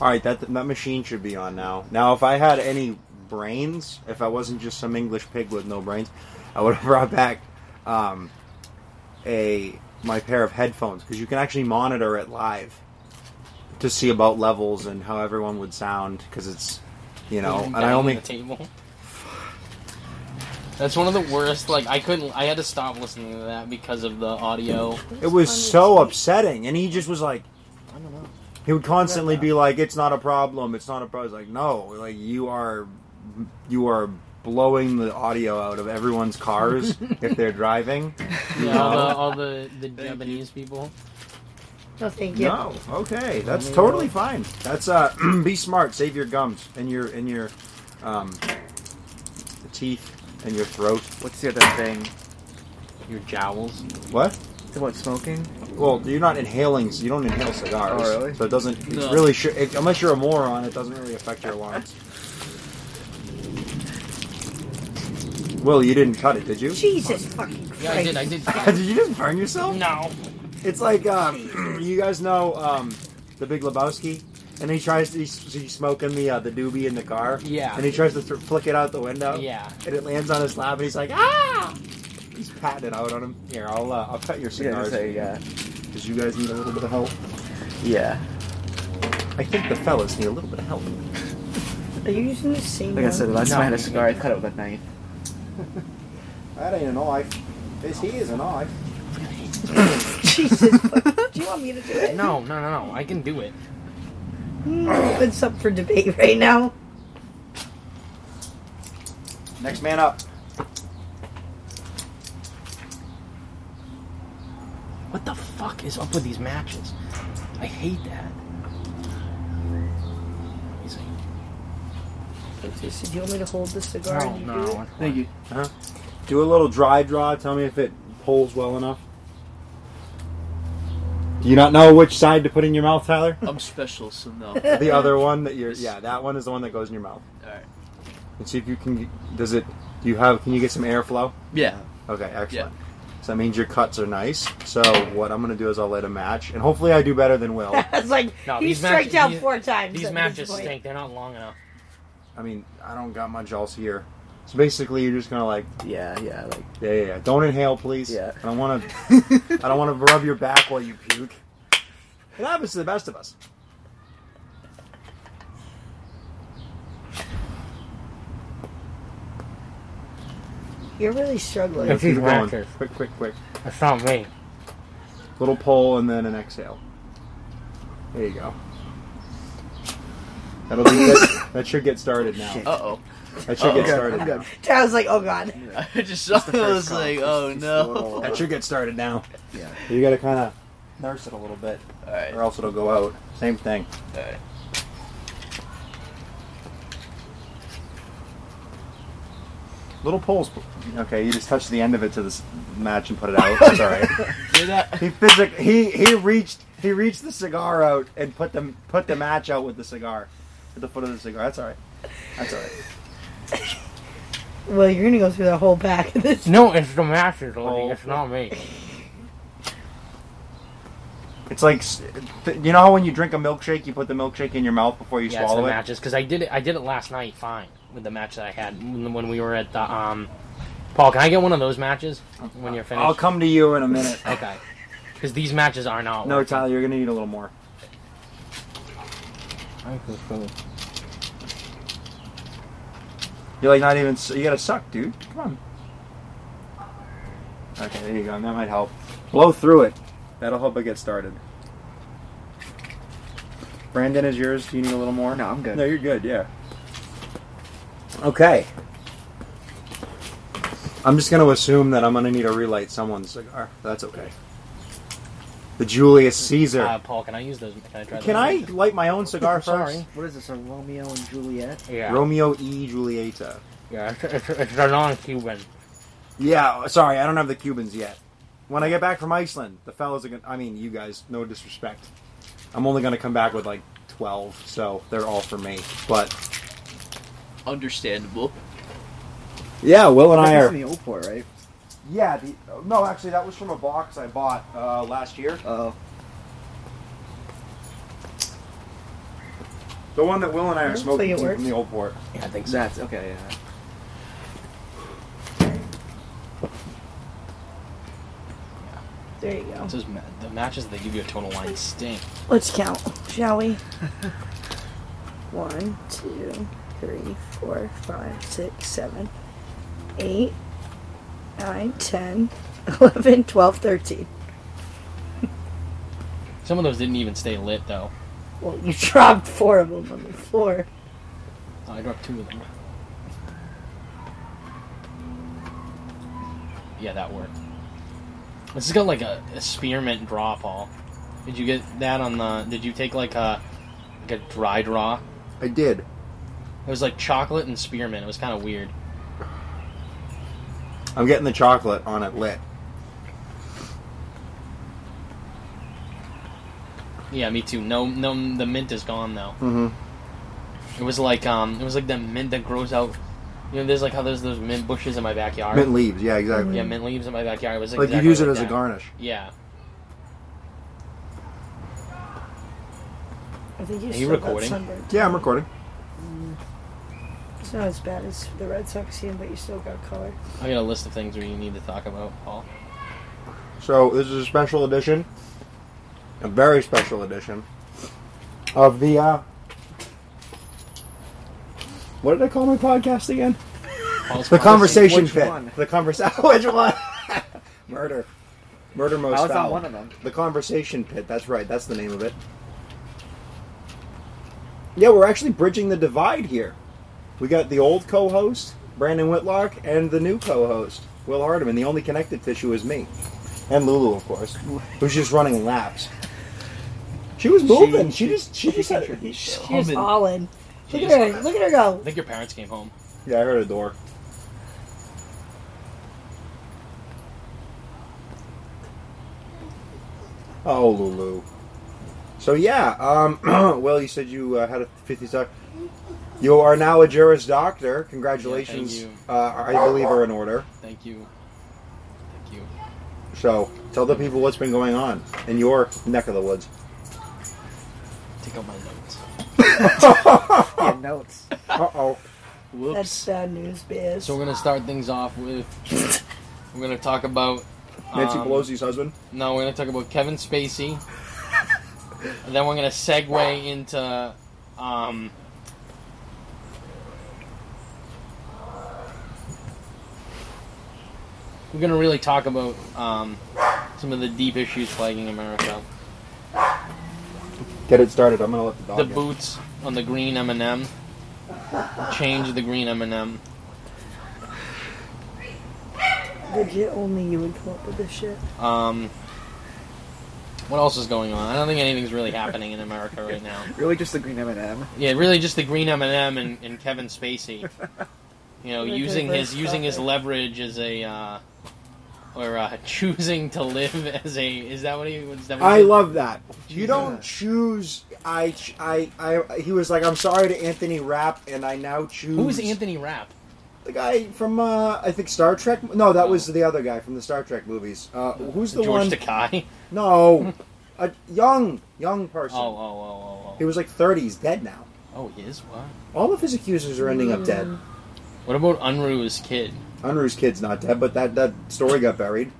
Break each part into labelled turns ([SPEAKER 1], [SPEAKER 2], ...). [SPEAKER 1] All right, that that machine should be on now. Now, if I had any brains, if I wasn't just some English pig with no brains, I would have brought back um, a my pair of headphones because you can actually monitor it live to see about levels and how everyone would sound because it's you know.
[SPEAKER 2] Leaning
[SPEAKER 1] And
[SPEAKER 2] down
[SPEAKER 1] I
[SPEAKER 2] on
[SPEAKER 1] only
[SPEAKER 2] the table. That's one of the worst. Like I couldn't. I had to stop listening to that because of the audio.
[SPEAKER 1] it was so upsetting, and he just was like.
[SPEAKER 2] I don't know.
[SPEAKER 1] He would constantly be like, "It's not a problem. It's not a problem." It's like, no, like you are, you are blowing the audio out of everyone's cars if they're driving. you
[SPEAKER 2] Yeah, all
[SPEAKER 1] know?
[SPEAKER 2] the all the, the Japanese people.
[SPEAKER 3] No, thank you.
[SPEAKER 1] No, okay, that's totally fine. That's uh, be smart. Save your gums and your and your, um, teeth and your throat.
[SPEAKER 4] What's the other thing?
[SPEAKER 2] Your jowls.
[SPEAKER 1] What?
[SPEAKER 4] It's about smoking.
[SPEAKER 1] Well, you're not inhaling. You don't inhale cigars,
[SPEAKER 4] Oh, really?
[SPEAKER 1] so it doesn't. It's
[SPEAKER 2] No.
[SPEAKER 1] really sh- it, unless you're a moron, it doesn't really affect your lungs. Will, you didn't cut it, did you?
[SPEAKER 3] Jesus fucking Christ.
[SPEAKER 2] Yeah, I did. I did.
[SPEAKER 1] did you just burn yourself?
[SPEAKER 2] no.
[SPEAKER 1] It's like um, you guys know um, the Big Lebowski, and he tries to he's, he's smoking the uh, the doobie in the car.
[SPEAKER 2] Yeah.
[SPEAKER 1] and he tries to th- flick it out the window.
[SPEAKER 2] Yeah.
[SPEAKER 1] and it lands on his lap, and he's like, ah! He's patting it out on him. Here, I'll uh, I'll cut your
[SPEAKER 4] Yeah, I
[SPEAKER 1] cigars
[SPEAKER 4] was gonna say, yeah.
[SPEAKER 1] because you guys need a little bit of help.
[SPEAKER 4] Yeah.
[SPEAKER 1] I think the fellas need a little bit of help.
[SPEAKER 3] Are you using the same
[SPEAKER 4] Like I
[SPEAKER 3] one?
[SPEAKER 4] said, the last
[SPEAKER 2] No.
[SPEAKER 4] time I had a cigar, I cut it with a knife.
[SPEAKER 1] That ain't a knife. This he is a knife.
[SPEAKER 3] Jesus. fuck. do you want me to do it?
[SPEAKER 2] No, no, no, no. I can do it.
[SPEAKER 3] Mm, It's up for debate right now.
[SPEAKER 1] Next man up.
[SPEAKER 2] What the fuck is up with these matches? I hate that. He's like,
[SPEAKER 3] So do you want me to hold the cigar?
[SPEAKER 2] no,
[SPEAKER 3] and you do it?
[SPEAKER 2] no.
[SPEAKER 4] Thank you.
[SPEAKER 1] Do a little dry draw. Tell me if it pulls well enough. Do you not know which side to put in your mouth, Tyler?
[SPEAKER 5] I'm special, so no.
[SPEAKER 1] the other one that you're. Yeah, that one is the one that goes in your mouth.
[SPEAKER 5] Alright.
[SPEAKER 1] And see if you can. Does it? Do you have? Can you get some airflow?
[SPEAKER 5] Yeah.
[SPEAKER 1] Okay, excellent. So that means your cuts are nice. So what I'm gonna do is I'll let a match, and hopefully I do better than Will.
[SPEAKER 3] it's like
[SPEAKER 2] No,
[SPEAKER 3] he
[SPEAKER 2] these
[SPEAKER 3] striked
[SPEAKER 2] matches-
[SPEAKER 3] out
[SPEAKER 2] these-
[SPEAKER 3] four times.
[SPEAKER 2] These
[SPEAKER 3] at this
[SPEAKER 2] matches
[SPEAKER 3] point.
[SPEAKER 2] stink. They're not long enough.
[SPEAKER 1] I mean, I don't got much else here. So basically, you're just gonna like,
[SPEAKER 4] Yeah, yeah, like.
[SPEAKER 1] yeah, yeah, yeah. don't inhale, please.
[SPEAKER 4] Yeah.
[SPEAKER 1] I don't want to. I don't want to rub your back while you puke. It happens to the best of us.
[SPEAKER 3] You're really struggling.
[SPEAKER 2] If he's
[SPEAKER 1] Keep going.
[SPEAKER 2] active.
[SPEAKER 1] Quick, quick, quick.
[SPEAKER 2] That's not me.
[SPEAKER 1] Little pull and then an exhale. There you go. That'll be that, that should get started now.
[SPEAKER 5] Uh oh.
[SPEAKER 1] That should get
[SPEAKER 5] Okay.
[SPEAKER 1] started. now.
[SPEAKER 3] I was like, oh god.
[SPEAKER 5] I just saw it. I was like, oh no.
[SPEAKER 1] That should get started now.
[SPEAKER 4] Yeah.
[SPEAKER 1] You gotta kind of nurse it a little bit,
[SPEAKER 5] Alright.
[SPEAKER 1] or else it'll go out. Same thing.
[SPEAKER 5] Alright.
[SPEAKER 1] Little pulls. Okay, you just touch the end of it to this match and put it out. It's all right.
[SPEAKER 5] Hear that?
[SPEAKER 1] He physic he he reached he reached the cigar out and put the put the match out with the cigar at the foot of the cigar. That's all right. That's all right.
[SPEAKER 3] Well, you're gonna go through the whole pack of this.
[SPEAKER 2] No, it's the matches, Lily.
[SPEAKER 1] Oh.
[SPEAKER 2] It's not me.
[SPEAKER 1] It's like s- th- you know how when you drink a milkshake, you put the milkshake in your mouth before you
[SPEAKER 2] yeah, it's the
[SPEAKER 1] swallow it.
[SPEAKER 2] matches because I did it. I did it last night. Fine with the match that I had when when we were at the um. Paul, can I get one of those matches when you're finished?
[SPEAKER 1] I'll come to you in a minute.
[SPEAKER 2] Okay. Because these matches are not.
[SPEAKER 1] No, Tyler, you're gonna need a little more. You're like not even. s- You gotta suck, dude. Come on. Okay, there you go. That might help. Blow through it. That'll help it get started. Brandon is yours. Do you need a little more?
[SPEAKER 4] No, I'm good.
[SPEAKER 1] No, you're good. Yeah. Okay. I'm just gonna assume that I'm gonna need to relight someone's cigar. That's okay. The Julius Caesar.
[SPEAKER 2] Uh, Paul, can I use those? Can I try?
[SPEAKER 1] Can
[SPEAKER 2] those
[SPEAKER 1] I
[SPEAKER 2] matches?
[SPEAKER 1] light my own cigar first?
[SPEAKER 2] Uh, Sorry.
[SPEAKER 4] What is this, a Romeo and Juliet?
[SPEAKER 2] Yeah.
[SPEAKER 1] Romeo E. Julieta.
[SPEAKER 2] yeah. It's, it's, it's a non-Cuban.
[SPEAKER 1] Yeah, sorry, I don't have the Cubans yet. When I get back from Iceland, the fellas are gonna. I mean, you guys, no disrespect. I'm only gonna come back with like 12, so they're all for me. But
[SPEAKER 5] Understandable.
[SPEAKER 1] yeah, Will and I
[SPEAKER 4] That's
[SPEAKER 1] are.
[SPEAKER 4] in the old port, right?
[SPEAKER 1] Yeah, the, no, actually, that was from a box I bought uh, last year.
[SPEAKER 4] Oh.
[SPEAKER 1] The one that Will and I are
[SPEAKER 3] Looks
[SPEAKER 1] smoking
[SPEAKER 3] like it works.
[SPEAKER 1] from the old port.
[SPEAKER 2] Yeah, I think so.
[SPEAKER 4] That's okay. Yeah.
[SPEAKER 3] There you go.
[SPEAKER 2] It says ma- the matches that give you a total wine stink.
[SPEAKER 3] Let's count, shall we? One, two, three, four, five, six, seven, eight, nine, ten, eleven, twelve, thirteen.
[SPEAKER 2] Some of those didn't even stay lit though.
[SPEAKER 3] Well, you dropped four of them on the floor.
[SPEAKER 2] Oh, I dropped two of them. Yeah, that worked. This has got like a, a spearmint draw, Paul. Did you get that on the? Did you take like a like a dry draw?
[SPEAKER 1] I did.
[SPEAKER 2] It was like chocolate and spearmint. It was kind of weird.
[SPEAKER 1] I'm getting the chocolate on it lit.
[SPEAKER 2] Yeah, me too. No, no, the mint is gone though.
[SPEAKER 1] Mm-hmm.
[SPEAKER 2] It was like um, it was like that mint that grows out. You know, there's like how there's those mint bushes in my backyard.
[SPEAKER 1] Mint leaves. Yeah, exactly.
[SPEAKER 3] Mm-hmm.
[SPEAKER 2] yeah, mint leaves in my backyard. It was
[SPEAKER 1] Like
[SPEAKER 2] exactly
[SPEAKER 1] you use it
[SPEAKER 2] like
[SPEAKER 1] as
[SPEAKER 2] that.
[SPEAKER 1] a garnish.
[SPEAKER 2] Yeah.
[SPEAKER 3] I think you
[SPEAKER 2] Are you
[SPEAKER 3] still
[SPEAKER 2] recording?
[SPEAKER 3] got sunburned.
[SPEAKER 1] Yeah, I'm recording.
[SPEAKER 3] It's not as bad as the Red Sox team, but you still got color.
[SPEAKER 2] I got a list of things we need to talk about, Paul.
[SPEAKER 1] So this is a special edition, a very special edition of the. Uh, what did I call my podcast again?
[SPEAKER 2] Paul's
[SPEAKER 1] The conversation
[SPEAKER 4] Which
[SPEAKER 1] pit.
[SPEAKER 4] one?
[SPEAKER 1] The conversation. Which one? Murder. Murder most
[SPEAKER 4] I was
[SPEAKER 1] foul.
[SPEAKER 4] on one of them.
[SPEAKER 1] The conversation pit. That's right. That's the name of it. Yeah, we're actually bridging the divide here. We got the old co-host Brandon Whitlock and the new co-host Will Hardiman. The only connective tissue is me, and Lulu, of course, who's just running laps. She was moving. She, just she just had.
[SPEAKER 5] She's
[SPEAKER 3] Here's
[SPEAKER 5] humming.
[SPEAKER 3] Olin. Look
[SPEAKER 2] Jeez.
[SPEAKER 3] at her. Look at her
[SPEAKER 2] I
[SPEAKER 3] go.
[SPEAKER 2] think your parents came home.
[SPEAKER 1] Yeah, I heard a door. Oh, Lulu. So yeah, um, well, you said you uh, had a fifty star. You are now a Juris Doctor. Congratulations,
[SPEAKER 2] Yeah,
[SPEAKER 1] uh, I believe are in order.
[SPEAKER 2] Thank you. Thank you.
[SPEAKER 1] So tell the people what's been going on in your neck of the woods.
[SPEAKER 2] Take out my notes.
[SPEAKER 4] Yeah,
[SPEAKER 1] uh
[SPEAKER 4] notes.
[SPEAKER 1] oh.
[SPEAKER 5] Whoops.
[SPEAKER 3] That's bad news, Biz.
[SPEAKER 2] So we're gonna start things off with. We're gonna talk about.
[SPEAKER 1] Nancy
[SPEAKER 2] um,
[SPEAKER 1] Pelosi's husband.
[SPEAKER 2] No, we're gonna talk about Kevin Spacey. and then we're gonna segue into um, We're gonna really talk about um, some of the deep issues plaguing America.
[SPEAKER 1] Get it started. I'm gonna let the dog.
[SPEAKER 2] The
[SPEAKER 1] in.
[SPEAKER 2] boots on the green M&M. Change the green M&M.
[SPEAKER 3] Legit, only you would come up with this shit.
[SPEAKER 2] Um, what else is going on? I don't think anything's really happening in America right now.
[SPEAKER 4] Really, just the green M and M.
[SPEAKER 2] Yeah, really, just the green M and M and and Kevin Spacey. You know,
[SPEAKER 3] Like the
[SPEAKER 2] using his
[SPEAKER 3] first
[SPEAKER 2] using his
[SPEAKER 3] topic.
[SPEAKER 2] leverage as a uh, or uh, choosing to live as a is that what he was? That what he
[SPEAKER 1] I
[SPEAKER 2] said?
[SPEAKER 1] love that. You don't choose. I, ch- I, I. He was like, "I'm sorry to Anthony Rapp," and I now choose.
[SPEAKER 2] Who is Anthony Rapp?
[SPEAKER 1] The guy from uh, I think Star Trek. No, that was
[SPEAKER 2] Oh.
[SPEAKER 1] the other guy from the Star Trek movies. Uh, who's the
[SPEAKER 2] George
[SPEAKER 1] one?
[SPEAKER 2] Takai.
[SPEAKER 1] no, a young, young
[SPEAKER 2] Oh,
[SPEAKER 1] person.
[SPEAKER 2] oh, oh,
[SPEAKER 1] He
[SPEAKER 2] oh, oh.
[SPEAKER 1] was like 30s, dead now.
[SPEAKER 2] Oh, he is what?
[SPEAKER 1] All of his accusers are ending up dead.
[SPEAKER 2] What about Unruh's kid?
[SPEAKER 1] Unruh's kid's not dead, but that that story got buried.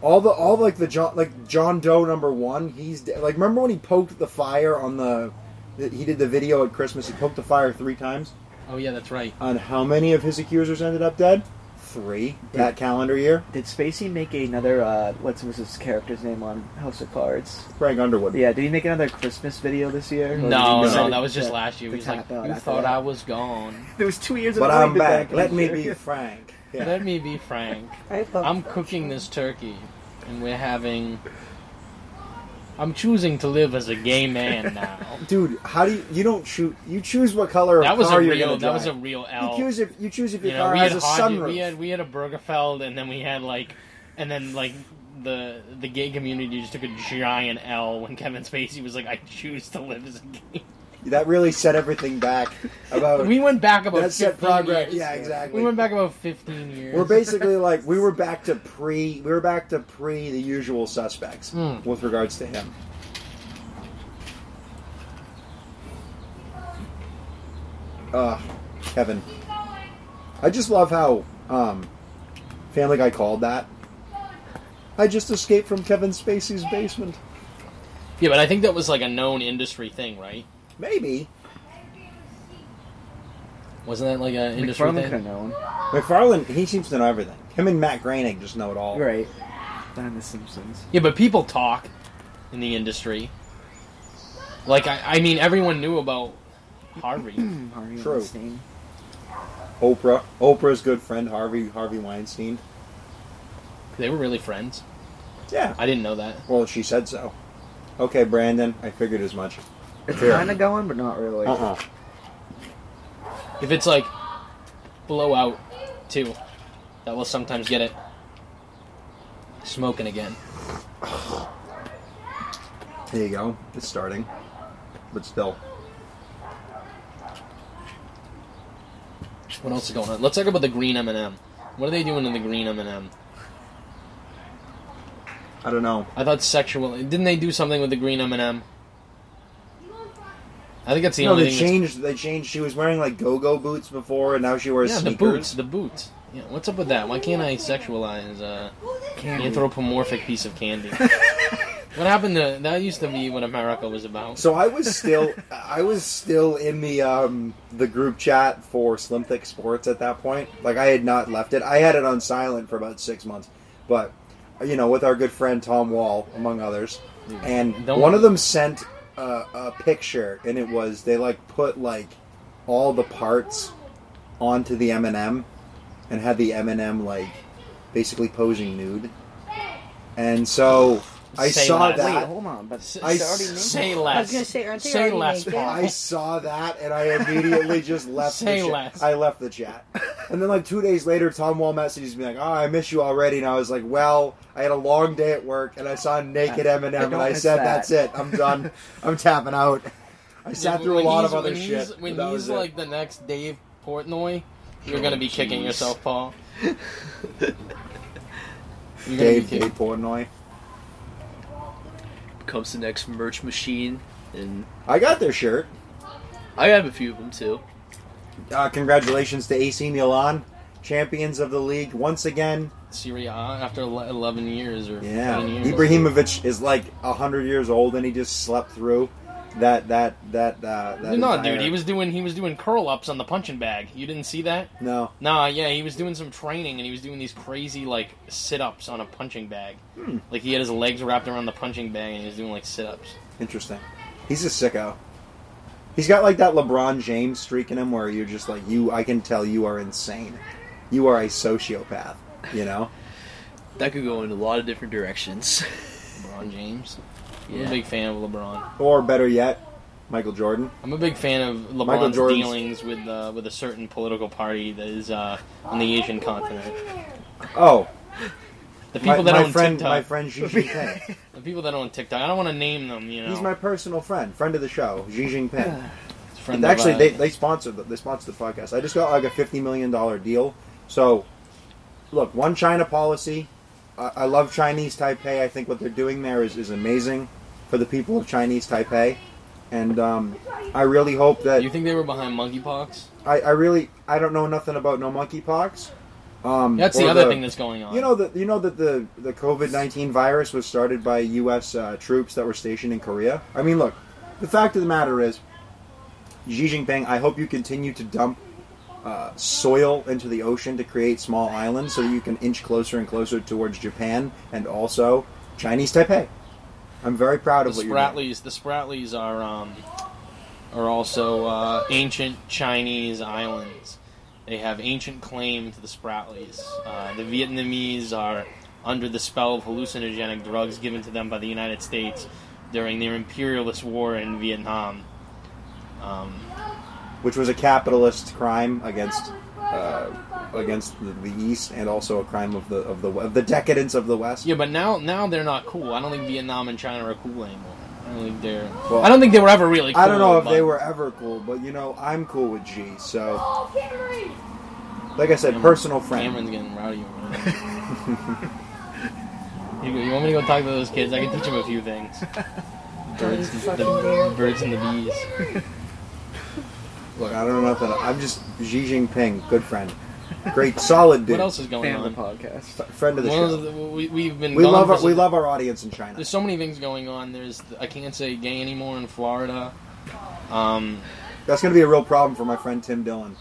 [SPEAKER 1] All the all like the John like John Doe number one, he's dead. like remember when he poked the fire on the, the he did the video at Christmas. He poked the fire three times.
[SPEAKER 2] Oh yeah, that's right.
[SPEAKER 1] On how many of his accusers ended up dead? Three that calendar year.
[SPEAKER 4] Did Spacey make another? uh What's was his character's name on House of Cards?
[SPEAKER 1] Frank Underwood.
[SPEAKER 4] Yeah. Did he make another Christmas video this year? Or did
[SPEAKER 2] No,
[SPEAKER 4] he
[SPEAKER 1] decide
[SPEAKER 2] no,
[SPEAKER 4] decide-
[SPEAKER 2] that was just
[SPEAKER 4] yeah,
[SPEAKER 2] last year.
[SPEAKER 4] the
[SPEAKER 2] He was like,
[SPEAKER 4] cap out
[SPEAKER 2] "You
[SPEAKER 4] after
[SPEAKER 2] thought
[SPEAKER 4] that.
[SPEAKER 2] I was gone.
[SPEAKER 4] There was two years. in
[SPEAKER 1] but
[SPEAKER 4] a row he
[SPEAKER 1] I'm
[SPEAKER 4] did that
[SPEAKER 1] back. Let
[SPEAKER 4] last
[SPEAKER 1] me
[SPEAKER 4] year.
[SPEAKER 1] be Frank. Yeah. Oh,
[SPEAKER 2] Let me be frank.
[SPEAKER 3] I love
[SPEAKER 2] I'm
[SPEAKER 3] that
[SPEAKER 2] cooking
[SPEAKER 3] show.
[SPEAKER 2] this turkey, and we're having. I'm choosing to live as a gay man now.
[SPEAKER 1] Dude, how do you you don't shoot? You choose what color of
[SPEAKER 2] That was a
[SPEAKER 1] car you're
[SPEAKER 2] real.
[SPEAKER 1] gonna
[SPEAKER 2] That was a
[SPEAKER 1] drive.
[SPEAKER 2] real L.
[SPEAKER 1] You choose if you choose if your
[SPEAKER 2] you know,
[SPEAKER 1] car
[SPEAKER 2] we had,
[SPEAKER 1] has a
[SPEAKER 2] Hodge,
[SPEAKER 1] sunroof.
[SPEAKER 2] we had we had a Burgerfeld, and then we had like, and then like the the gay community just took a giant L when Kevin Spacey was like, "I choose to live as a gay."
[SPEAKER 1] That really set everything back. About
[SPEAKER 2] We went back about.
[SPEAKER 1] that set
[SPEAKER 2] 15
[SPEAKER 1] Oh, progress.
[SPEAKER 2] years.
[SPEAKER 1] Yeah, exactly.
[SPEAKER 2] We went back about 15 years.
[SPEAKER 1] We're basically like we were back to pre we were back to pre the usual suspects
[SPEAKER 2] Hmm.
[SPEAKER 1] with regards to him. uh, Kevin. I just love how um, Family Guy called that. I just escaped from Kevin Spacey's basement.
[SPEAKER 2] Yeah, but I think that was like a known industry thing, right?
[SPEAKER 1] Maybe
[SPEAKER 2] Wasn't that like an industry
[SPEAKER 4] McFarlane could
[SPEAKER 2] thing?
[SPEAKER 4] have known.
[SPEAKER 1] McFarlane. He seems to know everything. Him and Matt Groening just know it all.
[SPEAKER 4] Right. On The Simpsons.
[SPEAKER 2] Yeah, but people talk in the industry. Like I, I mean, everyone knew about Harvey.
[SPEAKER 4] Harvey
[SPEAKER 1] True.
[SPEAKER 4] Weinstein.
[SPEAKER 1] Oprah. Oprah's good friend Harvey Harvey Weinstein.
[SPEAKER 2] they were really friends.
[SPEAKER 1] Yeah.
[SPEAKER 2] I didn't know that.
[SPEAKER 1] Well, she said so. Okay, Brandon. I figured as much.
[SPEAKER 4] It's
[SPEAKER 1] Here.
[SPEAKER 4] kind of going, but not really.
[SPEAKER 1] Uh-uh.
[SPEAKER 2] If it's like blowout too, that will sometimes get it smoking again.
[SPEAKER 1] There you go. It's starting, but still.
[SPEAKER 2] What else is going on? Let's talk about the green M and m What are they doing in the green M and m
[SPEAKER 1] I don't know.
[SPEAKER 2] I thought sexual. Didn't they do something with the green M and m I think that's the
[SPEAKER 1] no,
[SPEAKER 2] only
[SPEAKER 1] they
[SPEAKER 2] thing.
[SPEAKER 1] changed. They changed. She was weering like go-go boots before, and now she wears
[SPEAKER 2] that's, yeah, the boots.
[SPEAKER 1] sneakers.
[SPEAKER 2] The boots. Yeah, what's up with that? Why can't I sexualize uh,
[SPEAKER 4] Candy.
[SPEAKER 2] anthropomorphic piece of candy? what happened to that? Used to be what America was about.
[SPEAKER 1] So I was still, I was still in the um, the group chat for Slim Thick Sports at that point. Like I had not left it. I had it on silent for about six months, but you know, with our good friend Tom Wall among others, and
[SPEAKER 2] Don't-
[SPEAKER 1] one of them sent a, a picture, and it was they like put like all the parts onto the M and M, and had the M and M like basically posing nude, and so I
[SPEAKER 2] Say
[SPEAKER 1] saw
[SPEAKER 2] less.
[SPEAKER 1] that.
[SPEAKER 4] Wait, hold on, but
[SPEAKER 2] S-
[SPEAKER 1] I
[SPEAKER 4] it's already naked.
[SPEAKER 2] Say
[SPEAKER 3] I was gonna
[SPEAKER 2] less.
[SPEAKER 3] say, aren't they
[SPEAKER 2] Say
[SPEAKER 3] already
[SPEAKER 2] less,
[SPEAKER 3] naked?
[SPEAKER 2] Paul.
[SPEAKER 1] I saw that and I immediately just left
[SPEAKER 2] Say
[SPEAKER 1] the chat.
[SPEAKER 2] less.
[SPEAKER 1] I left the chat. And then like two days later Tom Wall messages me like, Oh, I miss you already and I was like, Well, I had a long day at work and I saw naked
[SPEAKER 4] I- I
[SPEAKER 1] Eminem and
[SPEAKER 4] don't
[SPEAKER 1] I
[SPEAKER 4] miss
[SPEAKER 1] said
[SPEAKER 4] that.
[SPEAKER 1] that's it. I'm done. I'm tapping out. I sat
[SPEAKER 2] Yeah,
[SPEAKER 1] through a
[SPEAKER 2] when
[SPEAKER 1] lot
[SPEAKER 2] he's-
[SPEAKER 1] of other
[SPEAKER 2] when
[SPEAKER 1] shit.
[SPEAKER 2] He's,
[SPEAKER 1] but
[SPEAKER 2] when
[SPEAKER 1] that
[SPEAKER 2] he's
[SPEAKER 1] was it. Oh,
[SPEAKER 2] like the next Dave Portnoy, you're gonna be kicking
[SPEAKER 5] jeez.
[SPEAKER 2] yourself, Paul. You're gonna
[SPEAKER 1] Dave,
[SPEAKER 2] be
[SPEAKER 1] Dave
[SPEAKER 2] kicking.
[SPEAKER 1] Portnoy.
[SPEAKER 5] Comes the next merch machine, and
[SPEAKER 1] I got their shirt.
[SPEAKER 5] I have a few of them too.
[SPEAKER 1] Uh, congratulations to AC Milan, champions of the league once again.
[SPEAKER 2] Syria uh, after ele- 11 years or
[SPEAKER 1] Yeah,
[SPEAKER 2] 15 years.
[SPEAKER 1] Ibrahimovic is like hundred years old, and he just slept through that that that uh, that.
[SPEAKER 2] no,
[SPEAKER 1] entire-
[SPEAKER 2] dude, he was doing he was doing curl ups on the punching bag. You didn't see that?
[SPEAKER 1] no.
[SPEAKER 2] Nah, yeah, he was doing some training and he was doing these crazy like sit ups on a punching bag.
[SPEAKER 1] Hmm.
[SPEAKER 2] Like he had his legs wrapped around the punching bag and he was doing like sit ups.
[SPEAKER 1] Interesting. He's a sicko. He's got like that LeBron James streak in him, where you're just like you. I can tell you are insane. You are a sociopath. You know.
[SPEAKER 5] That could go in a lot of different directions.
[SPEAKER 2] LeBron James, I'm
[SPEAKER 5] Yeah.
[SPEAKER 2] a big fan of LeBron.
[SPEAKER 1] Or better yet, Michael Jordan.
[SPEAKER 2] I'm a big fan of
[SPEAKER 1] Michael
[SPEAKER 2] LeBron's
[SPEAKER 1] Jordan's-
[SPEAKER 2] dealings with uh, with a certain political party that is uh, on the Asian continent.
[SPEAKER 1] Oh,
[SPEAKER 2] The
[SPEAKER 1] my,
[SPEAKER 2] people that
[SPEAKER 1] my
[SPEAKER 2] own
[SPEAKER 1] friend,
[SPEAKER 2] TikTok,
[SPEAKER 1] my friend Xi Jinping.
[SPEAKER 2] the people that own TikTok. I don't want to name them. You know,
[SPEAKER 1] He's my personal friend, friend of the show, Xi Jinping.
[SPEAKER 2] friend.
[SPEAKER 1] Actually,
[SPEAKER 2] of, uh,
[SPEAKER 1] they, they sponsored the, they sponsored the podcast. I just got like a fifty million dollar deal. So, look, one China policy. I, I love Chinese Taipei. I think what they're doing there is, is amazing for the people of Chinese Taipei, and um, I really hope that
[SPEAKER 2] you think they were behind monkeypox?
[SPEAKER 1] I, I really I don't know nothing about no monkeypox. Um,
[SPEAKER 2] That's
[SPEAKER 1] or
[SPEAKER 2] the other thing that's going on.
[SPEAKER 1] You know that you know that the the COVID nineteen virus was started by U.S. Uh, troops that were stationed in Korea. I mean, look, the fact of the matter is, Xi Jinping. I hope you continue to dump uh, soil into the ocean to create small islands so you can inch closer and closer towards Japan and also Chinese Taipei. I'm very proud
[SPEAKER 2] the
[SPEAKER 1] of what you're doing.
[SPEAKER 2] Spratleys. The Spratleys are um, are also uh, ancient Chinese islands. They have ancient claim to the Spratleys. Uh, the Vietnamese are under the spell of hallucinogenic drugs given to them by the United States during their imperialist war in Vietnam. Um,
[SPEAKER 1] which was a capitalist crime against uh, against the, the East and also a crime of the of the of the decadence of the West.
[SPEAKER 2] yeah, but now now they're not cool. I don't think Vietnam and China are cool anymore. I don't think they're.
[SPEAKER 1] Well,
[SPEAKER 2] I don't think they were ever really. cool.
[SPEAKER 1] I don't know if
[SPEAKER 2] but-
[SPEAKER 1] they were ever cool, but you know I'm cool with G. So, like I said, personal friend.
[SPEAKER 2] Cameron's getting rowdy over there. you, you want me to go talk to those kids? I can teach them a few things.
[SPEAKER 3] Don't you
[SPEAKER 2] Birds, and
[SPEAKER 3] fucking dare.
[SPEAKER 2] the, birds and the bees.
[SPEAKER 1] Look, I don't know nothing. I'm just Xi Jinping, good friend, great, solid dude,
[SPEAKER 2] What else is going
[SPEAKER 4] Family
[SPEAKER 2] on?
[SPEAKER 4] podcast.
[SPEAKER 1] F- friend of the
[SPEAKER 2] One
[SPEAKER 1] show.
[SPEAKER 2] of the, we, we've been
[SPEAKER 1] we
[SPEAKER 2] gone
[SPEAKER 1] love
[SPEAKER 2] for
[SPEAKER 1] our, we
[SPEAKER 2] so-
[SPEAKER 1] love our audience in China.
[SPEAKER 2] There's so many things going on. There's the- I can't say gay anymore in Florida. Um,
[SPEAKER 1] That's going to be a real problem for my friend Tim Dillon.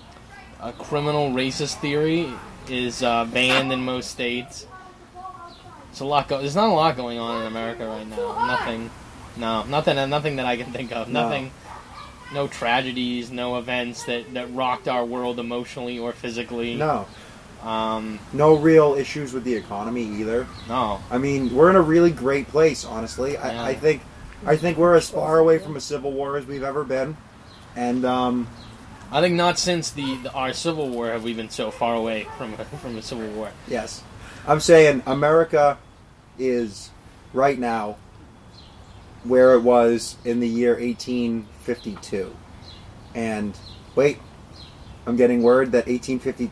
[SPEAKER 2] a criminal racist theory is uh, banned in most states. It's a lot. Go- There's not a lot going on in America right now. Nothing. No, nothing. uh, Nothing that I can think of.
[SPEAKER 1] No.
[SPEAKER 2] Nothing. No tragedies. No events that that rocked our world emotionally or physically.
[SPEAKER 1] No,
[SPEAKER 2] Um.
[SPEAKER 1] no real issues with the economy either.
[SPEAKER 2] No.
[SPEAKER 1] I mean, we're in a really great place, honestly. I,
[SPEAKER 2] Yeah.
[SPEAKER 1] I think, I think we're as far away from a civil war as we've ever been, and um,
[SPEAKER 2] I think not since the, the our Civil War have we been so far away from a, from a Civil War.
[SPEAKER 1] Yes. I'm saying America is right now where it was in the year 1852. And wait, I'm getting word that 1850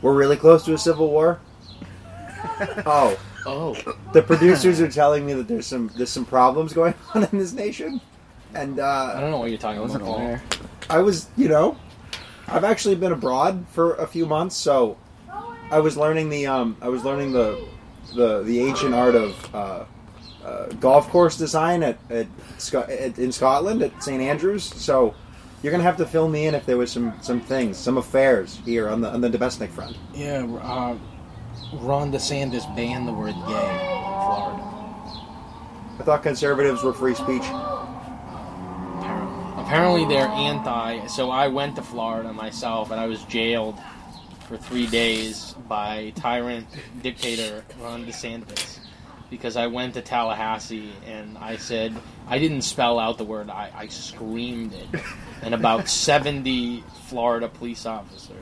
[SPEAKER 1] we're really close to a civil war. oh,
[SPEAKER 5] Oh,
[SPEAKER 1] the producers are telling me that there's some there's some problems going on in this nation. And
[SPEAKER 2] I
[SPEAKER 1] uh,
[SPEAKER 2] don't know what you're talking about. Paul.
[SPEAKER 1] I was, you know, I've actually been abroad for a few months, so I was learning the um, I was learning the the the ancient art of uh, uh, golf course design at, at, Sco- at in Scotland at St Andrews. So you're gonna have to fill me in if there was some some things, some affairs here on the on the domestic front.
[SPEAKER 2] Yeah, uh, Ron DeSantis banned the word gay in Florida.
[SPEAKER 1] I thought conservatives were free speech.
[SPEAKER 2] Apparently, apparently they're anti. So I went to Florida myself, and I was jailed for three days by tyrant dictator Ron DeSantis because I went to Tallahassee and I said I didn't spell out the word. I, I screamed it, and about seventy Florida police officers.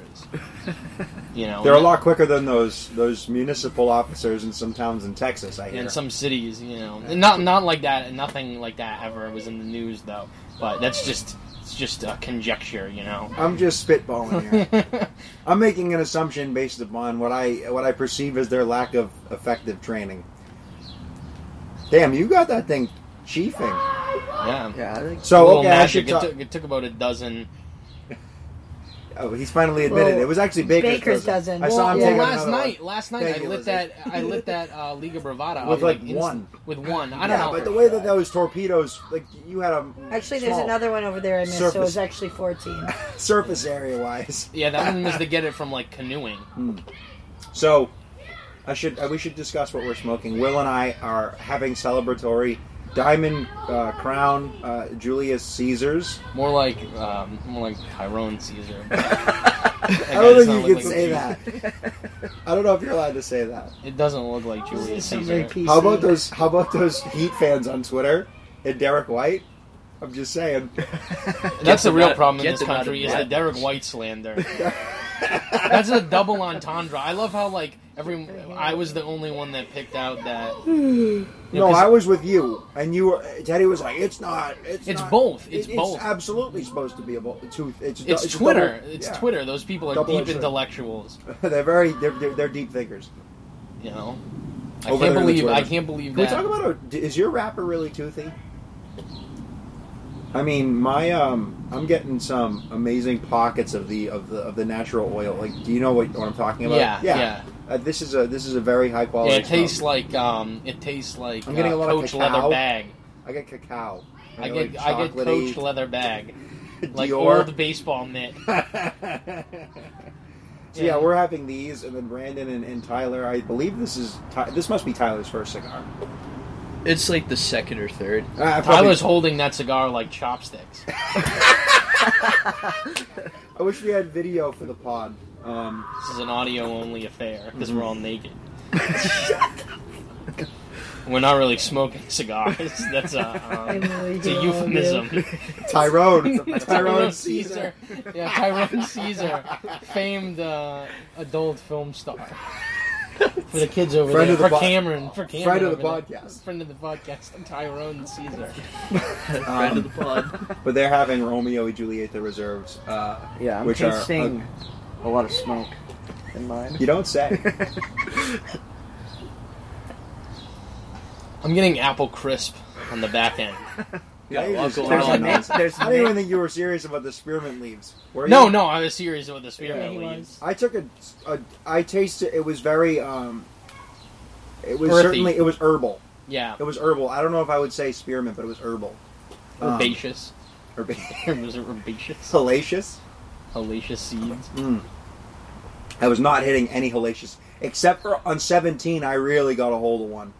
[SPEAKER 2] You know,
[SPEAKER 1] They're a
[SPEAKER 2] and-
[SPEAKER 1] lot quicker than those those municipal officers in some towns in Texas. I hear.
[SPEAKER 2] in some cities, you know. And Not not like that, and nothing like that ever was in the news though. But that's just it's just a conjecture, you know.
[SPEAKER 1] I'm just spitballing here. I'm making an assumption based upon what I what I perceive as their lack of effective training. Damn, you got that thing chiefing.
[SPEAKER 2] yeah.
[SPEAKER 4] Yeah, I think
[SPEAKER 1] So
[SPEAKER 2] Little
[SPEAKER 1] okay, I
[SPEAKER 2] magic.
[SPEAKER 1] should
[SPEAKER 2] It,
[SPEAKER 1] talk.
[SPEAKER 2] took, it took about a dozen.
[SPEAKER 1] Oh, he's finally admitted
[SPEAKER 3] Well,
[SPEAKER 1] it was actually Baker's,
[SPEAKER 3] Baker's
[SPEAKER 1] dozen.
[SPEAKER 3] dozen.
[SPEAKER 1] I saw
[SPEAKER 3] Well,
[SPEAKER 1] him
[SPEAKER 3] well,
[SPEAKER 1] taking
[SPEAKER 2] last
[SPEAKER 1] another one.
[SPEAKER 2] night, last night
[SPEAKER 1] Thank
[SPEAKER 2] I
[SPEAKER 1] you,
[SPEAKER 2] lit
[SPEAKER 1] Lizzie.
[SPEAKER 2] that I lit that uh, Liga Bravada
[SPEAKER 1] With,
[SPEAKER 2] up,
[SPEAKER 1] like,
[SPEAKER 2] inst-
[SPEAKER 1] one.
[SPEAKER 2] With one, I don't
[SPEAKER 1] yeah,
[SPEAKER 2] know.
[SPEAKER 1] but the way that those torpedoes, like you had a
[SPEAKER 3] Actually,
[SPEAKER 1] small
[SPEAKER 3] there's another one over there I missed, so it
[SPEAKER 1] Surface.
[SPEAKER 3] was actually 14.
[SPEAKER 1] surface area wise.
[SPEAKER 2] yeah, that one was to get it from like canoeing.
[SPEAKER 1] So, I should uh, we should discuss what we're smoking. Will and I are having celebratory Diamond uh, Crown uh, Julius Caesars.
[SPEAKER 2] More like um, more like Tyrone Caesar.
[SPEAKER 1] I don't think you can say that. I don't know if you're allowed to say that.
[SPEAKER 2] It doesn't look like Julius Caesar.
[SPEAKER 1] How about those? How about those Heat fans on Twitter and Derek White? I'm just saying.
[SPEAKER 2] That's the
[SPEAKER 5] them
[SPEAKER 2] real
[SPEAKER 5] out-
[SPEAKER 2] problem in
[SPEAKER 5] get
[SPEAKER 2] this
[SPEAKER 5] them out of
[SPEAKER 2] country is
[SPEAKER 5] that.
[SPEAKER 2] the Derek White slander. That's a double entendre. I love how like every I was the only one that picked out that.
[SPEAKER 1] No,
[SPEAKER 2] 'cause
[SPEAKER 1] I was with you, and you were. Teddy was like, "It's not. It's
[SPEAKER 2] It's
[SPEAKER 1] not-
[SPEAKER 2] both, it's
[SPEAKER 1] it-
[SPEAKER 2] both."
[SPEAKER 1] It's absolutely supposed to be a bo- two. It's,
[SPEAKER 2] It's,
[SPEAKER 1] a
[SPEAKER 2] Twitter.
[SPEAKER 1] double-
[SPEAKER 2] it's
[SPEAKER 1] yeah.
[SPEAKER 2] Twitter. Those people are
[SPEAKER 1] Double-edged
[SPEAKER 2] deep
[SPEAKER 1] sword.
[SPEAKER 2] intellectuals.
[SPEAKER 1] they're very. They're, they're, they're deep thinkers.
[SPEAKER 2] You know. I
[SPEAKER 1] Over
[SPEAKER 2] can't
[SPEAKER 1] there in the
[SPEAKER 2] believe I
[SPEAKER 1] Twitter.
[SPEAKER 2] can't believe
[SPEAKER 1] Can we
[SPEAKER 2] that.
[SPEAKER 1] talk about? a- Is your rapper really toothy? I mean, my um, I'm getting some amazing pockets of the of the of the natural oil. Like, do you know what, what I'm talking about?
[SPEAKER 2] yeah, yeah. yeah.
[SPEAKER 1] Uh, this is a this is a very high quality.
[SPEAKER 2] it tastes
[SPEAKER 1] smoke.
[SPEAKER 2] like um, it tastes like
[SPEAKER 1] I'm getting
[SPEAKER 2] uh,
[SPEAKER 1] a lot of
[SPEAKER 2] Coach
[SPEAKER 1] cacao.
[SPEAKER 2] leather bag.
[SPEAKER 1] I get cacao.
[SPEAKER 2] I get
[SPEAKER 1] like
[SPEAKER 2] I get
[SPEAKER 1] chocolatey,
[SPEAKER 2] Coach leather bag, like
[SPEAKER 1] Dior.
[SPEAKER 2] old baseball mitt.
[SPEAKER 1] So yeah, we're having these, and then Brandon and, and Tyler. I believe this is Ty- this must be Tyler's first cigar.
[SPEAKER 5] it's like the second or third.
[SPEAKER 1] Uh, I, probably-
[SPEAKER 2] Tyler's holding that cigar like chopsticks.
[SPEAKER 1] I wish we had video for the pod. Um,
[SPEAKER 2] This is an audio only affair because we're all naked. we're not really smoking cigars. That's a,
[SPEAKER 3] I
[SPEAKER 2] um,
[SPEAKER 3] know you
[SPEAKER 2] it's a
[SPEAKER 3] do.
[SPEAKER 2] euphemism.
[SPEAKER 1] Tyrone, Tyrone Caesar.
[SPEAKER 2] Yeah, Tyrone Caesar, famed uh, adult film star. For the kids over
[SPEAKER 1] Friend
[SPEAKER 2] there,
[SPEAKER 1] of the
[SPEAKER 2] for
[SPEAKER 1] pod-
[SPEAKER 2] Cameron, for Cameron,
[SPEAKER 1] friend of the
[SPEAKER 2] over there.
[SPEAKER 1] podcast.
[SPEAKER 2] friend of the podcast, Tyrone Caesar.
[SPEAKER 5] Friend of the
[SPEAKER 4] Um,
[SPEAKER 5] pod.
[SPEAKER 1] But they're having Romeo and Juliet the reserves. Uh,
[SPEAKER 4] yeah, I'm
[SPEAKER 1] Which are,
[SPEAKER 4] tasting a lot of smoke in mine.
[SPEAKER 1] you don't say.
[SPEAKER 2] I'm getting apple crisp on the back end.
[SPEAKER 5] Got a
[SPEAKER 1] I
[SPEAKER 5] lot
[SPEAKER 1] just-
[SPEAKER 5] going
[SPEAKER 1] there's
[SPEAKER 5] on.
[SPEAKER 1] a
[SPEAKER 4] man- there's
[SPEAKER 1] I didn't even think you were serious about the spearmint leaves. Were
[SPEAKER 2] No,
[SPEAKER 1] you?
[SPEAKER 2] no, I was serious about the spearmint
[SPEAKER 3] Yeah, he
[SPEAKER 2] leaves.
[SPEAKER 1] I took a, a. I tasted. It was very. um It was
[SPEAKER 2] Earthy.
[SPEAKER 1] certainly. It was herbal.
[SPEAKER 2] Yeah,
[SPEAKER 1] It was herbal. I don't know if I would say spearmint, but it was herbal. Um,
[SPEAKER 2] herbaceous.
[SPEAKER 1] herba-
[SPEAKER 2] was it herbaceous?
[SPEAKER 1] Hellacious.
[SPEAKER 2] Hellacious seeds.
[SPEAKER 1] Mm. I was not hitting any hellacious, except for on 17. I really got a hold of one.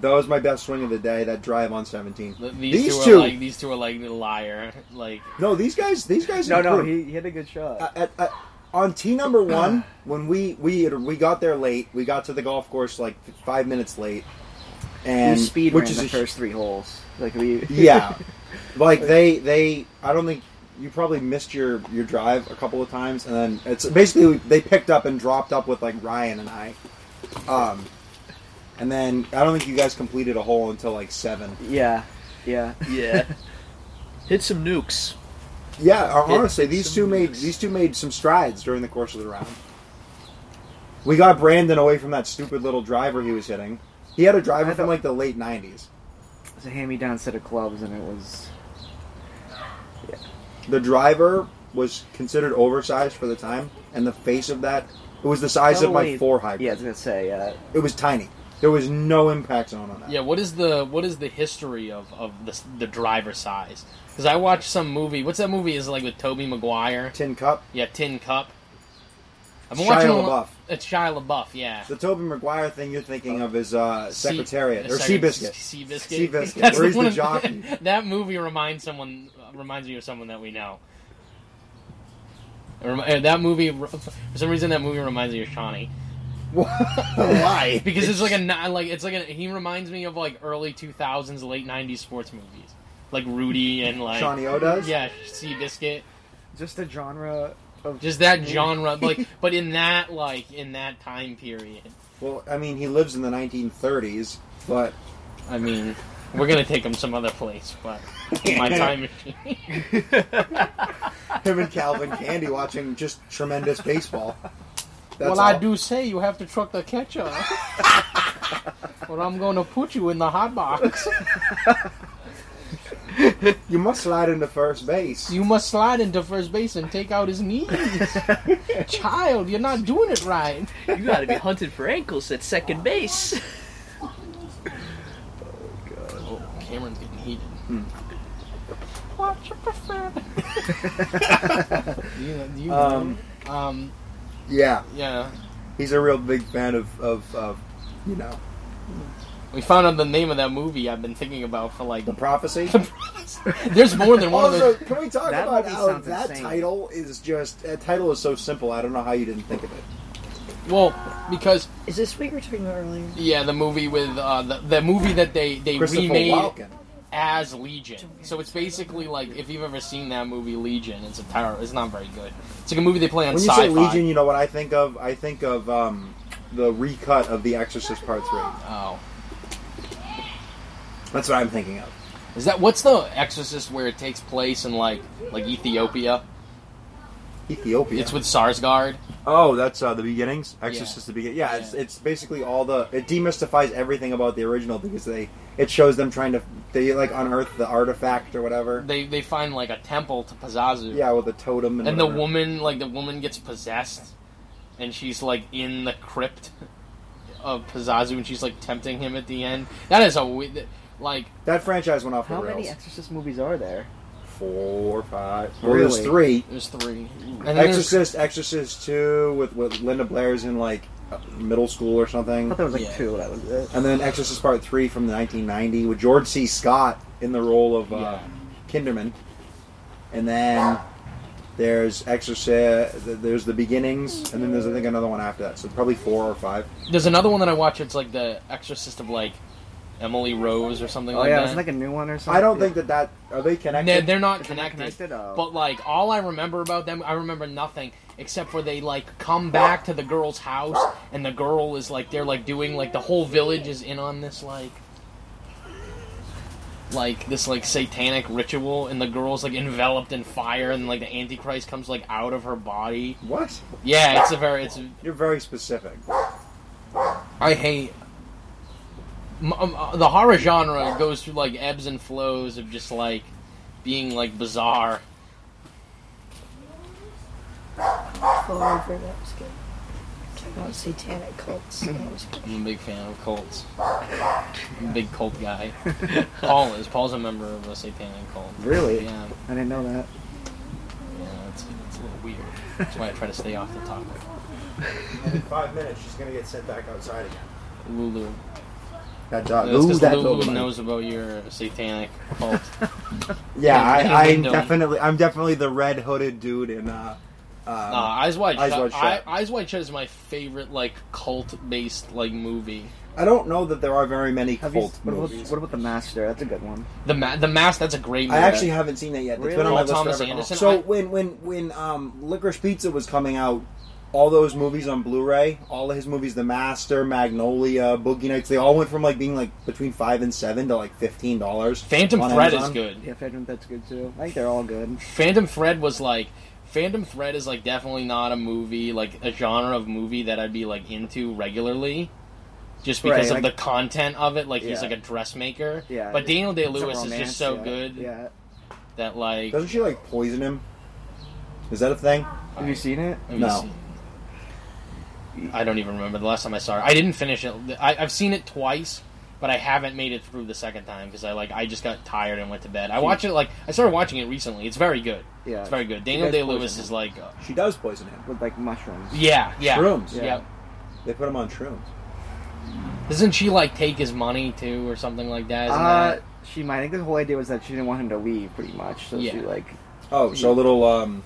[SPEAKER 1] That was my best swing of the day. That drive on 17.
[SPEAKER 2] Th-
[SPEAKER 1] These
[SPEAKER 2] two,
[SPEAKER 1] two.
[SPEAKER 2] are like these two are like the liar. Like
[SPEAKER 1] No, these guys. These guys.
[SPEAKER 4] No, no,
[SPEAKER 1] improved.
[SPEAKER 4] he, he had a good shot.
[SPEAKER 1] Uh, at, at, on tee number one, when we we had, we got there late, we got to the golf course like five minutes late, and
[SPEAKER 4] he speed
[SPEAKER 1] which
[SPEAKER 4] ran
[SPEAKER 1] is
[SPEAKER 4] the
[SPEAKER 1] a sh-
[SPEAKER 4] first three holes. Like we,
[SPEAKER 1] yeah, like they they I don't think you probably missed your your drive a couple of times, and then it's basically they picked up and dropped up with like Ryan and I, um, and then I don't think you guys completed a hole until like seven.
[SPEAKER 4] yeah, yeah.
[SPEAKER 5] Yeah. Hit some nukes.
[SPEAKER 1] Yeah, uh, honestly,
[SPEAKER 5] Hit
[SPEAKER 1] these
[SPEAKER 5] some
[SPEAKER 1] two made
[SPEAKER 5] moves.
[SPEAKER 1] these two made some strides during the course of the round. We got Brandon away from that stupid little driver he was hitting. He had a driver
[SPEAKER 4] I
[SPEAKER 1] from
[SPEAKER 4] thought-
[SPEAKER 1] like the late nineties.
[SPEAKER 4] It was a hand-me-down set of clubs, and it was
[SPEAKER 1] The driver was considered oversized for the time, and the face of that it was the size of my
[SPEAKER 4] Probably-
[SPEAKER 1] four hybrid.
[SPEAKER 4] yeah. I was gonna say uh,
[SPEAKER 1] It was tiny. There was no impact zone on that.
[SPEAKER 2] yeah, what is the what is the history of of the s- the driver size? Because I watched some movie. What's that movie? Is it like with Toby Maguire?
[SPEAKER 1] Tin cup.
[SPEAKER 2] Yeah, Tin Cup. I've
[SPEAKER 1] Shia
[SPEAKER 2] watching a lo-
[SPEAKER 1] LaBeouf.
[SPEAKER 2] It's Shia LaBeouf. Yeah.
[SPEAKER 1] The Toby Maguire thing you're thinking of is uh,
[SPEAKER 2] Sea-
[SPEAKER 1] Secretariat or
[SPEAKER 2] Secret-
[SPEAKER 1] Seabiscuit.
[SPEAKER 2] Seabiscuit.
[SPEAKER 1] Seabiscuit,
[SPEAKER 2] That's
[SPEAKER 1] where he's the
[SPEAKER 2] one of-
[SPEAKER 1] jockey.
[SPEAKER 2] that movie reminds someone reminds me of someone that we know. It remi- uh, That movie, for some reason, that movie reminds me of Shawnee
[SPEAKER 1] Why?
[SPEAKER 2] because it's, like a ni- like it's like a, he reminds me of like early two thousands, late nineties sports movies, like Rudy and like
[SPEAKER 1] Shawnee O does?
[SPEAKER 2] yeah, Sea Biscuit,
[SPEAKER 4] just the genre of
[SPEAKER 2] just that
[SPEAKER 1] Mm.
[SPEAKER 2] genre, like but in that like in that time period.
[SPEAKER 1] Well, I mean, he lives in the 1930s, but
[SPEAKER 2] I mean, we're gonna take him some other place, but my time machine.
[SPEAKER 1] him and Calvin Candy watching just tremendous baseball. That's
[SPEAKER 2] well, I
[SPEAKER 1] all.
[SPEAKER 2] do say you have to truck the catcher, or I'm going to put you in the hot box.
[SPEAKER 1] You must slide into first base.
[SPEAKER 2] You must slide into first base and take out his knees. Child, you're not doing it right.
[SPEAKER 5] You gotta be hunting for ankles at second base.
[SPEAKER 2] Oh, Cameron's getting heated.
[SPEAKER 1] Hmm.
[SPEAKER 2] You, you
[SPEAKER 1] Um,
[SPEAKER 2] know. um,
[SPEAKER 1] yeah,
[SPEAKER 2] yeah.
[SPEAKER 1] he's a real big fan of, of, of you know,
[SPEAKER 2] We found out the name of that movie I've been thinking about for like.
[SPEAKER 1] the prophecy.
[SPEAKER 2] There's more than one
[SPEAKER 1] Also,
[SPEAKER 2] of those.
[SPEAKER 1] can we talk
[SPEAKER 4] That
[SPEAKER 1] about
[SPEAKER 4] movie
[SPEAKER 1] how
[SPEAKER 4] sounds
[SPEAKER 1] that
[SPEAKER 4] insane.
[SPEAKER 1] title is just that title is so simple? I don't know how you didn't think of it.
[SPEAKER 2] Well, because
[SPEAKER 3] Is this what you were talking about earlier?
[SPEAKER 2] yeah, the movie with uh, the, the movie that they they
[SPEAKER 1] Christopher
[SPEAKER 2] remade.
[SPEAKER 1] Walken.
[SPEAKER 2] as Legion. So it's basically like if you've ever seen that movie Legion, it's a terror. It's not very good. It's like a movie they play on
[SPEAKER 1] When you
[SPEAKER 2] sci-fi.
[SPEAKER 1] say Legion, you know what I think of? I think of um, the recut of The Exorcist Part Three.
[SPEAKER 2] oh,
[SPEAKER 1] That's what I'm thinking of.
[SPEAKER 2] is that what's the Exorcist where it takes place in like like Ethiopia?
[SPEAKER 1] Ethiopia.
[SPEAKER 2] It's with Sarsgaard.
[SPEAKER 1] Oh, that's uh, the beginnings. Exorcist the begin. Yeah, it's
[SPEAKER 2] Yeah.
[SPEAKER 1] it's basically all the it demystifies everything about the original because they it shows them trying to they like unearth the artifact or whatever.
[SPEAKER 2] They they find like a temple to Pazazu.
[SPEAKER 1] Yeah, with the totem and,
[SPEAKER 2] And the
[SPEAKER 1] whatever.
[SPEAKER 2] woman like the woman gets possessed, and she's like in the crypt of Pazazu, and she's like tempting him at the end. That is a we- like
[SPEAKER 1] That franchise went off
[SPEAKER 4] how
[SPEAKER 1] the rails.
[SPEAKER 4] many Exorcist movies are there?
[SPEAKER 1] Four, five. Well, there's
[SPEAKER 4] Really?
[SPEAKER 1] three.
[SPEAKER 2] there's three. And then there's-
[SPEAKER 1] Exorcist, Exorcist two with with Linda Blair's in like middle school or
[SPEAKER 4] I
[SPEAKER 1] something,
[SPEAKER 4] thought there was like
[SPEAKER 2] Yeah.
[SPEAKER 4] two. That was it.
[SPEAKER 1] and then Exorcist Part three from the 1990 with George C. Scott in the role of. Uh,
[SPEAKER 2] Yeah.
[SPEAKER 1] Kinderman, and then there's Exorcist. th- There's the beginnings, and then there's I think another one after that. So probably four or five.
[SPEAKER 2] There's another one that I watch. It's like the Exorcist of like Emily Rose or something
[SPEAKER 4] Oh
[SPEAKER 2] like
[SPEAKER 4] yeah, it was
[SPEAKER 2] that.
[SPEAKER 4] like a new one or something.
[SPEAKER 1] I don't think that that are they connected.
[SPEAKER 2] they're, they're not
[SPEAKER 4] Is it not
[SPEAKER 2] connected,
[SPEAKER 4] connected? Oh.
[SPEAKER 2] but like all I remember about them, I remember nothing except for they like come back to the girl's house and the girl is like they're like doing like the whole village is in on this like like this like satanic ritual and the girl's like enveloped in fire and like the antichrist comes like out of her body.
[SPEAKER 1] What?
[SPEAKER 2] Yeah, it's a very it's a,
[SPEAKER 1] You're very specific.
[SPEAKER 2] I hate m- um, uh, the horror genre goes through like ebbs and flows of just like being like bizarre.
[SPEAKER 3] Full over. That was good. Check out satanic cults. That was good.
[SPEAKER 2] I'm a big fan of cults. I'm a big cult guy. Paul is. Paul's a member of a satanic cult.
[SPEAKER 4] Really?
[SPEAKER 2] Yeah.
[SPEAKER 4] I didn't know that.
[SPEAKER 2] Yeah. It's, it's a little weird. That's why I try to stay off the topic.
[SPEAKER 1] In five minutes, she's gonna get sent back outside again.
[SPEAKER 2] Lulu.
[SPEAKER 1] That dog.
[SPEAKER 2] That's
[SPEAKER 1] Ooh,
[SPEAKER 2] 'cause
[SPEAKER 1] Uh, that
[SPEAKER 2] Lulu
[SPEAKER 1] dog.
[SPEAKER 2] knows about your satanic cult.
[SPEAKER 1] Yeah,
[SPEAKER 2] Yeah,
[SPEAKER 1] I, I'm
[SPEAKER 2] don't.
[SPEAKER 1] definitely, I'm definitely the red hooded dude in. Uh, uh,
[SPEAKER 2] Uh, Eyes Wide
[SPEAKER 1] Eyes
[SPEAKER 2] Shut.
[SPEAKER 1] Wide Shut.
[SPEAKER 2] I, Eyes Wide Shut is my favorite like cult based like movie.
[SPEAKER 1] I don't know that there are very many
[SPEAKER 4] Have you,
[SPEAKER 1] cult
[SPEAKER 4] what, about,
[SPEAKER 1] movies.
[SPEAKER 4] what about the master? That's a good one.
[SPEAKER 2] The ma- the mask. That's a great
[SPEAKER 1] I
[SPEAKER 2] movie.
[SPEAKER 1] actually haven't seen that yet. It's been on my
[SPEAKER 2] Paul
[SPEAKER 1] list
[SPEAKER 2] Thomas
[SPEAKER 1] forever.
[SPEAKER 2] Anderson?
[SPEAKER 1] So
[SPEAKER 2] I-
[SPEAKER 1] when when when um, Licorice Pizza was coming out, all those movies on Blu-ray, all of his movies, The Master, Magnolia, Boogie Nights, they all went from like being like between five and seven to like fifteen dollars.
[SPEAKER 2] Phantom Thread is good.
[SPEAKER 4] Yeah, Fedrin, that's good too. I think they're all good.
[SPEAKER 2] Phantom Thread was like Phantom Thread is like definitely not a movie like a genre of movie that I'd be like into regularly. Just because
[SPEAKER 4] Right,
[SPEAKER 2] of
[SPEAKER 4] like-
[SPEAKER 2] the content of it, like he's
[SPEAKER 4] Yeah.
[SPEAKER 2] like a dressmaker.
[SPEAKER 4] Yeah.
[SPEAKER 2] But Daniel Day
[SPEAKER 4] It's a
[SPEAKER 2] Lewis is
[SPEAKER 4] romance,
[SPEAKER 2] just so
[SPEAKER 4] yeah.
[SPEAKER 2] good Uh,
[SPEAKER 4] Yeah.
[SPEAKER 2] that like
[SPEAKER 1] Doesn't she like poison him? Is that a thing?
[SPEAKER 4] Have you seen it?
[SPEAKER 2] Let me
[SPEAKER 1] No.
[SPEAKER 2] see. I don't even remember the last time I saw it. I didn't finish it. I, I've seen it twice, but I haven't made it through the second time because I like I just got tired and went to bed. I watched it like I started watching it recently. It's very good.
[SPEAKER 4] Yeah.
[SPEAKER 2] It's very good.
[SPEAKER 4] She
[SPEAKER 2] Daniel
[SPEAKER 4] does
[SPEAKER 2] Day Lewis
[SPEAKER 4] poison
[SPEAKER 2] is like, uh,
[SPEAKER 1] She does poison him.
[SPEAKER 4] With like mushrooms.
[SPEAKER 2] yeah, yeah,
[SPEAKER 1] Shrooms.
[SPEAKER 2] yeah.
[SPEAKER 4] Yeah.
[SPEAKER 1] They put him on shrooms.
[SPEAKER 2] Doesn't she like take his money too or something like that? Isn't
[SPEAKER 4] Uh,
[SPEAKER 2] that-
[SPEAKER 4] she might. I think the whole idea was that she didn't want him to leave, pretty much. So she
[SPEAKER 2] Yeah.
[SPEAKER 4] like.
[SPEAKER 1] Oh, so a little um,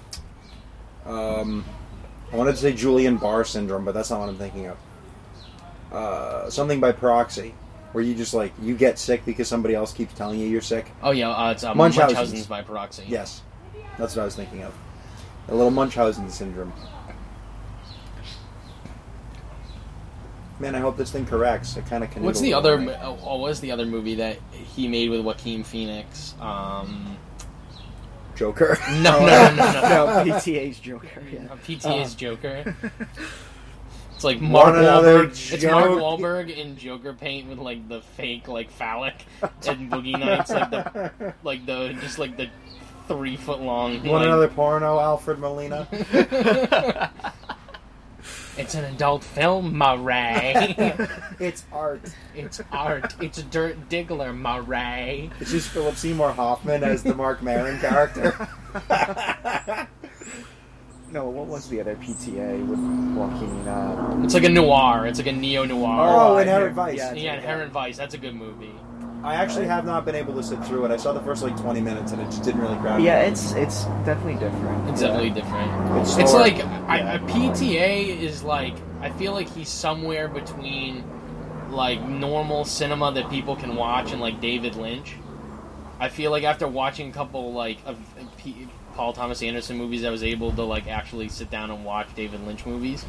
[SPEAKER 1] um, I wanted to say Julian Barr syndrome, but that's not what I'm thinking of. Uh, something by proxy, where you just like you get sick because somebody else keeps telling you you're sick.
[SPEAKER 2] oh yeah, uh, it's uh,
[SPEAKER 1] Munchausen's.
[SPEAKER 2] Munchausen's. by proxy.
[SPEAKER 1] Yes, that's what I was thinking of. A little Munchausen syndrome. Man, I hope this thing corrects. It kind of can.
[SPEAKER 2] What's the other? mo- Oh, oh, what's the other movie that he made with Joaquin Phoenix? Um,
[SPEAKER 1] Joker?
[SPEAKER 2] no, no, no, no, no.
[SPEAKER 4] no, PTA's Joker. Yeah.
[SPEAKER 2] A
[SPEAKER 1] Uh,
[SPEAKER 2] PTA's Joker. It's like
[SPEAKER 1] Want
[SPEAKER 2] Mark
[SPEAKER 1] another
[SPEAKER 2] Wahlberg. It's Mark
[SPEAKER 1] joke?
[SPEAKER 2] Wahlberg in Joker paint with like the fake like phallic and Boogie Nights like the like the just like the three foot long.
[SPEAKER 1] Want
[SPEAKER 2] like-
[SPEAKER 1] another porno, Alfred Molina?
[SPEAKER 2] It's an adult film, Murray.
[SPEAKER 1] it's art.
[SPEAKER 2] it's art. It's a dirt diggler, Murray.
[SPEAKER 1] It's just Philip Seymour Hoffman as the Mark Maron character.
[SPEAKER 4] No, what was the other PTA with Joaquin? Uh,
[SPEAKER 2] It's like a noir. It's like a neo noir.
[SPEAKER 1] oh,
[SPEAKER 4] I
[SPEAKER 1] Inherent
[SPEAKER 4] hear-
[SPEAKER 1] Vice.
[SPEAKER 4] yeah.
[SPEAKER 2] yeah, Inherent Vice. That's a good movie.
[SPEAKER 1] I actually have not been able to sit through it. I saw the first like 20 minutes and it just didn't really grab me.
[SPEAKER 4] yeah, it's it's definitely different.
[SPEAKER 2] It's
[SPEAKER 4] yeah.
[SPEAKER 2] definitely different.
[SPEAKER 1] It's,
[SPEAKER 2] It's
[SPEAKER 1] slower.
[SPEAKER 2] like I, a PTA is like I feel like he's somewhere between like normal cinema that people can watch and like David Lynch. I feel like after watching a couple like of of P- Paul Thomas Anderson movies, I was able to like actually sit down and watch David Lynch movies,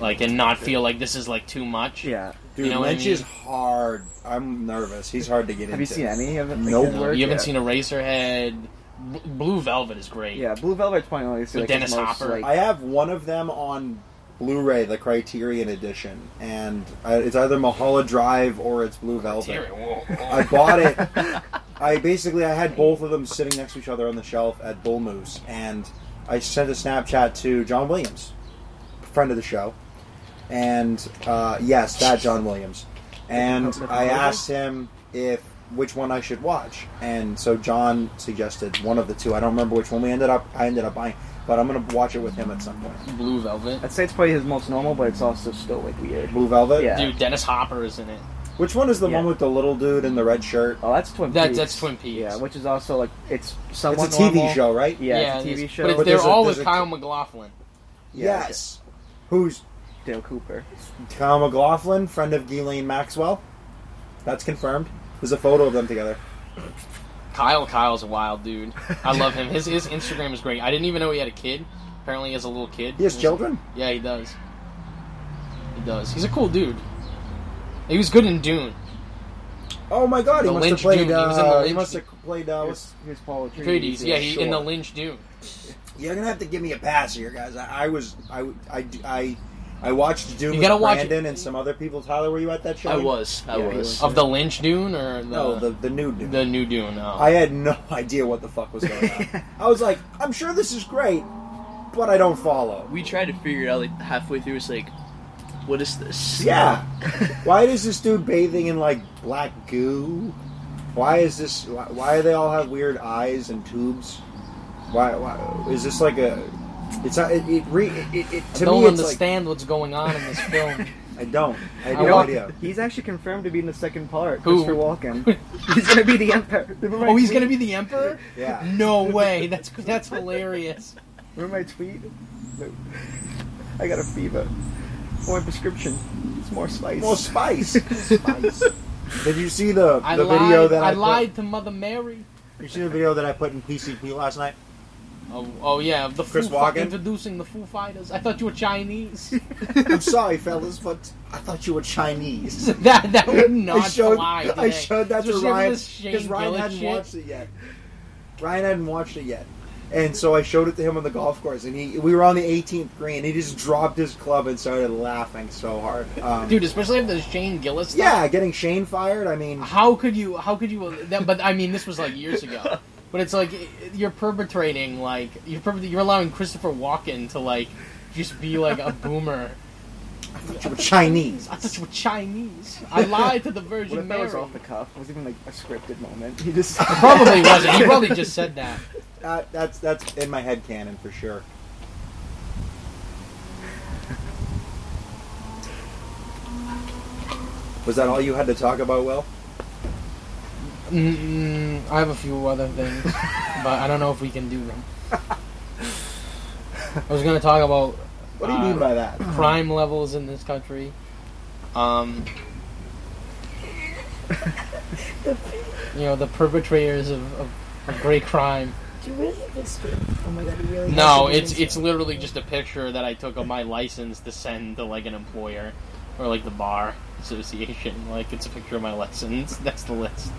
[SPEAKER 2] like and not feel like this is like too much.
[SPEAKER 4] Yeah.
[SPEAKER 1] dude,
[SPEAKER 2] you know what I
[SPEAKER 1] Lynch
[SPEAKER 2] mean?
[SPEAKER 1] is hard. I'm nervous. He's hard to get
[SPEAKER 4] Have
[SPEAKER 1] into.
[SPEAKER 4] you seen any of it?
[SPEAKER 1] Nope.
[SPEAKER 4] his
[SPEAKER 2] You, know,
[SPEAKER 4] work?
[SPEAKER 2] you haven't seen
[SPEAKER 4] yeah.
[SPEAKER 2] Eraserhead. Bl- Blue Velvet is great.
[SPEAKER 4] Yeah, Blue Velvet's probably only seen,
[SPEAKER 2] With
[SPEAKER 4] like,
[SPEAKER 2] Dennis
[SPEAKER 4] his most,
[SPEAKER 2] Hopper.
[SPEAKER 4] Like,
[SPEAKER 1] I have one of them on Blu-ray, the Criterion edition, and uh, it's either Mahalla Drive or it's Blue Velvet.
[SPEAKER 2] Terry, whoa, whoa.
[SPEAKER 1] I bought it. I basically I had both of them sitting next to each other on the shelf at Bull Moose, and I sent a Snapchat to John Williams, friend of the show, and uh, yes, that John Williams, and I asked him if which one I should watch, and so John suggested one of the two. I don't remember which one we ended up. I ended up buying, but I'm gonna watch it with him at some point.
[SPEAKER 2] Blue Velvet.
[SPEAKER 4] I'd say it's probably his most normal, but it's also still like weird.
[SPEAKER 1] Blue Velvet.
[SPEAKER 4] Yeah.
[SPEAKER 2] Dude, Dennis Hopper is in it.
[SPEAKER 1] Which one is the
[SPEAKER 4] Yeah.
[SPEAKER 1] one with the little dude in the red shirt?
[SPEAKER 4] Oh, that's Twin
[SPEAKER 2] That-
[SPEAKER 4] Peaks.
[SPEAKER 2] that's Twin Peaks.
[SPEAKER 4] Yeah, which is also like it's
[SPEAKER 1] It's a
[SPEAKER 4] somewhat
[SPEAKER 1] TV
[SPEAKER 4] normal.
[SPEAKER 1] show, right?
[SPEAKER 4] Yeah, it's a
[SPEAKER 2] it
[SPEAKER 4] TV
[SPEAKER 2] is.
[SPEAKER 4] show.
[SPEAKER 2] But, it's-
[SPEAKER 1] But
[SPEAKER 2] they're
[SPEAKER 1] there's a-
[SPEAKER 2] all
[SPEAKER 1] there's
[SPEAKER 2] with
[SPEAKER 1] a-
[SPEAKER 2] Kyle McLaughlin.
[SPEAKER 4] Yeah,
[SPEAKER 1] Yes. Who's
[SPEAKER 4] Dale Cooper.
[SPEAKER 1] Kyle McLaughlin, friend of Ghislaine Maxwell? That's confirmed. There's a photo of them together.
[SPEAKER 2] Kyle, Kyle's a wild dude. I love him. His his Instagram is great. I didn't even know he had a kid. Apparently, he has a little kid.
[SPEAKER 1] He has children?
[SPEAKER 2] Yeah, he does. He does. He's a cool dude. He was good in Dune.
[SPEAKER 1] Oh my god, he
[SPEAKER 2] The
[SPEAKER 1] must have
[SPEAKER 2] Lynch
[SPEAKER 1] played
[SPEAKER 2] dude, he was in the
[SPEAKER 1] uh, he
[SPEAKER 2] Lynch
[SPEAKER 1] must have
[SPEAKER 2] dude.
[SPEAKER 1] played uh what's-
[SPEAKER 4] Here's, here's Paul
[SPEAKER 2] Atreides.
[SPEAKER 4] Atreides.
[SPEAKER 2] Yeah, he, in
[SPEAKER 1] sure.
[SPEAKER 2] the Lynch Dune.
[SPEAKER 1] You're gonna have to give me a pass here, guys. I, I was I, I I I watched Dune
[SPEAKER 2] You
[SPEAKER 1] with
[SPEAKER 2] gotta watch
[SPEAKER 1] Brandon and some other people. Tyler, were you at that show?
[SPEAKER 5] I was. I
[SPEAKER 4] Yeah, he
[SPEAKER 5] was.
[SPEAKER 2] Of the Lynch Dune or the,
[SPEAKER 1] No, the,
[SPEAKER 2] uh, the,
[SPEAKER 1] the new Dune.
[SPEAKER 2] new Dune? Oh.
[SPEAKER 1] I had no idea what the fuck was going on. I was like, I'm sure this is great, but I don't follow.
[SPEAKER 5] We tried to figure it out like halfway through. It's like, what is this?
[SPEAKER 1] Yeah. Why is this dude bathing in like black goo? Why is this? Why, why do they all have weird eyes and tubes? Why? why is this like a? It's not. It, it, re, it, it
[SPEAKER 2] I
[SPEAKER 1] to
[SPEAKER 2] don't
[SPEAKER 1] me, it's like
[SPEAKER 2] understand what's going on in this film.
[SPEAKER 1] I don't. I have
[SPEAKER 2] I
[SPEAKER 1] no
[SPEAKER 2] don't-
[SPEAKER 1] idea.
[SPEAKER 4] He's actually confirmed to be in the second part.
[SPEAKER 2] Who?
[SPEAKER 4] Christopher Walken. he's gonna be the Emperor. Remember my
[SPEAKER 2] oh, he's
[SPEAKER 4] tweet?
[SPEAKER 2] gonna be the emperor?
[SPEAKER 1] Yeah.
[SPEAKER 2] No way. That's that's hilarious.
[SPEAKER 4] Remember my tweet? No. I got a fever. More prescription. It's more spice.
[SPEAKER 1] Well, spice. spice. Did you see the,
[SPEAKER 2] I
[SPEAKER 1] the
[SPEAKER 2] lied.
[SPEAKER 1] video that I,
[SPEAKER 2] I,
[SPEAKER 1] put-
[SPEAKER 2] lied to Mother Mary.
[SPEAKER 1] You see the video that I put in PCP last night?
[SPEAKER 2] Oh, oh yeah, of the
[SPEAKER 1] Chris
[SPEAKER 2] Foo Fi-
[SPEAKER 1] Walken?
[SPEAKER 2] introducing the Foo Fighters. I thought you were Chinese.
[SPEAKER 1] I'm sorry, fellas, but I thought you were Chinese.
[SPEAKER 2] that that would not
[SPEAKER 1] I showed,
[SPEAKER 2] fly. Today.
[SPEAKER 1] I showed that to
[SPEAKER 2] Especially with
[SPEAKER 1] Ryan
[SPEAKER 2] this Shane
[SPEAKER 1] because Ryan
[SPEAKER 2] Gillis
[SPEAKER 1] hadn't
[SPEAKER 2] shit.
[SPEAKER 1] watched it yet. Ryan hadn't watched it yet, and so I showed it to him on the golf course, and he we were on the 18th green. He just dropped his club and started laughing so hard. Um,
[SPEAKER 2] Dude, especially after the Shane Gillis. Stuff.
[SPEAKER 1] yeah, getting Shane fired. I mean,
[SPEAKER 2] How could you? How could you? That, but I mean, this was like years ago. But it's like you're perpetrating, like you're perpet- you're allowing Christopher Walken to like just be like a boomer.
[SPEAKER 1] you were Chinese.
[SPEAKER 2] I thought you were Chinese. I lied to the
[SPEAKER 4] What
[SPEAKER 2] Virgin
[SPEAKER 4] if that
[SPEAKER 2] Mary.
[SPEAKER 4] was off the cuff? It was even like a scripted moment. He just
[SPEAKER 2] Probably wasn't. He probably just said that.
[SPEAKER 1] That, that's that's in my head canon for sure. Was that all you had to talk about, Will?
[SPEAKER 2] Mm, I have a few other things, but I don't know if we can do them. I was going to talk about
[SPEAKER 1] What do you
[SPEAKER 2] Uh,
[SPEAKER 1] mean by that?
[SPEAKER 2] crime levels in this country. Um, you know, the perpetrators of, of, of great crime.
[SPEAKER 3] Do you really have this dude? Oh my god, he really has
[SPEAKER 2] No,
[SPEAKER 3] to do
[SPEAKER 2] it's
[SPEAKER 3] this.
[SPEAKER 2] it's literally just a picture that I took of my license to send to like an employer or like the bar association. Like it's a picture of my license. That's the list.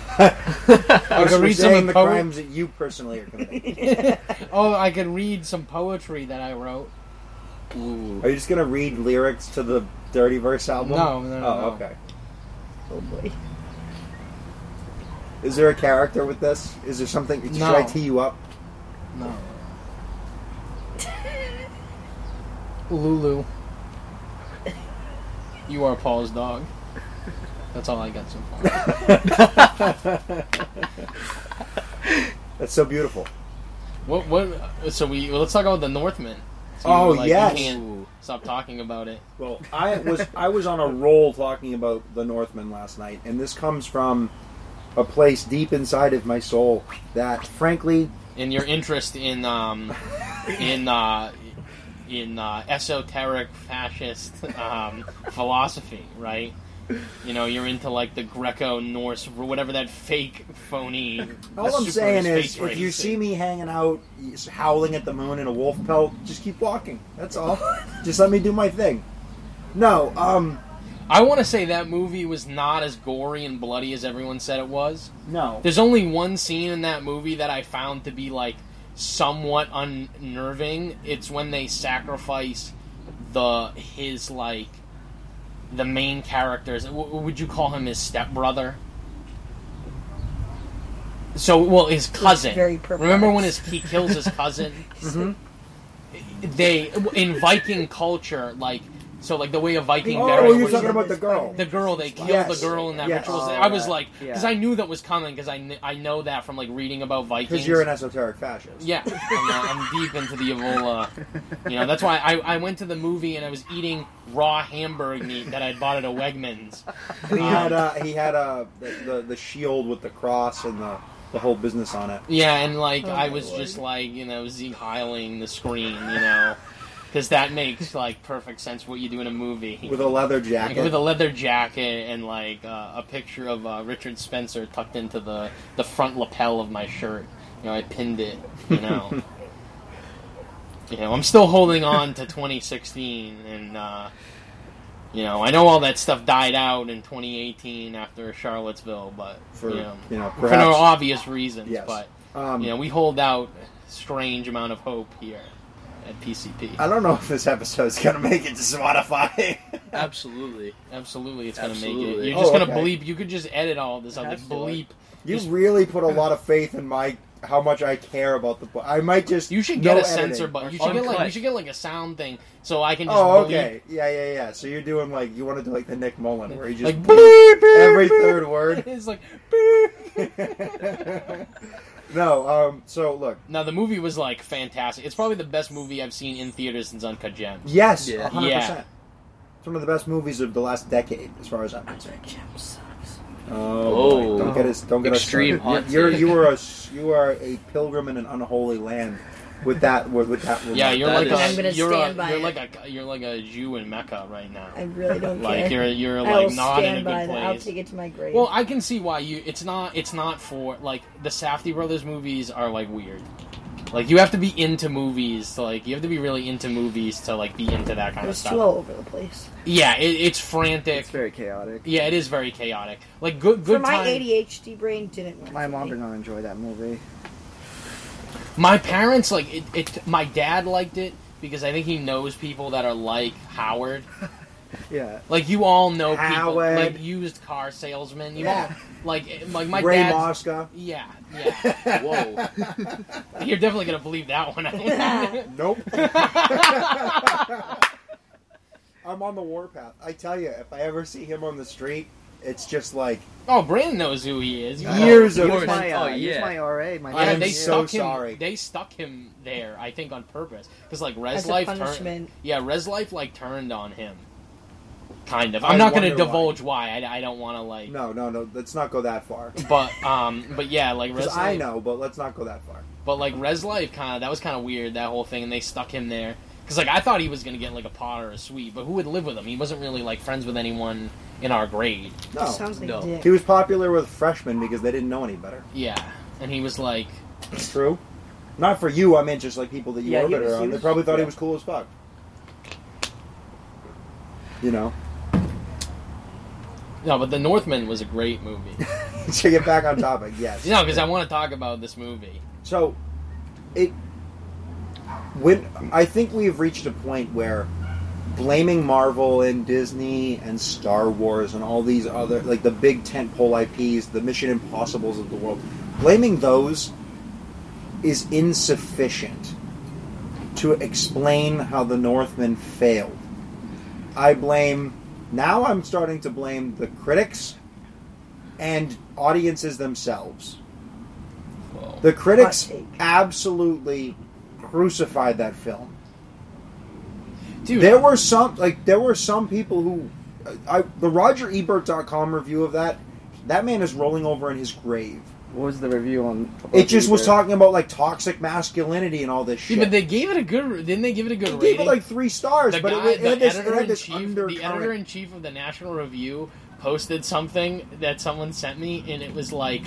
[SPEAKER 1] I was
[SPEAKER 2] could read some
[SPEAKER 1] saying the
[SPEAKER 2] poet-
[SPEAKER 1] crimes that you personally are committing.
[SPEAKER 2] Oh, I can read some poetry that I wrote.
[SPEAKER 1] are you just gonna read lyrics to the Dirty Verse album?
[SPEAKER 2] No, no, no,
[SPEAKER 1] Oh,
[SPEAKER 2] no.
[SPEAKER 1] okay.
[SPEAKER 3] Oh boy.
[SPEAKER 1] Is there a character with this? Is there something? Should
[SPEAKER 2] No.
[SPEAKER 1] I tee you up?
[SPEAKER 2] No. Lulu. You are Paul's dog. That's all I got so far.
[SPEAKER 1] That's so beautiful.
[SPEAKER 2] what? What? So we well, let's talk about the Northmen. So
[SPEAKER 1] Oh,
[SPEAKER 2] you were like,
[SPEAKER 1] yes.
[SPEAKER 2] You can't stop talking about it.
[SPEAKER 1] Well, I was I was on a roll talking about the Northmen last night, and this comes from a place deep inside of my soul that, frankly,
[SPEAKER 2] And your interest in um, in uh, in uh, esoteric fascist um, philosophy, right? You know, you're into like the Greco-Norse, whatever that fake, phony.
[SPEAKER 1] all I'm
[SPEAKER 2] super
[SPEAKER 1] saying
[SPEAKER 2] space
[SPEAKER 1] is, if you
[SPEAKER 2] race
[SPEAKER 1] see me hanging out, howling at the moon in a wolf pelt, just keep walking. That's all. just let me do my thing. No, um,
[SPEAKER 2] I want to say that movie was not as gory and bloody as everyone said it was.
[SPEAKER 1] no.
[SPEAKER 2] There's only one scene in that movie that I found to be like somewhat unnerving. It's when they sacrifice the his like the main characters. W- would you call him his stepbrother? So, well, his cousin.
[SPEAKER 3] very perplexed.
[SPEAKER 2] Remember when his, he kills his cousin?
[SPEAKER 1] Oh,
[SPEAKER 2] they in Viking culture, like so, like the way a Viking.
[SPEAKER 1] Oh,
[SPEAKER 2] buried-
[SPEAKER 1] you're talking about the girl.
[SPEAKER 2] the girl they killed
[SPEAKER 1] Yes.
[SPEAKER 2] the girl in that
[SPEAKER 1] Yes.
[SPEAKER 2] ritual
[SPEAKER 1] Oh,
[SPEAKER 2] i was
[SPEAKER 4] right.
[SPEAKER 2] like
[SPEAKER 4] Yeah.
[SPEAKER 2] because i knew that was coming because I, kn- I know that from like reading about vikings
[SPEAKER 1] Because you're an esoteric fascist.
[SPEAKER 2] yeah I'm, uh, I'm deep into the evola you know that's why I, I went to the movie and i was eating raw hamburg meat that i'd bought at a wegman's
[SPEAKER 1] And he
[SPEAKER 2] Um,
[SPEAKER 1] had uh, he had uh, the, the the shield with the cross and the, the whole business on it.
[SPEAKER 2] yeah and like
[SPEAKER 3] Oh,
[SPEAKER 2] i
[SPEAKER 3] my
[SPEAKER 2] was
[SPEAKER 3] Lord.
[SPEAKER 2] just like you know zeke heiling the screen you know because that makes like perfect sense what you do in a movie
[SPEAKER 1] with a leather jacket.
[SPEAKER 2] Like, with a leather jacket and like uh, a picture of uh, Richard Spencer tucked into the the front lapel of my shirt. You know, I pinned it. You know. You know, I'm still holding on to 2016, and uh, you know, I know all that stuff died out in 2018 after Charlottesville, but
[SPEAKER 1] for
[SPEAKER 2] you know,
[SPEAKER 1] you know,
[SPEAKER 2] for no
[SPEAKER 1] perhaps.
[SPEAKER 2] obvious reasons.
[SPEAKER 1] Yes.
[SPEAKER 2] But
[SPEAKER 1] um,
[SPEAKER 2] you know, we hold out strange amount of hope here at PCP.
[SPEAKER 1] I don't know if this episode's gonna make it to Spotify.
[SPEAKER 5] Absolutely.
[SPEAKER 2] Absolutely, it's gonna make it.
[SPEAKER 5] Absolutely.
[SPEAKER 2] You're just
[SPEAKER 1] Oh,
[SPEAKER 2] gonna
[SPEAKER 1] okay.
[SPEAKER 2] bleep. You could just edit all this out.
[SPEAKER 5] It
[SPEAKER 2] Like,
[SPEAKER 5] has to,
[SPEAKER 2] bleep.
[SPEAKER 5] like-
[SPEAKER 1] you
[SPEAKER 2] Just-
[SPEAKER 1] really put a lot of faith in my how much I care about the book. I might just
[SPEAKER 2] You should
[SPEAKER 1] no
[SPEAKER 2] get a
[SPEAKER 1] editing.
[SPEAKER 2] censor button. You should get like
[SPEAKER 5] Uncut.
[SPEAKER 2] you should get like a sound thing, so I can just
[SPEAKER 1] Oh,
[SPEAKER 2] bleep.
[SPEAKER 1] okay. Yeah, yeah, yeah. So you're doing like you want to do like the Nick Mullen where you just
[SPEAKER 2] Like,
[SPEAKER 1] bleep
[SPEAKER 2] bleep, bleep,
[SPEAKER 1] every
[SPEAKER 2] bleep.
[SPEAKER 1] third word.
[SPEAKER 2] it's like. Beep.
[SPEAKER 1] no. Um. So look.
[SPEAKER 2] Now the movie was like fantastic. It's probably the best movie I've seen in theaters since Uncut Gems.
[SPEAKER 1] Yes.
[SPEAKER 5] Yeah.
[SPEAKER 1] a hundred
[SPEAKER 2] Yeah.
[SPEAKER 1] percent. It's one of the best movies of the last decade, as far as I'm concerned.
[SPEAKER 3] Jim sucks.
[SPEAKER 1] Oh,
[SPEAKER 5] Oh.
[SPEAKER 1] don't get us. Don't get
[SPEAKER 5] Extreme
[SPEAKER 1] us.
[SPEAKER 5] hot
[SPEAKER 1] started. You're
[SPEAKER 5] take.
[SPEAKER 1] you are a s- you are a pilgrim in an unholy land. With that, with, with that.
[SPEAKER 2] Yeah, you're
[SPEAKER 5] That
[SPEAKER 2] like
[SPEAKER 5] is-
[SPEAKER 2] a,
[SPEAKER 5] I'm
[SPEAKER 3] gonna
[SPEAKER 2] you're, a,
[SPEAKER 3] stand by
[SPEAKER 2] you're
[SPEAKER 3] it.
[SPEAKER 2] like a you're like a Jew in Mecca right now.
[SPEAKER 3] I really don't
[SPEAKER 2] Like
[SPEAKER 3] care.
[SPEAKER 2] you're you're
[SPEAKER 3] I will
[SPEAKER 2] like not in a
[SPEAKER 3] stand by
[SPEAKER 2] good
[SPEAKER 3] that. I'll
[SPEAKER 2] place.
[SPEAKER 3] take it to my grave.
[SPEAKER 2] Well, I can see why you. It's not. It's not for like the Safdie brothers movies are like weird. Like you have to be into movies. To, like you have to be really into movies to like be into that
[SPEAKER 3] it
[SPEAKER 2] kind of
[SPEAKER 3] was
[SPEAKER 2] stuff.
[SPEAKER 3] too all over the place.
[SPEAKER 2] Yeah, it, it's frantic.
[SPEAKER 4] It's very chaotic.
[SPEAKER 2] yeah, it is very chaotic. Like good, good
[SPEAKER 3] For my
[SPEAKER 2] time.
[SPEAKER 3] ADHD brain, didn't work.
[SPEAKER 4] My
[SPEAKER 3] for
[SPEAKER 4] mom
[SPEAKER 3] me.
[SPEAKER 4] did not enjoy that movie.
[SPEAKER 2] My parents like it, it. My dad liked it because I think he knows people that are like Howard.
[SPEAKER 4] Yeah.
[SPEAKER 2] Like you all know people
[SPEAKER 1] Howard.
[SPEAKER 2] like used car salesmen. You
[SPEAKER 1] Yeah.
[SPEAKER 2] all like it- like my
[SPEAKER 1] Ray
[SPEAKER 2] dad.
[SPEAKER 1] Mosca.
[SPEAKER 2] Yeah, yeah.
[SPEAKER 5] Whoa.
[SPEAKER 2] You're definitely gonna believe that one.
[SPEAKER 1] Nope. I'm on the warpath. I tell you, if I ever see him on the street, it's just like
[SPEAKER 2] oh, Brandon knows who he is. You know.
[SPEAKER 1] years of.
[SPEAKER 4] He
[SPEAKER 5] of
[SPEAKER 4] was
[SPEAKER 5] course.
[SPEAKER 4] my, uh,
[SPEAKER 5] Oh,
[SPEAKER 4] he was
[SPEAKER 5] yeah.
[SPEAKER 4] my RA. My
[SPEAKER 1] I
[SPEAKER 2] Yeah,
[SPEAKER 1] am
[SPEAKER 4] friend.
[SPEAKER 2] they
[SPEAKER 1] so
[SPEAKER 2] stuck him.
[SPEAKER 1] sorry.
[SPEAKER 2] They stuck him there, I think, on purpose because like Res
[SPEAKER 3] As a
[SPEAKER 2] Life turned.
[SPEAKER 3] punishment.
[SPEAKER 2] Yeah, Res Life like turned on him. Kind of. I'm
[SPEAKER 1] I
[SPEAKER 2] not gonna
[SPEAKER 1] wonder why.
[SPEAKER 2] divulge why. I, I don't want to like.
[SPEAKER 1] No, no, no. Let's not go that far.
[SPEAKER 2] But um, but yeah, like Res
[SPEAKER 1] Because
[SPEAKER 2] Life.
[SPEAKER 1] I know, but let's not go that far.
[SPEAKER 2] But like Res Life, kind of that was kind of weird that whole thing, and they stuck him there because like I thought he was gonna get like a pot or a suite, but who would live with him? He wasn't really like friends with anyone in our grade.
[SPEAKER 1] No.
[SPEAKER 3] Sounds like
[SPEAKER 5] No.
[SPEAKER 3] dick.
[SPEAKER 1] He was popular with freshmen because they didn't know any better.
[SPEAKER 2] Yeah, and he was like,
[SPEAKER 1] True. Not for you, I meant just like people that you
[SPEAKER 4] Yeah, he
[SPEAKER 1] orbited
[SPEAKER 4] was- he
[SPEAKER 1] around. They
[SPEAKER 4] was-
[SPEAKER 1] probably thought he
[SPEAKER 4] yeah.
[SPEAKER 1] was cool as fuck. You know?
[SPEAKER 2] no, but The Northman was a great movie.
[SPEAKER 1] to get back on topic, yes.
[SPEAKER 2] no, because I want to talk about this movie.
[SPEAKER 1] So, it. When I think we've reached a point where blaming Marvel and Disney and Star Wars and all these other like the big tentpole IPs, the Mission Impossibles of the world, blaming those is insufficient to explain how the Northmen failed. I blame now I'm starting to blame the critics and audiences themselves.
[SPEAKER 2] Well,
[SPEAKER 1] The critics
[SPEAKER 3] Hot take.
[SPEAKER 1] absolutely crucified that film.
[SPEAKER 2] dude,
[SPEAKER 1] There were some like there were some people who I the Roger Ebert.com review of that that man is rolling over in his grave.
[SPEAKER 4] What was the review on?
[SPEAKER 1] It just was
[SPEAKER 4] Bieber?
[SPEAKER 1] talking about like toxic masculinity and all this shit.
[SPEAKER 2] yeah, but they gave it a good. Didn't they give it a good
[SPEAKER 1] They
[SPEAKER 2] rating?
[SPEAKER 1] gave it like three stars,
[SPEAKER 2] the
[SPEAKER 1] but
[SPEAKER 2] guy,
[SPEAKER 1] it, it,
[SPEAKER 2] the
[SPEAKER 1] had this, it
[SPEAKER 2] editor
[SPEAKER 1] had
[SPEAKER 2] in
[SPEAKER 1] this
[SPEAKER 2] chief, the
[SPEAKER 1] undercurrent.
[SPEAKER 2] editor in chief of the National Review posted something that someone sent me, and it was like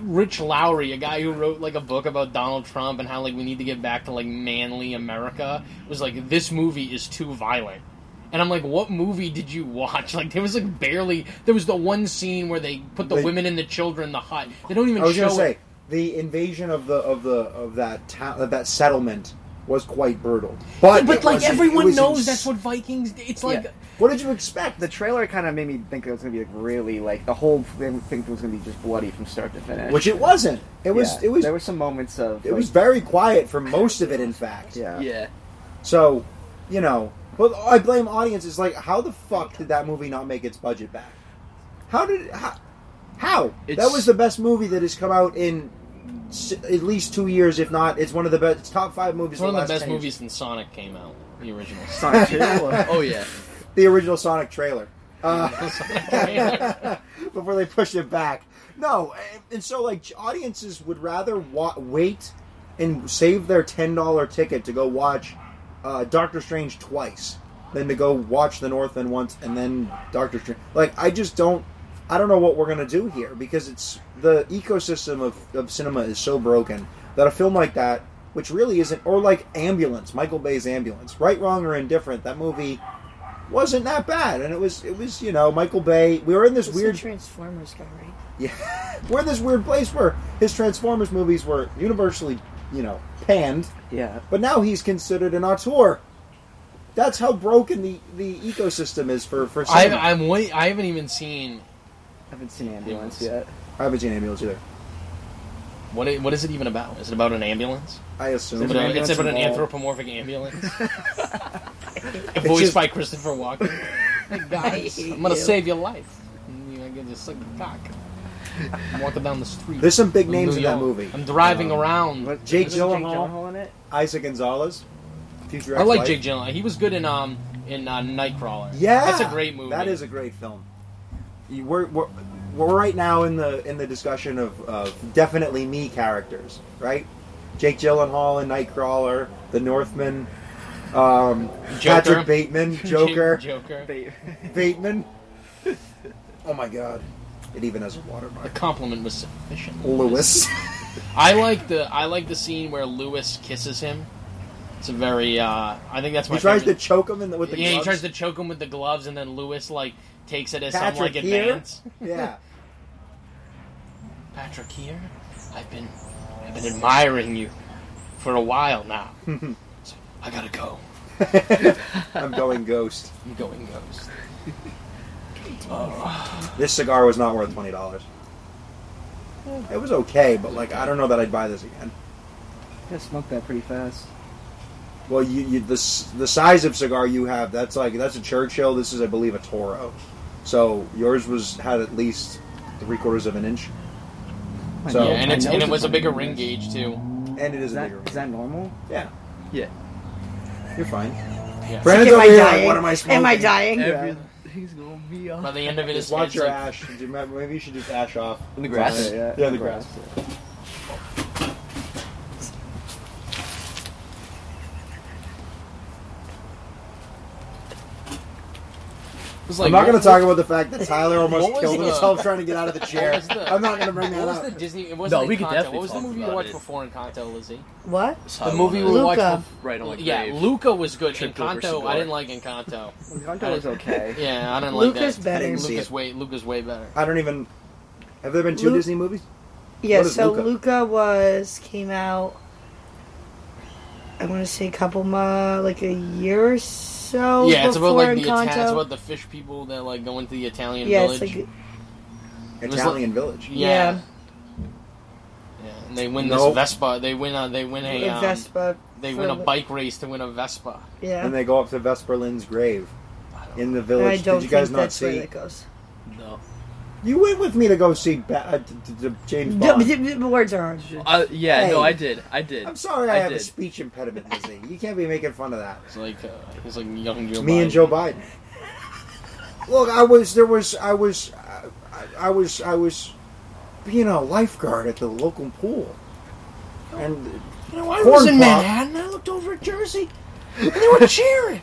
[SPEAKER 2] Rich Lowry, a guy who wrote like a book about Donald Trump and how like we need to get back to like manly America, was like this movie is too violent. And I'm like, what movie did you watch? Like, there was like barely. There was the one scene where they put the
[SPEAKER 1] They-
[SPEAKER 2] women and the children in the hut. They don't even
[SPEAKER 1] I was
[SPEAKER 2] show
[SPEAKER 1] gonna say
[SPEAKER 2] it.
[SPEAKER 1] the invasion of the of the of that town of that settlement was quite brutal. But
[SPEAKER 2] But
[SPEAKER 1] it
[SPEAKER 2] like
[SPEAKER 1] was- it
[SPEAKER 2] everyone
[SPEAKER 1] was
[SPEAKER 2] knows
[SPEAKER 1] ins-
[SPEAKER 2] that's what Vikings. It's like
[SPEAKER 4] Yeah.
[SPEAKER 1] What did you expect?
[SPEAKER 4] The trailer kind of made me think it was gonna be like really like the whole thing, thing was gonna be just bloody from start to finish.
[SPEAKER 1] which it wasn't. It was
[SPEAKER 4] Yeah,
[SPEAKER 1] it was
[SPEAKER 4] There were some moments of.
[SPEAKER 1] It
[SPEAKER 4] like,
[SPEAKER 1] was very quiet for most of it, in fact.
[SPEAKER 4] Yeah.
[SPEAKER 5] Yeah.
[SPEAKER 1] So, you know, but I blame audiences. Like, how the fuck did that movie not make its budget back? How did how? how? That
[SPEAKER 5] It's-
[SPEAKER 1] was the best movie that has come out in s- at least two years, if not, it's one of the best. It's top five movies.
[SPEAKER 2] it's one of
[SPEAKER 1] the
[SPEAKER 2] the
[SPEAKER 1] last
[SPEAKER 2] best
[SPEAKER 1] 10 years.
[SPEAKER 2] movies since Sonic came out, the original.
[SPEAKER 4] Sonic 2 or-
[SPEAKER 5] Oh yeah.
[SPEAKER 1] The original Sonic trailer. Uh,
[SPEAKER 2] Sonic.
[SPEAKER 1] before they pushed it back. No, and, and so like audiences would rather wa- wait and save their ten dollar ticket to go watch uh, Doctor Strange twice than to go watch The Northman once and then Doctor Strange. Like I just don't, I don't know what we're gonna do here because it's the ecosystem of, of cinema is so broken that a film like that, which really isn't, or like Ambulance, Michael Bay's Ambulance, right, wrong, or indifferent, that movie wasn't that bad and it was it was you know michael bay we were in this
[SPEAKER 3] It's
[SPEAKER 1] weird
[SPEAKER 3] the Transformers guy, right?
[SPEAKER 1] yeah. We're in this weird place where his Transformers movies were universally you know, panned.
[SPEAKER 4] Yeah.
[SPEAKER 1] But now he's considered an auteur. That's how broken the, the ecosystem is for for
[SPEAKER 2] I,
[SPEAKER 1] cinema.
[SPEAKER 2] I'm wait, I haven't even seen
[SPEAKER 4] I haven't seen ambulance
[SPEAKER 2] Ambulance.
[SPEAKER 4] yet.
[SPEAKER 1] I haven't seen ambulance either.
[SPEAKER 2] what. i- what is it even about? Is it about an ambulance?
[SPEAKER 1] I assume
[SPEAKER 2] It's
[SPEAKER 4] There's
[SPEAKER 2] about,
[SPEAKER 4] an
[SPEAKER 2] it's about an
[SPEAKER 4] ambulance
[SPEAKER 2] anthropomorphic ambulance, voiced
[SPEAKER 1] just-
[SPEAKER 2] by Christopher Walken. Hey guys,
[SPEAKER 3] hate
[SPEAKER 2] I'm gonna
[SPEAKER 3] you.
[SPEAKER 2] save your life. And you know, I get this like cock. I'm walking down the street.
[SPEAKER 1] There's some big
[SPEAKER 2] of
[SPEAKER 1] names
[SPEAKER 2] New
[SPEAKER 1] in that
[SPEAKER 2] York.
[SPEAKER 1] movie.
[SPEAKER 2] I'm driving
[SPEAKER 1] Um,
[SPEAKER 2] around.
[SPEAKER 4] What-
[SPEAKER 1] Jake
[SPEAKER 4] isn't Jake
[SPEAKER 1] Gyllenhaal?
[SPEAKER 4] Gyllenhaal in it?
[SPEAKER 1] Isaac Gonzalez, future.
[SPEAKER 2] I like
[SPEAKER 1] ex-wife.
[SPEAKER 2] Jake Gyllenhaal. He was good in um in uh, Nightcrawler.
[SPEAKER 1] Yeah,
[SPEAKER 2] that's a great movie.
[SPEAKER 1] That is a great film. You- We're, we're, we're right now in the in the discussion of, of definitely me characters, right? Jake Gyllenhaal in Nightcrawler, The Northman, um,
[SPEAKER 2] Joker.
[SPEAKER 1] Patrick Bateman, Joker,
[SPEAKER 2] Joker.
[SPEAKER 4] They-
[SPEAKER 1] Bateman. Oh my God! It even has a
[SPEAKER 2] The
[SPEAKER 1] watermark.
[SPEAKER 2] compliment was sufficient.
[SPEAKER 1] Lewis.
[SPEAKER 2] I like the I like the scene where Lewis kisses him. It's a very uh I think that's my
[SPEAKER 1] he tries to
[SPEAKER 2] favorite.
[SPEAKER 1] choke him in the, with the
[SPEAKER 2] yeah, he
[SPEAKER 1] gloves.
[SPEAKER 2] tries to choke him with the gloves and then Lewis like takes it as some
[SPEAKER 1] Patrick
[SPEAKER 2] like
[SPEAKER 1] here?
[SPEAKER 2] advance.
[SPEAKER 1] yeah,
[SPEAKER 2] Patrick here? I've been I've been admiring you for a while now. so I gotta go.
[SPEAKER 1] I'm going ghost.
[SPEAKER 2] I'm going ghost. Oh,
[SPEAKER 1] This cigar was not worth twenty dollars. It was okay, but like I don't know that I'd buy this again.
[SPEAKER 4] Yeah, smoked that pretty fast.
[SPEAKER 1] Well, you, you the s- the size of cigar you have that's like that's a Churchill. This is, I believe, a Toro. So yours was had at least three quarters of an inch,
[SPEAKER 4] My
[SPEAKER 1] So-
[SPEAKER 2] yeah,
[SPEAKER 4] nose-
[SPEAKER 2] and
[SPEAKER 4] my
[SPEAKER 2] it's and
[SPEAKER 4] nose
[SPEAKER 2] it
[SPEAKER 4] is
[SPEAKER 2] was a
[SPEAKER 4] fucking
[SPEAKER 2] bigger
[SPEAKER 4] red.
[SPEAKER 2] ring gauge too.
[SPEAKER 1] and it is,
[SPEAKER 4] Is
[SPEAKER 1] a
[SPEAKER 4] that,
[SPEAKER 1] bigger.
[SPEAKER 4] is that normal?
[SPEAKER 1] yeah,
[SPEAKER 4] Yeah.
[SPEAKER 1] you're fine.
[SPEAKER 2] Yeah.
[SPEAKER 1] Brandon's
[SPEAKER 3] Am I
[SPEAKER 1] over here.
[SPEAKER 3] dying?
[SPEAKER 1] Like, what am I smoking?
[SPEAKER 3] Am I dying?
[SPEAKER 5] Everything's gonna be
[SPEAKER 2] By
[SPEAKER 5] off.
[SPEAKER 2] the end of it
[SPEAKER 1] Just
[SPEAKER 2] is
[SPEAKER 1] watch
[SPEAKER 2] it's
[SPEAKER 1] your
[SPEAKER 2] like,
[SPEAKER 1] ash. Do you remember- Maybe you should just ash off
[SPEAKER 5] In the
[SPEAKER 1] grass.
[SPEAKER 4] Yeah,
[SPEAKER 1] Yeah, the grass.
[SPEAKER 2] it was like
[SPEAKER 1] I'm not
[SPEAKER 2] what-
[SPEAKER 1] going to talk about the fact that Tyler
[SPEAKER 2] What
[SPEAKER 1] almost
[SPEAKER 2] was
[SPEAKER 1] killed
[SPEAKER 2] the-
[SPEAKER 1] himself trying to get out of the chair.
[SPEAKER 2] was the-
[SPEAKER 1] I'm not going to bring
[SPEAKER 2] What
[SPEAKER 1] that
[SPEAKER 2] was the
[SPEAKER 1] up.
[SPEAKER 2] Disney? It wasn't
[SPEAKER 5] No, we
[SPEAKER 2] in
[SPEAKER 5] could
[SPEAKER 2] Encanto.
[SPEAKER 5] definitely
[SPEAKER 2] What was the
[SPEAKER 5] talk
[SPEAKER 2] movie we
[SPEAKER 5] about
[SPEAKER 2] watched
[SPEAKER 5] it.
[SPEAKER 2] before Encanto, Lizzie?
[SPEAKER 3] What?
[SPEAKER 2] The movie we
[SPEAKER 3] Luca.
[SPEAKER 2] watched.
[SPEAKER 5] right on.
[SPEAKER 2] Before,
[SPEAKER 5] the
[SPEAKER 2] yeah,
[SPEAKER 5] grave.
[SPEAKER 2] Luca was good.
[SPEAKER 5] Tripped over
[SPEAKER 2] Encanto.
[SPEAKER 5] cigar.
[SPEAKER 2] I didn't like Encanto.
[SPEAKER 4] Encanto was okay.
[SPEAKER 2] Yeah, I didn't like
[SPEAKER 3] Luca's
[SPEAKER 2] that.
[SPEAKER 1] I
[SPEAKER 3] better.
[SPEAKER 1] didn't see
[SPEAKER 2] Luca's
[SPEAKER 1] it.
[SPEAKER 2] way Luca's way better.
[SPEAKER 1] I don't even. Have there been two
[SPEAKER 3] Luke-
[SPEAKER 1] Disney movies?
[SPEAKER 3] Yeah,
[SPEAKER 1] What is
[SPEAKER 3] so
[SPEAKER 1] Luca?
[SPEAKER 3] Luca? was came out. I want to say a couple months, like a year or so.
[SPEAKER 2] yeah, it's about
[SPEAKER 3] before
[SPEAKER 2] like the Ita-
[SPEAKER 3] Encanto.
[SPEAKER 2] it's about the fish people that like go into the Italian
[SPEAKER 3] yeah,
[SPEAKER 2] village.
[SPEAKER 3] it's like
[SPEAKER 2] was
[SPEAKER 1] Italian Village.
[SPEAKER 2] yeah.
[SPEAKER 3] yeah.
[SPEAKER 2] Yeah, and they win
[SPEAKER 1] Nope.
[SPEAKER 2] this Vespa. They win a they win a
[SPEAKER 3] a
[SPEAKER 2] um,
[SPEAKER 3] Vespa.
[SPEAKER 2] they
[SPEAKER 3] for
[SPEAKER 2] win a
[SPEAKER 3] the-
[SPEAKER 2] bike race to win a Vespa.
[SPEAKER 3] Yeah,
[SPEAKER 1] And they go up to Vesper Lynn's grave
[SPEAKER 2] I don't
[SPEAKER 1] in
[SPEAKER 3] And
[SPEAKER 1] the
[SPEAKER 3] I
[SPEAKER 1] village.
[SPEAKER 3] don't
[SPEAKER 1] Did you guys
[SPEAKER 3] think
[SPEAKER 1] not
[SPEAKER 3] that's where
[SPEAKER 1] see?
[SPEAKER 3] that goes.
[SPEAKER 5] No.
[SPEAKER 1] You went with me to go see ba- uh, d- d- d- James
[SPEAKER 3] The,
[SPEAKER 1] Bond.
[SPEAKER 3] the, the words are hard.
[SPEAKER 5] Uh, yeah,
[SPEAKER 1] Hey.
[SPEAKER 5] no, I did. I did.
[SPEAKER 1] I'm sorry, I,
[SPEAKER 5] I
[SPEAKER 1] have a
[SPEAKER 5] did.
[SPEAKER 1] speech impediment, Lizzie. You can't be making fun of that.
[SPEAKER 2] It's like uh, it's like young Joe.
[SPEAKER 1] me and
[SPEAKER 2] Biden.
[SPEAKER 1] Joe Biden. Look, I was there was I was I, I- I was I was being a lifeguard at the local pool, and
[SPEAKER 2] You know, I
[SPEAKER 1] Corn
[SPEAKER 2] was in
[SPEAKER 1] pop.
[SPEAKER 2] Manhattan. I looked over at Jersey, and they were cheering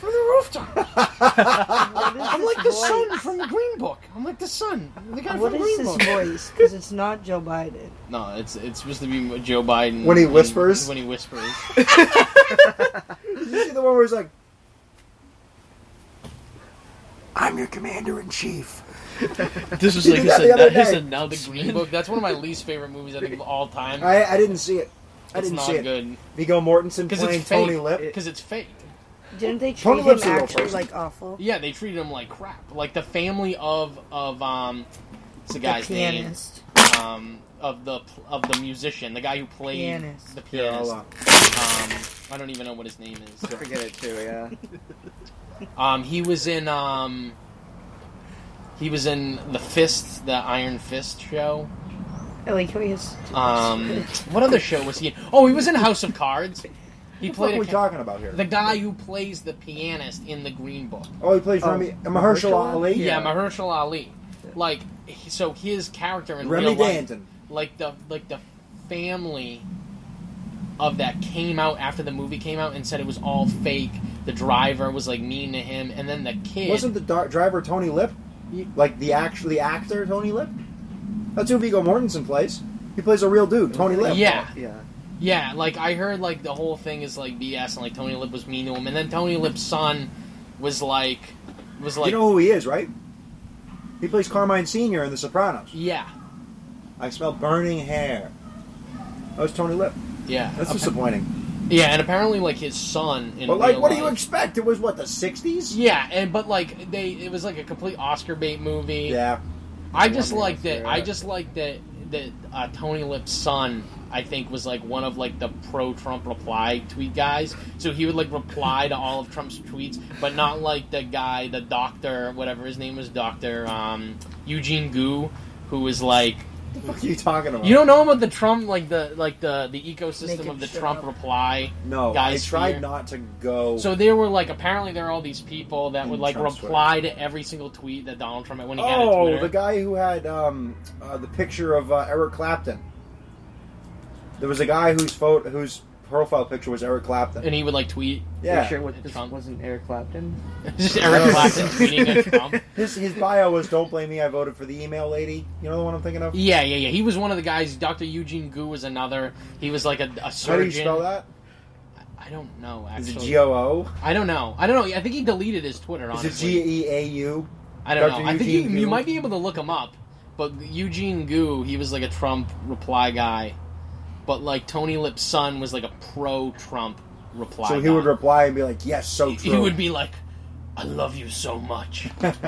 [SPEAKER 2] from the rooftop. I'm like the sun from Green Book. I'm like the sun. The guy
[SPEAKER 3] What is
[SPEAKER 2] from Green
[SPEAKER 3] his
[SPEAKER 2] Book.
[SPEAKER 3] voice? Because it's not Joe Biden.
[SPEAKER 2] No, it's it's supposed to be Joe Biden
[SPEAKER 1] When he whispers?
[SPEAKER 2] When, he whispers.
[SPEAKER 1] did you see the one where he's like, "I'm your commander in chief."
[SPEAKER 5] This was
[SPEAKER 1] You
[SPEAKER 5] like
[SPEAKER 1] did that
[SPEAKER 5] his,
[SPEAKER 1] the other
[SPEAKER 5] his
[SPEAKER 1] day.
[SPEAKER 5] another green
[SPEAKER 2] Green Book. That's one of my least favorite movies I think of all time.
[SPEAKER 1] I, I didn't see it. I
[SPEAKER 2] it's
[SPEAKER 1] didn't
[SPEAKER 2] not
[SPEAKER 1] see it.
[SPEAKER 2] good
[SPEAKER 1] Viggo Mortensen
[SPEAKER 2] because
[SPEAKER 1] playing
[SPEAKER 2] it's
[SPEAKER 1] Tony
[SPEAKER 2] fake.
[SPEAKER 1] Lip.
[SPEAKER 2] Because it's fake.
[SPEAKER 3] Didn't they treat
[SPEAKER 1] Tony
[SPEAKER 3] him
[SPEAKER 1] Lip's a real
[SPEAKER 3] actually
[SPEAKER 1] person.
[SPEAKER 3] like awful?
[SPEAKER 2] Yeah, they treated him like crap. Like the family of of um, what's the guy's
[SPEAKER 3] the
[SPEAKER 2] name?
[SPEAKER 3] pianist.
[SPEAKER 2] Um, of the of the musician, the guy who played
[SPEAKER 3] Pianist.
[SPEAKER 2] the
[SPEAKER 1] Yeah, I'll,
[SPEAKER 2] pianist.
[SPEAKER 1] uh,
[SPEAKER 2] Um, I don't even know what his name is.
[SPEAKER 4] Forget it too. Yeah.
[SPEAKER 2] Um, he was in um, he was in the Fist, the Iron Fist show.
[SPEAKER 3] I like how Oh, he has.
[SPEAKER 2] Um, what other show was he in? Oh, he was in House of Cards. He
[SPEAKER 1] what
[SPEAKER 2] played
[SPEAKER 1] are
[SPEAKER 2] a
[SPEAKER 1] we
[SPEAKER 2] ca-
[SPEAKER 1] talking about here?
[SPEAKER 2] the guy who plays the pianist in the Green Book.
[SPEAKER 1] oh, he plays
[SPEAKER 4] Oh,
[SPEAKER 1] Rami Mahershala
[SPEAKER 4] Mahershala?
[SPEAKER 1] Ali.
[SPEAKER 2] Yeah, Mahershala Ali. Like, he- so his character in
[SPEAKER 1] Remy
[SPEAKER 2] real life,
[SPEAKER 1] Danton.
[SPEAKER 2] like the like the family of that came out after the movie came out and said it was all fake. The driver was like mean to him, and then the kid.
[SPEAKER 1] Wasn't the dar- driver Tony Lip? Like the actual the actor Tony Lip? That's who Viggo Mortensen plays. He plays a real dude, Tony Lip.
[SPEAKER 2] yeah,
[SPEAKER 4] Yeah.
[SPEAKER 2] Yeah, like I heard, like the whole thing is like BS, and like Tony Lip was mean to him, and then Tony Lip's son was like, was like,
[SPEAKER 1] you know who he is, right? He plays Carmine Senior in The Sopranos.
[SPEAKER 2] yeah,
[SPEAKER 1] I smell burning hair. That was Tony Lip.
[SPEAKER 2] Yeah.
[SPEAKER 1] That's
[SPEAKER 2] Appa-
[SPEAKER 1] disappointing.
[SPEAKER 2] yeah, and apparently, like his son. In
[SPEAKER 1] But like,
[SPEAKER 2] real
[SPEAKER 1] what do you
[SPEAKER 2] life-
[SPEAKER 1] expect? It was what the '60s.
[SPEAKER 2] Yeah, and but like they, it was like a complete Oscar bait movie.
[SPEAKER 1] Yeah.
[SPEAKER 2] I just
[SPEAKER 1] Yeah.
[SPEAKER 2] like that. I just like that that uh, Tony Lip's son. I think was like one of like the pro Trump reply tweet guys. So he would like reply to all of Trump's tweets, but not like the guy, the doctor, whatever his name was, Doctor um, Eugene Goo, who was like
[SPEAKER 1] What the fuck are you talking about?
[SPEAKER 2] you don't know about the Trump like the like the the ecosystem
[SPEAKER 3] Make it
[SPEAKER 2] of the
[SPEAKER 3] shut
[SPEAKER 2] Trump
[SPEAKER 3] up.
[SPEAKER 2] reply.
[SPEAKER 1] No,
[SPEAKER 2] guys
[SPEAKER 1] I tried
[SPEAKER 2] here.
[SPEAKER 1] not to go.
[SPEAKER 2] So there were like apparently there are all these people that
[SPEAKER 1] In
[SPEAKER 2] would like
[SPEAKER 1] Trump's
[SPEAKER 2] reply to every single tweet that Donald Trump had when he got a
[SPEAKER 1] oh,
[SPEAKER 2] Twitter.
[SPEAKER 1] the guy who had um, uh, the picture of uh, Eric Clapton. There was a guy whose photo, whose profile picture was Eric Clapton.
[SPEAKER 2] and he would like tweet
[SPEAKER 1] Yeah,
[SPEAKER 4] sure what, this
[SPEAKER 2] Trump.
[SPEAKER 4] wasn't Eric Clapton.
[SPEAKER 2] just Eric Clapton tweeting at uh, Trump.
[SPEAKER 1] his his bio was "Don't blame me, I voted for the email lady." You know the one I'm thinking of.
[SPEAKER 2] Yeah, yeah, yeah. He was one of the guys. Dr. Eugene Goo was another. He was like a, a
[SPEAKER 1] How
[SPEAKER 2] surgeon.
[SPEAKER 1] do you spell that?
[SPEAKER 2] I don't know
[SPEAKER 1] Is it
[SPEAKER 2] actually.
[SPEAKER 1] G O O?
[SPEAKER 2] I don't know. I don't know. I think he deleted his Twitter.
[SPEAKER 1] Is
[SPEAKER 2] Honestly,
[SPEAKER 1] it G E A U?
[SPEAKER 2] I don't
[SPEAKER 1] Dr.
[SPEAKER 2] know. I think
[SPEAKER 1] Eugene
[SPEAKER 2] you, you
[SPEAKER 1] Goo?
[SPEAKER 2] might be able to look him up, but Eugene Goo, he was like a Trump reply guy, but like Tony Lip's son was like a pro-Trump reply.
[SPEAKER 1] So he
[SPEAKER 2] guy.
[SPEAKER 1] would reply and be like, "Yes, so
[SPEAKER 2] He-
[SPEAKER 1] true."
[SPEAKER 2] He would be like, "I love you so much."
[SPEAKER 1] That's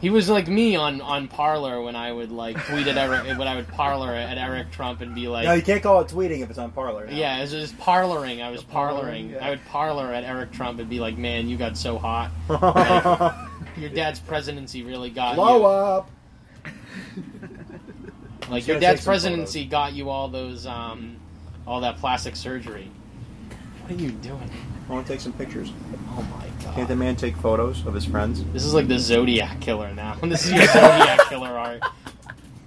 [SPEAKER 2] He was like me on on Parlor when I would like tweet at Eric when I would parlor at Eric Trump and be like.
[SPEAKER 1] no, you can't call it tweeting if it's on Parlor. now.
[SPEAKER 2] yeah, it was just parloring. I was parloring.
[SPEAKER 4] parloring, yeah.
[SPEAKER 2] I would parlor at Eric Trump and be like, "Man, you got so hot. Your dad's presidency really got you."
[SPEAKER 1] Blow up.
[SPEAKER 2] Like
[SPEAKER 1] Just
[SPEAKER 2] your
[SPEAKER 1] gotta
[SPEAKER 2] dad's
[SPEAKER 1] take some
[SPEAKER 2] presidency got you all those, um, all that plastic surgery. What are you doing?
[SPEAKER 1] I want to take some pictures.
[SPEAKER 2] Oh my
[SPEAKER 1] Can't
[SPEAKER 2] god!
[SPEAKER 1] the man take photos of his friends?
[SPEAKER 2] This is like the Zodiac killer now. This is your Zodiac killer art.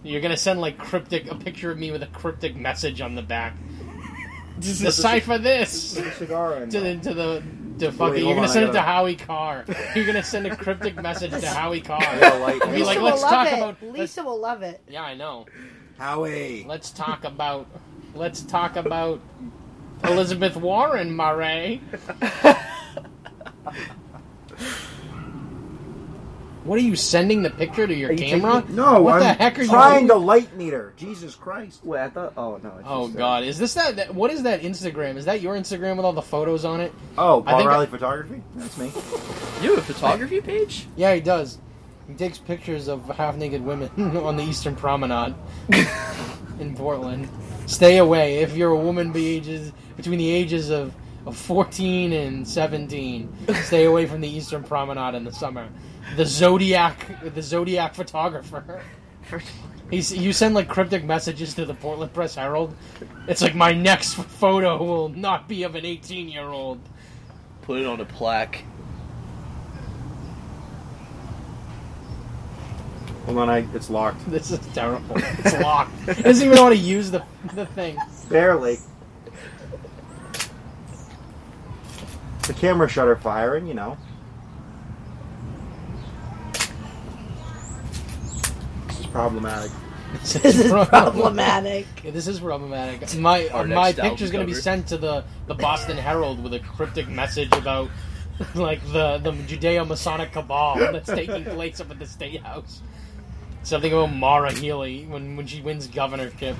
[SPEAKER 2] You're gonna send like cryptic a picture of me with a cryptic message on the back. Decipher this
[SPEAKER 1] Put a cigar uh, in
[SPEAKER 2] to
[SPEAKER 1] there.
[SPEAKER 2] the to the to fucking.
[SPEAKER 1] Wait, hold
[SPEAKER 2] you're gonna
[SPEAKER 1] on, I
[SPEAKER 2] send it to
[SPEAKER 1] gotta-
[SPEAKER 2] Howie Carr. You're gonna send a cryptic message to Howie
[SPEAKER 1] Yeah,
[SPEAKER 2] Carr.
[SPEAKER 1] like-
[SPEAKER 2] Be
[SPEAKER 3] Lisa
[SPEAKER 2] like,
[SPEAKER 3] will
[SPEAKER 2] let's
[SPEAKER 3] love
[SPEAKER 2] talk
[SPEAKER 3] it.
[SPEAKER 2] about-
[SPEAKER 3] Lisa
[SPEAKER 2] let's-
[SPEAKER 3] will love it.
[SPEAKER 2] Yeah, I know.
[SPEAKER 1] Howie.
[SPEAKER 2] Let's talk about. Let's talk about Elizabeth Warren, Murray. what are you sending the picture to your
[SPEAKER 4] Are you
[SPEAKER 2] camera?
[SPEAKER 4] taking-
[SPEAKER 1] No,
[SPEAKER 2] What
[SPEAKER 1] I'm
[SPEAKER 2] the heck are you
[SPEAKER 1] trying
[SPEAKER 2] doing?
[SPEAKER 1] to light meter. Jesus Christ.
[SPEAKER 4] Wait, I thought. Oh no. It's
[SPEAKER 2] Oh
[SPEAKER 4] just, uh,
[SPEAKER 2] God! Is this that, that? What is that Instagram? Is that your Instagram with all the photos on it?
[SPEAKER 1] Oh,
[SPEAKER 2] I
[SPEAKER 1] Paul
[SPEAKER 2] think
[SPEAKER 1] Riley Photography? That's me.
[SPEAKER 5] You have a photography page?
[SPEAKER 2] Yeah, he does. He takes pictures of half-naked women on the Eastern Promenade in Portland. Stay away if you're a woman be ages between the ages of, of 14 and 17. Stay away from the Eastern Promenade in the summer. The Zodiac, the Zodiac photographer. He's, you send like cryptic messages to the Portland Press Herald. It's like my next photo will not be of an 18-year-old.
[SPEAKER 5] Put it on a plaque.
[SPEAKER 1] Hold on, I, it's locked.
[SPEAKER 2] This is terrible. It's locked. It doesn't even know how to use the, the thing.
[SPEAKER 1] Barely. The camera shutter firing, you know. This is problematic.
[SPEAKER 3] This is problematic.
[SPEAKER 2] Yeah, this is problematic. My
[SPEAKER 5] Our
[SPEAKER 2] my
[SPEAKER 5] next album
[SPEAKER 2] picture's gonna be
[SPEAKER 5] cover.
[SPEAKER 2] sent to the, the Boston Herald with a cryptic message about like the the Judeo Masonic cabal that's taking place up at the State House. Something about Mara Healy when when she wins governorship.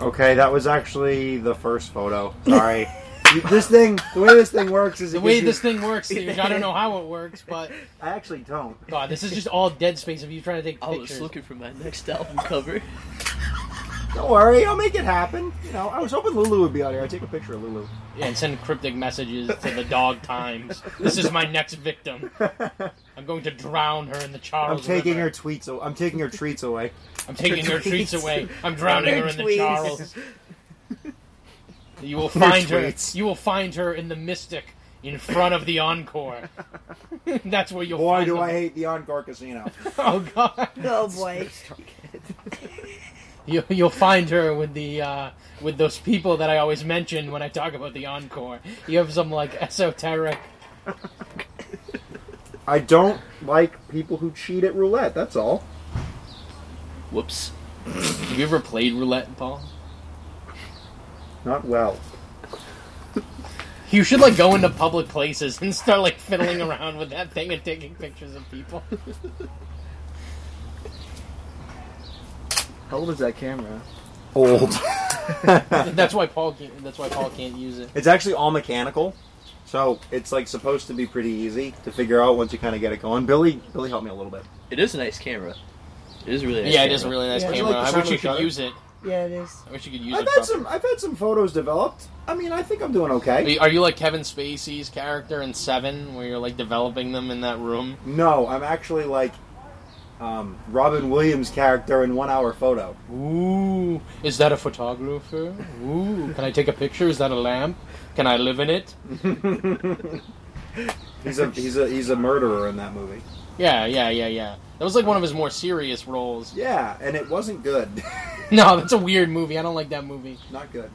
[SPEAKER 1] Okay, that was actually the first photo. Sorry. You- this thing, the way this thing works is it
[SPEAKER 2] The way
[SPEAKER 1] gives you-
[SPEAKER 2] this thing works, Steve, I don't know how it works, but
[SPEAKER 1] I actually don't.
[SPEAKER 2] God, this is just all dead space of you trying to take
[SPEAKER 1] Oh,
[SPEAKER 5] I was
[SPEAKER 2] pictures.
[SPEAKER 5] looking for my next album cover.
[SPEAKER 1] Don't worry, I'll make it happen. You know, I was hoping Lulu would be out here. I take a picture of Lulu.
[SPEAKER 2] Yeah, and send cryptic messages to the dog times. This is my next victim. I'm going to drown her in the Charles
[SPEAKER 1] I'm taking
[SPEAKER 2] River.
[SPEAKER 1] her tweets. aw- I'm taking her treats away.
[SPEAKER 2] I'm taking her treats away. I'm drowning her in the
[SPEAKER 3] tweets.
[SPEAKER 2] Charles. You will find her.
[SPEAKER 1] tweets.
[SPEAKER 2] You will find her in the Mystic, in front of the Encore. That's where you'll
[SPEAKER 1] Boy,
[SPEAKER 2] find.
[SPEAKER 1] do
[SPEAKER 2] them.
[SPEAKER 1] I hate the Encore Casino.
[SPEAKER 2] Oh God!
[SPEAKER 3] Oh boy.
[SPEAKER 2] You, you'll find her with the uh, with those people that I always mention when I talk about the Encore. You have some like esoteric.
[SPEAKER 1] I don't like people who cheat at roulette. That's all.
[SPEAKER 5] Whoops.
[SPEAKER 2] Have you ever played roulette, Paul?
[SPEAKER 1] Not well.
[SPEAKER 2] You should like go into public places and start like fiddling around with that thing and taking pictures of people.
[SPEAKER 4] How old is that camera?
[SPEAKER 1] Old.
[SPEAKER 2] That's why Paul can't. That's why Paul can't use it.
[SPEAKER 1] it's actually all mechanical, so it's like supposed to be pretty easy to figure out once you kind of get it going. Billy, Billy helped me a little bit.
[SPEAKER 5] It is a nice camera. It is a really nice.
[SPEAKER 2] Yeah, it
[SPEAKER 5] camera.
[SPEAKER 2] is a really nice
[SPEAKER 4] Yeah, it's
[SPEAKER 2] camera.
[SPEAKER 1] like the
[SPEAKER 2] I
[SPEAKER 1] sound
[SPEAKER 2] wish you
[SPEAKER 1] of the
[SPEAKER 2] could
[SPEAKER 1] shutter.
[SPEAKER 2] use it.
[SPEAKER 3] Yeah, it is.
[SPEAKER 2] I wish you could use
[SPEAKER 1] I've
[SPEAKER 2] it.
[SPEAKER 1] had
[SPEAKER 2] properly.
[SPEAKER 1] some, I've had some photos developed. I mean, I think I'm doing
[SPEAKER 2] Are
[SPEAKER 1] okay.
[SPEAKER 2] you- Are you like Kevin Spacey's character in Seven, where you're like developing them in that room?
[SPEAKER 1] No, I'm actually like um, Robin Williams' character in One Hour Photo.
[SPEAKER 2] Ooh, is that a photographer? Ooh, can I take a picture? Is that a lamp? Can I live in it?
[SPEAKER 1] he's a he's a he's a murderer in that movie.
[SPEAKER 2] Yeah, yeah, yeah, yeah. That was like one of his more serious roles.
[SPEAKER 1] Yeah, and it wasn't good.
[SPEAKER 2] No, that's a weird movie. I don't like that movie.
[SPEAKER 1] Not good.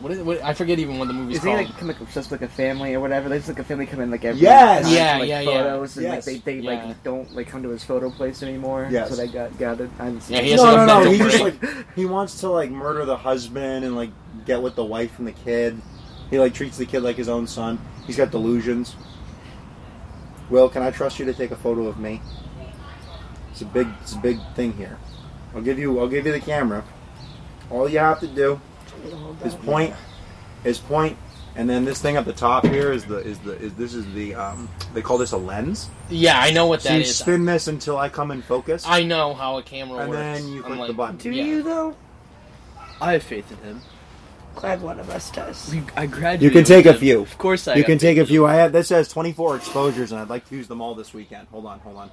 [SPEAKER 2] What is? What, I forget even what the movie's
[SPEAKER 4] Is he
[SPEAKER 2] called.
[SPEAKER 4] like come like, obsessed with like a family or whatever? There's like a family come in like every
[SPEAKER 1] Yes!
[SPEAKER 4] time
[SPEAKER 2] Yeah,
[SPEAKER 4] for, like,
[SPEAKER 2] yeah, yeah.
[SPEAKER 4] photos and
[SPEAKER 1] Yes.
[SPEAKER 4] like they, they
[SPEAKER 2] Yeah.
[SPEAKER 4] like don't like come to his photo place anymore.
[SPEAKER 1] Yes.
[SPEAKER 4] That's what I got gathered. I haven't seen
[SPEAKER 2] Yeah, he
[SPEAKER 4] it.
[SPEAKER 2] has,
[SPEAKER 1] no,
[SPEAKER 2] like, a
[SPEAKER 1] no, no.
[SPEAKER 2] mental
[SPEAKER 1] He just
[SPEAKER 2] break.
[SPEAKER 1] like he wants to like murder the husband and like get with the wife and the kid. He like treats the kid like his own son. He's got delusions. Will, can I trust you to take a photo of me? It's a big, it's a big thing here. I'll give you, I'll give you the camera. All you have to do is point, is point, and then this thing at the top here is the is the is this is the um they call this a lens.
[SPEAKER 2] yeah, I know what
[SPEAKER 1] So
[SPEAKER 2] that
[SPEAKER 1] you
[SPEAKER 2] is.
[SPEAKER 1] spin this until I come in focus,
[SPEAKER 2] I know how a camera
[SPEAKER 1] and
[SPEAKER 2] works.
[SPEAKER 1] then you
[SPEAKER 2] I'm
[SPEAKER 1] click
[SPEAKER 2] like-
[SPEAKER 1] the button.
[SPEAKER 3] Do
[SPEAKER 2] Yeah.
[SPEAKER 3] you though?
[SPEAKER 5] I have faith in him.
[SPEAKER 3] Glad one of us does.
[SPEAKER 5] We, I graduated.
[SPEAKER 1] You can take a
[SPEAKER 5] with him.
[SPEAKER 1] few.
[SPEAKER 5] Of course, I.
[SPEAKER 1] You
[SPEAKER 5] got
[SPEAKER 1] can
[SPEAKER 5] faith
[SPEAKER 1] take
[SPEAKER 5] in
[SPEAKER 1] a
[SPEAKER 5] him.
[SPEAKER 1] few. I have, this has 24 exposures, and I'd like to use them all this weekend. Hold on, hold on.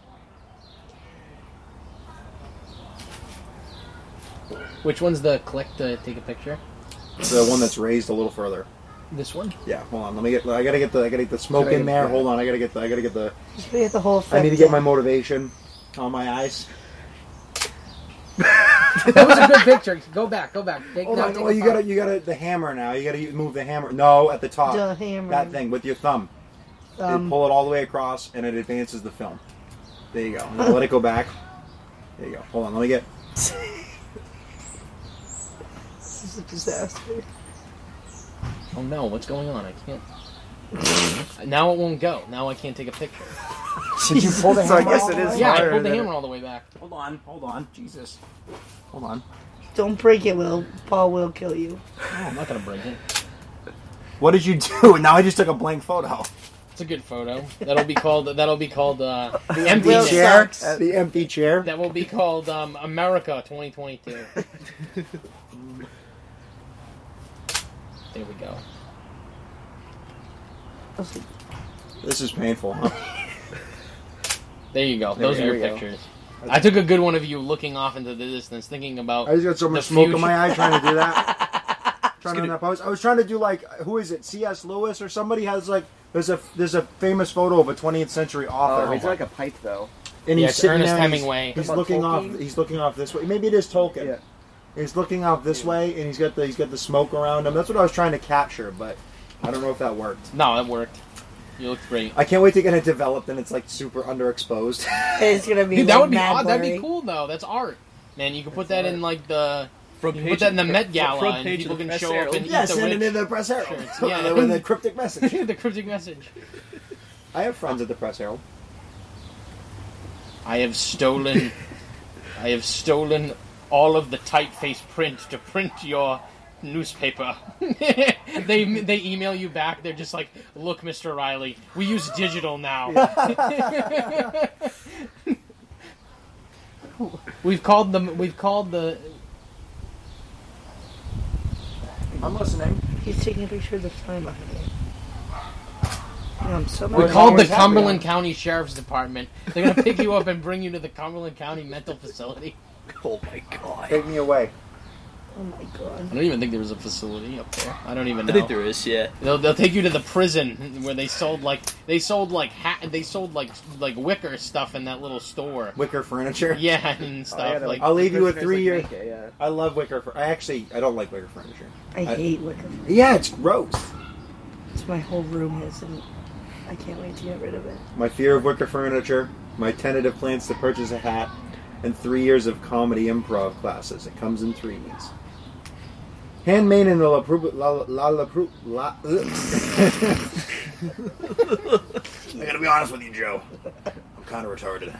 [SPEAKER 2] Which one's the click to take a picture?
[SPEAKER 1] The one that's raised a little further.
[SPEAKER 2] This one.
[SPEAKER 1] Yeah, hold on. Let me get. I gotta get the. I gotta get the smoke
[SPEAKER 4] Should I
[SPEAKER 1] in
[SPEAKER 4] get-
[SPEAKER 1] there. Hold on. I gotta get the. I gotta get the.
[SPEAKER 3] Just we get the whole thing.
[SPEAKER 1] I need to get my motivation on my eyes.
[SPEAKER 2] That was a good picture. Go back. Go back. Take,
[SPEAKER 1] Hold
[SPEAKER 2] now
[SPEAKER 1] on.
[SPEAKER 2] take
[SPEAKER 1] Oh,
[SPEAKER 2] the
[SPEAKER 1] you
[SPEAKER 2] photo.
[SPEAKER 1] gotta. You gotta the hammer now. You gotta move the hammer. No, at the top.
[SPEAKER 3] The hammer.
[SPEAKER 1] That thing with your thumb.
[SPEAKER 3] Um,
[SPEAKER 1] you pull it all the way across, and it advances the film. There you go. And then let it go back. There you go. Hold on. Let me get.
[SPEAKER 3] this is a disaster.
[SPEAKER 2] Oh no, what's going on? I can't. now it won't go. Now I can't take a picture.
[SPEAKER 1] Did you pull the
[SPEAKER 4] So I
[SPEAKER 1] hammer
[SPEAKER 4] guess
[SPEAKER 1] all
[SPEAKER 4] it
[SPEAKER 1] the
[SPEAKER 4] is
[SPEAKER 1] way?
[SPEAKER 2] Yeah, I
[SPEAKER 4] harder
[SPEAKER 2] pulled the
[SPEAKER 4] than
[SPEAKER 2] hammer all the way back.
[SPEAKER 1] Hold on. Hold on. Jesus. Hold on.
[SPEAKER 3] Don't break it, Will. Paul will kill you.
[SPEAKER 2] Oh, I'm not gonna break it.
[SPEAKER 1] What did you do? And now I just took a blank photo.
[SPEAKER 2] It's a good photo. That'll be called. That'll be called uh, the
[SPEAKER 1] Empty
[SPEAKER 2] empty
[SPEAKER 3] Will
[SPEAKER 2] chair.
[SPEAKER 1] chair. Uh,
[SPEAKER 3] sucks.
[SPEAKER 1] The empty chair.
[SPEAKER 2] That will be called um, America 2022. there we go.
[SPEAKER 1] This is painful. Huh?
[SPEAKER 2] There you go.
[SPEAKER 4] There
[SPEAKER 2] Those
[SPEAKER 4] we-
[SPEAKER 2] are your
[SPEAKER 4] there we go.
[SPEAKER 2] pictures. I took a good one of you looking off into the distance, thinking about.
[SPEAKER 1] I just got so
[SPEAKER 2] The
[SPEAKER 1] much smoke in
[SPEAKER 2] future-
[SPEAKER 1] my eye trying to do that. trying to
[SPEAKER 5] gonna-
[SPEAKER 1] do that pose. I was trying to do like who is it? C.S. Lewis or somebody has like there's a there's a famous photo of a 20th century author.
[SPEAKER 4] Oh, he's like a pipe though.
[SPEAKER 1] and
[SPEAKER 2] Yeah,
[SPEAKER 1] he's
[SPEAKER 2] it's
[SPEAKER 1] sitting
[SPEAKER 2] Ernest
[SPEAKER 1] there and
[SPEAKER 2] Hemingway.
[SPEAKER 1] He's, he's
[SPEAKER 4] About
[SPEAKER 1] looking
[SPEAKER 4] Tolkien?
[SPEAKER 1] off. He's looking off this way. Maybe it is Tolkien.
[SPEAKER 4] Yeah.
[SPEAKER 1] He's looking off this way, and he's got the he's got the smoke around him. That's what I was trying to capture, but I don't know if that worked.
[SPEAKER 2] No, it worked. You looked great.
[SPEAKER 1] I can't wait to get it developed, and it's like super underexposed.
[SPEAKER 3] It's gonna be
[SPEAKER 2] Dude, that
[SPEAKER 3] like,
[SPEAKER 2] would be
[SPEAKER 3] mad
[SPEAKER 2] odd. That'd
[SPEAKER 3] blurry.
[SPEAKER 2] be cool though. That's art, man. You could put that in like the.
[SPEAKER 5] Front
[SPEAKER 2] You can put that in the
[SPEAKER 5] of
[SPEAKER 2] Met Gala
[SPEAKER 5] front
[SPEAKER 2] and
[SPEAKER 5] page of
[SPEAKER 2] people
[SPEAKER 5] the
[SPEAKER 2] can
[SPEAKER 5] Press
[SPEAKER 2] show up
[SPEAKER 5] Herald.
[SPEAKER 2] and-
[SPEAKER 1] yeah,
[SPEAKER 2] Eat the
[SPEAKER 1] send it
[SPEAKER 2] rich.
[SPEAKER 1] in the press herald
[SPEAKER 2] Shirts, yeah.
[SPEAKER 1] with a cryptic message.
[SPEAKER 2] the cryptic message.
[SPEAKER 1] I have friends at the Press Herald.
[SPEAKER 2] I have stolen. I have stolen all of the typeface print to print your newspaper. they they email you back. They're just like, look, Mr. Riley, we use digital now. we've called them. We've called the.
[SPEAKER 1] I'm listening.
[SPEAKER 3] He's taking a picture of the flame behind it. I'm so
[SPEAKER 2] We
[SPEAKER 1] We're
[SPEAKER 3] mad.
[SPEAKER 2] called the
[SPEAKER 1] always happy,
[SPEAKER 2] Cumberland
[SPEAKER 1] huh?
[SPEAKER 2] County Sheriff's Department. They're gonna pick you up and bring you to the Cumberland County Mental Facility.
[SPEAKER 5] Oh my god!
[SPEAKER 1] Take me away.
[SPEAKER 3] Oh my god.
[SPEAKER 2] I don't even think there was a facility up there. I don't even know.
[SPEAKER 5] I think there is. Yeah.
[SPEAKER 2] They'll, they'll take you to the prison where they sold like they sold like ha- they sold like like wicker stuff in that little store.
[SPEAKER 1] Wicker furniture.
[SPEAKER 2] Yeah, and stuff
[SPEAKER 4] yeah, they're
[SPEAKER 2] like.
[SPEAKER 1] I'll leave you with
[SPEAKER 4] Prisoners,
[SPEAKER 1] three year-
[SPEAKER 4] make it, yeah.
[SPEAKER 1] I love wicker. Fur- I actually I don't like wicker furniture.
[SPEAKER 3] I
[SPEAKER 1] I-
[SPEAKER 3] hate wicker.
[SPEAKER 1] Yeah, it's gross.
[SPEAKER 3] It's my whole room is, and I can't wait to get rid of it.
[SPEAKER 1] My fear of wicker furniture. My tentative plans to purchase a hat, and three years of comedy improv classes. It comes in three weeks. Handmade in the La Pru- La La La, Pru- La I gotta be honest with you, Joe. I'm kind of retarded.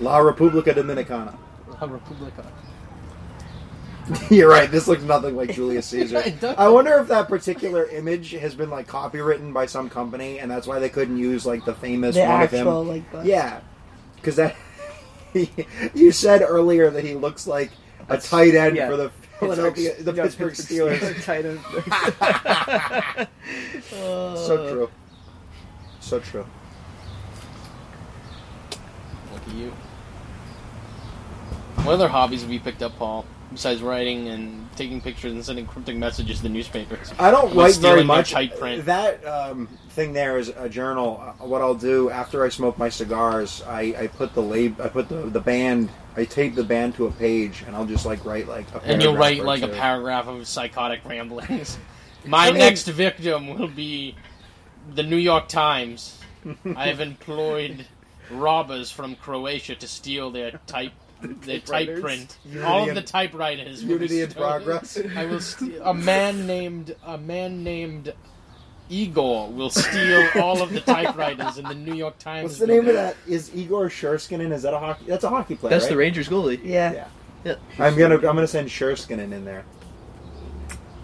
[SPEAKER 1] La Repubblica Dominicana.
[SPEAKER 2] La Repubblica.
[SPEAKER 1] You're right. This looks nothing like Julius Caesar.
[SPEAKER 2] It does.
[SPEAKER 1] I wonder if that particular image has been like copywritten by some company, and that's why they couldn't use like the famous
[SPEAKER 3] the
[SPEAKER 1] one
[SPEAKER 3] actual
[SPEAKER 1] of him.
[SPEAKER 3] like bus.
[SPEAKER 1] Yeah, because that you said earlier that he looks like a tight end
[SPEAKER 4] yeah.
[SPEAKER 1] for the Philadelphia, the
[SPEAKER 4] Yeah,
[SPEAKER 1] Pittsburgh Steelers.
[SPEAKER 4] Tight end.
[SPEAKER 1] so true. So true.
[SPEAKER 2] Look at you. What other hobbies have you picked up, Paul? Besides writing and taking pictures and sending cryptic messages to newspapers.
[SPEAKER 1] I don't
[SPEAKER 2] Like
[SPEAKER 1] write very
[SPEAKER 2] stealing my
[SPEAKER 1] much.
[SPEAKER 2] type print.
[SPEAKER 1] That um, thing there is a journal. Uh, What I'll do after I smoke my cigars, I, I put the lab, I put the, the band, I tape the band to a page, and I'll just like write like a.
[SPEAKER 2] And you'll
[SPEAKER 1] paragraph
[SPEAKER 2] write
[SPEAKER 1] or
[SPEAKER 2] like a
[SPEAKER 1] two.
[SPEAKER 2] paragraph of psychotic ramblings. My
[SPEAKER 1] I mean-
[SPEAKER 2] next victim will be the New York Times. I have employed robbers from Croatia to steal their type their type
[SPEAKER 4] typewriters?
[SPEAKER 2] print.
[SPEAKER 1] Unity
[SPEAKER 2] All of
[SPEAKER 1] in-
[SPEAKER 2] the typewriters. will be
[SPEAKER 1] Unity in
[SPEAKER 2] stolen.
[SPEAKER 1] progress.
[SPEAKER 2] I will steal a man named a man named Igor will steal all of the typewriters in the New York Times.
[SPEAKER 1] What's the name of
[SPEAKER 2] building.
[SPEAKER 1] that? Is Igor Sherskinen? Is that a hockey? That's a hockey player.
[SPEAKER 5] That's
[SPEAKER 1] right?
[SPEAKER 5] the Rangers goalie.
[SPEAKER 3] Yeah.
[SPEAKER 1] Yeah.
[SPEAKER 5] Yeah.
[SPEAKER 1] I'm gonna I'm gonna send Sherskinen in there.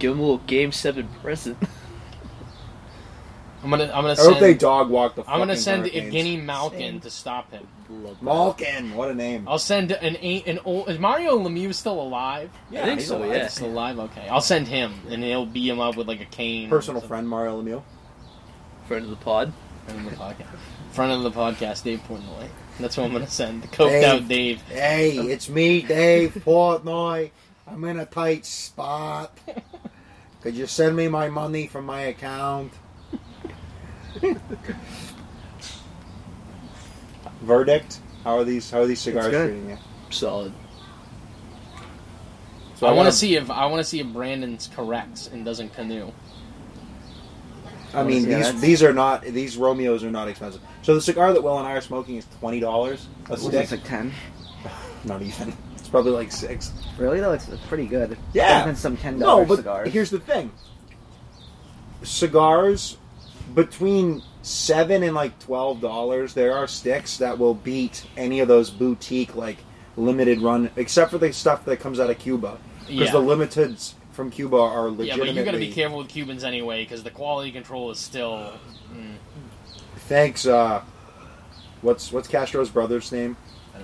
[SPEAKER 5] Give him a little game seven present.
[SPEAKER 2] I'm gonna I'm gonna
[SPEAKER 1] I hope they
[SPEAKER 2] send
[SPEAKER 1] dog walk the.
[SPEAKER 2] I'm gonna
[SPEAKER 1] fucking
[SPEAKER 2] send
[SPEAKER 1] Hurricanes.
[SPEAKER 2] Evgeny Malkin
[SPEAKER 3] Same.
[SPEAKER 2] to stop him.
[SPEAKER 1] Malkin. What a name.
[SPEAKER 2] I'll send an eight, an old. Is Mario Lemieux still alive?
[SPEAKER 1] Yeah,
[SPEAKER 5] I think
[SPEAKER 1] he's
[SPEAKER 5] so.
[SPEAKER 1] alive.
[SPEAKER 5] Yeah.
[SPEAKER 2] Still alive? Okay. I'll send him, and he'll beat him up with like a cane. or
[SPEAKER 1] Personal
[SPEAKER 2] something.
[SPEAKER 1] friend Mario Lemieux.
[SPEAKER 5] Friend of the pod.
[SPEAKER 2] Friend of the podcast. Friend of the podcast, Dave Portnoy. That's what I'm gonna send. The coked
[SPEAKER 1] Dave.
[SPEAKER 2] out Dave.
[SPEAKER 1] Hey, it's me, Dave Portnoy. I'm in a tight spot. Could you send me my money from my account? Verdict? How are these? How are these cigars
[SPEAKER 4] It's good.
[SPEAKER 1] treating you?
[SPEAKER 5] Solid.
[SPEAKER 1] So
[SPEAKER 2] I want
[SPEAKER 1] wanna-
[SPEAKER 2] to see if I want to see if Brandon's corrects and doesn't canoe.
[SPEAKER 1] I mean,
[SPEAKER 4] Yeah,
[SPEAKER 1] these
[SPEAKER 4] that's-
[SPEAKER 1] these are not these Romeos are not expensive. So the cigar that Will and I are smoking is twenty dollars a
[SPEAKER 4] What was
[SPEAKER 1] stick.
[SPEAKER 4] this, like 10?
[SPEAKER 1] not even. It's probably like six.
[SPEAKER 4] Really? That looks pretty good.
[SPEAKER 1] Yeah.
[SPEAKER 4] Better than some $10
[SPEAKER 1] No, but
[SPEAKER 4] cigars.
[SPEAKER 1] here's the thing: cigars between seven and like twelve dollars. There are sticks that will beat any of those boutique like limited run, except for the stuff that comes out of Cuba, because
[SPEAKER 2] Yeah.
[SPEAKER 1] the limiteds from Cuba are
[SPEAKER 2] Yeah, but
[SPEAKER 1] legitimately.
[SPEAKER 2] you gotta be careful with Cubans anyway, because the quality control is still.
[SPEAKER 1] Thanks. Uh, what's what's Castro's brother's name?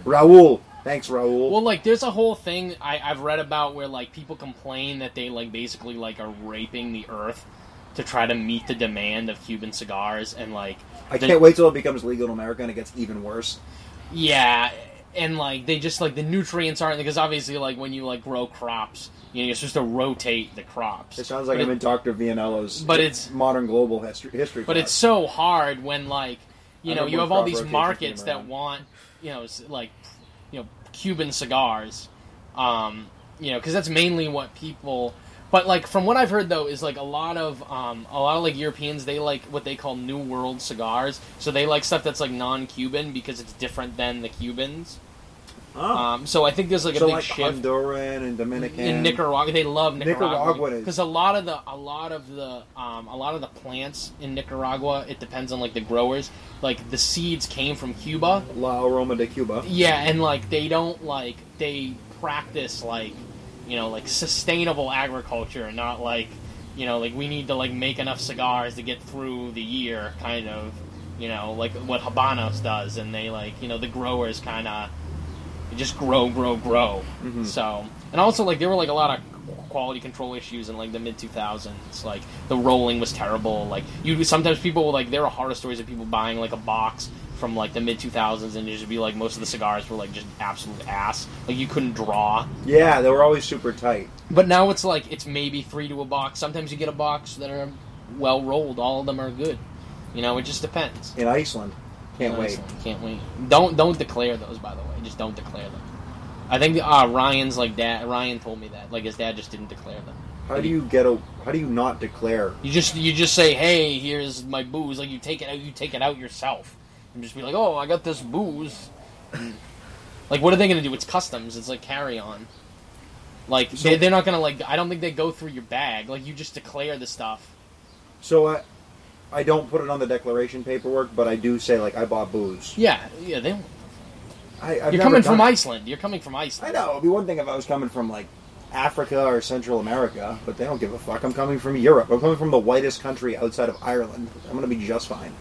[SPEAKER 1] Raul. Thanks, Raul.
[SPEAKER 2] Well, like, there's a whole thing I, I've read about where like people complain that they like basically like are raping the earth to try to meet the demand of Cuban cigars, and like
[SPEAKER 1] I
[SPEAKER 2] the-
[SPEAKER 1] can't wait till it becomes legal in America and it gets even worse.
[SPEAKER 2] Yeah, and like they just like the nutrients aren't because obviously like when you like grow crops, you know, you're supposed to rotate the crops.
[SPEAKER 1] It sounds like
[SPEAKER 2] but
[SPEAKER 1] I'm
[SPEAKER 2] it-
[SPEAKER 1] in Dr. Vianello's
[SPEAKER 2] but it's-
[SPEAKER 1] modern global history history.
[SPEAKER 2] but
[SPEAKER 1] class.
[SPEAKER 2] it's so hard when like you
[SPEAKER 1] I
[SPEAKER 2] know
[SPEAKER 1] remember
[SPEAKER 2] you
[SPEAKER 1] when
[SPEAKER 2] have all
[SPEAKER 1] crop
[SPEAKER 2] these
[SPEAKER 1] rotation came
[SPEAKER 2] markets that
[SPEAKER 1] around.
[SPEAKER 2] want you know s- like you know Cuban cigars, um, you know because that's mainly what people. But like from what I've heard though is like a lot of um, a lot of like Europeans they like what they call New World cigars, so they like stuff that's like non-Cuban because it's different than the Cubans.
[SPEAKER 1] Oh.
[SPEAKER 2] Um, so I think there's like a
[SPEAKER 1] so
[SPEAKER 2] big
[SPEAKER 1] like
[SPEAKER 2] shift.
[SPEAKER 1] Honduran and Dominican.
[SPEAKER 2] in Nicaragua. They love Nicaragua
[SPEAKER 1] Nicaraguan is-
[SPEAKER 2] because a lot of the a lot of the um, a lot of the plants in Nicaragua. It depends on like the growers. Like the seeds came from Cuba.
[SPEAKER 1] La Aroma de Cuba.
[SPEAKER 2] Yeah, and like they don't like they practice like you know like sustainable agriculture and not like you know like we need to like make enough cigars to get through the year kind of you know like what Habanos does and they like you know the growers kind of just grow grow grow
[SPEAKER 1] Mhm.
[SPEAKER 2] so and also like there were like a lot of quality control issues in like the mid 2000s like the rolling was terrible like you sometimes people like there are horror stories of people buying like a box from like the mid 2000s and it just be like most of the cigars were like just absolute ass like you couldn't draw
[SPEAKER 1] Yeah, they were always super tight.
[SPEAKER 2] but now it's like it's maybe three to a box sometimes you get a box that are well rolled all of them are good you know it just depends
[SPEAKER 1] In Iceland. Can't wait.
[SPEAKER 2] Honestly, Can't wait. Don't don't declare those, by the way. Just don't declare them. I think uh, Ryan's like dad. Ryan told me that. Like his dad just didn't declare them.
[SPEAKER 1] How do you get a how do you not declare
[SPEAKER 2] You just you just say, hey, here's my booze. Like you take it out. You take it out yourself. And just be like, oh, I got this booze. And- like what are they gonna do? It's customs. It's like carry on. Like
[SPEAKER 1] So-
[SPEAKER 2] they, they're not gonna like. I don't think they go through your bag. Like you just declare the stuff.
[SPEAKER 1] so I I don't put it on the declaration paperwork, but I do say like I bought booze.
[SPEAKER 2] Yeah, yeah. They.
[SPEAKER 1] I, I've
[SPEAKER 2] you're
[SPEAKER 1] never
[SPEAKER 2] coming
[SPEAKER 1] done
[SPEAKER 2] from
[SPEAKER 1] it.
[SPEAKER 2] Iceland. You're coming from Iceland.
[SPEAKER 1] I know. It'd be one thing if I was coming from like Africa or Central America, but they don't give a fuck. I'm coming from Europe. I'm coming from the whitest country outside of Ireland. I'm going to be just fine.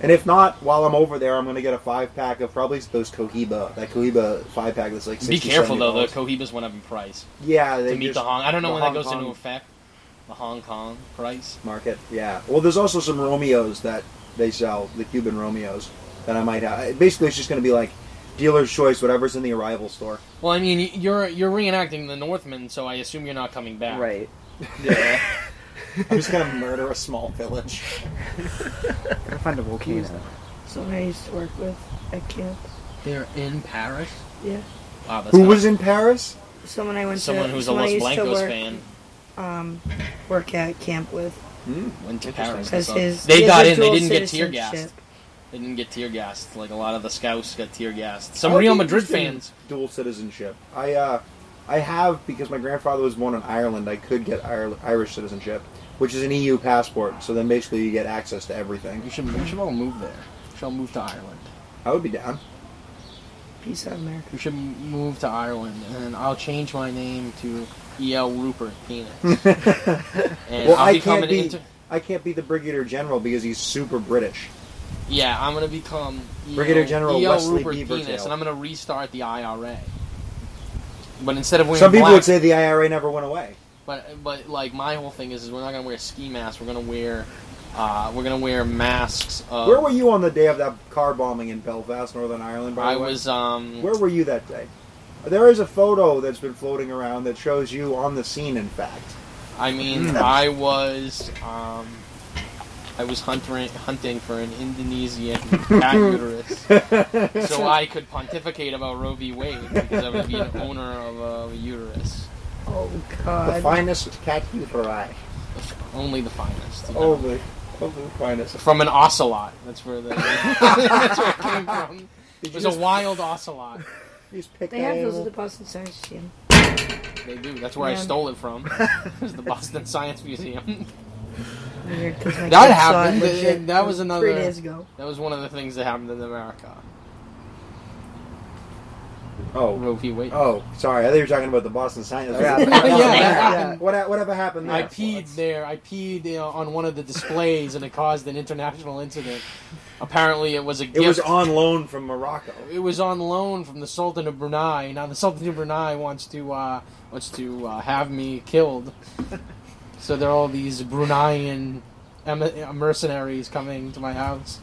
[SPEAKER 1] And if not, while I'm over there, I'm going to get a five pack of probably those Cohiba. That Cohiba five pack that's like 60,
[SPEAKER 2] Be careful
[SPEAKER 1] 70
[SPEAKER 2] though, the
[SPEAKER 1] dollars.
[SPEAKER 2] Cohibas went up in price
[SPEAKER 1] yeah, they
[SPEAKER 2] to meet
[SPEAKER 1] just-
[SPEAKER 2] the Hong. I don't know
[SPEAKER 1] the
[SPEAKER 2] when that
[SPEAKER 1] Hong
[SPEAKER 2] goes into
[SPEAKER 1] Kong.
[SPEAKER 2] effect. The Hong Kong price.
[SPEAKER 1] market. Yeah. Well, there's also some Romeos that they sell, the Cuban Romeos that I might have. Basically, it's just going to be like dealer's choice, whatever's in the arrival store.
[SPEAKER 2] Well, I mean, y- you're you're reenacting the Northmen, so I assume you're not coming back.
[SPEAKER 4] Right.
[SPEAKER 5] Yeah.
[SPEAKER 1] I'm just going to murder a small village.
[SPEAKER 4] Gotta find a volcano.
[SPEAKER 3] Someone I used to work with at camp.
[SPEAKER 2] They're in Paris.
[SPEAKER 3] Yeah.
[SPEAKER 2] Wow, that's
[SPEAKER 1] Who
[SPEAKER 2] not-
[SPEAKER 1] was in Paris?
[SPEAKER 3] Someone I went
[SPEAKER 2] someone
[SPEAKER 3] to.
[SPEAKER 2] who's a
[SPEAKER 3] someone I
[SPEAKER 2] Los
[SPEAKER 3] used to
[SPEAKER 2] Blancos
[SPEAKER 3] work,
[SPEAKER 2] fan
[SPEAKER 3] Um, work at camp with
[SPEAKER 2] went to
[SPEAKER 4] Interesting.
[SPEAKER 2] Paris.
[SPEAKER 3] because
[SPEAKER 2] so-
[SPEAKER 3] his
[SPEAKER 2] they
[SPEAKER 3] he has
[SPEAKER 2] got
[SPEAKER 3] a
[SPEAKER 2] in. They
[SPEAKER 3] dual
[SPEAKER 2] didn't get tear
[SPEAKER 3] citizenship.
[SPEAKER 2] gassed. They didn't get tear gassed. Like a lot of the scouts got tear gassed. Some
[SPEAKER 1] I'd
[SPEAKER 2] Real
[SPEAKER 1] be
[SPEAKER 2] Madrid
[SPEAKER 1] Oh, interested in
[SPEAKER 2] fans.
[SPEAKER 1] Dual citizenship. I, uh, I have, because my grandfather was born in Ireland, I could get Ire- Irish citizenship, which is an EU passport. So then basically you get access to everything.
[SPEAKER 2] should we should all move there. We should all move to Ireland.
[SPEAKER 1] I would be down.
[SPEAKER 3] Peace out, America.
[SPEAKER 2] We should move to Ireland, and I'll change my name to E.L. Rupert Penis. And
[SPEAKER 1] Well,
[SPEAKER 2] I'll
[SPEAKER 1] I
[SPEAKER 2] become
[SPEAKER 1] can't
[SPEAKER 2] an
[SPEAKER 1] be-
[SPEAKER 2] inter-
[SPEAKER 1] I can't be the Brigadier General because he's super British.
[SPEAKER 2] Yeah, I'm gonna become E E.L.
[SPEAKER 1] Brigadier General
[SPEAKER 2] E.L.
[SPEAKER 1] Wesley
[SPEAKER 2] Rupert
[SPEAKER 1] Beavertail.
[SPEAKER 2] Penis, and I'm gonna restart the IRA. But instead of wearing
[SPEAKER 1] Some people
[SPEAKER 2] black,
[SPEAKER 1] would say the IRA never went away.
[SPEAKER 2] But but like my whole thing is, is we're not gonna wear ski masks. We're gonna wear, uh, we're gonna wear masks. Of,
[SPEAKER 1] Where were you on the day of that car bombing in Belfast, Northern Ireland? By
[SPEAKER 2] I
[SPEAKER 1] the way?
[SPEAKER 2] was um.
[SPEAKER 1] Where were you that day? There is a photo that's been floating around that shows you on the scene. In fact,
[SPEAKER 2] I
[SPEAKER 1] Hmm.
[SPEAKER 2] mean, I was um. I was hunting hunting for an Indonesian cat uterus, so I could pontificate about Roe v. Wade because I would be an owner of a uterus,
[SPEAKER 3] Oh
[SPEAKER 1] the
[SPEAKER 3] God.
[SPEAKER 1] finest cat uteri.
[SPEAKER 2] only the finest. you know.
[SPEAKER 1] Oh, the, oh, the finest.
[SPEAKER 2] From an ocelot. That's where the that's where it came from. It
[SPEAKER 1] Did you
[SPEAKER 2] was a
[SPEAKER 1] just,
[SPEAKER 2] wild ocelot.
[SPEAKER 1] you just pick
[SPEAKER 3] They have
[SPEAKER 1] that
[SPEAKER 3] those at
[SPEAKER 1] animal?
[SPEAKER 3] the Boston Science Museum.
[SPEAKER 2] They do. That's where I
[SPEAKER 3] Yeah.
[SPEAKER 2] stole it from. It was the Boston Science Museum.
[SPEAKER 3] Weird, 'cause my
[SPEAKER 2] That
[SPEAKER 3] kid saw it
[SPEAKER 2] happened.
[SPEAKER 3] legit
[SPEAKER 2] That was another-
[SPEAKER 3] Three days ago.
[SPEAKER 2] That was one of the things that happened in America.
[SPEAKER 1] Oh,
[SPEAKER 2] Roe v. Wade.
[SPEAKER 1] oh, sorry. I thought you were talking about the Boston Science.
[SPEAKER 4] Yeah.
[SPEAKER 1] What
[SPEAKER 2] Yeah,
[SPEAKER 1] happened?
[SPEAKER 2] that
[SPEAKER 4] happened.
[SPEAKER 1] What, whatever happened there?
[SPEAKER 2] I peed there. I peed uh, on one of the displays, and it caused an international incident. Apparently, it was a gift.
[SPEAKER 1] It was on loan from Morocco.
[SPEAKER 2] it was on loan from the Sultan of Brunei. Now the Sultan of Brunei wants to uh, wants to uh, have me killed. so there are all these Bruneian em- uh, mercenaries coming to my house.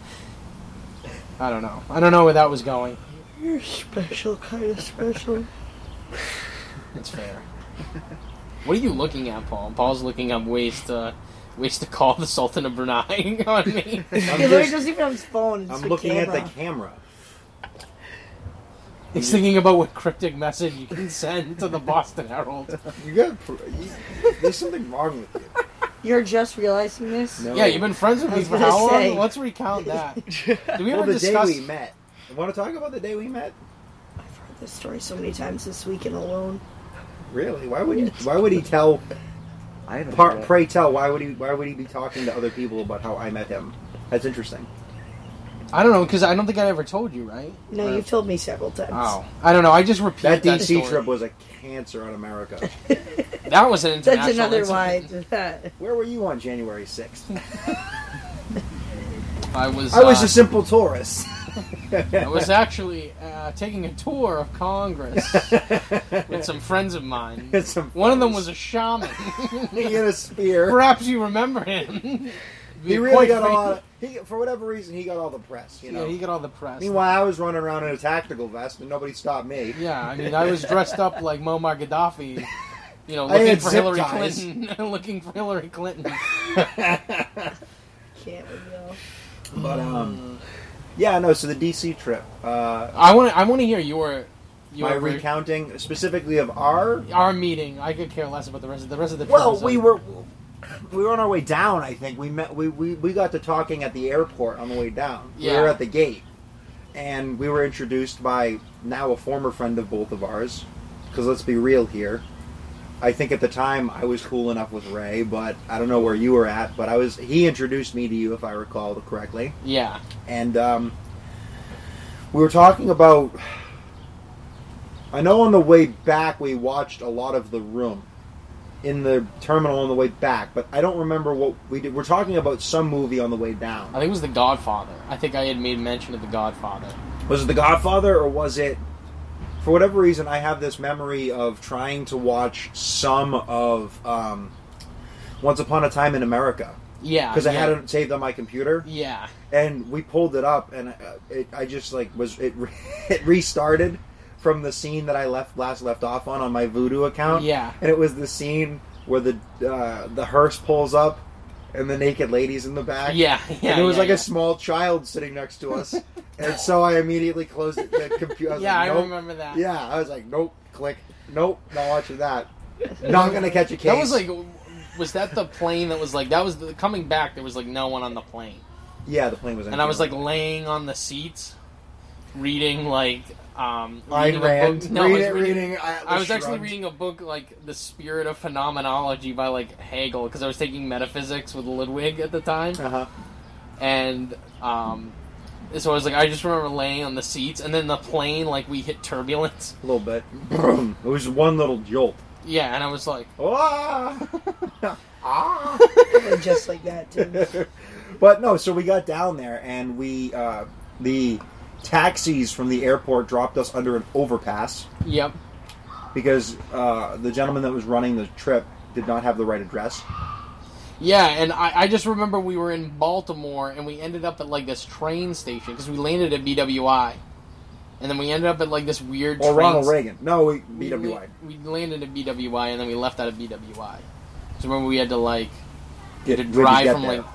[SPEAKER 2] I don't know. I don't know where that was going.
[SPEAKER 3] You're special, kind of special.
[SPEAKER 2] It's fair. what are you looking at, Paul? Paul's looking up ways to ways to call the Sultan of Brunei on me.
[SPEAKER 1] I'm,
[SPEAKER 3] he literally
[SPEAKER 1] just-
[SPEAKER 3] doesn't even have his phone. It's
[SPEAKER 1] I'm
[SPEAKER 3] the
[SPEAKER 1] looking
[SPEAKER 3] camera.
[SPEAKER 1] at the camera.
[SPEAKER 2] He's thinking about what cryptic message you can send to the Boston Herald.
[SPEAKER 1] You got. pr- You, there's something wrong with you.
[SPEAKER 3] You're just realizing this?
[SPEAKER 1] No.
[SPEAKER 2] Yeah, you've been friends with
[SPEAKER 3] I
[SPEAKER 2] me
[SPEAKER 3] was
[SPEAKER 2] for
[SPEAKER 3] gonna
[SPEAKER 2] how
[SPEAKER 3] say.
[SPEAKER 2] long? Let's recount that. Do we
[SPEAKER 1] Well,
[SPEAKER 2] ever
[SPEAKER 1] the
[SPEAKER 2] discuss?
[SPEAKER 1] day we met. Want to talk about the day we met?
[SPEAKER 3] I've heard this story so many times this weekend alone.
[SPEAKER 1] Really? Why would he? Why would he tell?
[SPEAKER 4] I haven't.
[SPEAKER 1] Par,
[SPEAKER 4] heard that.
[SPEAKER 1] pray tell. Why would he? Why would he be talking to other people about how I met him? That's interesting.
[SPEAKER 2] I don't know because I don't think I ever told you, right?
[SPEAKER 3] No,
[SPEAKER 1] Right.
[SPEAKER 3] you've told me several times.
[SPEAKER 2] I don't know. I just repeat
[SPEAKER 1] Oh. That
[SPEAKER 2] that,
[SPEAKER 1] DC
[SPEAKER 2] story.
[SPEAKER 1] trip was a cancer on America.
[SPEAKER 2] That was an international.
[SPEAKER 3] That's another why.
[SPEAKER 2] incident.
[SPEAKER 3] That.
[SPEAKER 1] Where were you on January sixth?
[SPEAKER 2] I was.
[SPEAKER 1] I was
[SPEAKER 2] uh,
[SPEAKER 1] a simple tourist.
[SPEAKER 2] I was actually uh, taking a tour of Congress with some friends of mine.
[SPEAKER 1] It's some
[SPEAKER 2] One of them was a shaman.
[SPEAKER 1] he had a spear.
[SPEAKER 2] Perhaps you remember him.
[SPEAKER 1] He really got a lot. Of, he, for whatever reason, he got all the press. You know.
[SPEAKER 2] yeah, he got all the press.
[SPEAKER 1] Meanwhile, I was running around in a tactical vest, and nobody stopped me.
[SPEAKER 2] Yeah, I mean, I was dressed up like Muammar Gaddafi, you know,
[SPEAKER 1] I
[SPEAKER 2] looking
[SPEAKER 1] had
[SPEAKER 2] for
[SPEAKER 1] zip
[SPEAKER 2] Hillary
[SPEAKER 1] ties.
[SPEAKER 2] Clinton, looking for Hillary Clinton.
[SPEAKER 3] Can't we all?
[SPEAKER 1] But um, yeah, no. So the DC trip, uh,
[SPEAKER 2] I want, to I want to hear your, your
[SPEAKER 1] my recounting specifically of our.
[SPEAKER 2] our meeting. I could care less about the rest of the rest of the. trip
[SPEAKER 1] Well,
[SPEAKER 2] is,
[SPEAKER 1] we
[SPEAKER 2] like,
[SPEAKER 1] were we were on our way down. I think we met. We, we we got to talking at the airport on the way down. We were
[SPEAKER 2] Yeah.
[SPEAKER 1] at the gate, and we were introduced by now a former friend of both of ours. Because let's be real here. I think at the time I was cool enough with Ray, but I don't know where you were at. But I was. He introduced me to you, if I recall correctly.
[SPEAKER 2] Yeah,
[SPEAKER 1] and um, we were talking about I know on the way back we watched a lot of the room in the terminal on the way back, but I don't remember what we did. We're talking about some movie on the way
[SPEAKER 2] I
[SPEAKER 1] down.
[SPEAKER 2] think it was The Godfather. I think I had made mention of The Godfather.
[SPEAKER 1] Was it The Godfather or was it for whatever reason I have this memory of trying to watch some of um, Once Upon a Time in America
[SPEAKER 2] Yeah,
[SPEAKER 1] because I
[SPEAKER 2] yeah,
[SPEAKER 1] had it saved on my computer
[SPEAKER 2] Yeah,
[SPEAKER 1] and we pulled it up and uh, it, I just like was it, re- it restarted from the scene that I left last left off on on my Voodoo account.
[SPEAKER 2] yeah.
[SPEAKER 1] and it was the scene where the uh, the hearse pulls up and the naked lady's in the back.
[SPEAKER 2] Yeah, yeah.
[SPEAKER 1] and it was
[SPEAKER 2] yeah,
[SPEAKER 1] like
[SPEAKER 2] yeah.
[SPEAKER 1] a small child sitting next to us, and so I immediately closed it- the computer.
[SPEAKER 2] yeah,
[SPEAKER 1] like,
[SPEAKER 2] I
[SPEAKER 1] nope.
[SPEAKER 2] remember that.
[SPEAKER 1] Yeah, I was like, nope, click, nope, not watching that. Not gonna catch a case.
[SPEAKER 2] That was like, was that the plane that was like that was the, coming back? There was like no one on the plane,
[SPEAKER 1] yeah, the plane was,
[SPEAKER 2] and I was like laying on the seats, reading like um.
[SPEAKER 1] I
[SPEAKER 2] reading a book-
[SPEAKER 1] ran,
[SPEAKER 2] No, I was
[SPEAKER 1] reading,
[SPEAKER 2] reading.
[SPEAKER 1] reading. Atlas
[SPEAKER 2] I was actually
[SPEAKER 1] Shrugged.
[SPEAKER 2] reading a book like The Spirit of Phenomenology by like Hegel because I was taking metaphysics with Ludwig at the time.
[SPEAKER 1] Uh-huh.
[SPEAKER 2] and um, so I was like, I just remember laying on the seats, and then the plane, like we hit turbulence.
[SPEAKER 1] A little bit. Boom. It was one little jolt.
[SPEAKER 2] Yeah, and I was like,
[SPEAKER 1] Ah! ah!
[SPEAKER 3] But just like that, too.
[SPEAKER 1] but no, so we got down there and we uh, the taxis from the airport dropped us under an overpass
[SPEAKER 2] yep,
[SPEAKER 1] because uh, the gentleman that was running the trip did not have the right address.
[SPEAKER 2] yeah, and I, I just remember we were in Baltimore, and we ended up at like this train station because we landed at BWI, and then we ended up at like this weird
[SPEAKER 1] Or
[SPEAKER 2] train
[SPEAKER 1] Ronald
[SPEAKER 2] sta-
[SPEAKER 1] Reagan. No, we,
[SPEAKER 2] we
[SPEAKER 1] BWI.
[SPEAKER 2] la- We, landed at BWI, and then we left out of BWI. So remember, we had to like
[SPEAKER 1] Get
[SPEAKER 2] to
[SPEAKER 1] when did you
[SPEAKER 2] drive
[SPEAKER 1] get
[SPEAKER 2] from
[SPEAKER 1] there?
[SPEAKER 2] like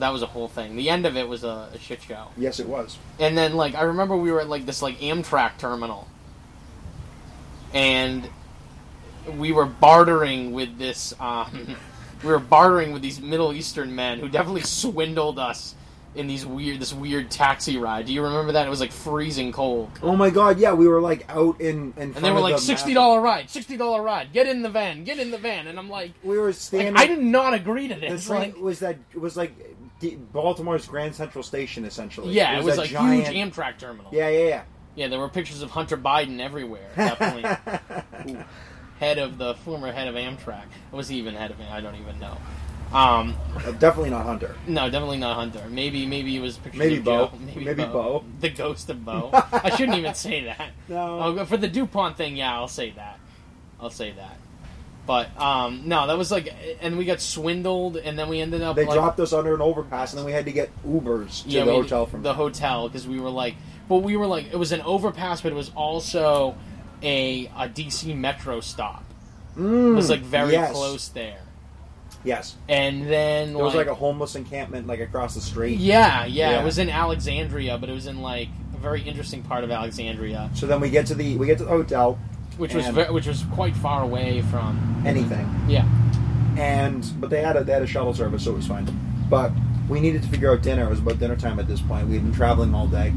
[SPEAKER 2] that was a whole thing. The end of it was a, a shit show.
[SPEAKER 1] Yes, it was.
[SPEAKER 2] and then like I remember we were at like this like Amtrak terminal, and we were bartering with this. Um, we were bartering with these Middle Eastern men who definitely swindled us in these weird this weird taxi ride. Do you remember that? It was like freezing cold,
[SPEAKER 1] Oh my God! Yeah, we were like out in in.
[SPEAKER 2] and they were like sixty dollar ride, sixty dollar ride. Get in the van, get in the van, and I'm like.
[SPEAKER 1] We were
[SPEAKER 2] like,
[SPEAKER 1] standing.
[SPEAKER 2] I did not agree to
[SPEAKER 1] The
[SPEAKER 2] this.
[SPEAKER 1] train
[SPEAKER 2] Like,
[SPEAKER 1] was that it was like D- Baltimore's Grand Central Station essentially.
[SPEAKER 2] yeah, it was,
[SPEAKER 1] a
[SPEAKER 2] a
[SPEAKER 1] giant-
[SPEAKER 2] huge Amtrak terminal.
[SPEAKER 1] Yeah, yeah,
[SPEAKER 2] yeah, there were pictures of Hunter Biden everywhere at that point.
[SPEAKER 1] yeah.
[SPEAKER 2] head of the former head of Amtrak. Was he even head of it? I don't even know. Um,
[SPEAKER 1] Definitely not Hunter.
[SPEAKER 2] no, definitely not Hunter. Maybe maybe it was pictures
[SPEAKER 1] Maybe
[SPEAKER 2] of
[SPEAKER 1] Bo.
[SPEAKER 2] Joe.
[SPEAKER 1] Maybe Bo.
[SPEAKER 2] The ghost of Bo. I shouldn't even say that.
[SPEAKER 1] No.
[SPEAKER 2] Oh, for the Dupont thing, yeah, I'll say that. I'll say that. But um, no, that was like, and we got swindled, and then we ended up.
[SPEAKER 1] They
[SPEAKER 2] like,
[SPEAKER 1] dropped us under an overpass, and then we had to get Ubers to
[SPEAKER 2] yeah,
[SPEAKER 1] the
[SPEAKER 2] we-
[SPEAKER 1] hotel from
[SPEAKER 2] the hotel because we were like, but we were like, it was an overpass, but it was also a, a DC Metro stop. It
[SPEAKER 1] Mm,
[SPEAKER 2] was like very
[SPEAKER 1] yes,
[SPEAKER 2] close there.
[SPEAKER 1] Yes,
[SPEAKER 2] and then
[SPEAKER 1] there was like a homeless encampment like across the street.
[SPEAKER 2] yeah, yeah,
[SPEAKER 1] Yeah.
[SPEAKER 2] it was in Alexandria, but it was in like a very interesting part of Alexandria,
[SPEAKER 1] So then we get to the we get to the hotel,
[SPEAKER 2] which was
[SPEAKER 1] And-
[SPEAKER 2] ve- which was quite far away from
[SPEAKER 1] anything,
[SPEAKER 2] yeah,
[SPEAKER 1] and but they had a they had a shuttle service, so it was fine. But we needed to figure out dinner. It was about dinner time at this point. We had been traveling all day,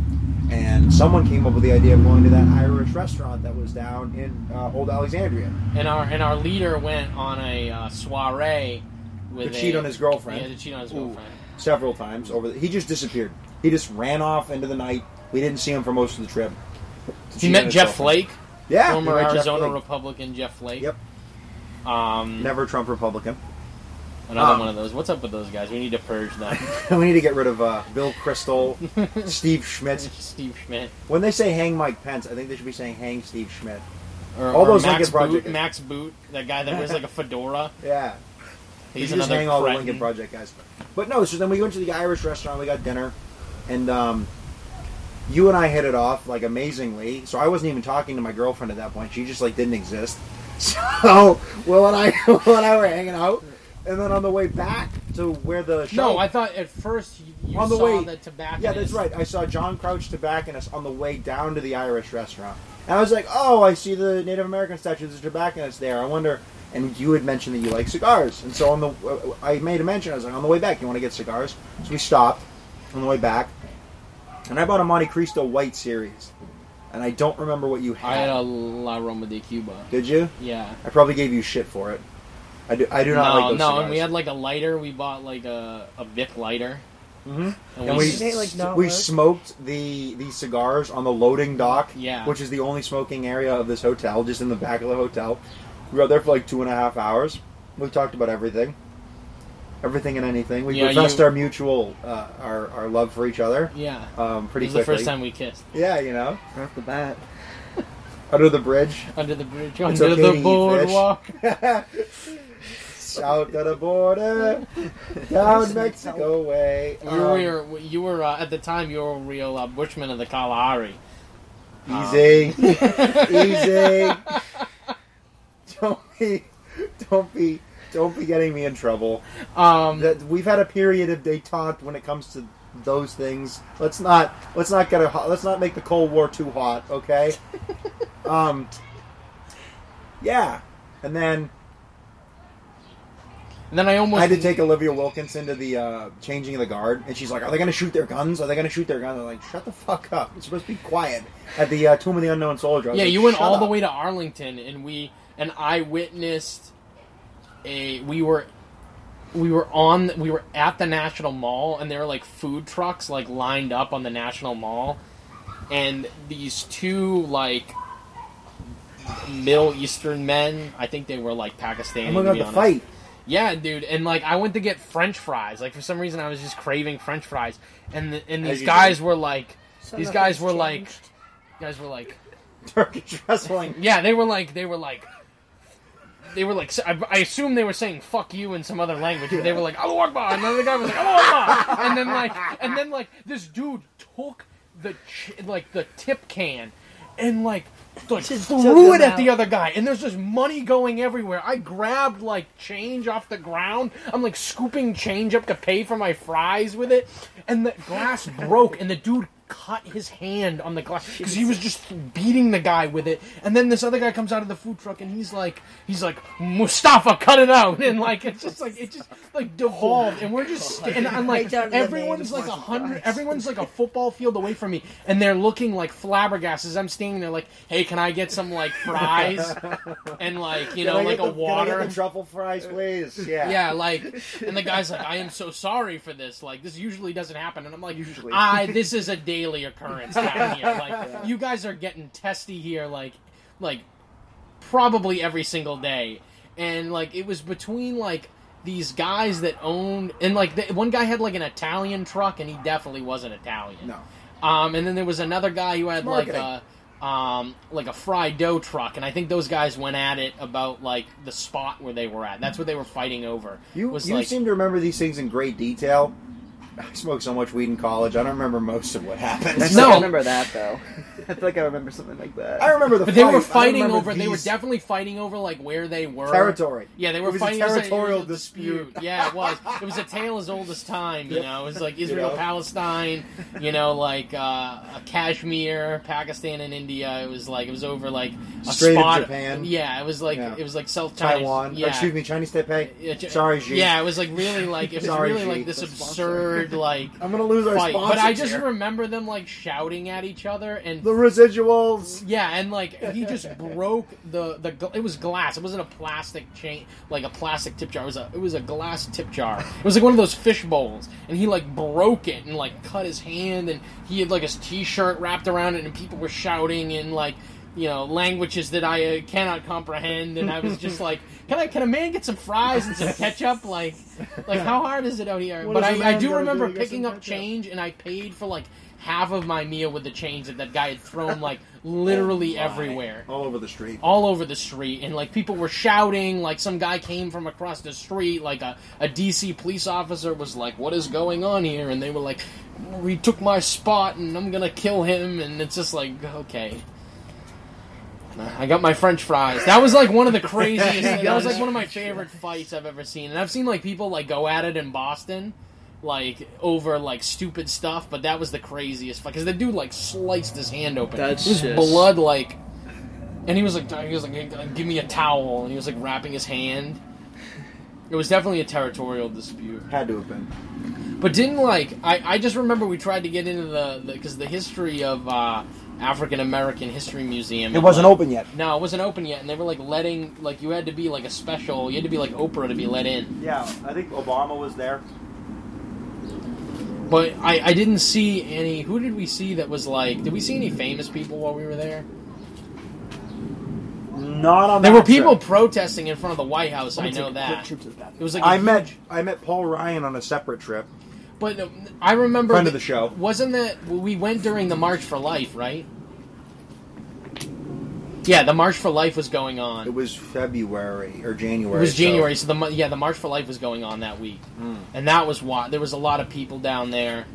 [SPEAKER 1] and someone came up with the idea of going to that Irish restaurant that was down in uh, Old Alexandria
[SPEAKER 2] and our and our leader went on a uh, soiree with
[SPEAKER 1] To cheat
[SPEAKER 2] a-
[SPEAKER 1] on his girlfriend.
[SPEAKER 2] yeah, to cheat on his
[SPEAKER 1] Ooh.
[SPEAKER 2] girlfriend.
[SPEAKER 1] several times. Over the, he just disappeared. He just ran off into the night. We didn't see him for most of the trip.
[SPEAKER 2] He met Jeff Flake,
[SPEAKER 1] Yeah,
[SPEAKER 2] former
[SPEAKER 1] we met Ah, Jeff
[SPEAKER 2] Arizona
[SPEAKER 1] Flake.
[SPEAKER 2] Republican Jeff Flake.
[SPEAKER 1] Yep.
[SPEAKER 2] Um,
[SPEAKER 1] Never Trump Republican.
[SPEAKER 2] another
[SPEAKER 1] um,
[SPEAKER 2] one of those. What's up with those guys? We need to purge them.
[SPEAKER 1] we need to get rid of uh, Bill Crystal, Steve Schmidt.
[SPEAKER 2] Steve Schmidt
[SPEAKER 1] When they say hang Mike Pence, I think they should be saying hang Steve Schmidt.
[SPEAKER 2] or,
[SPEAKER 1] All
[SPEAKER 2] or
[SPEAKER 1] those
[SPEAKER 2] Max
[SPEAKER 1] Lincoln Project
[SPEAKER 2] Boot,
[SPEAKER 1] guys.
[SPEAKER 2] Max Boot, that guy that wears like a fedora.
[SPEAKER 1] Yeah, We
[SPEAKER 2] He's
[SPEAKER 1] should just
[SPEAKER 2] another
[SPEAKER 1] hang all the
[SPEAKER 2] cretin.
[SPEAKER 1] Lincoln Project guys. But no, so then we went to the Irish restaurant. We got dinner, and um, you and I hit it off like amazingly. So I wasn't even talking to my girlfriend at that point. She just like didn't exist. So Will and I, Will and I were hanging out, and then on the way back to where the show.
[SPEAKER 2] No, I thought at first you, you
[SPEAKER 1] On the
[SPEAKER 2] saw
[SPEAKER 1] way-
[SPEAKER 2] the tobacco.
[SPEAKER 1] Yeah, that's right. I saw John Crouch tobacconist on the way down to the Irish restaurant. And I was like, oh, I see the Native American statue. There's a tobacconist there. I wonder. And you had mentioned that you like cigars. And so on the, uh, I made a mention. I was like, on the way back, you want to get cigars? So we stopped on the way back. And I bought a Monte Cristo White Series. And I don't remember what you
[SPEAKER 2] I
[SPEAKER 1] had.
[SPEAKER 2] had a La Roma de Cuba.
[SPEAKER 1] Did you?
[SPEAKER 2] Yeah.
[SPEAKER 1] I probably gave you shit for it. I do, I do not
[SPEAKER 2] no,
[SPEAKER 1] like those
[SPEAKER 2] no,
[SPEAKER 1] cigars.
[SPEAKER 2] and we had like a lighter. We bought like a a Vic lighter.
[SPEAKER 1] Mm-hmm.
[SPEAKER 2] And,
[SPEAKER 1] And
[SPEAKER 2] we,
[SPEAKER 1] we
[SPEAKER 3] Did it, like, not
[SPEAKER 1] we
[SPEAKER 3] work?
[SPEAKER 1] smoked the the cigars on the loading dock,
[SPEAKER 2] Yeah.
[SPEAKER 1] which is the only smoking area of this hotel, just in the back of the hotel. We were out there for like two and a half hours. We talked about everything, everything and anything. We
[SPEAKER 2] Yeah,
[SPEAKER 1] professed
[SPEAKER 2] you-
[SPEAKER 1] our mutual uh, our our love for each other.
[SPEAKER 2] yeah.
[SPEAKER 1] Um,
[SPEAKER 2] It
[SPEAKER 1] pretty
[SPEAKER 2] was the
[SPEAKER 1] quickly.
[SPEAKER 2] first time we kissed
[SPEAKER 1] Yeah, you know,
[SPEAKER 4] Right off the bat.
[SPEAKER 1] under the bridge.
[SPEAKER 2] under the bridge,
[SPEAKER 1] It's
[SPEAKER 2] under
[SPEAKER 1] okay to eat
[SPEAKER 2] the
[SPEAKER 1] fish.
[SPEAKER 2] boardwalk.
[SPEAKER 1] South of the border, down Mexico way.
[SPEAKER 2] You
[SPEAKER 1] Um,
[SPEAKER 2] were you were uh, at the time you were a real uh, bushman of the Kalahari.
[SPEAKER 1] Easy,
[SPEAKER 2] um,
[SPEAKER 1] easy. Don't be, don't be, don't be getting me in trouble.
[SPEAKER 2] Um,
[SPEAKER 1] That we've had a period of detente when it comes to those things. Let's not, let's not get a, hot- let's not make the Cold War too hot, okay? um, yeah. And then
[SPEAKER 2] and then I almost
[SPEAKER 1] I had to take Olivia Wilkinson to the uh, changing of the guard, and she's like, "Are they going to shoot their guns? Are they going to shoot their guns?" I'm like, "Shut the fuck up! It's supposed to be quiet." At the uh, Tomb of the Unknown Soldier. I was
[SPEAKER 2] Yeah,
[SPEAKER 1] like,
[SPEAKER 2] you went
[SPEAKER 1] "Shut
[SPEAKER 2] all the
[SPEAKER 1] up."
[SPEAKER 2] way to Arlington, and we and I witnessed a. We were we were on we were at the National Mall, and there were like food trucks like lined up on the National Mall, and these two like Middle Eastern men. I think they were like Pakistani.
[SPEAKER 1] I'm going
[SPEAKER 2] to
[SPEAKER 1] to
[SPEAKER 2] be
[SPEAKER 1] have to
[SPEAKER 2] honest.
[SPEAKER 1] fight.
[SPEAKER 2] Yeah, dude, and like I went to get French fries. Like for some reason, I was just craving French fries, and the, and
[SPEAKER 1] As
[SPEAKER 2] these
[SPEAKER 1] you
[SPEAKER 2] guys were like,
[SPEAKER 3] So
[SPEAKER 2] these guys
[SPEAKER 3] nothing's
[SPEAKER 2] were like,
[SPEAKER 3] changed.
[SPEAKER 2] guys were like,
[SPEAKER 1] Turkish wrestling.
[SPEAKER 2] yeah, they were like, they were like, they were like, I, I assume they were saying "fuck you" in some other language. but They were like "Allahu Akbar," and another guy was like "Allahu Akbar," and then like, and then like, this dude took the ch- like the tip can, and like. Like,
[SPEAKER 3] Just
[SPEAKER 2] threw
[SPEAKER 3] took
[SPEAKER 2] it
[SPEAKER 3] him
[SPEAKER 2] at the
[SPEAKER 3] out.
[SPEAKER 2] other guy, and there's just money going everywhere. I grabbed like change off the ground. I'm like scooping change up to pay for my fries with it, and the glass broke, and the dude cut his hand on the glass because he was just beating the guy with it. And then this other guy comes out of the food truck, and he's like, he's like, Mustafa, cut it out, and like it's just like it just like devolved, and we're just
[SPEAKER 3] Oh
[SPEAKER 2] sta- and I'm like
[SPEAKER 3] Right down to the names,
[SPEAKER 2] everyone's like a
[SPEAKER 3] lots of
[SPEAKER 2] hundred,
[SPEAKER 3] fries.
[SPEAKER 2] everyone's like a football field away from me, and they're looking like flabbergasted. I'm standing there like, hey, can I get some like fries and like
[SPEAKER 1] Can
[SPEAKER 2] you know
[SPEAKER 1] I get
[SPEAKER 2] like
[SPEAKER 1] the-
[SPEAKER 2] a
[SPEAKER 1] Can I
[SPEAKER 2] water?
[SPEAKER 1] get the truffle fries, please. Yeah.
[SPEAKER 2] Yeah, like, and the guy's like, "I am so sorry for this. Like, this usually doesn't happen." And I'm like,
[SPEAKER 4] Usually.
[SPEAKER 2] "I, this is a daily occurrence down here. Like, you guys are getting testy here. Like, like, probably every single day." And like, it was between like these guys that owned, and like, the, one guy had like an Italian truck, and he definitely wasn't Italian.
[SPEAKER 1] No.
[SPEAKER 2] Um, and then there was another guy who had like
[SPEAKER 1] Marketing.
[SPEAKER 2] a um, like a fried dough truck, and I think those guys went at it about like the spot where they were at. That's what they were fighting over.
[SPEAKER 1] You
[SPEAKER 2] was
[SPEAKER 1] you
[SPEAKER 2] like,
[SPEAKER 1] seem to remember these things in great detail. I smoked so much weed in college. I don't remember most of what happened.
[SPEAKER 4] I feel
[SPEAKER 2] No.
[SPEAKER 4] like I remember that though. I feel like I remember something like that.
[SPEAKER 1] I remember the.
[SPEAKER 2] but they were
[SPEAKER 1] fight. I
[SPEAKER 2] fighting
[SPEAKER 1] remember
[SPEAKER 2] over. They were
[SPEAKER 1] these
[SPEAKER 2] definitely fighting over like where they were.
[SPEAKER 1] territory.
[SPEAKER 2] Yeah, they
[SPEAKER 1] It
[SPEAKER 2] were
[SPEAKER 1] was a
[SPEAKER 2] fighting.
[SPEAKER 1] territorial
[SPEAKER 2] it was a
[SPEAKER 1] dispute.
[SPEAKER 2] yeah, it was. It was a tale as old as time. You
[SPEAKER 1] Yep.
[SPEAKER 2] know, it was like
[SPEAKER 1] You
[SPEAKER 2] Israel,
[SPEAKER 1] know?
[SPEAKER 2] Palestine. You know, like uh, Kashmir, Pakistan, and India. It was like it was over like a
[SPEAKER 1] Strait of
[SPEAKER 2] spot.
[SPEAKER 1] Japan.
[SPEAKER 2] Yeah, it was like
[SPEAKER 1] Yeah.
[SPEAKER 2] it was like South China.
[SPEAKER 1] Taiwan.
[SPEAKER 2] Yeah.
[SPEAKER 1] Excuse me, Chinese Taipei.
[SPEAKER 2] Yeah, Ch-
[SPEAKER 1] Sorry, G.
[SPEAKER 2] Yeah, it was like really like it was
[SPEAKER 1] Sorry,
[SPEAKER 2] really
[SPEAKER 1] G,
[SPEAKER 2] like this
[SPEAKER 4] the
[SPEAKER 2] absurd like
[SPEAKER 1] I'm gonna lose our
[SPEAKER 2] fight.
[SPEAKER 1] sponsors.
[SPEAKER 2] But I just
[SPEAKER 1] here.
[SPEAKER 2] remember them like shouting at each other and
[SPEAKER 1] the residuals.
[SPEAKER 2] yeah, and like he just broke the the gl- it was glass. It wasn't a plastic chain like a plastic tip jar. It was a it was a glass tip jar. It was like one of those fish bowls, and he like broke it and like cut his hand, and he had like his t-shirt wrapped around it, and people were shouting in like you know languages that I uh, cannot comprehend, and I was just like, can I can a man get some fries and some ketchup? Like like how hard is it out here?
[SPEAKER 1] What
[SPEAKER 2] but
[SPEAKER 1] does a
[SPEAKER 2] I, I
[SPEAKER 1] man
[SPEAKER 2] do
[SPEAKER 1] gotta
[SPEAKER 2] remember
[SPEAKER 1] do to get
[SPEAKER 2] picking
[SPEAKER 1] some
[SPEAKER 2] up
[SPEAKER 1] ketchup?
[SPEAKER 2] change, and I paid for like half of my meal with the change that that guy had thrown like literally
[SPEAKER 1] Oh
[SPEAKER 2] everywhere
[SPEAKER 1] All over the street.
[SPEAKER 2] all over the street and like people were shouting like some guy came from across the street like a, a dc police officer was like what is going on here and they were like he took my spot and i'm gonna kill him and it's just like okay i got my french fries that was like one of the craziest that was like one of my favorite fights i've ever seen and i've seen like people like go at it in boston like over like stupid stuff but that was the craziest fight because the dude like sliced his hand open
[SPEAKER 5] That's
[SPEAKER 2] It was
[SPEAKER 5] just-
[SPEAKER 2] blood like and he was like, he was like, "Hey, give me a towel, and he was like wrapping his hand. It was definitely a territorial dispute.
[SPEAKER 1] Had to have been.
[SPEAKER 2] But didn't like I, I just remember we tried to get into the because the, history of uh, African American History Museum.
[SPEAKER 1] It wasn't
[SPEAKER 2] like,
[SPEAKER 1] open yet.
[SPEAKER 2] No, it wasn't open yet, and they were like letting like you had to be like a special. You had to be like Oprah to be let in.
[SPEAKER 1] Yeah, I think Obama was there.
[SPEAKER 2] But I, I didn't see any. Who did we see that was like? Did we see any famous people while we were there?
[SPEAKER 1] Not on.
[SPEAKER 2] There
[SPEAKER 1] that
[SPEAKER 2] were people
[SPEAKER 1] trip.
[SPEAKER 2] protesting in front of the White House.
[SPEAKER 5] I'm
[SPEAKER 2] I
[SPEAKER 5] gonna
[SPEAKER 2] know
[SPEAKER 5] take a quick
[SPEAKER 2] that.
[SPEAKER 5] trip to the bathroom.
[SPEAKER 2] It was like a
[SPEAKER 1] I met I met Paul Ryan on a separate trip.
[SPEAKER 2] But um, I remember
[SPEAKER 1] Friend of
[SPEAKER 2] that-
[SPEAKER 1] the show.
[SPEAKER 2] Wasn't that we went during the March for Life, right? Yeah, the March for Life was going on.
[SPEAKER 1] It
[SPEAKER 2] It
[SPEAKER 1] was February or January.
[SPEAKER 2] was
[SPEAKER 1] so-
[SPEAKER 2] January, so the the yeah, the March for Life was going on that week,
[SPEAKER 1] Mm.
[SPEAKER 2] and that was why there was a lot of people down there.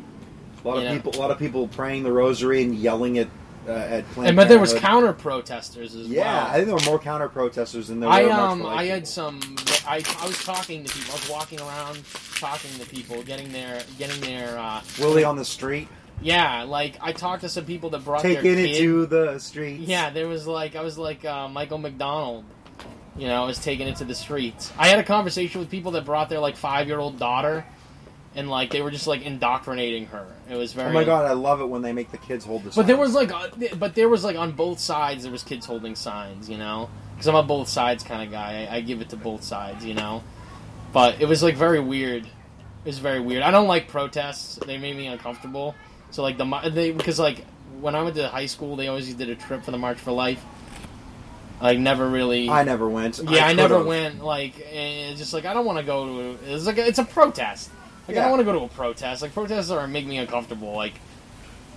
[SPEAKER 1] A lot of
[SPEAKER 2] Yeah.
[SPEAKER 1] people, a lot of people praying the rosary and yelling at uh, at Planned
[SPEAKER 2] And but there was
[SPEAKER 1] Parenthood.
[SPEAKER 2] counter protesters as
[SPEAKER 1] Yeah,
[SPEAKER 2] well.
[SPEAKER 1] I think there were more counter protesters than there
[SPEAKER 2] I
[SPEAKER 1] were. March
[SPEAKER 2] um
[SPEAKER 1] for Life
[SPEAKER 2] I had
[SPEAKER 1] people.
[SPEAKER 2] some I, I was talking to people I was walking around talking to people getting their getting their uh,
[SPEAKER 1] Willie on the street
[SPEAKER 2] yeah like I talked to some people that brought their
[SPEAKER 1] taking
[SPEAKER 2] kid.
[SPEAKER 1] it to the streets.
[SPEAKER 2] Yeah, there was like I was like uh, Michael McDonald. You know, I was taking it to the streets. I had a conversation with people that brought their like five year old daughter, and like they were just like indoctrinating her. It was very.
[SPEAKER 1] Oh my god, I love it when they make the kids hold the.
[SPEAKER 2] But there
[SPEAKER 1] signs.
[SPEAKER 2] was like, uh, but there was like on both sides there was kids holding signs, you know, because I'm a both sides kind of guy. I, I give it to both sides, you know. But it was like very weird. It was very weird. I don't like protests. They made me uncomfortable. So like the mar- they because like when I went to high school, they always did a trip for the March for Life. I never really.
[SPEAKER 1] I never went.
[SPEAKER 2] yeah, I, never
[SPEAKER 1] could've.
[SPEAKER 2] went. Like, eh, it's just like I don't want to go to. It's like a, it's a protest. Like I
[SPEAKER 1] Yeah.
[SPEAKER 2] don't want to go to a protest. Like protests are make me uncomfortable. Like,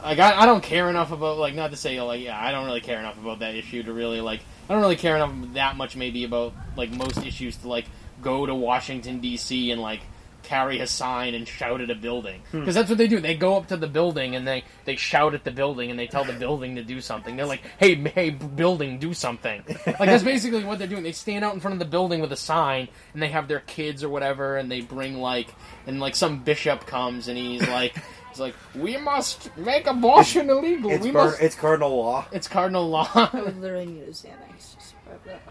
[SPEAKER 2] like I, I don't care enough about like not to say like yeah I don't really care enough about that issue to really like I don't really care enough that much maybe about like most issues to like go to Washington D.C. and like carry a sign and shout at a building because that's what they do they go up to the building and they they shout at the building and they tell the building to do something they're like hey m- hey b- building do something like that's basically what they're doing they stand out in front of the building with a sign and they have their kids or whatever and they bring like and like some bishop comes and he's like he's like we must make abortion illegal
[SPEAKER 1] It's,
[SPEAKER 2] we
[SPEAKER 1] Bar-
[SPEAKER 2] must
[SPEAKER 1] it's cardinal law.
[SPEAKER 2] it's cardinal law
[SPEAKER 3] I would literally need a Xanax just about that.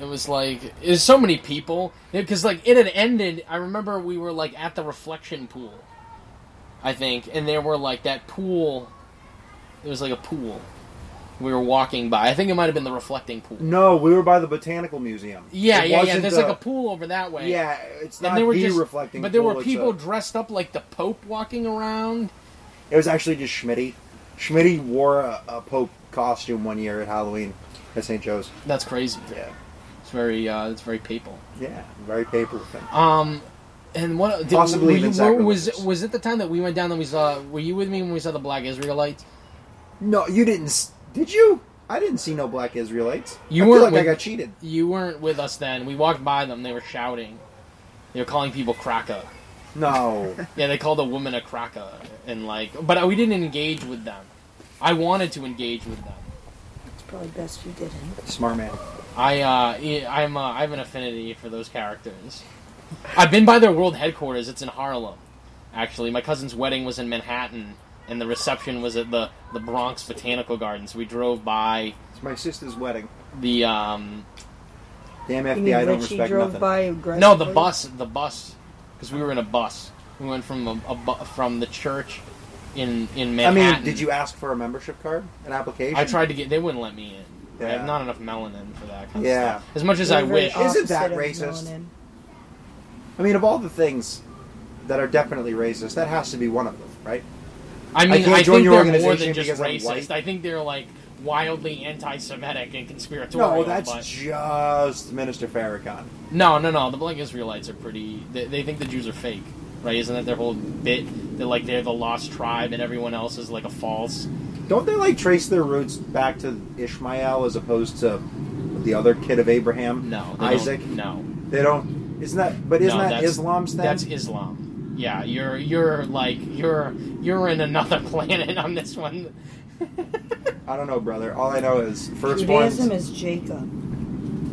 [SPEAKER 2] It was like there's so many people because like it had ended. I remember we were like at the reflection pool, I think, and there were like that pool. It was like a pool. We were walking by. I think it might have been the reflecting pool.
[SPEAKER 1] No, we were by the botanical museum.
[SPEAKER 2] Yeah,
[SPEAKER 1] Mm. It
[SPEAKER 2] yeah, yeah.
[SPEAKER 1] wasn't
[SPEAKER 2] There's
[SPEAKER 1] the-
[SPEAKER 2] like a pool over that way.
[SPEAKER 1] Yeah, it's
[SPEAKER 2] and
[SPEAKER 1] not
[SPEAKER 2] they were
[SPEAKER 1] the
[SPEAKER 2] just
[SPEAKER 1] reflecting.
[SPEAKER 2] But there
[SPEAKER 1] pool,
[SPEAKER 2] were
[SPEAKER 1] it's
[SPEAKER 2] people
[SPEAKER 1] a-
[SPEAKER 2] dressed up like the Pope walking around.
[SPEAKER 1] It was actually just Schmitty. Schmitty wore a, a Pope costume one year at Halloween at St. Joe's.
[SPEAKER 2] That's crazy.
[SPEAKER 1] Yeah.
[SPEAKER 2] It's very, uh, it's very papal.
[SPEAKER 1] Yeah, very paper thin.
[SPEAKER 2] Um, and what did,
[SPEAKER 1] Possibly
[SPEAKER 2] were you-
[SPEAKER 1] even
[SPEAKER 2] were- was
[SPEAKER 1] sacrilegious.
[SPEAKER 2] was it the time that we went down and we saw? Were you with me when we saw the Black Israelites?
[SPEAKER 1] No, you didn't. s- Did you? I didn't see no black Israelites.
[SPEAKER 2] You
[SPEAKER 1] I feel
[SPEAKER 2] weren't
[SPEAKER 1] like I
[SPEAKER 2] with-
[SPEAKER 1] got cheated.
[SPEAKER 2] You weren't with us then. We walked by them. They were shouting. They were calling people "cracka."
[SPEAKER 1] No,
[SPEAKER 2] Yeah, they called a woman a "cracka," and like, but we didn't engage with them. I wanted to engage with them.
[SPEAKER 3] It's probably best you didn't.
[SPEAKER 1] smart man.
[SPEAKER 2] I, uh, yeah, I'm, uh, I have an affinity for those characters. I've been by their world headquarters. It's in Harlem, actually. My cousin's wedding was in Manhattan, and the reception was at the the Bronx Botanical Gardens. We drove by
[SPEAKER 1] It's my sister's wedding.
[SPEAKER 2] the um,
[SPEAKER 1] Damn
[SPEAKER 3] You
[SPEAKER 1] FBI,
[SPEAKER 3] mean
[SPEAKER 1] I don't
[SPEAKER 3] Richie
[SPEAKER 1] respect
[SPEAKER 3] drove
[SPEAKER 1] nothing.
[SPEAKER 3] by aggressively?
[SPEAKER 2] No, the bus, the bus, because we were in a bus. We went from a, a bu- from the church in in
[SPEAKER 1] I mean,
[SPEAKER 2] Manhattan.
[SPEAKER 1] did you ask for a membership card, an application?
[SPEAKER 2] I tried to get. They wouldn't let me in. I
[SPEAKER 1] Yeah.
[SPEAKER 2] have not enough melanin for that. Kind
[SPEAKER 1] Yeah.
[SPEAKER 2] Of stuff. As much as I
[SPEAKER 3] You're very
[SPEAKER 2] wish.
[SPEAKER 1] off- Isn't
[SPEAKER 3] opposite
[SPEAKER 1] that
[SPEAKER 3] of
[SPEAKER 1] racist?
[SPEAKER 3] melanin.
[SPEAKER 1] I mean, of all the things that are definitely racist, that has to be one of them, right?
[SPEAKER 2] I mean, I,
[SPEAKER 1] can't join
[SPEAKER 2] think
[SPEAKER 1] your
[SPEAKER 2] they're more
[SPEAKER 1] organization
[SPEAKER 2] than just
[SPEAKER 1] because I'm white.
[SPEAKER 2] racist. I think they're like wildly anti-Semitic and conspiratorial.
[SPEAKER 1] No, that's
[SPEAKER 2] but-
[SPEAKER 1] just Minister Farrakhan.
[SPEAKER 2] No, no, no. The Black Israelites are pretty. They, they think the Jews are fake, right? Isn't that their whole bit? That like they're the lost tribe and everyone else is like a false.
[SPEAKER 1] Don't they like trace their roots back to Ishmael as opposed to the other kid of Abraham,
[SPEAKER 2] No, they don't-
[SPEAKER 1] Isaac?
[SPEAKER 2] No,
[SPEAKER 1] They don't. Isn't that? But isn't
[SPEAKER 2] No,
[SPEAKER 1] that
[SPEAKER 2] that's-
[SPEAKER 1] Islam's thing?
[SPEAKER 2] That's Islam. Yeah, you're you're like you're you're in another planet on this one.
[SPEAKER 1] I don't know, brother. All I know is firstborn.
[SPEAKER 3] Judaism is Jacob.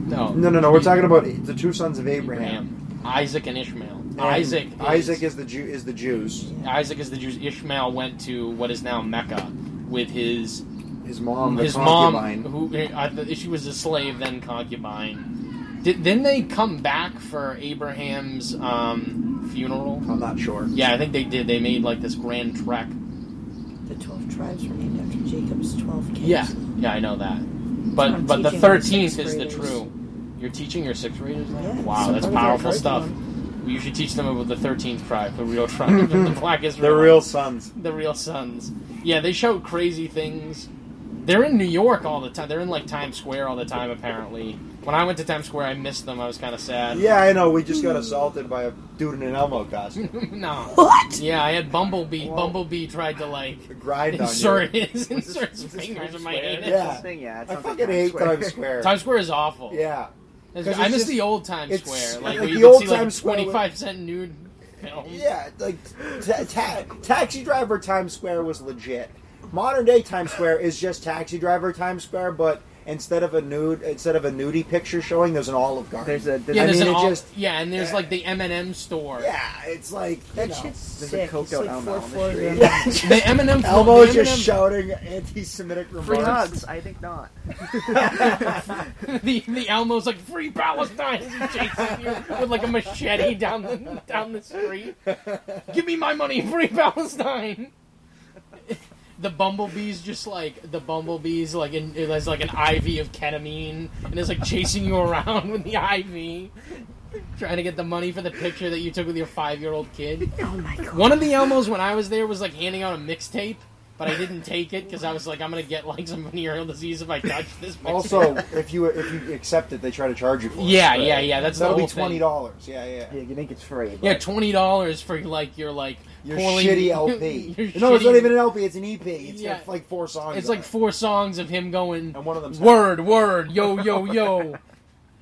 [SPEAKER 2] No,
[SPEAKER 1] No, no, no. We're talking about the two sons of Abraham.
[SPEAKER 2] Isaac and Ishmael.
[SPEAKER 1] And
[SPEAKER 2] Isaac. Is,
[SPEAKER 1] Isaac is the Jew. Is the Jews.
[SPEAKER 2] Isaac is the Jews. Ishmael went to what is now Mecca with his
[SPEAKER 1] His mom. The
[SPEAKER 2] his
[SPEAKER 1] concubine.
[SPEAKER 2] mom, who I, th- she was a slave then concubine. Did, didn't they come back for Abraham's um, funeral?
[SPEAKER 1] I'm not sure.
[SPEAKER 2] Yeah, I think they did. They made like this grand trek.
[SPEAKER 3] The twelve tribes were named after Jacob's twelve kids.
[SPEAKER 2] Yeah, yeah, I know that. But
[SPEAKER 3] I'm
[SPEAKER 2] but the
[SPEAKER 3] teaching my
[SPEAKER 2] thirteenth
[SPEAKER 3] sixth
[SPEAKER 2] is the
[SPEAKER 3] graders.
[SPEAKER 2] true. You're teaching your sixth graders. That?
[SPEAKER 3] Yeah,
[SPEAKER 2] wow,
[SPEAKER 3] it's
[SPEAKER 2] that's
[SPEAKER 3] part of our
[SPEAKER 2] powerful stuff. You should teach them about the thirteenth tribe, the real tribe, the black Israel,
[SPEAKER 1] The real sons.
[SPEAKER 2] the real sons. Yeah, they show crazy things. They're in New York all the time. They're in like Times Square all the time. Apparently, when I went to Times Square, I missed them. I was kind of sad.
[SPEAKER 1] Yeah, I know. We just got assaulted by a dude in an Elmo costume.
[SPEAKER 2] no.
[SPEAKER 3] What?
[SPEAKER 2] Yeah, I had Bumblebee.
[SPEAKER 4] Whoa.
[SPEAKER 2] Bumblebee tried to like
[SPEAKER 1] Grind on
[SPEAKER 2] insert
[SPEAKER 1] you.
[SPEAKER 2] his insert his
[SPEAKER 4] is this
[SPEAKER 2] fingers
[SPEAKER 4] Times
[SPEAKER 2] in my
[SPEAKER 4] Square?
[SPEAKER 2] anus.
[SPEAKER 1] Yeah.
[SPEAKER 4] This thing, yeah. it
[SPEAKER 1] I
[SPEAKER 4] sounds like
[SPEAKER 1] fucking hate
[SPEAKER 4] Square.
[SPEAKER 1] Times Square.
[SPEAKER 2] Times Square is awful.
[SPEAKER 1] Yeah.
[SPEAKER 2] It's-
[SPEAKER 1] 'Cause
[SPEAKER 2] I
[SPEAKER 1] it's
[SPEAKER 2] miss
[SPEAKER 1] just-
[SPEAKER 2] the old Times
[SPEAKER 1] it's-
[SPEAKER 2] Square,
[SPEAKER 1] like
[SPEAKER 2] like where
[SPEAKER 1] the
[SPEAKER 2] you could
[SPEAKER 1] old
[SPEAKER 2] see like
[SPEAKER 1] Times Square with-
[SPEAKER 2] twenty-five cent nude films.
[SPEAKER 1] Yeah, like ta- ta- Taxi Driver Times Square was legit. Modern day Times Square is just Taxi Driver Times Square, but instead of a nude, instead of a nudie picture showing, there's an Olive Garden.
[SPEAKER 4] There's a there's,
[SPEAKER 2] Yeah,
[SPEAKER 1] I
[SPEAKER 2] there's
[SPEAKER 1] mean,
[SPEAKER 2] an
[SPEAKER 1] it
[SPEAKER 2] all,
[SPEAKER 1] just-
[SPEAKER 2] yeah, and there's
[SPEAKER 1] yeah.
[SPEAKER 2] like the M and M store.
[SPEAKER 1] yeah, it's like you
[SPEAKER 3] That
[SPEAKER 1] know.
[SPEAKER 3] shit's
[SPEAKER 4] there's
[SPEAKER 3] sick.
[SPEAKER 4] a coked
[SPEAKER 3] It's
[SPEAKER 4] out
[SPEAKER 3] like four
[SPEAKER 4] Elmo on the
[SPEAKER 3] floors
[SPEAKER 4] street.
[SPEAKER 3] down.
[SPEAKER 1] Yeah.
[SPEAKER 2] The M and M
[SPEAKER 1] Elmo
[SPEAKER 2] the
[SPEAKER 1] is just
[SPEAKER 2] M&M
[SPEAKER 1] shouting anti-Semitic
[SPEAKER 4] free
[SPEAKER 1] remarks.
[SPEAKER 4] hugs. I think not.
[SPEAKER 2] the the Elmo's like free Palestine and chasing you with like a machete down the down the street. Give me my money, free Palestine. The bumblebee's just like the bumblebee's like in it has like an IV of ketamine and is like chasing you around with the IV, trying to get the money for the picture that you took with your five year old kid.
[SPEAKER 3] Oh my god.
[SPEAKER 2] One of the Elmos when I was there was like handing out a mixtape, but I didn't take it because I was like, I'm gonna get like some venereal disease if I touch this. Mixtape.
[SPEAKER 1] Also, if you if you accept it, they try to charge you for it.
[SPEAKER 2] yeah,
[SPEAKER 1] Right.
[SPEAKER 2] yeah, yeah. That's
[SPEAKER 1] That'll
[SPEAKER 2] the
[SPEAKER 1] be
[SPEAKER 2] whole
[SPEAKER 1] twenty
[SPEAKER 2] Thing.
[SPEAKER 1] dollars. Yeah, yeah.
[SPEAKER 4] Yeah, you think it's free. But
[SPEAKER 2] Yeah, twenty dollars for like your like
[SPEAKER 1] Your
[SPEAKER 2] poorly-
[SPEAKER 1] shitty LP.
[SPEAKER 2] your
[SPEAKER 1] no, it's not
[SPEAKER 2] shitty-
[SPEAKER 1] even an LP. It's an EP. It's
[SPEAKER 2] Yeah.
[SPEAKER 1] got like four songs.
[SPEAKER 2] It's
[SPEAKER 1] on
[SPEAKER 2] like
[SPEAKER 1] it.
[SPEAKER 2] four songs of him going
[SPEAKER 1] and one of them.
[SPEAKER 2] word, word, yo, yo, yo,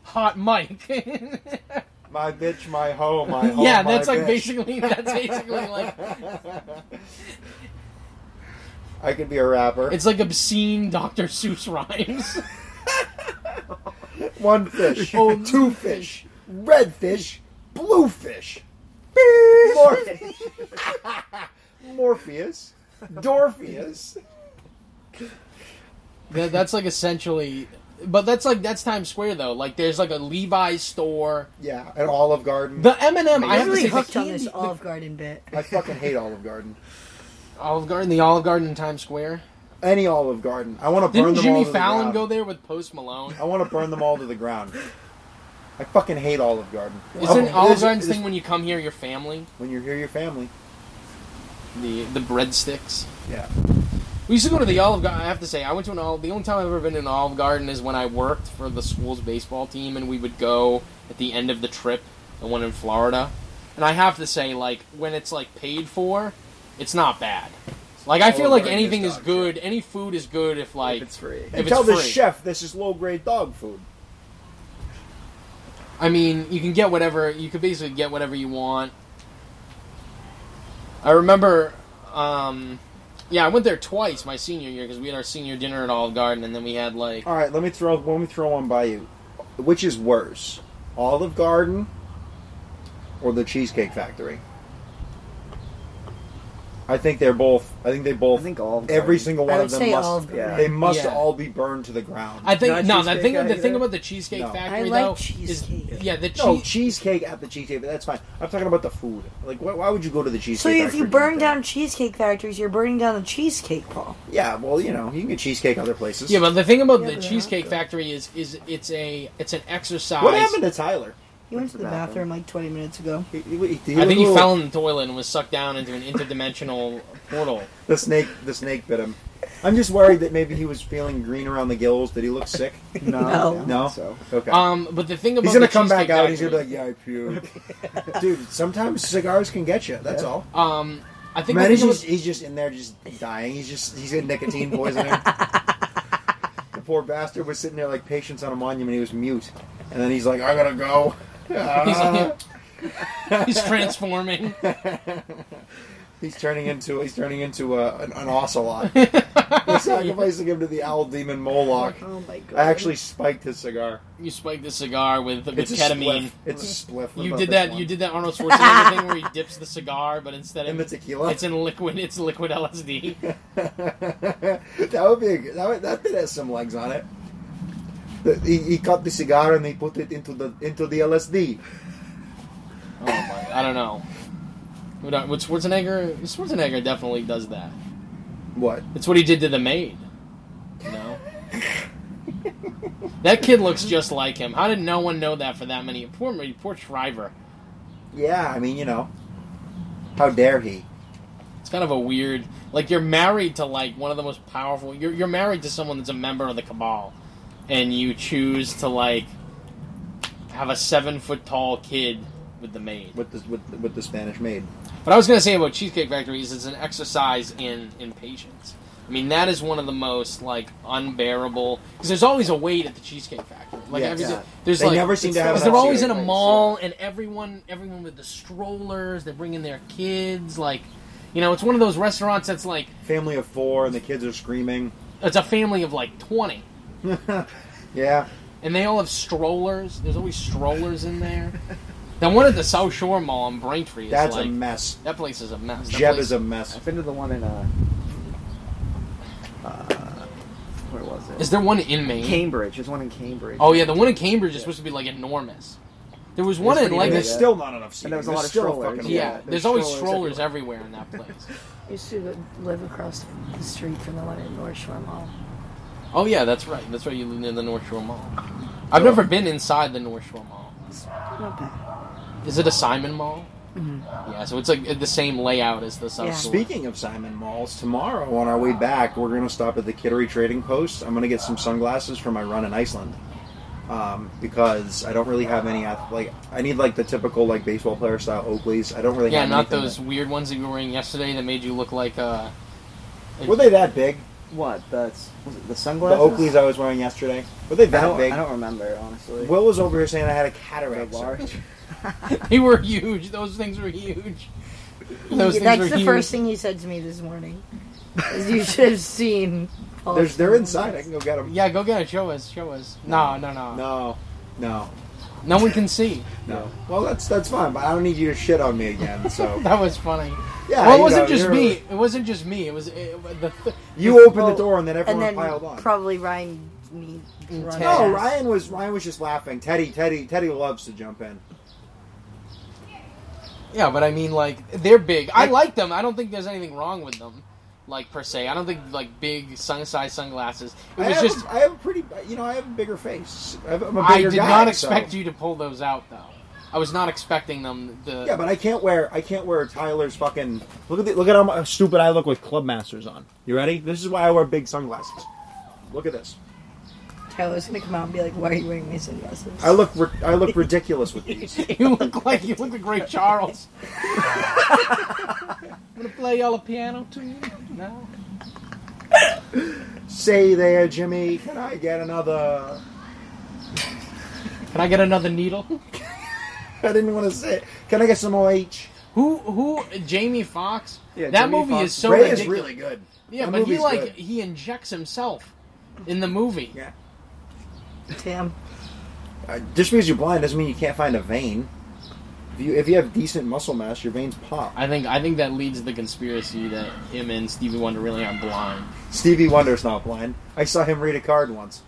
[SPEAKER 2] hot mic.
[SPEAKER 1] My bitch, my hoe, my hoe,
[SPEAKER 2] yeah,
[SPEAKER 1] Oh my
[SPEAKER 2] that's like
[SPEAKER 1] bitch.
[SPEAKER 2] basically that's basically like
[SPEAKER 1] I could be a rapper.
[SPEAKER 2] it's like obscene Dr. Seuss rhymes.
[SPEAKER 1] one fish,
[SPEAKER 2] Oh,
[SPEAKER 1] two fish, red fish, blue fish, more fish. Morpheus, Dorpheus.
[SPEAKER 2] That, that's like essentially, but that's like that's Times Square though. Like there's like a Levi's store.
[SPEAKER 1] Yeah, and Olive Garden.
[SPEAKER 2] The M and m I
[SPEAKER 3] I'm
[SPEAKER 2] have to
[SPEAKER 3] really
[SPEAKER 2] say, the
[SPEAKER 3] hooked on this
[SPEAKER 2] candy,
[SPEAKER 3] Olive Garden bit.
[SPEAKER 1] I fucking hate Olive Garden.
[SPEAKER 2] Olive Garden, the Olive Garden in Times Square.
[SPEAKER 1] Any Olive Garden. I want to burn
[SPEAKER 2] Didn't
[SPEAKER 1] them
[SPEAKER 2] Jimmy
[SPEAKER 1] all to
[SPEAKER 2] Fallon
[SPEAKER 1] the
[SPEAKER 2] go
[SPEAKER 1] ground.
[SPEAKER 2] there with Post Malone?
[SPEAKER 1] I want to burn them all to the ground. I fucking hate Olive Garden.
[SPEAKER 2] Isn't
[SPEAKER 1] Oh,
[SPEAKER 2] Olive
[SPEAKER 1] there's-
[SPEAKER 2] Garden's
[SPEAKER 1] there's-
[SPEAKER 2] thing when you come here, your family,
[SPEAKER 1] when you're here, your family?
[SPEAKER 2] the the breadsticks?
[SPEAKER 1] Yeah.
[SPEAKER 2] We used to go to the Olive Garden. I have to say, I went to an Olive. The only time I've ever been to an Olive Garden is when I worked for the school's baseball team, and we would go at the end of the trip, the one in Florida. And I have to say, like when it's like paid for, it's not bad. Like I feel
[SPEAKER 1] Olive
[SPEAKER 2] like
[SPEAKER 1] Garden
[SPEAKER 2] anything
[SPEAKER 1] is
[SPEAKER 2] is
[SPEAKER 1] dog
[SPEAKER 2] good. Any food is good if
[SPEAKER 4] if
[SPEAKER 2] like
[SPEAKER 4] it's free.
[SPEAKER 2] If
[SPEAKER 1] And
[SPEAKER 2] it's
[SPEAKER 1] tell the
[SPEAKER 2] free.
[SPEAKER 1] chef this is low grade dog food.
[SPEAKER 2] I mean, you can get whatever you could basically get whatever you want. I remember, um, yeah, I went there twice my senior year because we had our senior dinner at Olive Garden, and then we had like
[SPEAKER 1] All right, let me throw let me throw one by you. Which is worse, Olive Garden or the Cheesecake Factory? I think they're both. I think they
[SPEAKER 4] I
[SPEAKER 1] both.
[SPEAKER 4] think Olive Garden.
[SPEAKER 1] every single
[SPEAKER 3] I
[SPEAKER 1] one
[SPEAKER 3] would
[SPEAKER 1] of them
[SPEAKER 3] say
[SPEAKER 1] must.
[SPEAKER 3] Olive
[SPEAKER 4] yeah.
[SPEAKER 3] Garden.
[SPEAKER 1] They must
[SPEAKER 2] Yeah.
[SPEAKER 1] all be burned to the ground.
[SPEAKER 2] I think
[SPEAKER 4] Not
[SPEAKER 2] no. The
[SPEAKER 4] cheesecake
[SPEAKER 2] thing, the thing
[SPEAKER 4] either?
[SPEAKER 2] about the Cheesecake
[SPEAKER 1] No.
[SPEAKER 2] Factory
[SPEAKER 3] I like
[SPEAKER 2] though
[SPEAKER 3] cheesecake.
[SPEAKER 2] is yeah the
[SPEAKER 1] no
[SPEAKER 2] cheese.
[SPEAKER 1] cheesecake at the cheesecake. but That's fine. I'm talking about the food. Like, why, why would you go to the cheesecake?
[SPEAKER 3] So if
[SPEAKER 1] Factory
[SPEAKER 3] you
[SPEAKER 1] to
[SPEAKER 3] burn
[SPEAKER 1] eat
[SPEAKER 3] down cheesecake factories, you're burning down the cheesecake ball.
[SPEAKER 1] that? yeah. Well, you know, you can get cheesecake other places.
[SPEAKER 2] yeah, but the thing about
[SPEAKER 3] Yeah,
[SPEAKER 2] the
[SPEAKER 3] but they're
[SPEAKER 2] Cheesecake
[SPEAKER 3] not good.
[SPEAKER 2] Factory is is it's a it's an exercise.
[SPEAKER 1] what happened to Tyler?
[SPEAKER 3] You went to the bathroom like 20 minutes ago.
[SPEAKER 1] He, he, he, he
[SPEAKER 2] I think he
[SPEAKER 1] little-
[SPEAKER 2] fell in the toilet and was sucked down into an interdimensional portal.
[SPEAKER 1] The snake, the snake bit him. I'm just worried that maybe he was feeling green around the gills. Did he look sick?
[SPEAKER 3] No.
[SPEAKER 4] No, I don't
[SPEAKER 1] No.
[SPEAKER 4] think So
[SPEAKER 1] Okay.
[SPEAKER 2] Um, but the thing about
[SPEAKER 1] he's gonna
[SPEAKER 2] the
[SPEAKER 1] come back
[SPEAKER 2] Cheesecake
[SPEAKER 1] out. He's
[SPEAKER 2] Factory-
[SPEAKER 1] gonna be like, "Yeah, I puked." Dude, sometimes cigars can get you. That's
[SPEAKER 4] Yeah.
[SPEAKER 1] all.
[SPEAKER 2] Um, I think
[SPEAKER 1] Man,
[SPEAKER 2] the
[SPEAKER 1] he's
[SPEAKER 2] thing
[SPEAKER 1] just,
[SPEAKER 2] about-
[SPEAKER 1] he's just in there, just dying. He's just he's in nicotine poisoning. the poor bastard was sitting there like patience on a monument. He was mute, and then he's like, "I gotta go." Ah.
[SPEAKER 2] he's, transforming.
[SPEAKER 1] He's turning into he's turning into a, an, an ocelot. We're sacrificing him to the owl demon Moloch.
[SPEAKER 3] Oh my god.
[SPEAKER 1] I actually spiked his cigar.
[SPEAKER 2] you spiked the cigar with with
[SPEAKER 1] It's a
[SPEAKER 2] ketamine.
[SPEAKER 1] spliff. It's a spliff. What
[SPEAKER 2] You
[SPEAKER 1] about
[SPEAKER 2] did
[SPEAKER 1] this
[SPEAKER 2] that.
[SPEAKER 1] one?
[SPEAKER 2] You did that Arnold Schwarzenegger thing where he dips the cigar, but instead
[SPEAKER 1] in the
[SPEAKER 2] of
[SPEAKER 1] tequila.
[SPEAKER 2] it's in liquid. It's liquid LSD.
[SPEAKER 1] that would be a, good- that would, that bit has some legs on it. The- he, he cut the cigar and he put it into the into the LSD.
[SPEAKER 2] Oh my! I don't know. We don't- Would Schwarzenegger? Schwarzenegger definitely does that.
[SPEAKER 1] What?
[SPEAKER 2] It's what he did to the maid. You know. that kid looks just like him. How did no one know that for that many? Poor, poor Shriver.
[SPEAKER 1] Yeah, I mean, you know, how dare he?
[SPEAKER 2] It's kind of a weird. Like you're married to like one of the most powerful. You're you're married to someone that's a member of the cabal, and you choose to like have a seven foot tall kid with the maid.
[SPEAKER 1] With the with the, with the Spanish maid.
[SPEAKER 2] But I was going to say about Cheesecake Factory is it's an exercise in in patience. I mean that is one of the most like unbearable because there's always a wait at the Cheesecake Factory. Like
[SPEAKER 1] Yeah,
[SPEAKER 2] every,
[SPEAKER 1] yeah.
[SPEAKER 2] there's
[SPEAKER 1] They
[SPEAKER 2] like
[SPEAKER 1] never seem to
[SPEAKER 2] it's-
[SPEAKER 1] have
[SPEAKER 2] 'cause
[SPEAKER 1] enough
[SPEAKER 2] they're always in
[SPEAKER 1] seating.
[SPEAKER 2] a mall and everyone everyone with the strollers they're bringing their kids like you know it's one of those restaurants that's like
[SPEAKER 1] Family of four, and the kids are screaming.
[SPEAKER 2] it's a family of like twenty
[SPEAKER 1] yeah,
[SPEAKER 2] and they all have strollers. There's always strollers in there. the one at the South Shore Mall in Braintree is
[SPEAKER 1] that's
[SPEAKER 2] like
[SPEAKER 1] a mess.
[SPEAKER 2] that place is a mess. That
[SPEAKER 1] Jeb
[SPEAKER 2] place-
[SPEAKER 1] is a mess.
[SPEAKER 4] I've been to the one in uh, uh where was it?
[SPEAKER 2] Is there one in Maine?
[SPEAKER 4] Cambridge. There's one in Cambridge.
[SPEAKER 2] Oh yeah, the one in Cambridge is supposed to be like enormous. There was one
[SPEAKER 4] It's
[SPEAKER 2] in
[SPEAKER 4] pretty
[SPEAKER 2] like
[SPEAKER 1] and
[SPEAKER 4] big,
[SPEAKER 1] there's
[SPEAKER 2] this.
[SPEAKER 4] yeah.
[SPEAKER 1] still not enough seating.
[SPEAKER 4] there was a lot
[SPEAKER 1] There's
[SPEAKER 4] of
[SPEAKER 1] still a
[SPEAKER 4] strollers,
[SPEAKER 1] fucking
[SPEAKER 2] Yeah,
[SPEAKER 1] wall.
[SPEAKER 4] there's
[SPEAKER 2] there's always
[SPEAKER 4] strollers
[SPEAKER 2] strollers everywhere in that place.
[SPEAKER 3] I used to li- live across the street from the one at North Shore Mall.
[SPEAKER 2] oh yeah, that's right. That's right. You live near the North Shore Mall. I've never been inside the North Shore Mall.
[SPEAKER 3] It's not bad.
[SPEAKER 2] Is it a Simon Mall? Yeah, so it's like the same layout as the South
[SPEAKER 3] Yeah.
[SPEAKER 2] Shore.
[SPEAKER 1] Speaking of Simon Malls, tomorrow on our way back, we're going to stop at the Kittery Trading Post. I'm going to get some sunglasses for my run in Iceland um, because I don't really have any ath- like I need like the typical like baseball player style Oakleys. I don't really
[SPEAKER 2] yeah,
[SPEAKER 1] have
[SPEAKER 2] not
[SPEAKER 1] anything
[SPEAKER 2] those weird ones that you were wearing yesterday that made you look like uh,
[SPEAKER 1] that- Were they that big?
[SPEAKER 4] What the was it the
[SPEAKER 1] The
[SPEAKER 4] sunglasses?
[SPEAKER 1] Oakleys I was wearing yesterday were they
[SPEAKER 4] I
[SPEAKER 1] that
[SPEAKER 4] don't,
[SPEAKER 1] big?
[SPEAKER 4] I don't remember honestly.
[SPEAKER 1] Will was over here saying I had a
[SPEAKER 4] They're
[SPEAKER 1] cataract. sir.
[SPEAKER 4] large.
[SPEAKER 2] They were huge. Those things were huge. Those things were
[SPEAKER 3] That's the
[SPEAKER 2] huge.
[SPEAKER 3] first thing he said to me this morning. is you should have seen. Paul's
[SPEAKER 1] There's, they're inside. I can go get them.
[SPEAKER 2] Yeah, go get it. Show us. Show us. No, no, no. No,
[SPEAKER 1] No, no,
[SPEAKER 2] one can see.
[SPEAKER 1] no. Well, that's that's fine, but I don't need you to shit on me again. So
[SPEAKER 2] That was funny.
[SPEAKER 1] yeah,
[SPEAKER 2] well, it
[SPEAKER 1] you
[SPEAKER 2] wasn't
[SPEAKER 1] know,
[SPEAKER 2] just
[SPEAKER 1] you're-
[SPEAKER 2] me. It wasn't just me. It was it, the. Th-
[SPEAKER 1] You opened
[SPEAKER 3] Well,
[SPEAKER 1] the door and then
[SPEAKER 3] and then
[SPEAKER 1] everyone piled on. Oh,
[SPEAKER 3] probably Ryan me.
[SPEAKER 2] Mm,
[SPEAKER 3] Ryan-
[SPEAKER 2] Ted.
[SPEAKER 1] No, Ryan was Ryan was just laughing. Teddy, Teddy, Teddy loves to jump in.
[SPEAKER 2] yeah, but I mean, like they're big. I like them. I don't think there's anything wrong with them, like per se. I don't think like big sun-sized sunglasses. It
[SPEAKER 1] I
[SPEAKER 2] was
[SPEAKER 1] have,
[SPEAKER 2] just.
[SPEAKER 1] a, I have a pretty, you know, I have a bigger face. I have- I'm a
[SPEAKER 2] I
[SPEAKER 1] bigger
[SPEAKER 2] did
[SPEAKER 1] guy,
[SPEAKER 2] not expect
[SPEAKER 1] so-
[SPEAKER 2] you to pull those out though. I was not expecting them. The
[SPEAKER 1] Yeah, but I can't wear I can't wear Tyler's fucking look at the, look at how mu- stupid I look with clubmasters on. You ready? This is why I wear big sunglasses. Look at this.
[SPEAKER 3] Tyler's gonna come out and be like, "Why are you wearing these sunglasses?"
[SPEAKER 1] I look ri- I look ridiculous with these.
[SPEAKER 2] you look like you look like Ray Charles. I'm gonna play y'all a piano tune. No.
[SPEAKER 1] Say there, Jimmy. Can I get another?
[SPEAKER 2] Can I get another needle?
[SPEAKER 1] I didn't want to say. it. Can I get some more H?
[SPEAKER 2] Who who? Jamie Fox.
[SPEAKER 4] Yeah,
[SPEAKER 2] that
[SPEAKER 4] Jamie
[SPEAKER 2] movie
[SPEAKER 4] Foxx.
[SPEAKER 2] is so
[SPEAKER 1] Ray
[SPEAKER 2] ridiculous.
[SPEAKER 1] is really good.
[SPEAKER 2] yeah,
[SPEAKER 1] that
[SPEAKER 2] but he
[SPEAKER 1] movie's
[SPEAKER 2] like
[SPEAKER 1] good.
[SPEAKER 2] he injects himself in the movie.
[SPEAKER 1] Yeah.
[SPEAKER 3] Damn.
[SPEAKER 1] Uh, just because you're blind doesn't mean you can't find a vein. If you if you have decent muscle mass, your veins pop.
[SPEAKER 2] I think I think that leads to the conspiracy that him and Stevie Wonder really are blind.
[SPEAKER 1] Stevie Wonder's not blind. I saw him read a card once.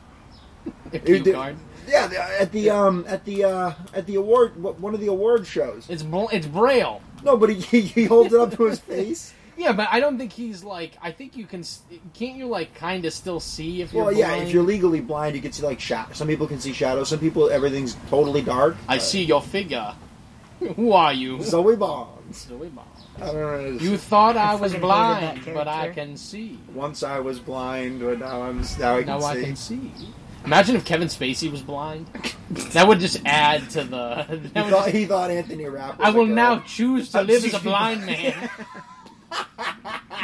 [SPEAKER 2] Cue
[SPEAKER 1] did-
[SPEAKER 2] card.
[SPEAKER 1] Yeah, the- at the um at the uh at the award wh- one of the award shows.
[SPEAKER 2] It's bl- it's braille.
[SPEAKER 1] No, but he, he holds it up to his face.
[SPEAKER 2] Yeah, but I don't think he's like. I think you can. s- Can't you like kind of still see if you're
[SPEAKER 1] Well, yeah,
[SPEAKER 2] blind?
[SPEAKER 1] if you're legally blind, you can see like shadows. Some people can see shadows. Some people everything's totally dark.
[SPEAKER 2] I see your figure. Who are you?
[SPEAKER 1] Zoe Bonds.
[SPEAKER 2] Zoe Ball.
[SPEAKER 1] I don't know. it's-
[SPEAKER 2] You thought I,
[SPEAKER 3] I fucking
[SPEAKER 2] was
[SPEAKER 3] hated
[SPEAKER 2] blind,
[SPEAKER 3] that
[SPEAKER 2] but I
[SPEAKER 3] character.
[SPEAKER 2] can see.
[SPEAKER 1] Once I was blind, but now I'm now I can
[SPEAKER 2] Now
[SPEAKER 1] see.
[SPEAKER 2] I can see. Imagine if Kevin Spacey was blind. That would just add to the. That
[SPEAKER 1] He
[SPEAKER 2] would
[SPEAKER 1] thought,
[SPEAKER 2] just-
[SPEAKER 1] he thought Anthony Rapp. was
[SPEAKER 2] I
[SPEAKER 1] a
[SPEAKER 2] will
[SPEAKER 1] girl.
[SPEAKER 2] now choose to
[SPEAKER 1] I'm
[SPEAKER 2] live as a
[SPEAKER 1] choosing-
[SPEAKER 2] blind man.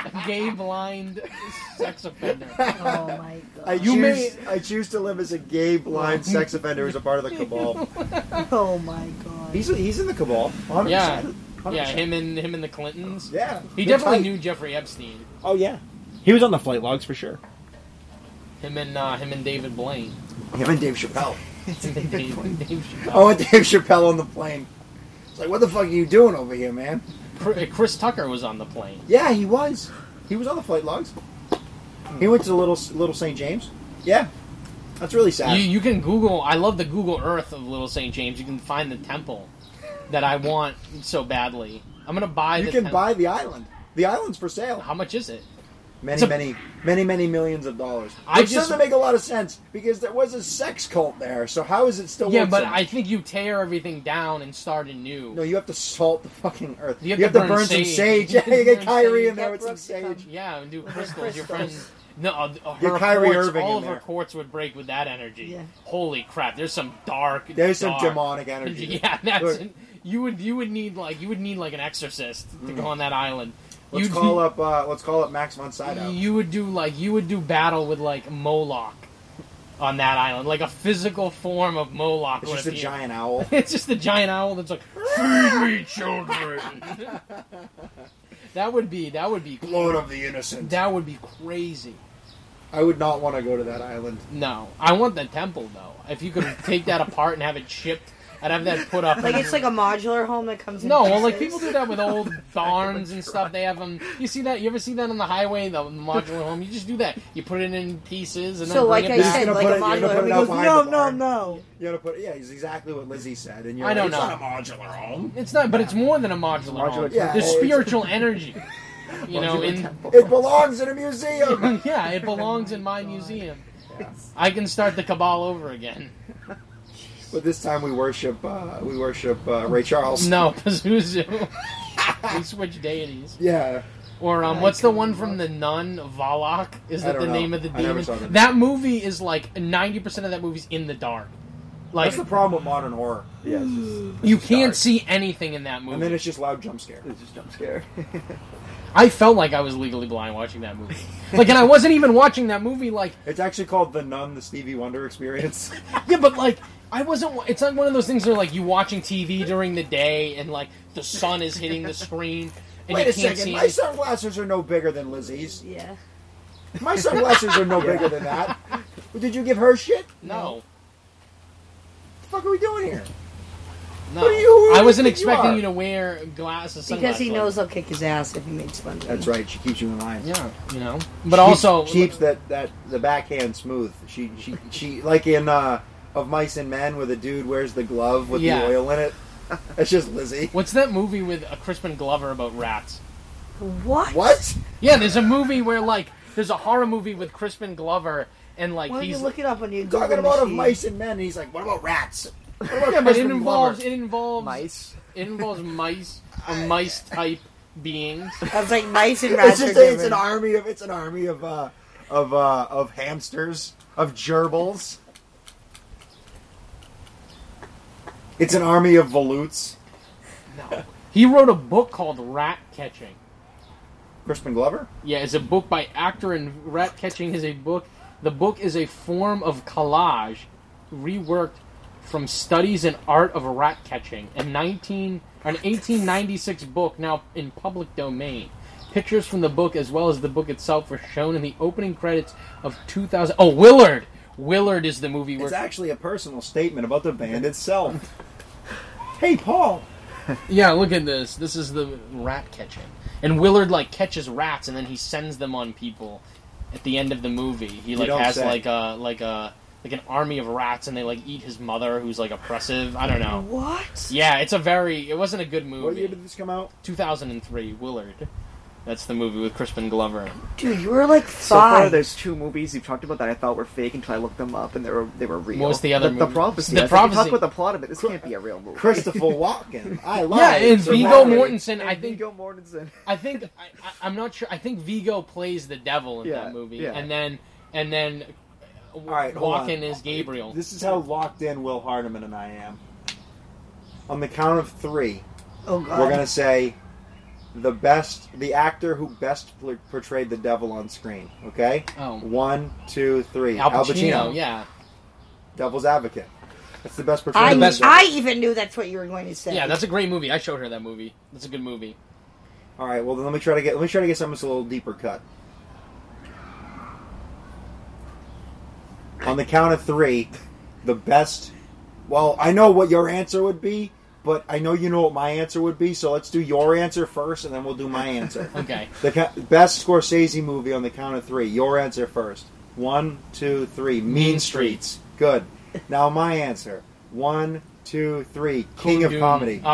[SPEAKER 2] A gay blind sex offender.
[SPEAKER 3] Oh my
[SPEAKER 1] I
[SPEAKER 3] god.
[SPEAKER 1] you
[SPEAKER 2] You
[SPEAKER 1] choose,
[SPEAKER 2] may-
[SPEAKER 1] I choose to live as a gay blind sex offender who's a part of the cabal.
[SPEAKER 3] Oh my god.
[SPEAKER 1] He's he's in the cabal. 100%,
[SPEAKER 2] Yeah.
[SPEAKER 1] 100%.
[SPEAKER 2] Yeah, him and him and the Clintons.
[SPEAKER 1] Yeah,
[SPEAKER 2] He
[SPEAKER 1] They're
[SPEAKER 2] definitely
[SPEAKER 1] tight.
[SPEAKER 2] knew Jeffrey Epstein.
[SPEAKER 1] Oh yeah, he was on the flight logs for sure.
[SPEAKER 2] Him and uh, him and David Blaine.
[SPEAKER 1] Him and Dave Chappelle.
[SPEAKER 2] Him and Dave, Dave Chappelle.
[SPEAKER 1] I went Dave Chappelle on the plane. It's like, what the fuck are you doing over here, man?
[SPEAKER 2] Cr- Chris Tucker was on the plane.
[SPEAKER 1] Yeah, he was. He was on the flight logs. He went to little little St James. Yeah, that's really sad.
[SPEAKER 2] You, you can Google. I love the Google Earth of Little St. James. You can find the temple that I want so badly. I'm gonna buy.
[SPEAKER 1] You
[SPEAKER 2] the
[SPEAKER 1] can
[SPEAKER 2] temp-
[SPEAKER 1] buy the island. The island's for sale.
[SPEAKER 2] How much is it?
[SPEAKER 1] Many,
[SPEAKER 2] It's a-
[SPEAKER 1] many, many, many millions of dollars. Which
[SPEAKER 2] I just-
[SPEAKER 1] doesn't make a lot of sense because there was a sex cult there. So how is it still?
[SPEAKER 2] yeah,
[SPEAKER 1] worth
[SPEAKER 2] but
[SPEAKER 1] something?
[SPEAKER 2] I think you tear everything down and start anew.
[SPEAKER 1] No, you have to salt the fucking earth.
[SPEAKER 2] You have to burn
[SPEAKER 1] some
[SPEAKER 2] sage.
[SPEAKER 1] sage.
[SPEAKER 2] You
[SPEAKER 1] Yeah,
[SPEAKER 2] have to
[SPEAKER 1] you get
[SPEAKER 2] burn
[SPEAKER 1] Kyrie
[SPEAKER 2] sage.
[SPEAKER 1] in there
[SPEAKER 3] Get
[SPEAKER 1] with some
[SPEAKER 3] Brooks to come.
[SPEAKER 1] sage.
[SPEAKER 2] yeah, and do crystals. Your friend,
[SPEAKER 1] crystals.
[SPEAKER 2] no, uh, her
[SPEAKER 1] Get Kyrie
[SPEAKER 2] quartz,
[SPEAKER 1] Irving
[SPEAKER 2] all
[SPEAKER 1] in
[SPEAKER 2] of her
[SPEAKER 1] there.
[SPEAKER 2] quartz would break with that energy.
[SPEAKER 3] Yeah.
[SPEAKER 2] Holy crap! There's some dark.
[SPEAKER 1] There's some
[SPEAKER 2] dark-
[SPEAKER 1] demonic energy.
[SPEAKER 2] Yeah, that's
[SPEAKER 1] Look.
[SPEAKER 2] you would you would need like you would need like an exorcist to go on that island.
[SPEAKER 1] Mm. Let's
[SPEAKER 2] You'd-
[SPEAKER 1] call up. Uh, let's call up Max von Sydow.
[SPEAKER 2] You would do like you would do battle with like Moloch on that island, like a physical form of Moloch.
[SPEAKER 1] It's
[SPEAKER 2] would
[SPEAKER 1] just a
[SPEAKER 2] appear.
[SPEAKER 1] giant owl.
[SPEAKER 2] It's just the giant owl that's like, feed me, children. that would be that would be
[SPEAKER 1] Blood of the innocent.
[SPEAKER 2] that would be crazy.
[SPEAKER 1] I would not want to go to that island.
[SPEAKER 2] No, I want the temple though. If you could take that apart and have it shipped, I'd have that put up.
[SPEAKER 3] Like it's like a modular home that comes in.
[SPEAKER 2] No, well, like people
[SPEAKER 3] pieces.
[SPEAKER 2] do that with old barns and stuff. They have them. You see that? You ever see that on the highway, the modular home? You just do that. You put it in pieces and
[SPEAKER 3] So,
[SPEAKER 2] then
[SPEAKER 3] like
[SPEAKER 2] bring
[SPEAKER 3] I
[SPEAKER 2] it
[SPEAKER 1] He's
[SPEAKER 2] back.
[SPEAKER 3] said,
[SPEAKER 1] gonna
[SPEAKER 3] like
[SPEAKER 1] put
[SPEAKER 3] a
[SPEAKER 1] it- you're gonna
[SPEAKER 3] modular
[SPEAKER 1] put
[SPEAKER 3] home.
[SPEAKER 1] it
[SPEAKER 3] He goes,
[SPEAKER 1] out behind
[SPEAKER 3] no,
[SPEAKER 1] the
[SPEAKER 3] no,
[SPEAKER 1] barn."
[SPEAKER 3] no.
[SPEAKER 1] You gotta put. Yeah, it's exactly what Lizzie said. And you're
[SPEAKER 2] I
[SPEAKER 1] like,
[SPEAKER 2] don't
[SPEAKER 1] it's
[SPEAKER 2] know.
[SPEAKER 1] not a modular home.
[SPEAKER 2] It's not, but it's more than a modular,
[SPEAKER 4] Modular
[SPEAKER 2] home.
[SPEAKER 1] Yeah,
[SPEAKER 2] There's
[SPEAKER 1] it's-
[SPEAKER 2] spiritual energy, you know. In
[SPEAKER 1] It belongs in a museum.
[SPEAKER 2] yeah, it belongs in my museum. I can start the cabal over again.
[SPEAKER 1] but this time we worship. Uh, we worship uh, Ray Charles.
[SPEAKER 2] No, Pazuzu. we switch deities.
[SPEAKER 1] Yeah.
[SPEAKER 2] Or um, what's the one from the Nun? Valak? Is
[SPEAKER 1] I
[SPEAKER 2] that
[SPEAKER 1] don't
[SPEAKER 2] the
[SPEAKER 1] know.
[SPEAKER 2] name of the
[SPEAKER 1] I never
[SPEAKER 2] demon?
[SPEAKER 1] saw that.
[SPEAKER 2] That movie is like ninety percent of that movie's in the dark. Like
[SPEAKER 1] That's the problem with modern horror.
[SPEAKER 4] Yeah, it's just,
[SPEAKER 2] you can't
[SPEAKER 4] dark.
[SPEAKER 2] see anything in that movie.
[SPEAKER 1] And then it's just loud jump scare.
[SPEAKER 4] it's just jump scare.
[SPEAKER 2] I felt like I was legally blind watching that movie. Like, and I wasn't even watching that movie. Like,
[SPEAKER 1] It's actually called The Nun, the Stevie Wonder Experience.
[SPEAKER 2] yeah, but like I wasn't. wa- It's like one of those things where like you watching TV during the day and like the sun is hitting the screen and
[SPEAKER 1] Wait
[SPEAKER 2] you
[SPEAKER 1] a
[SPEAKER 2] can't
[SPEAKER 1] second,
[SPEAKER 2] see.
[SPEAKER 1] my
[SPEAKER 2] anything.
[SPEAKER 1] sunglasses are no bigger than Lizzie's.
[SPEAKER 3] Yeah.
[SPEAKER 1] My sunglasses are no bigger than that. Did you give her shit?
[SPEAKER 2] No,
[SPEAKER 1] What the fuck are we doing here?
[SPEAKER 2] no.
[SPEAKER 1] What do you-
[SPEAKER 2] I wasn't
[SPEAKER 1] who do you think you
[SPEAKER 2] expecting
[SPEAKER 1] are?
[SPEAKER 2] you, to wear glasses.
[SPEAKER 3] Because he knows
[SPEAKER 2] sunglasses.
[SPEAKER 3] I'll kick his ass if he makes fun of me.
[SPEAKER 1] That's right. She keeps you in line.
[SPEAKER 2] Yeah, you know. But
[SPEAKER 1] She
[SPEAKER 2] also
[SPEAKER 1] keeps that that the backhand smooth. She she she like in uh of mice and men where the dude wears the glove with
[SPEAKER 2] Yeah.
[SPEAKER 1] the oil in it. That's just Lizzie.
[SPEAKER 2] What's that movie with a Crispin Glover about rats?
[SPEAKER 3] What?
[SPEAKER 1] What?
[SPEAKER 2] Yeah, there's a movie where like there's a horror movie with Crispin Glover and like
[SPEAKER 3] Why don't you
[SPEAKER 2] he's
[SPEAKER 3] look it up on your
[SPEAKER 1] You're
[SPEAKER 3] Google
[SPEAKER 1] talking about of
[SPEAKER 3] machine?
[SPEAKER 1] mice and men, and he's like, what about rats? What about
[SPEAKER 2] yeah, but it
[SPEAKER 1] Crispin
[SPEAKER 2] involves
[SPEAKER 1] Glover?
[SPEAKER 2] it involves
[SPEAKER 5] Mice.
[SPEAKER 2] It involves mice or mice type beings.
[SPEAKER 3] That's like mice and
[SPEAKER 1] It's
[SPEAKER 3] rats
[SPEAKER 1] just
[SPEAKER 3] are
[SPEAKER 1] a, it's an
[SPEAKER 3] different.
[SPEAKER 1] army of it's an army of uh of uh of hamsters of gerbils. It's an army of volutes.
[SPEAKER 2] No, he wrote a book called Rat Catching.
[SPEAKER 1] Crispin Glover.
[SPEAKER 2] Yeah, it's a book by actor, and rat catching is a book. The book is a form of collage reworked from studies and art of rat catching, a 19, an 1896 book now in public domain. Pictures from the book, as well as the book itself, were shown in the opening credits of 2000. Oh, Willard! Willard is the movie where.
[SPEAKER 1] It's actually a personal statement about the band itself. hey, Paul.
[SPEAKER 2] Yeah, look at this. This is the rat catching. And Willard like catches rats and then he sends them on people at the end of the movie. He like
[SPEAKER 1] don't
[SPEAKER 2] has
[SPEAKER 1] say.
[SPEAKER 2] like a like a like an army of rats and they like eat his mother who's like oppressive. I don't know.
[SPEAKER 3] What?
[SPEAKER 2] Yeah, it's a very it wasn't a good
[SPEAKER 1] What year
[SPEAKER 2] movie.
[SPEAKER 1] did this come out?
[SPEAKER 2] 2003 Willard. That's the movie with Crispin Glover.
[SPEAKER 3] Dude, you were like
[SPEAKER 4] So far,
[SPEAKER 3] five.
[SPEAKER 4] there's two movies you've talked about that I thought were fake until I looked them up and they were they were real.
[SPEAKER 2] What was the other
[SPEAKER 4] the,
[SPEAKER 2] movie?
[SPEAKER 4] prophecy?
[SPEAKER 2] The
[SPEAKER 4] I was like, you
[SPEAKER 2] Prophecy.
[SPEAKER 4] Talk about the plot of it. This can't be a real movie.
[SPEAKER 1] Christopher Walken. I love
[SPEAKER 2] Yeah, and
[SPEAKER 1] Sir
[SPEAKER 2] Viggo
[SPEAKER 1] Walken.
[SPEAKER 2] Mortensen. I
[SPEAKER 4] And
[SPEAKER 2] think
[SPEAKER 4] Viggo Mortensen.
[SPEAKER 2] I think I, I, I'm not sure. I think Vigo plays the devil in
[SPEAKER 4] Yeah,
[SPEAKER 2] that movie,
[SPEAKER 4] yeah.
[SPEAKER 2] and then and then All
[SPEAKER 1] right, hold on.
[SPEAKER 2] Walken is Gabriel.
[SPEAKER 1] This is how locked in Will Hardiman and I am. On the count of three,
[SPEAKER 3] oh god.
[SPEAKER 1] we're gonna say the best, the actor who best pl- portrayed the devil on screen. Okay.
[SPEAKER 2] Oh.
[SPEAKER 1] One, two, three.
[SPEAKER 2] Al Pacino, yeah.
[SPEAKER 1] Devil's Advocate. That's the best portrayal.
[SPEAKER 3] I,
[SPEAKER 1] of the devil.
[SPEAKER 3] I even knew that's what you were going to say.
[SPEAKER 2] Yeah, that's a great movie. I showed her that movie. That's a good movie.
[SPEAKER 1] All right. Well, then let me try to get let me try to get something that's a little deeper cut. On the count of three, the best. Well, I know what your answer would be, but I know you know what my answer would be. So let's do your answer first, and then we'll do my answer.
[SPEAKER 2] Okay.
[SPEAKER 1] The ca- best Scorsese movie on the count of three. Your answer first. One, two, three. Mean Streets. Good. Now my answer. One, two, three. two, three. King of
[SPEAKER 2] Kundun.
[SPEAKER 1] comedy.
[SPEAKER 2] Oh.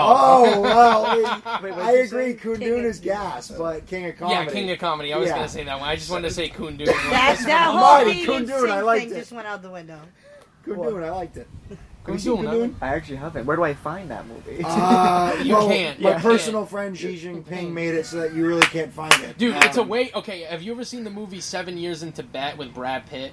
[SPEAKER 1] Oh, well,
[SPEAKER 3] Wait,
[SPEAKER 1] I
[SPEAKER 3] what'd you say?
[SPEAKER 1] agree.
[SPEAKER 3] King
[SPEAKER 1] Kundun
[SPEAKER 3] of-
[SPEAKER 1] is gas, but King of comedy.
[SPEAKER 2] Yeah, King of Comedy. I was
[SPEAKER 1] Yeah.
[SPEAKER 2] gonna say that one. I just wanted to say Kundun.
[SPEAKER 3] That, that
[SPEAKER 1] I'm
[SPEAKER 3] whole
[SPEAKER 1] already
[SPEAKER 3] read
[SPEAKER 1] couldn't
[SPEAKER 3] and
[SPEAKER 1] do it,
[SPEAKER 3] sing
[SPEAKER 1] I liked
[SPEAKER 3] thing
[SPEAKER 1] it.
[SPEAKER 3] just went out the window.
[SPEAKER 1] Kundun, I liked it.
[SPEAKER 2] Kundun,
[SPEAKER 1] Have you seen
[SPEAKER 2] I-
[SPEAKER 1] Kundun?
[SPEAKER 4] I actually haven't. Where do I find that movie?
[SPEAKER 1] Uh,
[SPEAKER 2] You
[SPEAKER 1] well,
[SPEAKER 2] can't.
[SPEAKER 1] My
[SPEAKER 2] Yeah.
[SPEAKER 1] personal friend Xi Jinping made it so that you really can't find it.
[SPEAKER 2] Dude, it's a
[SPEAKER 1] Um,
[SPEAKER 2] way. Okay, have you ever seen the movie Seven Years in Tibet with Brad Pitt?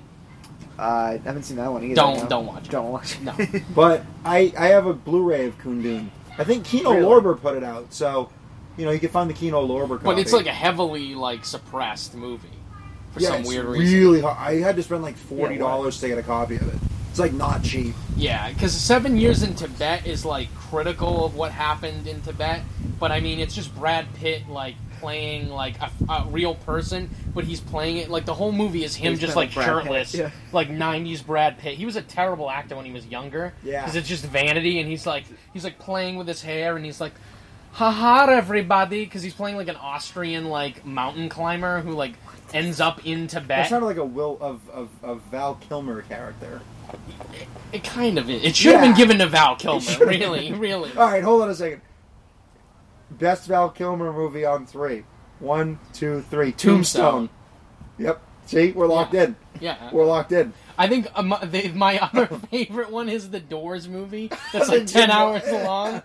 [SPEAKER 4] uh, I haven't seen that one either.
[SPEAKER 2] Don't-
[SPEAKER 4] no.
[SPEAKER 2] don't watch it.
[SPEAKER 4] Don't watch it.
[SPEAKER 2] No.
[SPEAKER 1] But I, I have a Blu-ray of Kundun. I think Kino
[SPEAKER 4] Really?
[SPEAKER 1] Lorber put it out, so you know you can find the Kino Lorber. Copy.
[SPEAKER 2] But it's like a heavily like suppressed movie for
[SPEAKER 1] yeah,
[SPEAKER 2] some
[SPEAKER 1] it's
[SPEAKER 2] weird reason.
[SPEAKER 1] really hard. I had to spend like forty
[SPEAKER 4] Yeah, why?
[SPEAKER 1] dollars to get a copy of it. It's like not cheap.
[SPEAKER 2] Yeah, because Seven Years in Tibet is like critical of what happened in Tibet, but I mean, it's just Brad Pitt like playing like a, a real person, but he's playing it like the whole movie is him
[SPEAKER 4] He's
[SPEAKER 2] just like
[SPEAKER 4] playing Brad Pitt,
[SPEAKER 2] shirtless,
[SPEAKER 4] yeah.
[SPEAKER 2] like '90s Brad Pitt. He was a terrible actor when he was younger,
[SPEAKER 1] Yeah.
[SPEAKER 2] because it's just vanity, and he's like he's like playing with his hair, and he's like. Haha, everybody! Because he's playing like an Austrian like mountain climber who like ends up in
[SPEAKER 1] That
[SPEAKER 2] Tibet.
[SPEAKER 1] sounded like a Will of, of, of Val Kilmer character.
[SPEAKER 2] it kind of is. It should have
[SPEAKER 1] Yeah.
[SPEAKER 2] been given to Val Kilmer.
[SPEAKER 1] should've
[SPEAKER 2] Really, really.
[SPEAKER 4] Uh,
[SPEAKER 1] All right, hold on a second. Best Val Kilmer movie on three. One, two, three. Tombstone.
[SPEAKER 2] Tombstone.
[SPEAKER 1] Yep. See, we're locked
[SPEAKER 2] Yeah.
[SPEAKER 1] in.
[SPEAKER 2] Yeah,
[SPEAKER 1] We're locked in.
[SPEAKER 2] I think um, the, my other favorite one is the Doors movie. That's like
[SPEAKER 1] Jim
[SPEAKER 2] ten
[SPEAKER 1] Mor-
[SPEAKER 2] hours long.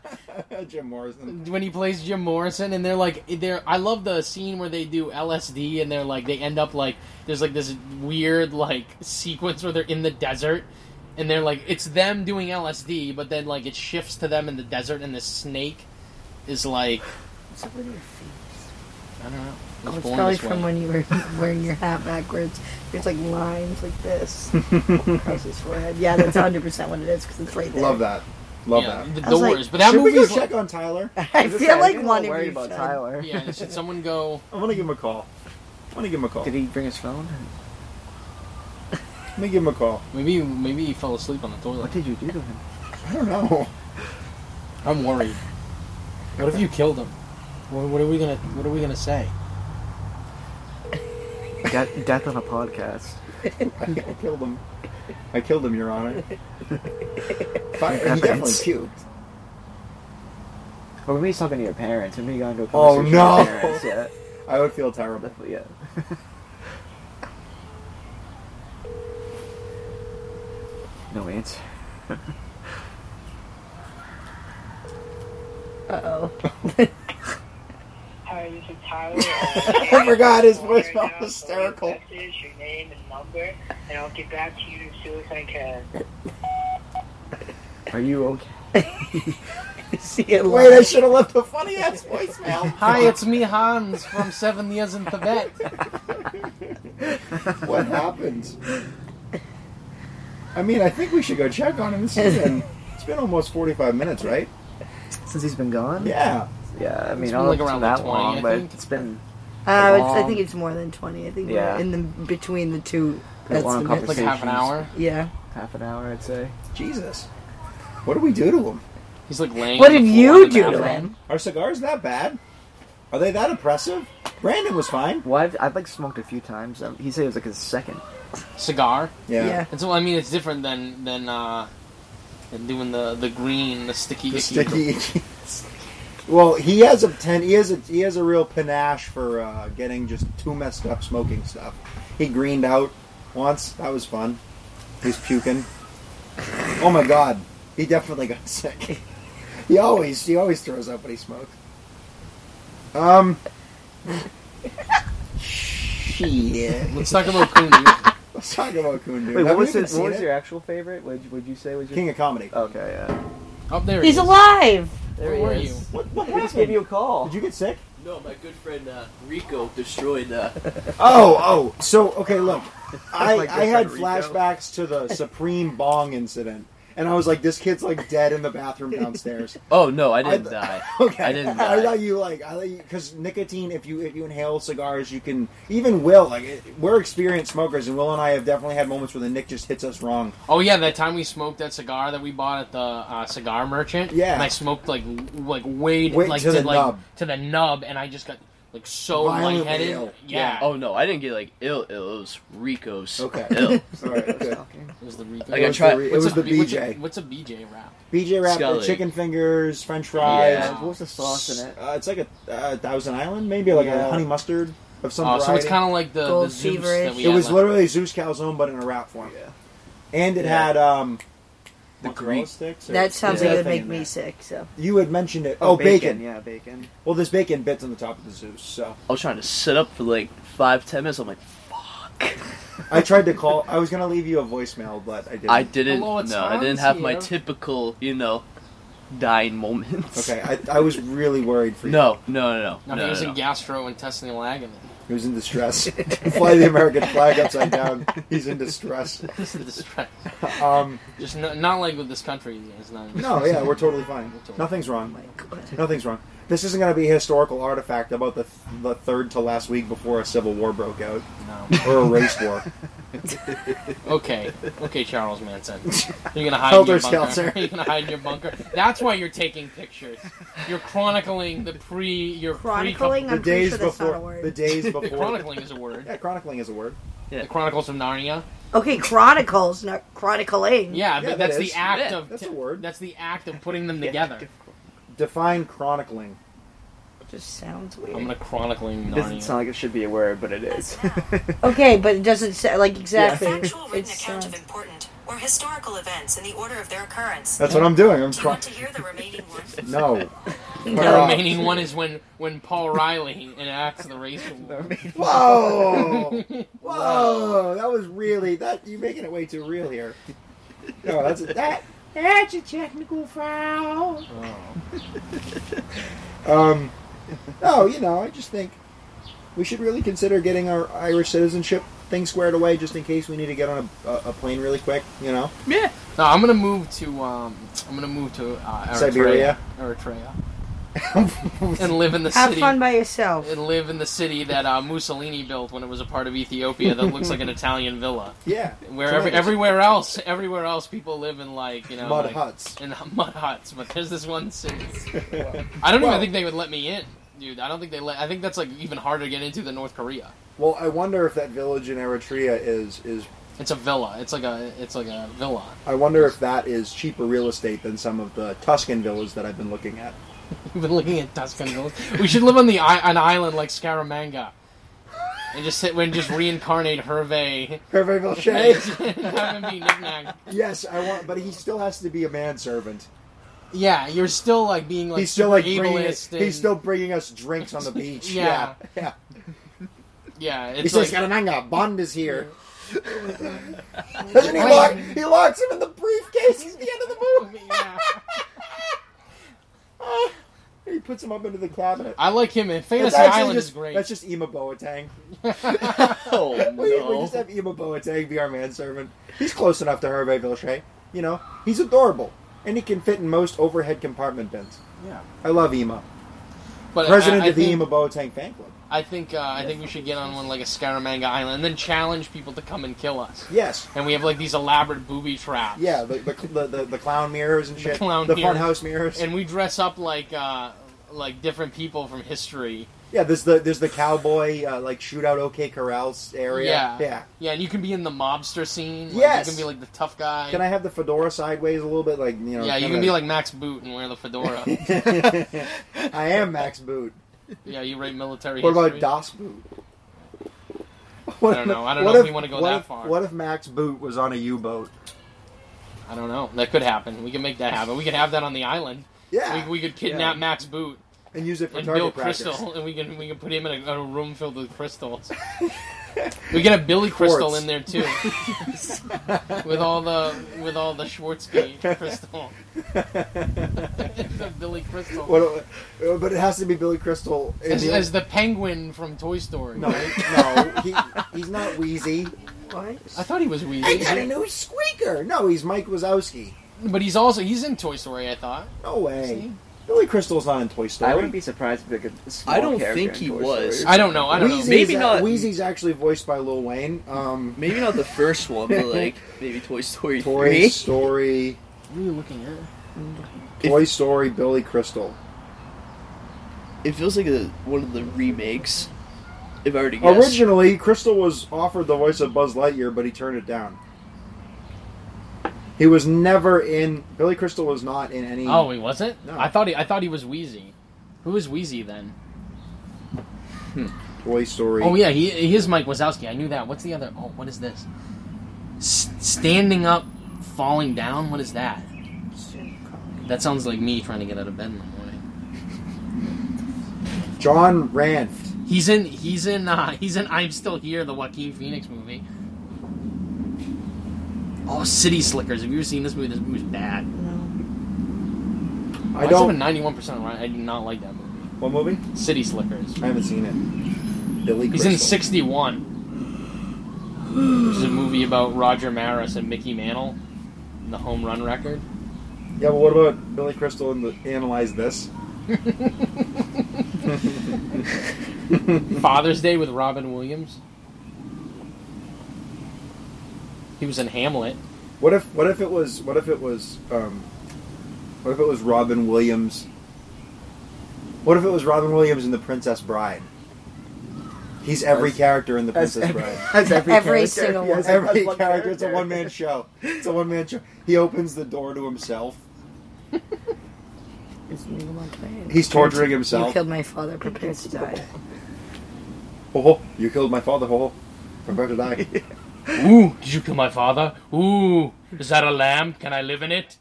[SPEAKER 1] Jim Morrison.
[SPEAKER 2] When he plays Jim Morrison, and they're like, they're. I love the scene where they do LSD, and they're like, they end up like, there's like this weird like sequence where they're in the desert, and they're like, it's them doing LSD, but then like it shifts to them in the desert, and the snake is like,
[SPEAKER 3] What's up with your feet?
[SPEAKER 2] I don't know. it was
[SPEAKER 3] Oh, it's
[SPEAKER 2] born
[SPEAKER 3] probably
[SPEAKER 2] this way.
[SPEAKER 3] from when you were wearing your hat backwards. There's like lines like this across his forehead. Yeah, that's 100 percent what it is because it's right there.
[SPEAKER 1] Love that. Love
[SPEAKER 2] yeah,
[SPEAKER 1] that.
[SPEAKER 2] The
[SPEAKER 3] I was
[SPEAKER 2] Doors,
[SPEAKER 3] like,
[SPEAKER 2] but that
[SPEAKER 1] Should we go
[SPEAKER 2] movie's
[SPEAKER 1] check on Tyler?
[SPEAKER 3] I feel like one of
[SPEAKER 4] worried
[SPEAKER 3] you.
[SPEAKER 4] about
[SPEAKER 3] said-
[SPEAKER 4] Tyler.
[SPEAKER 2] yeah. Should someone go?
[SPEAKER 1] I'm gonna give him a call. I'm gonna give him a call.
[SPEAKER 4] Did he bring his phone?
[SPEAKER 1] Let me give him a call.
[SPEAKER 2] Maybe maybe he fell asleep on the toilet.
[SPEAKER 4] What did you do to him?
[SPEAKER 1] I don't know.
[SPEAKER 2] I'm worried. What if you killed him? What, what are we gonna What are we gonna say?
[SPEAKER 4] Death, death on a podcast.
[SPEAKER 1] I killed him. I killed him, Your Honor. Fire. He
[SPEAKER 4] Happens.
[SPEAKER 1] definitely puked.
[SPEAKER 4] Or maybe he's talking to your parents. Maybe you got into a
[SPEAKER 1] Oh,
[SPEAKER 4] conversation
[SPEAKER 1] no.
[SPEAKER 4] with your parents. Yeah.
[SPEAKER 1] I would feel terrible.
[SPEAKER 4] Definitely, yeah. no answer.
[SPEAKER 3] Uh-oh.
[SPEAKER 6] Hi, this is Tyler. Uh,
[SPEAKER 1] I forgot his voice
[SPEAKER 6] Right
[SPEAKER 1] was
[SPEAKER 6] now,
[SPEAKER 1] hysterical.
[SPEAKER 6] so leave a message, Your name and number, and I'll get back to you as soon as I can.
[SPEAKER 4] Are you okay?
[SPEAKER 3] See it
[SPEAKER 1] Wait, I
[SPEAKER 3] live.
[SPEAKER 1] should have left a funny ass voicemail.
[SPEAKER 2] Hi, it's me, Hans from Seven Years in Tibet.
[SPEAKER 1] What happened? I mean, I think we should go check on him. This has been, it's been almost 45 minutes, right?
[SPEAKER 4] Since he's been gone?
[SPEAKER 1] Yeah.
[SPEAKER 4] Yeah, I mean,
[SPEAKER 2] been,
[SPEAKER 4] I don't
[SPEAKER 2] like,
[SPEAKER 4] know if it's
[SPEAKER 2] around
[SPEAKER 4] that
[SPEAKER 2] like 20,
[SPEAKER 4] long,
[SPEAKER 2] I
[SPEAKER 4] but
[SPEAKER 2] think.
[SPEAKER 4] it's been
[SPEAKER 3] Uh, it's, I
[SPEAKER 4] long.
[SPEAKER 3] think it's more than 20. I think
[SPEAKER 4] Yeah.
[SPEAKER 3] we're in the between the two.
[SPEAKER 4] Been
[SPEAKER 3] That's
[SPEAKER 4] long
[SPEAKER 3] the
[SPEAKER 2] Like
[SPEAKER 3] mix.
[SPEAKER 4] conversation.
[SPEAKER 2] half an hour.
[SPEAKER 3] Yeah.
[SPEAKER 4] half an hour, I'd say.
[SPEAKER 1] Jesus. What do we do to him?
[SPEAKER 2] He's like laying.
[SPEAKER 3] What
[SPEAKER 2] on the
[SPEAKER 3] did
[SPEAKER 2] floor in
[SPEAKER 3] you
[SPEAKER 2] the
[SPEAKER 3] do to
[SPEAKER 2] bathroom.
[SPEAKER 3] him?
[SPEAKER 1] Are cigars that bad? Are they that oppressive? Brandon was fine.
[SPEAKER 4] Well, I've, I've like smoked a few times. Um, he said it was like his second.
[SPEAKER 2] Cigar.
[SPEAKER 3] Yeah.
[SPEAKER 2] And so I mean, it's different than than uh, than doing the the green, the sticky,
[SPEAKER 1] The
[SPEAKER 2] icky.
[SPEAKER 1] sticky. well, he has a ten. He has a he has a real panache for uh, getting just too messed up smoking stuff. He greened out once. That was fun. He's puking. Oh my god. He definitely got sick. He always he always throws up when he smokes. Um. Shit.
[SPEAKER 2] Let's talk about Kundun.
[SPEAKER 1] Let's talk about Kundu.
[SPEAKER 4] Wait, what was, his, what was your actual favorite? Would you, would you say was your
[SPEAKER 1] King of Comedy?
[SPEAKER 4] Okay, yeah.
[SPEAKER 2] Up Oh, there.
[SPEAKER 3] He's
[SPEAKER 2] he is.
[SPEAKER 3] alive.
[SPEAKER 4] There
[SPEAKER 2] Where
[SPEAKER 4] he
[SPEAKER 2] were
[SPEAKER 4] is.
[SPEAKER 2] you?
[SPEAKER 1] What, what
[SPEAKER 4] We just gave
[SPEAKER 1] happened?
[SPEAKER 4] you a call.
[SPEAKER 1] Did you get sick?
[SPEAKER 5] No, my good friend uh, Rico destroyed uh,
[SPEAKER 1] Oh, oh. So okay, look, I
[SPEAKER 4] Like
[SPEAKER 1] I had
[SPEAKER 4] Rico.
[SPEAKER 1] flashbacks to the Supreme Bong incident, and I was like, this kid's like dead in the bathroom downstairs.
[SPEAKER 5] Oh no, I didn't
[SPEAKER 1] I-
[SPEAKER 5] die.
[SPEAKER 1] Okay,
[SPEAKER 5] I didn't
[SPEAKER 1] I
[SPEAKER 5] die.
[SPEAKER 1] thought you like I thought you because nicotine. If you if you inhale cigars, you can even Will like it, we're experienced smokers, and Will and I have definitely had moments where the nick just hits us wrong.
[SPEAKER 2] Oh yeah, that time we smoked that cigar that we bought at the uh, cigar merchant.
[SPEAKER 1] Yeah.
[SPEAKER 2] and I smoked like w- like way
[SPEAKER 1] Way
[SPEAKER 2] like
[SPEAKER 1] to
[SPEAKER 2] to,
[SPEAKER 1] the
[SPEAKER 2] like
[SPEAKER 1] nub.
[SPEAKER 2] to the nub, and I just got like so
[SPEAKER 1] Violently
[SPEAKER 2] lightheaded.
[SPEAKER 1] ill.
[SPEAKER 2] Yeah.
[SPEAKER 5] Oh no, I didn't get like ill. Ill. It was Rico's.
[SPEAKER 1] Okay.
[SPEAKER 5] Ill.
[SPEAKER 1] Sorry, good.
[SPEAKER 2] It was the Rico.
[SPEAKER 5] Like, I
[SPEAKER 1] was
[SPEAKER 5] tried-
[SPEAKER 1] The, re- it
[SPEAKER 2] What's
[SPEAKER 1] was
[SPEAKER 2] a-
[SPEAKER 1] the
[SPEAKER 2] what's a-
[SPEAKER 1] BJ.
[SPEAKER 2] What's a BJ wrap?
[SPEAKER 1] BJ wrap,
[SPEAKER 5] Scully.
[SPEAKER 1] chicken fingers, French fries.
[SPEAKER 5] Yeah.
[SPEAKER 4] What was the sauce in it?
[SPEAKER 1] Uh, it's like a uh, Thousand Island, maybe like
[SPEAKER 4] Yeah.
[SPEAKER 1] a honey mustard of some
[SPEAKER 2] Oh,
[SPEAKER 1] variety.
[SPEAKER 2] so it's kind of like the, the
[SPEAKER 3] Gold
[SPEAKER 2] Zeus that
[SPEAKER 3] feverish.
[SPEAKER 2] we
[SPEAKER 1] it
[SPEAKER 2] had
[SPEAKER 1] was
[SPEAKER 2] left.
[SPEAKER 1] literally Zeus calzone, but in a wrap form.
[SPEAKER 4] Yeah.
[SPEAKER 1] And it
[SPEAKER 5] Yeah.
[SPEAKER 1] had um,
[SPEAKER 5] The
[SPEAKER 1] mozzarella
[SPEAKER 5] Greek.
[SPEAKER 1] sticks. or-
[SPEAKER 3] That sounds
[SPEAKER 5] Yeah.
[SPEAKER 3] like it would
[SPEAKER 4] Thing
[SPEAKER 3] make
[SPEAKER 4] in
[SPEAKER 3] me
[SPEAKER 4] there.
[SPEAKER 3] sick. So
[SPEAKER 1] you had mentioned it. Oh, bacon.
[SPEAKER 4] Yeah, bacon.
[SPEAKER 1] Well, there's bacon bits on the top of the Zeus. So
[SPEAKER 5] I was trying to sit up for like five ten minutes. I'm like, fuck.
[SPEAKER 1] I tried to call. I was gonna leave you a voicemail, but I didn't.
[SPEAKER 5] I didn't.
[SPEAKER 2] Hello, it's
[SPEAKER 5] no, I didn't
[SPEAKER 2] Hans
[SPEAKER 5] have my
[SPEAKER 2] here.
[SPEAKER 5] typical, you know, dying moments.
[SPEAKER 1] Okay, I, I was really worried for you.
[SPEAKER 5] No, no, no,
[SPEAKER 2] No,
[SPEAKER 5] no.
[SPEAKER 2] he
[SPEAKER 5] no,
[SPEAKER 2] was
[SPEAKER 5] no,
[SPEAKER 2] in gastrointestinal agony.
[SPEAKER 1] He was in distress. Fly the American flag upside down. He's in distress.
[SPEAKER 2] This is the stress.
[SPEAKER 1] Um,
[SPEAKER 2] Just no, not like with this country. It's not.
[SPEAKER 1] no, yeah, we're totally fine. Nothing's
[SPEAKER 3] oh
[SPEAKER 1] wrong.
[SPEAKER 3] my god.
[SPEAKER 1] Nothing's wrong. This isn't going to be a historical artifact about the, the third to last week before a civil war broke out
[SPEAKER 2] No.
[SPEAKER 1] or a race war.
[SPEAKER 2] Okay. Okay, Charles Manson. You're gonna hide in
[SPEAKER 1] Helter
[SPEAKER 2] your bunker.
[SPEAKER 1] skelter.
[SPEAKER 2] You're gonna hide in your bunker. That's why you're taking pictures. You're chronicling the pre. Your
[SPEAKER 3] Chronicling.
[SPEAKER 1] the
[SPEAKER 3] I'm pretty
[SPEAKER 1] days
[SPEAKER 3] sure that's not a
[SPEAKER 1] before.
[SPEAKER 3] word.
[SPEAKER 1] The days
[SPEAKER 2] Pre-
[SPEAKER 1] before.
[SPEAKER 2] chronicling is a word.
[SPEAKER 1] Yeah, chronicling is a word.
[SPEAKER 2] The Chronicles of Narnia.
[SPEAKER 3] Okay, chronicles, not chronicling.
[SPEAKER 1] Yeah,
[SPEAKER 2] Yeah, but
[SPEAKER 1] that
[SPEAKER 2] that's
[SPEAKER 1] is.
[SPEAKER 2] the act
[SPEAKER 5] Yeah,
[SPEAKER 2] of.
[SPEAKER 1] that's a word.
[SPEAKER 2] That's the act of putting them together.
[SPEAKER 1] Define chronicling.
[SPEAKER 3] just sounds weird.
[SPEAKER 2] I'm gonna chronicling
[SPEAKER 4] It
[SPEAKER 2] Narnia.
[SPEAKER 4] doesn't sound like it should be a word, but it is.
[SPEAKER 3] Okay, but it doesn't say like exactly.
[SPEAKER 7] A factual written
[SPEAKER 3] It's,
[SPEAKER 7] account
[SPEAKER 3] uh,
[SPEAKER 7] of important or historical events in the order of their occurrence.
[SPEAKER 1] That's what I'm doing. I'm
[SPEAKER 7] Do you
[SPEAKER 1] trying.
[SPEAKER 7] want to hear the remaining one?
[SPEAKER 1] No.
[SPEAKER 2] the
[SPEAKER 1] Uh,
[SPEAKER 2] remaining one is when when Paul Riley enacts the race war.
[SPEAKER 1] Whoa! Whoa! That was really that. You're making it way too real here. No, that's that. That's a technical foul. Um, no, you know, I just think we should really consider getting our Irish citizenship thing squared away, just in case we need to get on a, a, a plane really quick. You know,
[SPEAKER 5] Yeah.
[SPEAKER 2] No, I'm gonna move to um, I'm gonna move to uh, Eritrea,
[SPEAKER 1] Siberia?
[SPEAKER 2] Eritrea, and live in the
[SPEAKER 3] Have
[SPEAKER 2] city.
[SPEAKER 3] fun by yourself.
[SPEAKER 2] and live in the city that uh, Mussolini built when it was a part of Ethiopia that looks like an Italian villa.
[SPEAKER 1] yeah,
[SPEAKER 2] Where every,
[SPEAKER 1] Tremendous.
[SPEAKER 2] everywhere else, everywhere else, people live in like you know
[SPEAKER 1] mud
[SPEAKER 2] like,
[SPEAKER 1] huts.
[SPEAKER 2] in mud huts, but there's this one city. I don't
[SPEAKER 1] Well-
[SPEAKER 2] even think they would let me in, dude. I don't think they let. I think that's like even harder to get into than North Korea.
[SPEAKER 1] Well, I wonder if that village in Eritrea is is
[SPEAKER 2] It's a villa. It's like a it's like a villa.
[SPEAKER 1] I wonder if that is cheaper real estate than some of the Tuscan villas that I've been looking at.
[SPEAKER 2] We've been looking at Tuscan Hills. We should live on the I- an island like Scaramanga, and just sit and just reincarnate Hervé.
[SPEAKER 1] Hervé
[SPEAKER 2] Have
[SPEAKER 1] Vilche?
[SPEAKER 2] him be knickknack.
[SPEAKER 1] yes, I want, but he still has to be a manservant.
[SPEAKER 2] Yeah, you're still like being like
[SPEAKER 1] he's still
[SPEAKER 2] super
[SPEAKER 1] like bringing,
[SPEAKER 2] ableist. and-
[SPEAKER 1] he's still bringing us drinks on the beach.
[SPEAKER 2] Yeah.
[SPEAKER 1] yeah. yeah.
[SPEAKER 2] yeah.
[SPEAKER 1] He
[SPEAKER 2] It's
[SPEAKER 1] says,
[SPEAKER 2] like
[SPEAKER 1] Scaramanga, Bond is here. Doesn't he lock? He locks him in the briefcase. He's the end of the movie.
[SPEAKER 2] yeah.
[SPEAKER 1] He puts him up into the cabinet.
[SPEAKER 2] I like him. And
[SPEAKER 1] That's
[SPEAKER 2] Fantasy
[SPEAKER 1] actually
[SPEAKER 2] Island
[SPEAKER 1] just,
[SPEAKER 2] is great.
[SPEAKER 1] That's just Ima Boateng.
[SPEAKER 5] Oh
[SPEAKER 1] We, we just
[SPEAKER 5] no.
[SPEAKER 1] have Ema Boateng be our manservant. He's close enough to Hervé Vilche. You know, he's adorable. And he can fit in most overhead compartment bins.
[SPEAKER 2] Yeah.
[SPEAKER 1] I love Ema.
[SPEAKER 2] but
[SPEAKER 1] President
[SPEAKER 2] I, I
[SPEAKER 1] of the
[SPEAKER 2] think,
[SPEAKER 1] Ema Boateng fan club.
[SPEAKER 2] I think uh, I think we should get on one like a Scaramanga Island and then challenge people to come and kill us.
[SPEAKER 1] Yes.
[SPEAKER 2] And we have like these elaborate booby traps.
[SPEAKER 1] Yeah, the, the, the, the, the clown mirrors and shit.
[SPEAKER 2] clown
[SPEAKER 1] the
[SPEAKER 2] mirrors.
[SPEAKER 1] funhouse mirrors.
[SPEAKER 2] and we dress up like uh, like different people from history.
[SPEAKER 1] yeah, there's the there's the cowboy uh, like shootout OK Corral area.
[SPEAKER 2] Yeah.
[SPEAKER 1] yeah.
[SPEAKER 2] Yeah, and you can be in the mobster scene. Like,
[SPEAKER 1] Yes.
[SPEAKER 2] you can be like the tough guy.
[SPEAKER 1] Can I have the fedora sideways a little bit? Like you know.
[SPEAKER 2] yeah, you
[SPEAKER 1] kinda-
[SPEAKER 2] can be like Max Boot and wear the fedora.
[SPEAKER 1] I am Max Boot.
[SPEAKER 2] yeah, you rate military.
[SPEAKER 1] What about
[SPEAKER 2] history.
[SPEAKER 1] Das Boot? What
[SPEAKER 2] don't
[SPEAKER 1] if-
[SPEAKER 2] know. I don't
[SPEAKER 1] what
[SPEAKER 2] know if
[SPEAKER 1] if
[SPEAKER 2] we wanna go
[SPEAKER 1] what
[SPEAKER 2] that
[SPEAKER 1] if-
[SPEAKER 2] far.
[SPEAKER 1] What if Max Boot was on a U-boat?
[SPEAKER 2] I don't know. That could happen. We could make that happen. We could have that on the island.
[SPEAKER 1] Yeah,
[SPEAKER 2] We, we could kidnap Max Boot
[SPEAKER 1] and use it for
[SPEAKER 2] and
[SPEAKER 1] target
[SPEAKER 2] Bill
[SPEAKER 1] practice.
[SPEAKER 2] Crystal, and we can we can put him in a, a room filled with crystals. we can have Billy Crystal
[SPEAKER 1] Quartz.
[SPEAKER 2] in there too, with all the with all the Schwarzkopf crystal. the Billy Crystal.
[SPEAKER 1] What, uh, but it has to be Billy Crystal. in
[SPEAKER 2] as,
[SPEAKER 1] the-
[SPEAKER 2] as the penguin from Toy Story.
[SPEAKER 1] no, no, he, he's not Wheezy.
[SPEAKER 3] What?
[SPEAKER 2] I thought he was
[SPEAKER 1] I got a
[SPEAKER 2] Wheezy,
[SPEAKER 1] new squeaker. No, he's Mike Wazowski.
[SPEAKER 2] but he's also he's in Toy Story. I thought.
[SPEAKER 1] No way.
[SPEAKER 2] See?
[SPEAKER 1] Billy Crystal's not in Toy Story.
[SPEAKER 4] I wouldn't be surprised if they could.
[SPEAKER 5] I don't think he was.
[SPEAKER 2] I don't know. I don't
[SPEAKER 1] Wheezy's
[SPEAKER 2] know.
[SPEAKER 5] Maybe
[SPEAKER 1] a-
[SPEAKER 5] not.
[SPEAKER 1] Wheezy's actually voiced by Lil Wayne. Um,
[SPEAKER 5] Maybe not the first one, but like maybe Toy Story
[SPEAKER 1] Toy
[SPEAKER 5] three.
[SPEAKER 1] Story.
[SPEAKER 2] What are you looking at?
[SPEAKER 1] Toy Story. Billy Crystal.
[SPEAKER 5] It feels like a, one of the remakes. If I were to guess,
[SPEAKER 1] Originally, Crystal was offered the voice of Buzz Lightyear, but he turned it down. He was never in. Billy Crystal was not in any.
[SPEAKER 2] Oh, he wasn't.
[SPEAKER 1] No.
[SPEAKER 2] I thought he. I thought he was Wheezy. Who was Wheezy then?
[SPEAKER 1] Toy Story.
[SPEAKER 2] Oh yeah, he, he is Mike Wazowski. I knew that. What's the other? Oh, what is this? S- standing up, falling down. What is that? That sounds like me trying to get out of bed in the morning.
[SPEAKER 1] John Ranft.
[SPEAKER 2] He's in. He's in. Uh, he's in. I'm still here. The Joaquin Phoenix movie. Oh, City Slickers. Have you ever seen this movie? This movie's bad.
[SPEAKER 1] I don't.
[SPEAKER 2] Ninety-one percent. I do not like that movie.
[SPEAKER 1] What movie?
[SPEAKER 2] City Slickers.
[SPEAKER 1] I haven't seen it. Billy
[SPEAKER 2] He's
[SPEAKER 1] Crystal.
[SPEAKER 2] in 61. Which is a movie about Roger Maris and Mickey Mantle and the home run record.
[SPEAKER 1] Yeah, but what about Billy Crystal and the Analyze This?
[SPEAKER 2] Father's Day with Robin Williams. He was in Hamlet.
[SPEAKER 1] What if what if it was what if it was um, what if it was Robin Williams? What if it was Robin Williams in The Princess Bride? He's every
[SPEAKER 4] As-
[SPEAKER 1] character in The
[SPEAKER 4] As
[SPEAKER 1] Princess
[SPEAKER 4] every,
[SPEAKER 1] Bride.
[SPEAKER 4] as every,
[SPEAKER 3] Every
[SPEAKER 4] character.
[SPEAKER 3] single
[SPEAKER 4] Yes,
[SPEAKER 3] one.
[SPEAKER 4] as
[SPEAKER 1] Every
[SPEAKER 4] one
[SPEAKER 1] character, it's a one man show. It's a one man show. He opens the door to himself.
[SPEAKER 3] It's me, my man.
[SPEAKER 1] He's torturing
[SPEAKER 3] You
[SPEAKER 1] himself.
[SPEAKER 3] killed my father. Prepare to die.
[SPEAKER 1] Ho, ho, Oh, you killed my father, Oh, ho, ho. Prepare to die.
[SPEAKER 2] Ooh, did you kill my father? Ooh, is that a lamb? Can I live in it?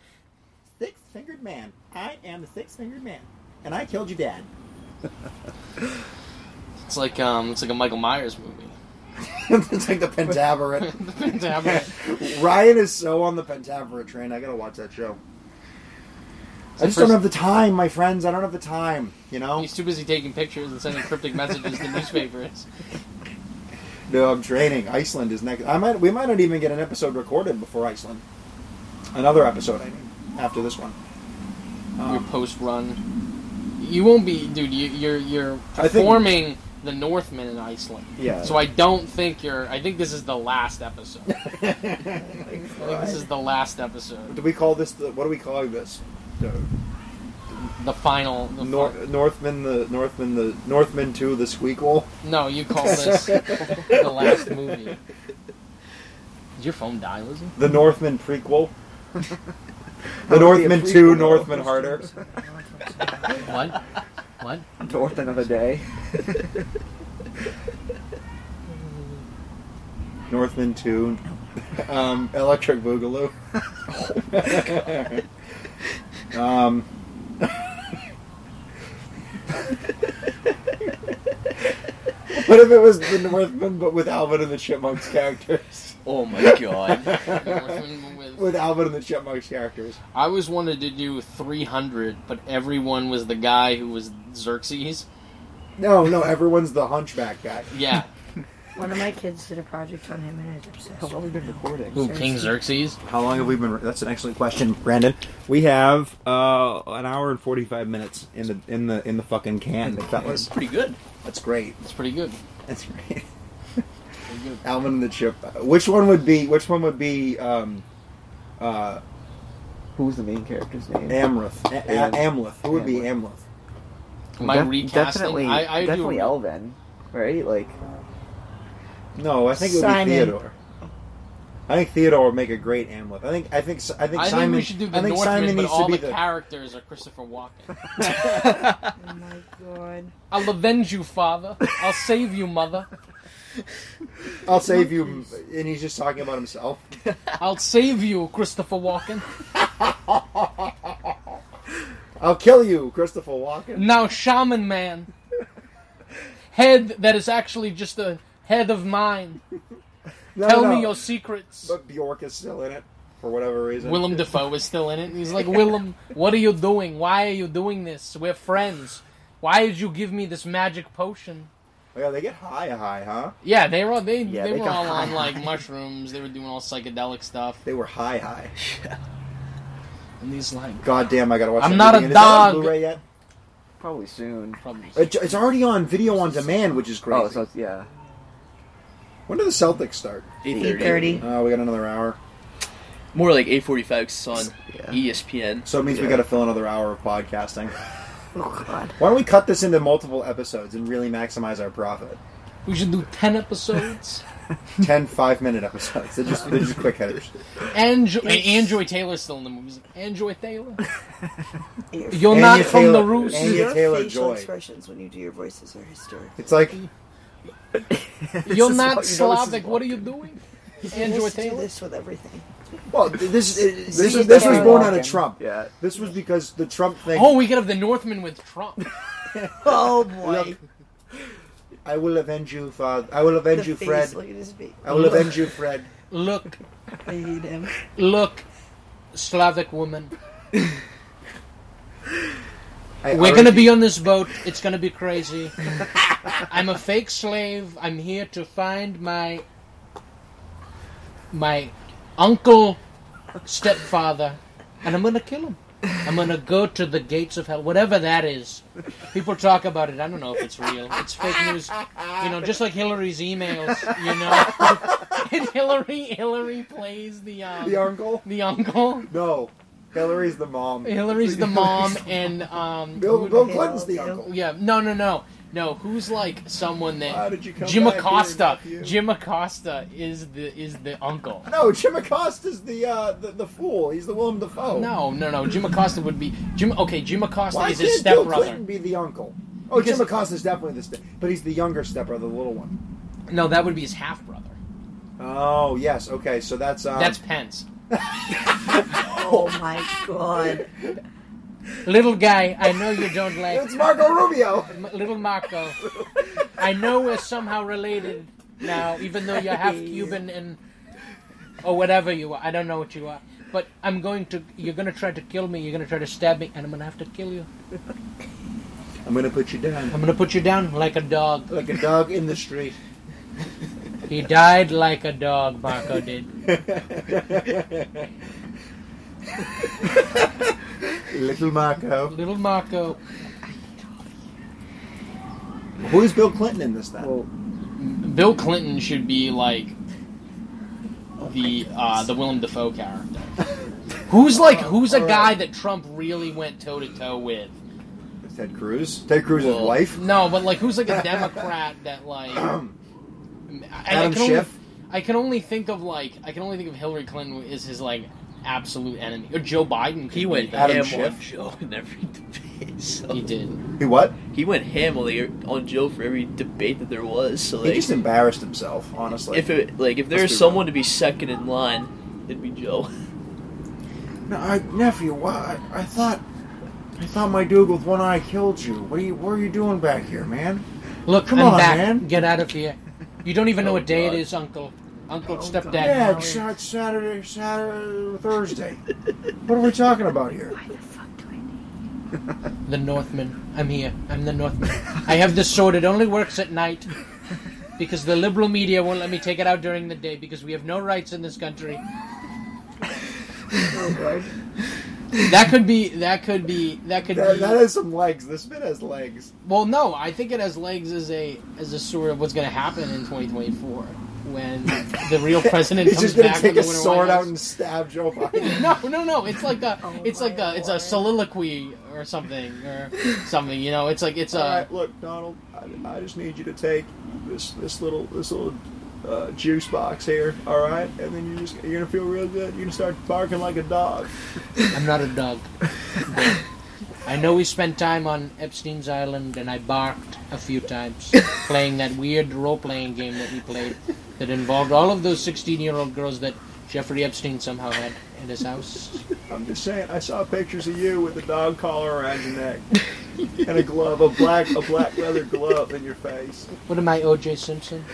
[SPEAKER 4] Six fingered man. I am the six fingered man. And I killed your dad.
[SPEAKER 2] It's like um, it's like a Michael Myers movie.
[SPEAKER 1] it's like the Pentaveret.
[SPEAKER 2] It's
[SPEAKER 1] Ryan is so on the Pentaveret train. I gotta watch that show. I just don't
[SPEAKER 2] first-
[SPEAKER 1] have the time, my friends. I don't have the time. You know?
[SPEAKER 2] He's too busy taking pictures and sending cryptic messages to newspapers.
[SPEAKER 1] No, I'm training. Iceland is next. I might. We might not even get an episode recorded before Iceland. Another episode, I mean, after this one.
[SPEAKER 2] your
[SPEAKER 1] Um,
[SPEAKER 2] post run. You won't be, dude. You, you're you're
[SPEAKER 1] I think-
[SPEAKER 2] performing the Northmen in Iceland.
[SPEAKER 1] yeah.
[SPEAKER 2] So I don't think you're. I think this is the last episode. I think this is the last episode.
[SPEAKER 1] do we call this? The, what are we calling this? The
[SPEAKER 2] The final. The
[SPEAKER 1] Nor- Northman, the Northman, the Northman two, the squeakle.
[SPEAKER 2] fi- no, you call this the last movie. Did your phone die, Lizzie?
[SPEAKER 1] The Northman prequel. The Northman
[SPEAKER 4] prequel.
[SPEAKER 1] 2, Northman Harder.
[SPEAKER 2] What? What?
[SPEAKER 4] North another day.
[SPEAKER 1] Northman 2, um, Electric Boogaloo. um, what if it was the Northman but with Alvin and the Chipmunks characters?
[SPEAKER 5] Oh my god!
[SPEAKER 2] Northmen with-
[SPEAKER 1] With Alvin and the Chipmunks characters.
[SPEAKER 2] I always wanted to do 300, but everyone was the guy who was Xerxes.
[SPEAKER 1] No, no, everyone's the hunchback guy.
[SPEAKER 2] Yeah.
[SPEAKER 3] One of my kids did a project on him, and I was obsessed.
[SPEAKER 4] How long have we been recording?
[SPEAKER 2] Who? King Xerxes?
[SPEAKER 1] How long have we been? That's an excellent question, Brandon. We have uh, an hour and forty-five minutes in the in the in the fucking can,
[SPEAKER 5] That's
[SPEAKER 1] fellas.
[SPEAKER 5] pretty good.
[SPEAKER 1] That's great.
[SPEAKER 2] It's pretty good.
[SPEAKER 1] That's great.
[SPEAKER 2] Pretty good.
[SPEAKER 1] Alvin and the Chip. uh, Which one would be? Which one would be? Um, uh,
[SPEAKER 4] Who's the main character's name?
[SPEAKER 1] Amleth. A- A- Amleth. Who would be Amleth?
[SPEAKER 2] My
[SPEAKER 4] Def-
[SPEAKER 2] recasting.
[SPEAKER 4] Definitely,
[SPEAKER 2] I, I
[SPEAKER 4] definitely
[SPEAKER 2] do.
[SPEAKER 4] Elven, right? Like,
[SPEAKER 1] No, I think it would
[SPEAKER 3] Simon.
[SPEAKER 1] be Theodore. I think Theodore would make a great Amleth. I think. I think. I think
[SPEAKER 2] I think
[SPEAKER 1] Simon.
[SPEAKER 2] we should do the
[SPEAKER 1] I think
[SPEAKER 2] Northman,
[SPEAKER 1] Simon
[SPEAKER 2] but
[SPEAKER 1] needs
[SPEAKER 2] all
[SPEAKER 1] to be
[SPEAKER 2] the,
[SPEAKER 1] the.
[SPEAKER 2] characters are Christopher Walken.
[SPEAKER 3] Oh my god.
[SPEAKER 2] I'll avenge you, father. I'll save you, mother.
[SPEAKER 1] I'll save you. And he's just talking about himself.
[SPEAKER 2] I'll save you, Christopher Walken.
[SPEAKER 1] I'll kill you, Christopher Walken.
[SPEAKER 2] Now, shaman man, head that is actually just a head of mine.
[SPEAKER 1] No,
[SPEAKER 2] Tell
[SPEAKER 1] no,
[SPEAKER 2] me
[SPEAKER 1] no.
[SPEAKER 2] your secrets.
[SPEAKER 1] But Bjork is still in it for whatever reason.
[SPEAKER 2] Willem Dafoe is still in it. and He's like, Willem, what are you doing? Why are you doing this? We're friends. Why did you give me this magic potion?
[SPEAKER 1] Oh, yeah, they get high, high, huh?
[SPEAKER 2] Yeah, they were all they,
[SPEAKER 4] Yeah,
[SPEAKER 2] they,
[SPEAKER 4] they
[SPEAKER 2] were
[SPEAKER 4] got
[SPEAKER 2] all on
[SPEAKER 4] high.
[SPEAKER 2] like mushrooms. They were doing all psychedelic stuff.
[SPEAKER 1] They were high, high.
[SPEAKER 2] And these like
[SPEAKER 1] God damn, I gotta watch.
[SPEAKER 2] I'm
[SPEAKER 1] that
[SPEAKER 2] not
[SPEAKER 1] movie.
[SPEAKER 2] a
[SPEAKER 1] And is that on
[SPEAKER 2] dog.
[SPEAKER 1] Blu-ray yet?
[SPEAKER 4] probably soon.
[SPEAKER 2] problems.
[SPEAKER 1] It- It's already on video on demand, which is crazy.
[SPEAKER 4] Oh, so it's, yeah.
[SPEAKER 1] when do the Celtics start?
[SPEAKER 5] Eight
[SPEAKER 3] Eight
[SPEAKER 5] thirty.
[SPEAKER 3] thirty.
[SPEAKER 1] Uh, we got another hour,
[SPEAKER 5] More like eight forty-five. E Son.
[SPEAKER 4] Yeah.
[SPEAKER 5] ESPN.
[SPEAKER 1] so it means we
[SPEAKER 4] Yeah.
[SPEAKER 1] got to fill another hour of podcasting.
[SPEAKER 3] Oh god.
[SPEAKER 1] Why don't we cut this into multiple episodes and really maximize our profit?
[SPEAKER 2] We should do 10 episodes.
[SPEAKER 1] 10 five minute episodes. They're just, they're just quick hitters.
[SPEAKER 2] and, jo- and, and Joy Taylor's still in the movies. And Joy Taylor.
[SPEAKER 3] Your,
[SPEAKER 2] You're
[SPEAKER 1] And
[SPEAKER 2] not
[SPEAKER 1] your
[SPEAKER 2] from the
[SPEAKER 1] Taylor-
[SPEAKER 2] roots.
[SPEAKER 1] and your
[SPEAKER 3] your
[SPEAKER 1] Taylor
[SPEAKER 3] facial
[SPEAKER 1] Joy.
[SPEAKER 3] expressions when you do your voices are historic.
[SPEAKER 1] It's like,
[SPEAKER 2] You're not Slavic. What are you doing? And Joy
[SPEAKER 3] Let's do
[SPEAKER 2] Taylor.
[SPEAKER 3] this with everything.
[SPEAKER 1] well, th- this, uh, this, this,
[SPEAKER 3] is
[SPEAKER 1] this was
[SPEAKER 3] Taylor
[SPEAKER 1] born out of
[SPEAKER 4] Hawkins.
[SPEAKER 1] Trump.
[SPEAKER 4] Yeah.
[SPEAKER 1] This was because the Trump thing.
[SPEAKER 2] Oh, we could have the Northman with Trump.
[SPEAKER 3] Oh boy.
[SPEAKER 1] Look, I will avenge you, Father. I will avenge
[SPEAKER 3] the
[SPEAKER 1] you,
[SPEAKER 3] face,
[SPEAKER 1] Fred.
[SPEAKER 3] Look at his feet.
[SPEAKER 1] I will avenge you, Fred.
[SPEAKER 2] Look,
[SPEAKER 3] I hate him.
[SPEAKER 2] look, Slavic woman.
[SPEAKER 1] I
[SPEAKER 2] We're
[SPEAKER 1] already-
[SPEAKER 2] gonna be on this boat. It's gonna be crazy. I'm a fake slave. I'm here to find my my uncle stepfather, and I'm gonna kill him. I'm gonna go to the gates of hell, whatever that is. People talk about it. I don't know if it's real. It's fake news. You know, just like Hillary's emails. You know, and Hillary Hillary plays the um,
[SPEAKER 1] the uncle.
[SPEAKER 2] the uncle.
[SPEAKER 1] No, Hillary's the mom.
[SPEAKER 2] Hillary's the mom, and um,
[SPEAKER 1] Bill,
[SPEAKER 2] who-
[SPEAKER 1] Bill
[SPEAKER 3] Yeah,
[SPEAKER 1] Clinton's the
[SPEAKER 3] yeah.
[SPEAKER 1] uncle.
[SPEAKER 2] yeah, no, no, no, no. Who's like someone
[SPEAKER 4] How
[SPEAKER 2] that
[SPEAKER 4] did you come
[SPEAKER 2] Jim
[SPEAKER 4] back here,
[SPEAKER 2] Acosta?
[SPEAKER 4] nephew?
[SPEAKER 2] Jim Acosta is the is the uncle.
[SPEAKER 1] No, Jim Acosta's the uh, the, the fool. He's the Willem Dafoe.
[SPEAKER 2] No, no, no. Jim Acosta would be Jim. Okay, Jim Acosta
[SPEAKER 1] Why
[SPEAKER 2] is his
[SPEAKER 1] can't Bill Clinton
[SPEAKER 2] stepbrother.
[SPEAKER 1] be the uncle? Oh,
[SPEAKER 2] Because-
[SPEAKER 1] Jim Acosta's definitely the step, but he's the younger stepbrother, the little one.
[SPEAKER 2] No, that would be his half brother.
[SPEAKER 1] Oh yes, okay, so that's
[SPEAKER 4] Uh,
[SPEAKER 1] um,
[SPEAKER 2] That's Pence.
[SPEAKER 3] Oh my god.
[SPEAKER 2] Little guy, I know you don't like
[SPEAKER 1] it's Marco Rubio.
[SPEAKER 2] M- little Marco. I know we're somehow related now, even though you're half Cuban and or whatever you are. I don't know what you are, but I'm going to. You're going to try to kill me. You're going to try to stab me, and I'm going to have to kill you.
[SPEAKER 1] I'm gonna put you down
[SPEAKER 2] I'm going to put you down like a dog.
[SPEAKER 1] like a dog in the street.
[SPEAKER 2] He died like a dog. Marco did.
[SPEAKER 1] Little Marco.
[SPEAKER 2] Little Marco.
[SPEAKER 1] Who is Bill Clinton in this then?
[SPEAKER 4] Well,
[SPEAKER 2] Bill Clinton should be like the uh, the Willem Dafoe character. Who's like who's a guy that Trump really went toe to toe with?
[SPEAKER 1] Ted Cruz. Ted Cruz's
[SPEAKER 2] Well,
[SPEAKER 1] wife.
[SPEAKER 2] No, but like, who's like a Democrat that like? I,
[SPEAKER 1] Adam
[SPEAKER 2] can only,
[SPEAKER 1] Schiff.
[SPEAKER 2] I can only think of like I can only think of Hillary Clinton is his like absolute enemy. Or Joe Biden. could
[SPEAKER 5] He
[SPEAKER 2] be
[SPEAKER 5] went
[SPEAKER 2] that.
[SPEAKER 1] Adam
[SPEAKER 5] ham
[SPEAKER 1] Schiff.
[SPEAKER 5] on Joe in every debate. So.
[SPEAKER 2] He did.
[SPEAKER 1] He what?
[SPEAKER 5] He went ham on, the, on Joe for every debate that there was. So
[SPEAKER 1] He
[SPEAKER 5] like,
[SPEAKER 1] just embarrassed himself, honestly.
[SPEAKER 5] if it like if
[SPEAKER 1] Let's
[SPEAKER 5] there's
[SPEAKER 1] be
[SPEAKER 5] someone to be second in line, it'd be Joe.
[SPEAKER 1] no, I, nephew, why? I, I thought, I thought my dude with one eye killed you. What are you? What are you doing back here, man?
[SPEAKER 2] Look,
[SPEAKER 1] Come
[SPEAKER 2] I'm
[SPEAKER 1] on,
[SPEAKER 2] back.
[SPEAKER 1] man.
[SPEAKER 2] Get out of here. You don't even know
[SPEAKER 5] Oh,
[SPEAKER 2] what day
[SPEAKER 5] God. Oh
[SPEAKER 2] it is, Uncle. Uncle stepdad.
[SPEAKER 1] yeah, it's, it's Saturday, Saturday, Thursday. what are we talking about here?
[SPEAKER 3] Why the fuck do I need
[SPEAKER 2] The Northman. I'm here. I'm the Northman. I have this sword. It only works at night. Because the liberal media won't let me take it out during the day because we have no rights in this country.
[SPEAKER 3] oh lord.
[SPEAKER 2] That could be. That could be. That could
[SPEAKER 1] That,
[SPEAKER 2] be.
[SPEAKER 1] that has some legs. This bit has legs.
[SPEAKER 2] Well, no, I think it has legs as a as a sort of what's going to happen in 2024 when the real president
[SPEAKER 1] He's
[SPEAKER 2] comes
[SPEAKER 1] just gonna
[SPEAKER 2] back
[SPEAKER 1] take his
[SPEAKER 2] with the Winter
[SPEAKER 1] sword
[SPEAKER 2] White
[SPEAKER 1] out
[SPEAKER 2] House.
[SPEAKER 1] and stab Joe Biden.
[SPEAKER 2] No, no, no! It's like a,
[SPEAKER 3] Oh
[SPEAKER 2] it's like
[SPEAKER 3] my
[SPEAKER 2] a, it's a
[SPEAKER 3] lord.
[SPEAKER 2] soliloquy or something or something. You know, it's like it's
[SPEAKER 4] all
[SPEAKER 2] a.
[SPEAKER 4] right, look, Donald. I, I just need you to take this this little this little uh, juice box here, all right? And then you just you're gonna feel real good. You're gonna start barking like a dog.
[SPEAKER 2] I'm not a dog. I know we spent time on Epstein's Island, and I barked a few times playing that weird role-playing game that we played that involved all of those 16-year-old girls that Jeffrey Epstein somehow had in his house.
[SPEAKER 4] I'm just saying. I saw pictures of you with a dog collar around your neck and a glove, a black a black leather glove in your face.
[SPEAKER 2] What am I, OJ Simpson?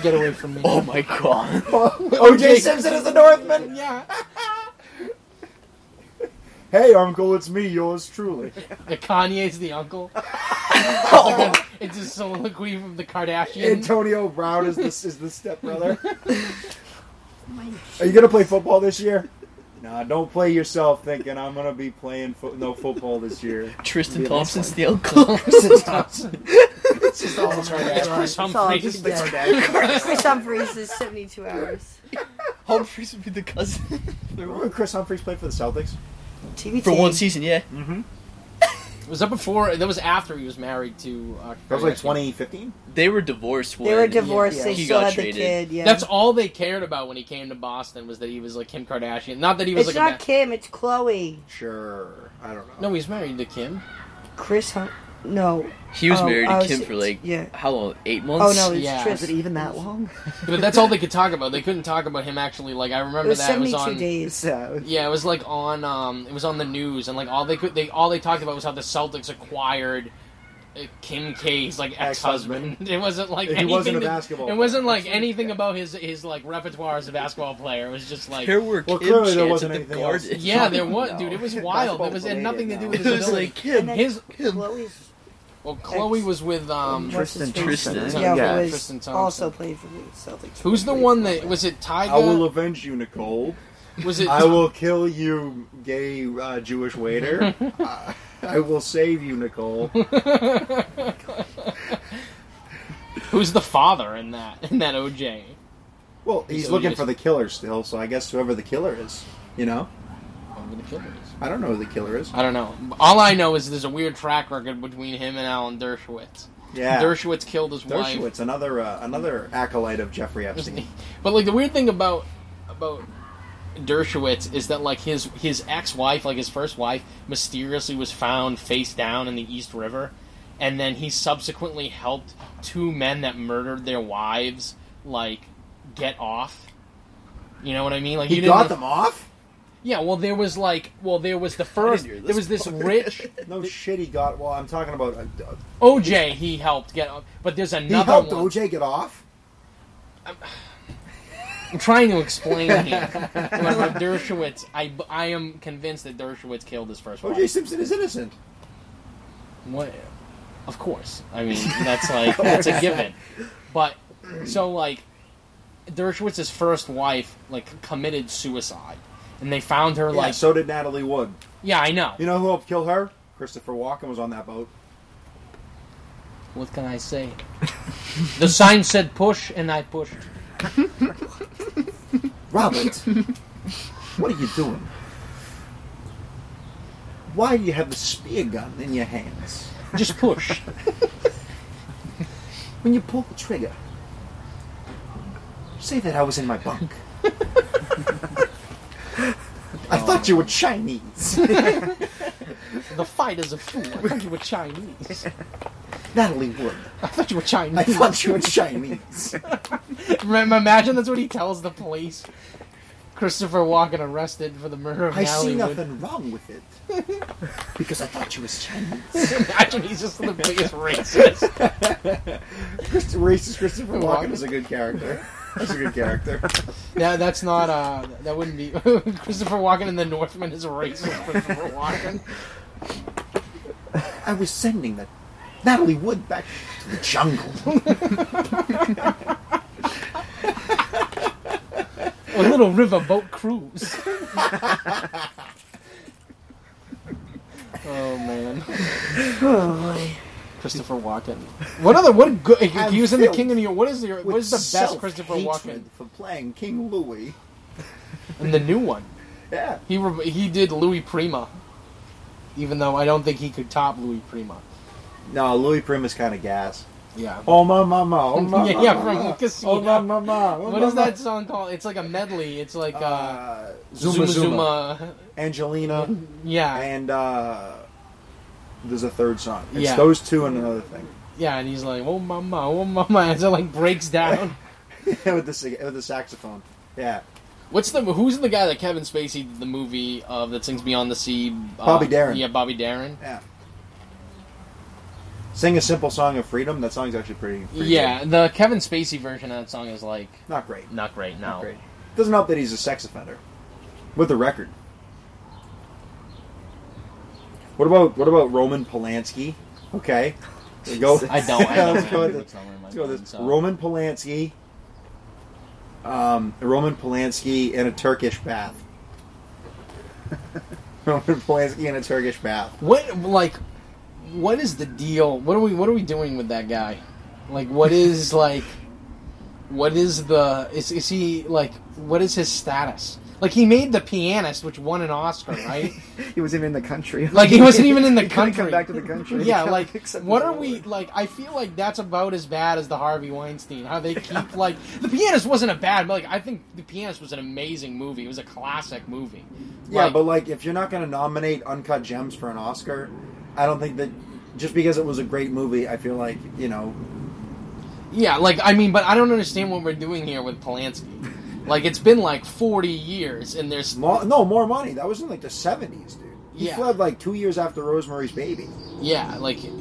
[SPEAKER 2] Get away from me.
[SPEAKER 5] Oh my god.
[SPEAKER 1] OJ Simpson is the Northman.
[SPEAKER 2] yeah.
[SPEAKER 1] Hey, Uncle, it's me, yours truly.
[SPEAKER 2] The Kanye's the uncle.
[SPEAKER 5] Oh.
[SPEAKER 2] it's a soliloquy from the Kardashians.
[SPEAKER 1] Antonio Brown is the is the stepbrother.
[SPEAKER 3] My
[SPEAKER 1] Are you gonna play football this year? Nah, don't play yourself thinking I'm gonna be playing fo- no football this year.
[SPEAKER 5] Tristan
[SPEAKER 1] Be a
[SPEAKER 5] Thompson's the uncle.
[SPEAKER 1] It's just all
[SPEAKER 2] It's
[SPEAKER 1] Kardashian.
[SPEAKER 2] Chris
[SPEAKER 3] It's all
[SPEAKER 2] Humphries.
[SPEAKER 3] just dead. Chris Humphries is 72 hours.
[SPEAKER 5] Humphreys would be the cousin.
[SPEAKER 1] Remember when Chris Humphries played for the Celtics?
[SPEAKER 3] TBT.
[SPEAKER 5] For one season, yeah.
[SPEAKER 2] Was that before? That was after he was married to. Uh,
[SPEAKER 1] That was like
[SPEAKER 2] Kardashian.
[SPEAKER 1] 2015.
[SPEAKER 5] They were divorced. When
[SPEAKER 3] They were divorced.
[SPEAKER 2] yeah.
[SPEAKER 3] They
[SPEAKER 5] He
[SPEAKER 3] still
[SPEAKER 5] got
[SPEAKER 3] had
[SPEAKER 5] traded.
[SPEAKER 3] the kid. Yeah,
[SPEAKER 2] That's all they cared about when he came to Boston was that he was like Kim Kardashian. Not that he was
[SPEAKER 3] it's
[SPEAKER 2] like.
[SPEAKER 3] not
[SPEAKER 2] a
[SPEAKER 3] Kim. It's Chloe.
[SPEAKER 1] Sure, I don't
[SPEAKER 2] ba-
[SPEAKER 1] know.
[SPEAKER 2] no, he's married to Kim.
[SPEAKER 3] Chris Hunt. No.
[SPEAKER 5] He was
[SPEAKER 3] Oh,
[SPEAKER 5] married
[SPEAKER 3] I
[SPEAKER 5] to
[SPEAKER 3] was-
[SPEAKER 5] Kim for like
[SPEAKER 3] yeah.
[SPEAKER 5] how long? Eight
[SPEAKER 3] Oh
[SPEAKER 5] months.
[SPEAKER 3] no, it's
[SPEAKER 2] Yeah.
[SPEAKER 3] Tris.
[SPEAKER 2] Was
[SPEAKER 8] Is it even that long?
[SPEAKER 2] But that's all they could talk about. They couldn't talk about him actually. Like I
[SPEAKER 3] It
[SPEAKER 2] remember
[SPEAKER 3] was
[SPEAKER 2] that it was
[SPEAKER 3] seventy-two
[SPEAKER 2] on.
[SPEAKER 3] days.
[SPEAKER 8] So
[SPEAKER 2] Yeah, it was like on. Um, it was on the news, and like all they could, they all they talked about was how the Celtics acquired uh, Kim K's like
[SPEAKER 1] Ex-husband.
[SPEAKER 2] ex-husband. It wasn't like
[SPEAKER 1] He
[SPEAKER 2] anything
[SPEAKER 1] wasn't a
[SPEAKER 2] that-
[SPEAKER 1] basketball
[SPEAKER 2] It
[SPEAKER 1] player.
[SPEAKER 2] wasn't like anything about his his like repertoire as a basketball player. It was just like.
[SPEAKER 5] There were
[SPEAKER 1] Well,
[SPEAKER 5] Kim
[SPEAKER 1] clearly there
[SPEAKER 5] chants at
[SPEAKER 1] wasn't
[SPEAKER 5] the
[SPEAKER 1] anything else.
[SPEAKER 5] garden.
[SPEAKER 2] yeah, there was, dude. It was wild.
[SPEAKER 8] Basketball
[SPEAKER 2] It was it had
[SPEAKER 8] related,
[SPEAKER 2] nothing to do
[SPEAKER 8] no.
[SPEAKER 2] with his
[SPEAKER 5] It was
[SPEAKER 2] ability.
[SPEAKER 5] like Kim.
[SPEAKER 3] And then
[SPEAKER 2] his
[SPEAKER 3] Chloe's
[SPEAKER 2] well, Chloe was with um.
[SPEAKER 3] what's his
[SPEAKER 8] Tristan
[SPEAKER 3] face?
[SPEAKER 5] Thompson.
[SPEAKER 3] Yeah,
[SPEAKER 1] Yeah.
[SPEAKER 3] who was
[SPEAKER 2] Tristan Thompson.
[SPEAKER 3] also played for the Celtics. Oh
[SPEAKER 2] Who's the one that was it? Tyga?
[SPEAKER 1] I will avenge you, Nicole.
[SPEAKER 2] was it?
[SPEAKER 1] I will kill you, gay uh, Jewish waiter. I, I will save you, Nicole.
[SPEAKER 2] Who's the father in that in that OJ?
[SPEAKER 1] Well, he's
[SPEAKER 2] He's
[SPEAKER 1] looking
[SPEAKER 2] odious.
[SPEAKER 1] for the killer still, so I guess whoever the killer is, you know?
[SPEAKER 2] Over the killers.
[SPEAKER 1] I don't know who the killer is.
[SPEAKER 2] I don't know. All I know is there's a weird track record between him and Alan Dershowitz.
[SPEAKER 1] Yeah.
[SPEAKER 2] Dershowitz killed his wife.
[SPEAKER 1] Dershowitz, another uh, another acolyte of Jeffrey Epstein.
[SPEAKER 2] But like the weird thing about about Dershowitz is that like his his ex wife, like his first wife, mysteriously was found face down in the East River, and then he subsequently helped two men that murdered their wives like get off. You know what I mean? Like
[SPEAKER 1] He
[SPEAKER 2] didn't
[SPEAKER 1] got
[SPEAKER 2] know-
[SPEAKER 1] them off?
[SPEAKER 2] Yeah, well, there was like, well, there was the first.
[SPEAKER 5] hear this
[SPEAKER 2] There was this
[SPEAKER 5] part.
[SPEAKER 2] rich
[SPEAKER 1] No shit, he got. Well, I'm talking about. Uh, uh,
[SPEAKER 2] OJ. He helped get, but there's
[SPEAKER 1] he
[SPEAKER 2] another
[SPEAKER 1] helped
[SPEAKER 2] one.
[SPEAKER 1] OJ get off?
[SPEAKER 2] I'm trying to explain here. About Dershowitz, I, I am convinced that Dershowitz killed his first
[SPEAKER 1] OJ
[SPEAKER 2] wife.
[SPEAKER 1] Simpson is innocent.
[SPEAKER 2] What? Of course. I mean, that's like that's a given. But so like Dershowitz's first wife like committed suicide, and they found her
[SPEAKER 1] Yeah,
[SPEAKER 2] like
[SPEAKER 1] so did Natalie Wood.
[SPEAKER 2] yeah I know.
[SPEAKER 1] You know who helped kill her? Christopher Walken was on that boat.
[SPEAKER 2] What can I say? the sign said push, and I pushed.
[SPEAKER 1] Robert, what are you doing? Why do you have a spear gun in your hands?
[SPEAKER 2] Just push.
[SPEAKER 1] When you pull the trigger, say that I was in my bunk. I thought you were Chinese.
[SPEAKER 2] The fight is a fool. I thought you were Chinese.
[SPEAKER 1] Natalie Wood.
[SPEAKER 2] I thought you were
[SPEAKER 1] I
[SPEAKER 2] Chinese.
[SPEAKER 1] thought you were Chinese.
[SPEAKER 2] Rem- Imagine that's what he tells the police. Christopher Walken arrested for the murder of
[SPEAKER 1] I see
[SPEAKER 2] Natalie Wood.
[SPEAKER 1] nothing wrong with it. Because I thought you was Chinese.
[SPEAKER 2] Imagine he's just the biggest racist.
[SPEAKER 1] Christ- racist Christopher
[SPEAKER 2] Walken.
[SPEAKER 1] Walken is a good character. That's a good character.
[SPEAKER 2] Yeah, that's not. Uh, that wouldn't be Christopher Walken and the Northman is racist. Christopher Walken.
[SPEAKER 1] I was sending that Natalie Wood back to the jungle.
[SPEAKER 2] A little riverboat cruise. oh man.
[SPEAKER 3] Oh boy.
[SPEAKER 2] Christopher Walken. What other? What good? He was in the
[SPEAKER 1] filled
[SPEAKER 2] King of New York. What is your? What
[SPEAKER 1] with
[SPEAKER 2] is the best Christopher Walken?
[SPEAKER 1] self-hatred for playing King Louis?
[SPEAKER 2] And the new one.
[SPEAKER 1] Yeah,
[SPEAKER 2] He re- he did Louis Prima, even though I don't think he could top Louis Prima.
[SPEAKER 1] no, Louis Primus kind of gas.
[SPEAKER 2] Yeah.
[SPEAKER 1] Oh my mama, oh my
[SPEAKER 2] yeah,
[SPEAKER 1] mama,
[SPEAKER 2] yeah, from Casino.
[SPEAKER 1] oh my mama. Oh,
[SPEAKER 2] what is that song called? It's like a medley. It's like
[SPEAKER 1] Uh,
[SPEAKER 2] uh,
[SPEAKER 1] Zuma, Zuma
[SPEAKER 2] Zuma. Mm-hmm.
[SPEAKER 1] Angelina,
[SPEAKER 2] Yeah,
[SPEAKER 1] and uh, there's a third song. It's
[SPEAKER 2] Yeah.
[SPEAKER 1] those two and another thing.
[SPEAKER 2] yeah, and he's like, "Oh mama, oh mama," as it like breaks down.
[SPEAKER 1] with the sa- with the saxophone. Yeah,
[SPEAKER 2] What's the who's the guy that Kevin Spacey did the movie of that sings Beyond the Sea? Uh,
[SPEAKER 1] Bobby Darin.
[SPEAKER 2] Yeah, Bobby Darren.
[SPEAKER 1] yeah. Sing a simple song of freedom. That song's actually pretty. pretty
[SPEAKER 2] Yeah,
[SPEAKER 1] good.
[SPEAKER 2] the Kevin Spacey version of that song is like
[SPEAKER 1] not great.
[SPEAKER 2] not great now.
[SPEAKER 1] Great. Doesn't help that he's a sex offender with a record. What about what about Roman Polanski? Okay, Let's go.
[SPEAKER 2] I don't. I don't.
[SPEAKER 1] let's go with
[SPEAKER 2] It's
[SPEAKER 1] this.
[SPEAKER 2] not one of my
[SPEAKER 1] Let's go with
[SPEAKER 2] ones,
[SPEAKER 1] this.
[SPEAKER 2] so.
[SPEAKER 1] Roman Polanski. Um, Roman Polanski in a Turkish bath. Roman Polanski in a Turkish bath.
[SPEAKER 2] What like what is the deal? What are we what are we doing with that guy? Like what is like what is the is is he like what is his status? Like he made The Pianist, which won an Oscar, right?
[SPEAKER 8] he wasn't even in the country.
[SPEAKER 2] Like, he wasn't even in the
[SPEAKER 8] He couldn't
[SPEAKER 2] country.
[SPEAKER 8] Come back to the country.
[SPEAKER 2] yeah, like
[SPEAKER 8] Except
[SPEAKER 2] what
[SPEAKER 8] for
[SPEAKER 2] are
[SPEAKER 8] the
[SPEAKER 2] we
[SPEAKER 8] war.
[SPEAKER 2] like? I feel like that's about as bad as the Harvey Weinstein. How they keep like The Pianist wasn't a bad, but like I think The Pianist was an amazing movie. It was a classic movie.
[SPEAKER 1] Yeah,
[SPEAKER 2] Like-
[SPEAKER 1] but like if you're not going to nominate Uncut Gems for an Oscar, I don't think that just because it was a great movie, I feel like you know.
[SPEAKER 2] Yeah, like I mean, but I don't understand what we're doing here with Polanski. Like it's been like forty years, and there's
[SPEAKER 1] Mo- no, more money. That was in like the seventies, dude. He
[SPEAKER 2] Yeah.
[SPEAKER 1] fled like two years after Rosemary's Baby.
[SPEAKER 2] yeah, like
[SPEAKER 1] It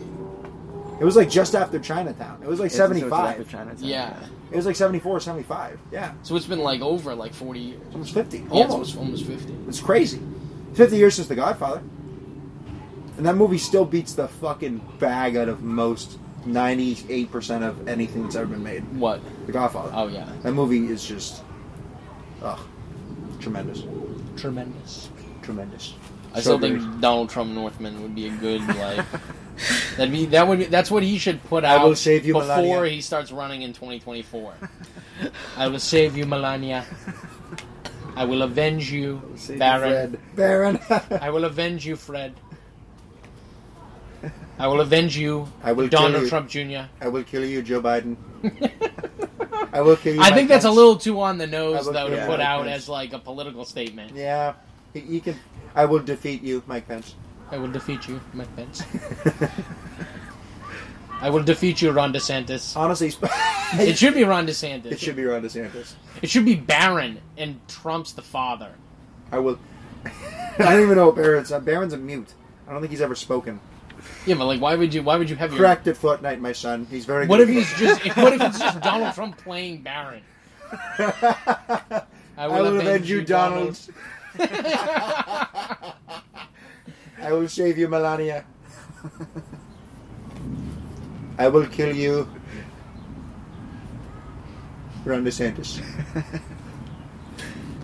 [SPEAKER 1] was like just after Chinatown. It was like
[SPEAKER 8] It's- so it's
[SPEAKER 1] seventy
[SPEAKER 8] after
[SPEAKER 1] five.
[SPEAKER 8] Chinatown,
[SPEAKER 2] yeah.
[SPEAKER 1] It was like 74, 75. Yeah,
[SPEAKER 2] So it's been like over like forty years.
[SPEAKER 1] it's almost fifty.
[SPEAKER 2] Yeah, it's
[SPEAKER 1] Almost.
[SPEAKER 2] almost almost fifty.
[SPEAKER 1] It's crazy. Fifty years since The Godfather, and that movie still beats the fucking bag out of most ninety eight percent of anything that's ever been made.
[SPEAKER 2] What?
[SPEAKER 1] The Godfather.
[SPEAKER 2] Oh yeah,
[SPEAKER 1] That movie is just, ugh, tremendous,
[SPEAKER 2] tremendous.
[SPEAKER 1] tremendous.
[SPEAKER 2] I
[SPEAKER 1] So
[SPEAKER 2] still think
[SPEAKER 1] good.
[SPEAKER 2] Donald Trump Northman would be a good like. That'd be that would be, that's what he should put
[SPEAKER 1] I
[SPEAKER 2] out
[SPEAKER 1] will save you,
[SPEAKER 2] before
[SPEAKER 1] Melania.
[SPEAKER 2] he starts running in 2024. I will save you, Melania. I will avenge you,
[SPEAKER 8] save you,
[SPEAKER 2] Baron.
[SPEAKER 1] Baron.
[SPEAKER 2] I will avenge you, Fred. I will avenge you,
[SPEAKER 1] I will kill
[SPEAKER 2] Donald
[SPEAKER 1] you.
[SPEAKER 2] Trump Jr.
[SPEAKER 1] I will kill you, Joe Biden. I will kill you.
[SPEAKER 2] I
[SPEAKER 1] Mike
[SPEAKER 2] think that's a
[SPEAKER 1] Pence.
[SPEAKER 2] little too on the nose,
[SPEAKER 1] I will-
[SPEAKER 2] though, to
[SPEAKER 1] yeah,
[SPEAKER 2] put
[SPEAKER 1] Mike
[SPEAKER 2] out
[SPEAKER 1] Pence.
[SPEAKER 2] as like a political statement.
[SPEAKER 1] Yeah, you, you can. I will defeat you, Mike Pence.
[SPEAKER 2] I will defeat you, Mike Pence. I will defeat you, Ron DeSantis.
[SPEAKER 1] Honestly, sp-
[SPEAKER 2] It should be Ron DeSantis.
[SPEAKER 1] it should be Ron DeSantis.
[SPEAKER 2] It should be Barron and Trump's the father.
[SPEAKER 1] I will. I don't even know what Baron's. Uh, Baron's a mute. I don't think he's ever spoken.
[SPEAKER 2] Yeah, but like, why would you? Why would you have your?
[SPEAKER 1] Cracked at Fortnite, my son. He's very.
[SPEAKER 2] What if
[SPEAKER 1] good
[SPEAKER 2] he's just? if- What if it's just Donald Trump playing Barron?
[SPEAKER 1] at
[SPEAKER 2] I
[SPEAKER 1] I will avenge you, Donald. I will save you, Melania. I will kill you, Ron DeSantis.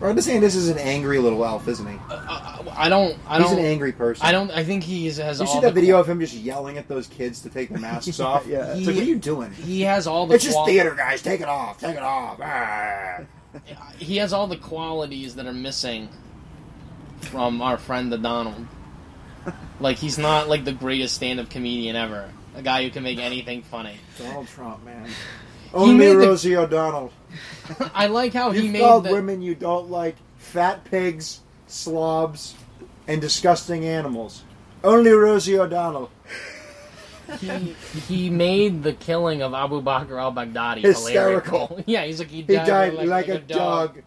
[SPEAKER 1] Ron DeSantis is an angry little elf, isn't he?
[SPEAKER 2] Uh, I don't. I
[SPEAKER 1] He's an
[SPEAKER 2] don't.
[SPEAKER 1] angry person.
[SPEAKER 2] I don't. I think he is, has
[SPEAKER 1] You
[SPEAKER 2] all
[SPEAKER 1] see
[SPEAKER 2] the
[SPEAKER 1] that video of him just yelling at those kids to take the masks off?
[SPEAKER 8] yeah.
[SPEAKER 1] It's like, what are you doing?
[SPEAKER 2] He has all the.
[SPEAKER 1] It's just
[SPEAKER 2] qual-
[SPEAKER 1] theater, guys. Take it off. Take it off. Ah.
[SPEAKER 2] He has all the qualities that are missing from our friend the Donald. Like he's not like the greatest stand-up comedian ever. A guy who can make anything funny.
[SPEAKER 1] Donald Trump, man.
[SPEAKER 2] made
[SPEAKER 1] Only
[SPEAKER 2] the-
[SPEAKER 1] Rosie O'Donnell.
[SPEAKER 2] I like how he
[SPEAKER 1] You've
[SPEAKER 2] made
[SPEAKER 1] called
[SPEAKER 2] the-
[SPEAKER 1] women you don't like fat pigs, slobs, and disgusting animals. Only Rosie O'Donnell.
[SPEAKER 2] he, he made the killing of Abu Bakr al Baghdadi
[SPEAKER 1] Hysterical.
[SPEAKER 2] Hilarious. Yeah, he's like he
[SPEAKER 1] He
[SPEAKER 2] died,
[SPEAKER 1] died
[SPEAKER 2] like, like a dog.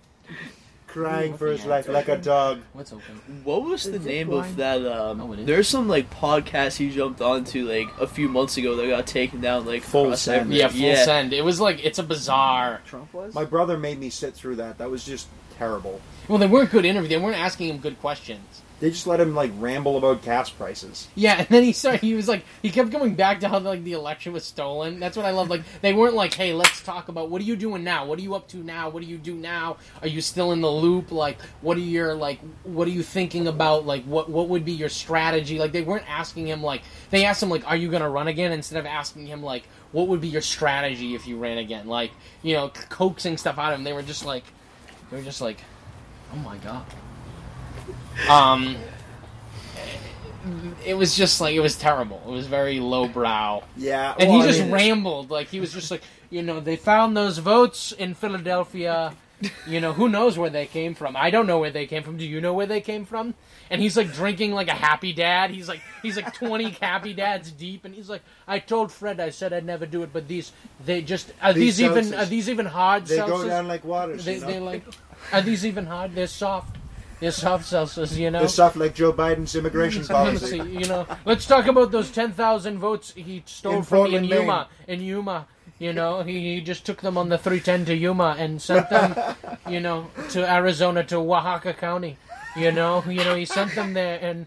[SPEAKER 1] crying for his life like a dog.
[SPEAKER 2] What's open?
[SPEAKER 5] What was the name
[SPEAKER 8] blind?
[SPEAKER 5] of that? Um,
[SPEAKER 2] Oh, it is.
[SPEAKER 5] there's some like podcast he jumped onto like a few months ago that got taken down like
[SPEAKER 1] Full
[SPEAKER 5] across
[SPEAKER 1] Send.
[SPEAKER 5] every-
[SPEAKER 2] Yeah, full send. It was like it's a bizarre.
[SPEAKER 8] Trump was.
[SPEAKER 1] My brother made me sit through that. That was just terrible.
[SPEAKER 2] Well, they weren't good interview. They weren't asking him good questions.
[SPEAKER 1] They just let him like ramble about gas prices.
[SPEAKER 2] Yeah, and then he started. He was like, he kept going back to how like the election was stolen. That's what I love. Like they weren't like, hey, let's talk about what are you doing now? What are you up to now? What do you do now? Are you still in the loop? Like, what are your like? What are you thinking about? Like, what what would be your strategy? Like they weren't asking him like they asked him like, are you gonna run again? Instead of asking him like, what would be your strategy if you ran again? Like you know, coaxing stuff out of him. They were just like, they were just like, oh my god. Um it was just like it was terrible. It was very lowbrow,
[SPEAKER 1] Yeah,
[SPEAKER 2] and
[SPEAKER 1] well,
[SPEAKER 2] he
[SPEAKER 1] I
[SPEAKER 2] just
[SPEAKER 1] mean,
[SPEAKER 2] rambled like he was just like, you know, they found those votes in Philadelphia. You know, who knows where they came from? I don't know where they came from. Do you know where they came from? And he's like drinking like a happy dad. He's like he's like twenty happy dads deep, and he's like, I told Fred, I said I'd never do it, but these they just are these,
[SPEAKER 1] These
[SPEAKER 2] even
[SPEAKER 1] seltzers.
[SPEAKER 2] are these even hard?
[SPEAKER 1] they
[SPEAKER 2] seltzers?
[SPEAKER 1] go down like waters.
[SPEAKER 2] They,
[SPEAKER 1] you know?
[SPEAKER 2] they like are these even hard? They're soft. They're soft seltzers, you know.
[SPEAKER 1] They're stuff like Joe Biden's immigration
[SPEAKER 2] Let's
[SPEAKER 1] policy.
[SPEAKER 2] see, you know, let's talk about those ten thousand votes he stole
[SPEAKER 1] In
[SPEAKER 2] from me in
[SPEAKER 1] Portland,
[SPEAKER 2] Yuma. In Yuma, you know, he, he just took them on the three ten to Yuma and sent them, you know, to Arizona to Oaxaca County. You know, you know, he sent them there, and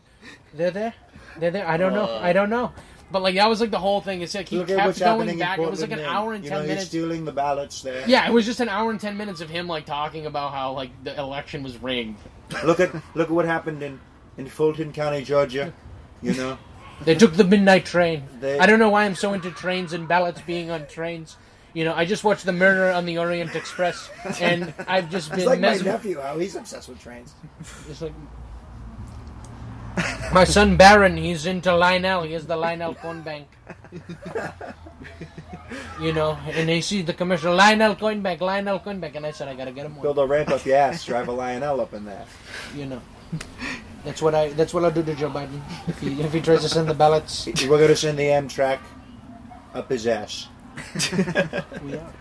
[SPEAKER 2] they're there, they're there. I don't know, I don't know. But like that was like the whole thing. It's like he
[SPEAKER 1] Uh, Look at
[SPEAKER 2] kept
[SPEAKER 1] what's
[SPEAKER 2] going
[SPEAKER 1] happening
[SPEAKER 2] back.
[SPEAKER 1] in
[SPEAKER 2] It was like an
[SPEAKER 1] Portland,
[SPEAKER 2] hour and
[SPEAKER 1] you
[SPEAKER 2] ten
[SPEAKER 1] know,
[SPEAKER 2] minutes.
[SPEAKER 1] He's stealing the ballots there.
[SPEAKER 2] yeah, it was just an hour and ten minutes of him like talking about how like the election was rigged.
[SPEAKER 1] look at look at what happened in in Fulton County, Georgia. You know,
[SPEAKER 2] They took the midnight train.
[SPEAKER 1] They-
[SPEAKER 2] I don't know why I'm so into trains and ballots being on trains. You know, I just watched The Murder on the Orient Express, and I've just
[SPEAKER 4] It's
[SPEAKER 2] been
[SPEAKER 4] like my
[SPEAKER 2] messed
[SPEAKER 4] nephew. How he's obsessed with trains.
[SPEAKER 2] It's like my son Baron, he's into Lionel. He has the Lionel coin bank. you know, and he sees the commercial Lionel coin bank, Lionel coin bank, and I said I gotta get him one.
[SPEAKER 1] Build a ramp up your ass, drive a Lionel up in there.
[SPEAKER 2] You know, that's what I that's what I'll do to Joe Biden if he if he tries to send the ballots.
[SPEAKER 1] We're going to send the Amtrak up his ass.
[SPEAKER 2] We are.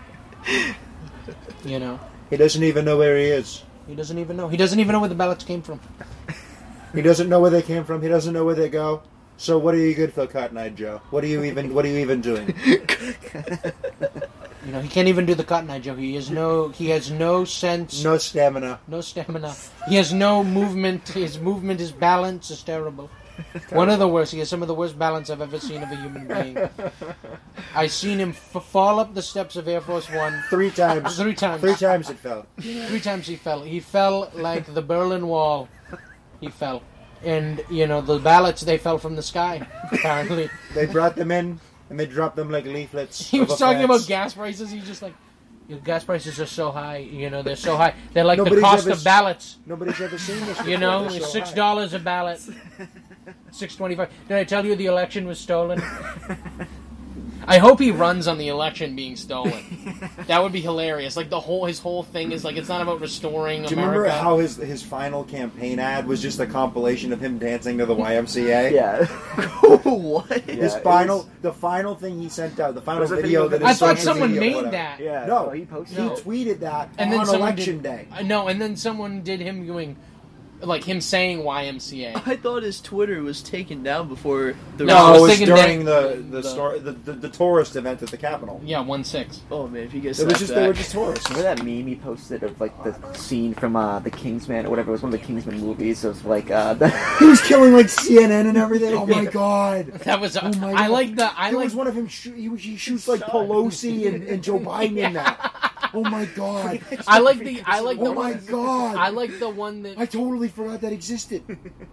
[SPEAKER 2] You know,
[SPEAKER 1] He doesn't even know where he is.
[SPEAKER 2] he doesn't even know. He doesn't even know where the ballots came from.
[SPEAKER 1] He doesn't know where they came from. He doesn't know where they go. So what are you good for, Cotton Eye Joe? What are you even? What are you even doing?
[SPEAKER 2] You know, he can't even do the Cotton Eye Joe. He has no he has no sense.
[SPEAKER 1] No stamina.
[SPEAKER 2] No stamina. He has no movement. His movement, his balance is terrible. One of the worst. He has some of the worst balance I've ever seen of a human being. I seen him f- fall up the steps of Air Force One
[SPEAKER 1] Three times.
[SPEAKER 2] three times.
[SPEAKER 1] Three times it fell.
[SPEAKER 2] Three times he fell. He fell like the Berlin Wall. He fell, and you know the ballots they fell from the sky. Apparently,
[SPEAKER 1] They brought them in and they dropped them like leaflets.
[SPEAKER 2] he
[SPEAKER 1] of a
[SPEAKER 2] was talking
[SPEAKER 1] fence.
[SPEAKER 2] about gas prices. He's just like, "Your gas prices are so high. You know they're so high. They're like the
[SPEAKER 1] Nobody's
[SPEAKER 2] cost
[SPEAKER 1] ever
[SPEAKER 2] of
[SPEAKER 1] s-
[SPEAKER 2] ballots."
[SPEAKER 1] Nobody's ever seen this.
[SPEAKER 2] You
[SPEAKER 1] before.
[SPEAKER 2] know,
[SPEAKER 1] They're
[SPEAKER 2] it's
[SPEAKER 1] so
[SPEAKER 2] six
[SPEAKER 1] high.
[SPEAKER 2] dollars a ballot. Six twenty-five. Did I tell you the election was stolen? I hope he runs on the election being stolen. that would be hilarious. Like the whole his whole thing is like it's not about restoring
[SPEAKER 1] Do you
[SPEAKER 2] America.
[SPEAKER 1] remember how his his final campaign ad was just a compilation of him dancing to the YMCA?
[SPEAKER 5] Yeah. what?
[SPEAKER 1] His
[SPEAKER 4] Yeah, it
[SPEAKER 1] final,
[SPEAKER 4] was-
[SPEAKER 1] the final thing he sent out, the final
[SPEAKER 4] was a
[SPEAKER 1] video,
[SPEAKER 4] video
[SPEAKER 1] that
[SPEAKER 4] that
[SPEAKER 2] I
[SPEAKER 1] his
[SPEAKER 2] thought
[SPEAKER 1] social
[SPEAKER 2] someone
[SPEAKER 1] media
[SPEAKER 2] made
[SPEAKER 1] put out.
[SPEAKER 2] that.
[SPEAKER 4] Yeah.
[SPEAKER 1] No.
[SPEAKER 4] he posted.
[SPEAKER 1] He
[SPEAKER 2] No.
[SPEAKER 1] tweeted that
[SPEAKER 2] And then
[SPEAKER 1] on
[SPEAKER 2] someone
[SPEAKER 1] election
[SPEAKER 2] did,
[SPEAKER 1] day.
[SPEAKER 2] uh, No, and then someone did him going, like him saying YMCA.
[SPEAKER 5] I thought his Twitter was taken down before the.
[SPEAKER 2] No, I
[SPEAKER 1] No, it
[SPEAKER 2] was
[SPEAKER 1] was
[SPEAKER 2] thinking
[SPEAKER 1] during
[SPEAKER 2] that-
[SPEAKER 1] the the,
[SPEAKER 2] the-
[SPEAKER 1] stor- the, the the tourist event at the Capitol.
[SPEAKER 2] Yeah, one six.
[SPEAKER 5] Oh man, if you guys
[SPEAKER 1] It was just they were
[SPEAKER 5] back.
[SPEAKER 1] just tourists.
[SPEAKER 4] Remember that meme he posted of like the scene from uh, the Kingsman or whatever? It was one of the Kingsman movies. It was like uh, the, he was killing like CNN and everything.
[SPEAKER 1] Oh my god!
[SPEAKER 2] That was.
[SPEAKER 1] Oh my
[SPEAKER 2] I
[SPEAKER 1] God.
[SPEAKER 2] like the. I
[SPEAKER 1] there
[SPEAKER 2] like.
[SPEAKER 1] was one of him. Shoot, he, was- he shoots like Pelosi and, and Joe Biden in that. Oh my god!
[SPEAKER 2] I like the. I like the.
[SPEAKER 1] Oh my
[SPEAKER 2] One,
[SPEAKER 1] god!
[SPEAKER 2] I like the one that
[SPEAKER 1] I totally forgot that existed.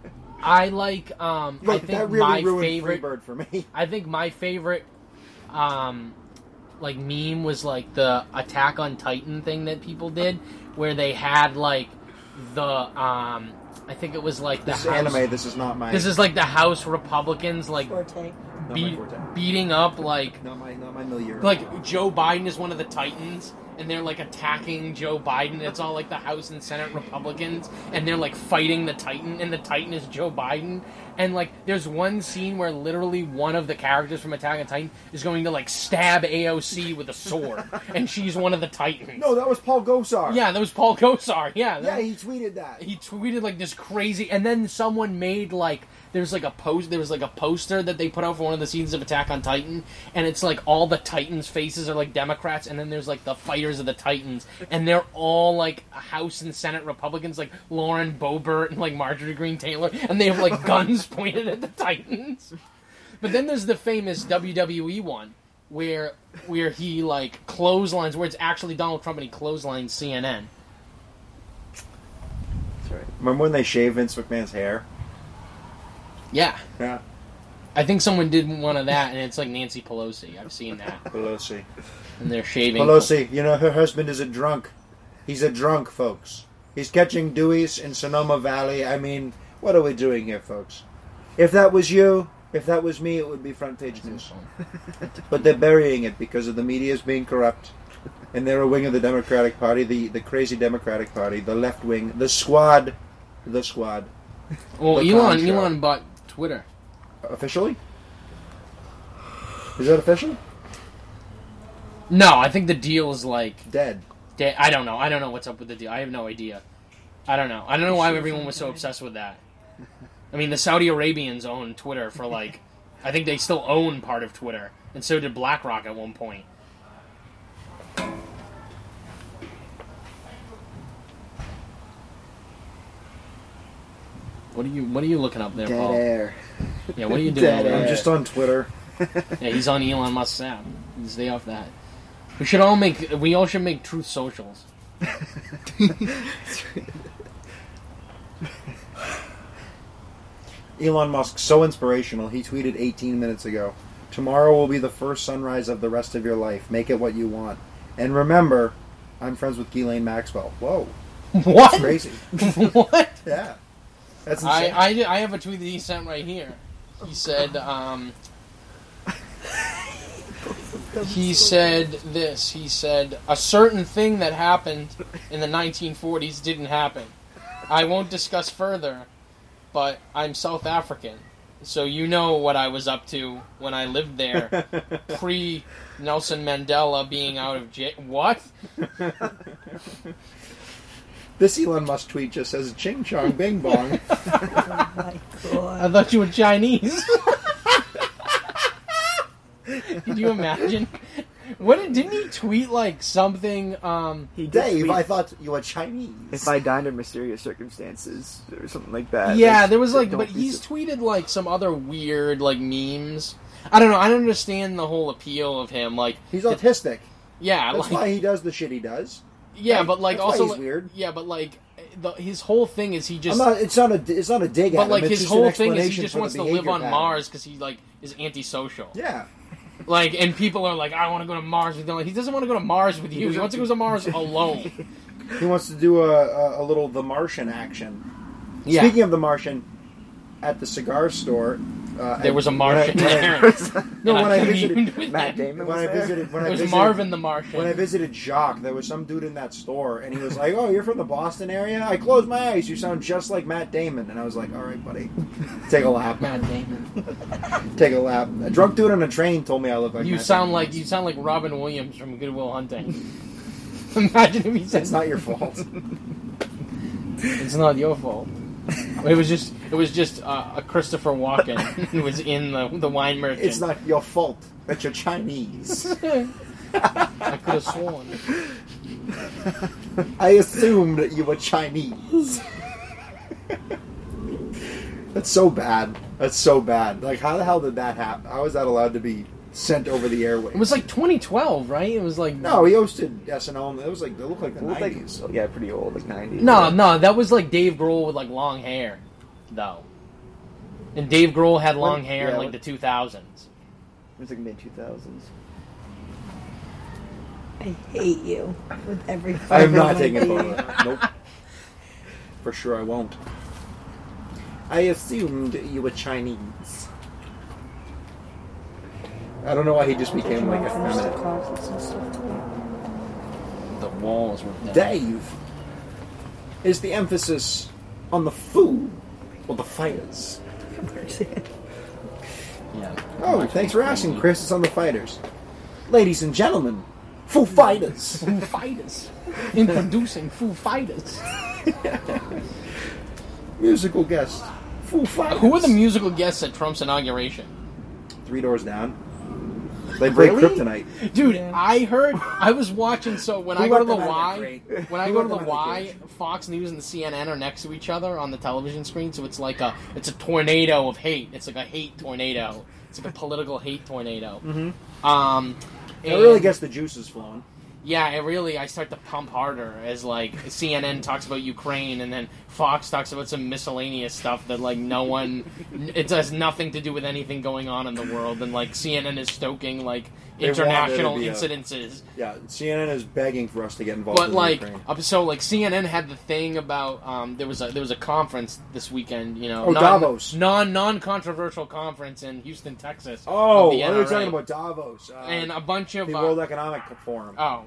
[SPEAKER 2] I like. Um, I
[SPEAKER 1] Like
[SPEAKER 2] think
[SPEAKER 1] that
[SPEAKER 2] my
[SPEAKER 1] really ruined
[SPEAKER 2] favorite.
[SPEAKER 1] Freebird for me.
[SPEAKER 2] I think my favorite, um, like meme was like the Attack on Titan thing that people did, where they had like the um, I think it was like the
[SPEAKER 1] This
[SPEAKER 2] house.
[SPEAKER 1] anime, this is not my.
[SPEAKER 2] This is like the House Republicans like
[SPEAKER 9] Forte.
[SPEAKER 1] not my
[SPEAKER 2] be-
[SPEAKER 1] forte.
[SPEAKER 2] beating up like
[SPEAKER 1] Not my, not my milieu.
[SPEAKER 2] like Joe Biden is one of the Titans, and they're like attacking Joe Biden. It's all like the House and Senate Republicans, and they're like fighting the Titan, and the Titan is Joe Biden. And like, there's one scene where literally one of the characters from Attack on Titan is going to like stab AOC with a sword, and she's one of the Titans.
[SPEAKER 1] no, that was Paul Gosar.
[SPEAKER 2] yeah, that was Paul Kosar. Yeah,
[SPEAKER 1] yeah,
[SPEAKER 2] that-
[SPEAKER 1] he tweeted that.
[SPEAKER 2] he tweeted like this crazy and then someone made like there's like a post there was like a poster that they put out for one of the scenes of attack on titan and it's like all the titans faces are like democrats and then there's like the fighters of the titans and they're all like house and senate republicans like lauren boebert and like marjorie green taylor and they have like guns pointed at the titans but then there's the famous wwe one where where he like clotheslines where it's actually donald trump and he clotheslines cnn
[SPEAKER 1] Remember when they shaved Vince McMahon's hair?
[SPEAKER 2] yeah
[SPEAKER 1] Yeah,
[SPEAKER 2] I think someone did one of that, and it's like Nancy Pelosi. I've seen that,
[SPEAKER 1] Pelosi.
[SPEAKER 2] and they're shaving.
[SPEAKER 1] Pelosi, you know her husband is a drunk. He's a drunk, folks. He's catching Dewey's in Sonoma Valley. I mean, what are we doing here, folks? If that was you, if that was me, it would be front page news. But they're burying it because of the media is being corrupt, and they're a wing of the Democratic Party, the the crazy Democratic Party, the left wing, the squad, the squad.
[SPEAKER 2] Well,
[SPEAKER 1] The
[SPEAKER 2] Elon,
[SPEAKER 1] contract.
[SPEAKER 2] Elon bought Twitter.
[SPEAKER 1] Officially? Is that official?
[SPEAKER 2] No, I think the deal is like
[SPEAKER 1] Dead.
[SPEAKER 2] da- I don't know. I don't know what's up with the deal. I have no idea. I don't know. I don't know why everyone was so obsessed with that. I mean, the Saudi Arabians own Twitter for like, I think they still own part of Twitter, and so did BlackRock at one point. What are you What are you looking up there,
[SPEAKER 4] Dead
[SPEAKER 2] Paul?
[SPEAKER 4] air.
[SPEAKER 2] Yeah, what are you doing?
[SPEAKER 4] Dead
[SPEAKER 2] over
[SPEAKER 4] air.
[SPEAKER 2] there?
[SPEAKER 1] I'm just on Twitter.
[SPEAKER 2] Yeah, he's on Elon Musk's app. You Stay off that. We should all make. We all should make truth socials.
[SPEAKER 1] Elon Musk, so inspirational, he tweeted 18 minutes ago Tomorrow will be the first sunrise of the rest of your life. Make it what you want. And remember, I'm friends with Ghislaine Maxwell. Whoa,
[SPEAKER 10] What?
[SPEAKER 1] crazy.
[SPEAKER 10] what?
[SPEAKER 1] yeah. That's
[SPEAKER 2] I,
[SPEAKER 1] insane.
[SPEAKER 2] I, I have a tweet that he sent right here. He said, um, he said this. He said, a certain thing that happened in the 1940s didn't happen. I won't discuss further, but I'm South African. So you know what I was up to when I lived there pre Nelson Mandela being out of jail. What?
[SPEAKER 1] this Elon Musk tweet just says ching chong bing bong.
[SPEAKER 3] Oh my
[SPEAKER 2] I
[SPEAKER 3] god.
[SPEAKER 2] thought you were Chinese. Could you imagine? What did, didn't he tweet like something? Um,
[SPEAKER 8] He did
[SPEAKER 1] Dave,
[SPEAKER 8] tweet,
[SPEAKER 1] I thought you were Chinese.
[SPEAKER 8] if I died in mysterious circumstances or something like that.
[SPEAKER 2] yeah,
[SPEAKER 8] Like,
[SPEAKER 2] there was like,
[SPEAKER 8] don't
[SPEAKER 2] but
[SPEAKER 8] be
[SPEAKER 2] he's
[SPEAKER 8] su-
[SPEAKER 2] tweeted like some other weird like memes. I don't know. I don't understand the whole appeal of him. Like,
[SPEAKER 1] He's autistic.
[SPEAKER 2] yeah,
[SPEAKER 1] That's
[SPEAKER 2] like
[SPEAKER 1] why he does the shit he does.
[SPEAKER 2] yeah, but like
[SPEAKER 1] That's why
[SPEAKER 2] also
[SPEAKER 1] he's
[SPEAKER 2] like-
[SPEAKER 1] weird.
[SPEAKER 2] Yeah, but like the, his whole thing is he just.
[SPEAKER 1] I'm not. It's not a. It's not a dig at
[SPEAKER 2] but
[SPEAKER 1] him.
[SPEAKER 2] like
[SPEAKER 1] it's
[SPEAKER 2] his
[SPEAKER 1] just
[SPEAKER 2] whole
[SPEAKER 1] an
[SPEAKER 2] thing is he
[SPEAKER 1] explanation
[SPEAKER 2] just
[SPEAKER 1] for the
[SPEAKER 2] wants to live
[SPEAKER 1] behavior
[SPEAKER 2] on
[SPEAKER 1] pattern.
[SPEAKER 2] Mars because he like is antisocial.
[SPEAKER 1] Yeah,
[SPEAKER 2] Like, and people are like, I want to go to Mars with you. Like, he doesn't want to go to Mars with you. He wants to go to Mars alone.
[SPEAKER 1] he wants to do a, a, a little The Martian action.
[SPEAKER 2] Yeah.
[SPEAKER 1] Speaking of The Martian, at the cigar store, uh,
[SPEAKER 2] there
[SPEAKER 1] at-
[SPEAKER 2] was a Martian
[SPEAKER 1] When I,
[SPEAKER 2] there.
[SPEAKER 1] no,
[SPEAKER 2] And
[SPEAKER 1] when I
[SPEAKER 2] communed
[SPEAKER 1] visited,
[SPEAKER 2] with
[SPEAKER 8] Matt
[SPEAKER 2] him.
[SPEAKER 8] Damon
[SPEAKER 1] when I
[SPEAKER 8] was there.
[SPEAKER 1] visited, when I
[SPEAKER 2] It was
[SPEAKER 1] visited,
[SPEAKER 2] Marvin the Martian.
[SPEAKER 1] When I visited Jacques, there was some dude in that store, and he was like, "Oh, you're from the Boston area? I closed my eyes. You sound just like Matt Damon." And I was like, "All right, buddy, take a lap,
[SPEAKER 2] Matt Damon.
[SPEAKER 1] take a lap." A drunk dude on a train told me I look like
[SPEAKER 2] You
[SPEAKER 1] Matt
[SPEAKER 2] sound
[SPEAKER 1] Damon.
[SPEAKER 2] like you sound like Robin Williams from Goodwill Hunting. Imagine if he
[SPEAKER 1] It's
[SPEAKER 2] says
[SPEAKER 1] not your fault.
[SPEAKER 2] it's not your fault. It was just it was just uh, a Christopher Walken who was in the the wine merchant.
[SPEAKER 1] It's not your fault that you're Chinese.
[SPEAKER 2] I could have sworn.
[SPEAKER 1] I assumed that you were Chinese. That's so bad. That's so bad. Like, how the hell did that happen? How is that allowed to be sent over the airwaves?
[SPEAKER 2] It was like 2012, right? It was like
[SPEAKER 1] no, he hosted SNL. And it was like it looked like the
[SPEAKER 8] It looked like-
[SPEAKER 1] nineties.
[SPEAKER 8] yeah, pretty old, like 90s.
[SPEAKER 2] No, no, that was like Dave Grohl with like long hair, though. And Dave Grohl had long
[SPEAKER 8] When-
[SPEAKER 2] hair in
[SPEAKER 8] yeah,
[SPEAKER 2] like
[SPEAKER 8] when-
[SPEAKER 2] the two thousands.
[SPEAKER 8] It was like mid 2000s.
[SPEAKER 3] I hate you with every
[SPEAKER 1] I
[SPEAKER 3] fiber
[SPEAKER 1] am not
[SPEAKER 3] of my
[SPEAKER 1] taking a photo.
[SPEAKER 3] being.
[SPEAKER 1] of that. Nope. For sure, I won't. I assumed you were Chinese. I don't know why he just became like a feminine.
[SPEAKER 2] The walls were
[SPEAKER 1] Dave, is the emphasis on the food or the fighters?
[SPEAKER 2] Yeah.
[SPEAKER 1] Oh, thanks for asking, Chris. It's on the fighters. Ladies and gentlemen, full fighters.
[SPEAKER 2] Foo Fighters. Introducing Foo Fighters.
[SPEAKER 1] Musical guest, full fighters.
[SPEAKER 2] Who were the musical guests at Trump's inauguration?
[SPEAKER 1] Three doors down. They break
[SPEAKER 8] Really?
[SPEAKER 1] kryptonite.
[SPEAKER 2] Dude, I heard I was watching so when
[SPEAKER 1] Who
[SPEAKER 2] I go to
[SPEAKER 1] let
[SPEAKER 2] the
[SPEAKER 1] them out of that
[SPEAKER 2] Y
[SPEAKER 1] crate?
[SPEAKER 2] when I
[SPEAKER 1] Who
[SPEAKER 2] go
[SPEAKER 1] let
[SPEAKER 2] to the
[SPEAKER 1] them out of the
[SPEAKER 2] Y, Fox News and the CNN are next to each other on the television screen, so it's like a it's a tornado of hate. It's like a hate tornado. It's like a political hate tornado. Mm-hmm. Um
[SPEAKER 1] I really
[SPEAKER 2] and-
[SPEAKER 1] guess the juice is flowing.
[SPEAKER 2] yeah, it really I start to pump harder as like CNN talks about Ukraine and then Fox talks about some miscellaneous stuff that like no one it has nothing to do with anything going on in the world and like CNN is stoking like
[SPEAKER 1] They want there to
[SPEAKER 2] international
[SPEAKER 1] be a-
[SPEAKER 2] incidences.
[SPEAKER 1] Yeah, CNN is begging for us to get involved.
[SPEAKER 2] But
[SPEAKER 1] in
[SPEAKER 2] like
[SPEAKER 1] Ukraine.
[SPEAKER 2] uh, so like CNN had the thing about um there was a there was a conference this weekend, you know,
[SPEAKER 1] Oh, Davos.
[SPEAKER 2] non non controversial conference in Houston, Texas. of
[SPEAKER 1] oh,
[SPEAKER 2] the
[SPEAKER 1] what are we
[SPEAKER 2] NRA.
[SPEAKER 1] talking about? Davos uh,
[SPEAKER 2] And a bunch of
[SPEAKER 1] the
[SPEAKER 2] uh,
[SPEAKER 1] World Economic Forum.
[SPEAKER 2] Oh.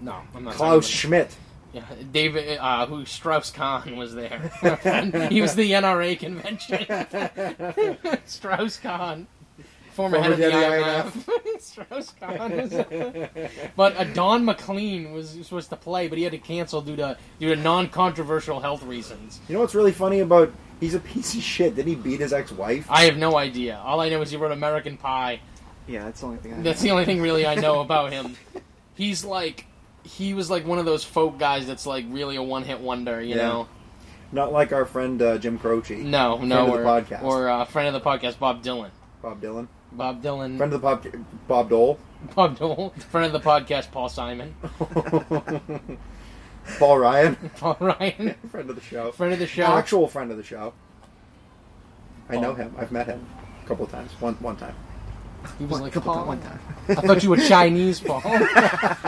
[SPEAKER 2] No, I'm not talking about
[SPEAKER 1] Klaus
[SPEAKER 2] it.
[SPEAKER 1] Schmidt.
[SPEAKER 2] Yeah, David, uh, who Strauss Kahn was there. he was the NRA convention. Strauss Kahn,
[SPEAKER 1] Former
[SPEAKER 2] former, head of the
[SPEAKER 1] head
[SPEAKER 2] IMF.
[SPEAKER 1] of
[SPEAKER 2] Strauss Kahn was But uh, Don McLean was supposed to play, but he had to cancel due to due to non controversial health reasons.
[SPEAKER 1] You know what's really funny about? He's a piece of shit. Did he beat his ex-wife?
[SPEAKER 2] I have no idea. All I know is he wrote American Pie.
[SPEAKER 8] Yeah, that's the only thing I
[SPEAKER 2] That's the only thing really I know about him. He's like, he was like one of those folk guys that's like really a one hit wonder, you
[SPEAKER 1] Yeah.
[SPEAKER 2] know?
[SPEAKER 1] Not like our friend uh, Jim Croce.
[SPEAKER 2] No, no,
[SPEAKER 1] of
[SPEAKER 2] or,
[SPEAKER 1] the podcast.
[SPEAKER 2] or uh, friend of the podcast, Bob Dylan.
[SPEAKER 1] Bob Dylan.
[SPEAKER 2] Bob Dylan,
[SPEAKER 1] Friend of the pop, Bob Dole.
[SPEAKER 2] Bob Dylan, friend of the podcast, Paul Simon,
[SPEAKER 1] Paul Ryan.
[SPEAKER 2] Paul Ryan,
[SPEAKER 1] Friend of the show.
[SPEAKER 2] friend of the show. Oh.
[SPEAKER 1] Actual friend of the show. I know
[SPEAKER 2] Paul.
[SPEAKER 1] him. I've met him a couple of times. One one time.
[SPEAKER 2] He was like,
[SPEAKER 4] couple
[SPEAKER 2] Paul.
[SPEAKER 4] one time.
[SPEAKER 2] I thought you were Chinese, Paul.
[SPEAKER 4] That's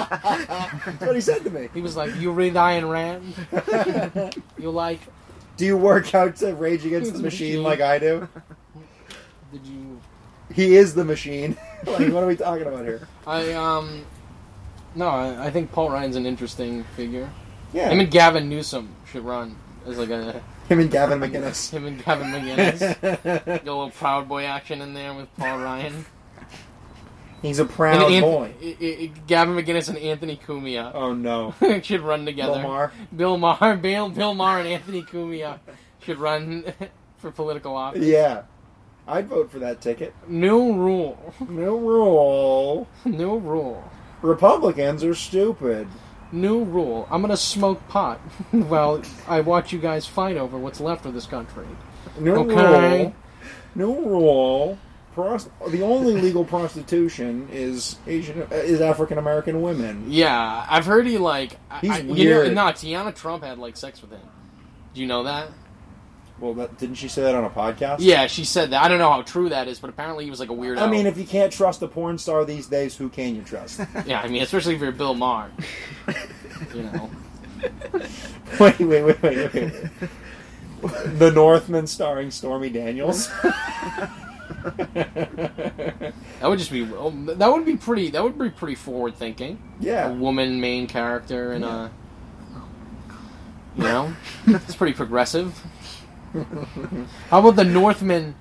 [SPEAKER 4] what he said to me.
[SPEAKER 2] he was like, you read Ayn Rand? you like,
[SPEAKER 1] Do you work out to Rage Against the Machine like I do?
[SPEAKER 2] did you
[SPEAKER 1] He is the machine. like, what are we talking about here?
[SPEAKER 2] I um, no, I, I think Paul Ryan's an interesting figure.
[SPEAKER 1] Yeah,
[SPEAKER 2] Him and Gavin Newsom should run as like a
[SPEAKER 1] him and Gavin McGinnis.
[SPEAKER 2] him and Gavin McGinnis. Get a little Proud Boy action in there with Paul Ryan.
[SPEAKER 1] He's a
[SPEAKER 2] And
[SPEAKER 1] proud
[SPEAKER 2] Anth-
[SPEAKER 1] boy.
[SPEAKER 2] I- I- I- Gavin McGinnis and Anthony Cumia
[SPEAKER 1] Oh no,
[SPEAKER 2] should run together.
[SPEAKER 1] Lamar.
[SPEAKER 2] Bill Maher, Bill, Bill Maher, and Anthony Cumia should run for political office.
[SPEAKER 1] Yeah, I'd vote for that ticket.
[SPEAKER 2] New rule.
[SPEAKER 1] No rule.
[SPEAKER 2] New rule.
[SPEAKER 1] Republicans are stupid.
[SPEAKER 2] New rule. I'm gonna smoke pot while I watch you guys fight over what's left of this country.
[SPEAKER 1] No
[SPEAKER 2] Okay.
[SPEAKER 1] rule. No rule. Prost- the only legal prostitution is Asian uh, is African American women.
[SPEAKER 2] Yeah, I've heard he like. I-
[SPEAKER 1] He's
[SPEAKER 2] I, You know,
[SPEAKER 1] weird.
[SPEAKER 2] no, Tiana Trump had like sex with him. Do you know that?
[SPEAKER 1] Well, that, didn't she say that on a podcast?
[SPEAKER 2] Yeah, she said that. I don't know how true that is, but apparently he was like a weirdo.
[SPEAKER 1] I mean, if you can't trust a porn star these days, who can you trust?
[SPEAKER 2] yeah, I mean, especially if you're Bill Maher. you know,
[SPEAKER 1] wait, wait, wait, wait, wait. the Northman starring Stormy Daniels.
[SPEAKER 2] that would just be oh, that would be pretty. That would be pretty forward thinking. A
[SPEAKER 1] yeah.
[SPEAKER 2] woman main character and a. You know, it's pretty progressive. How about the Northman,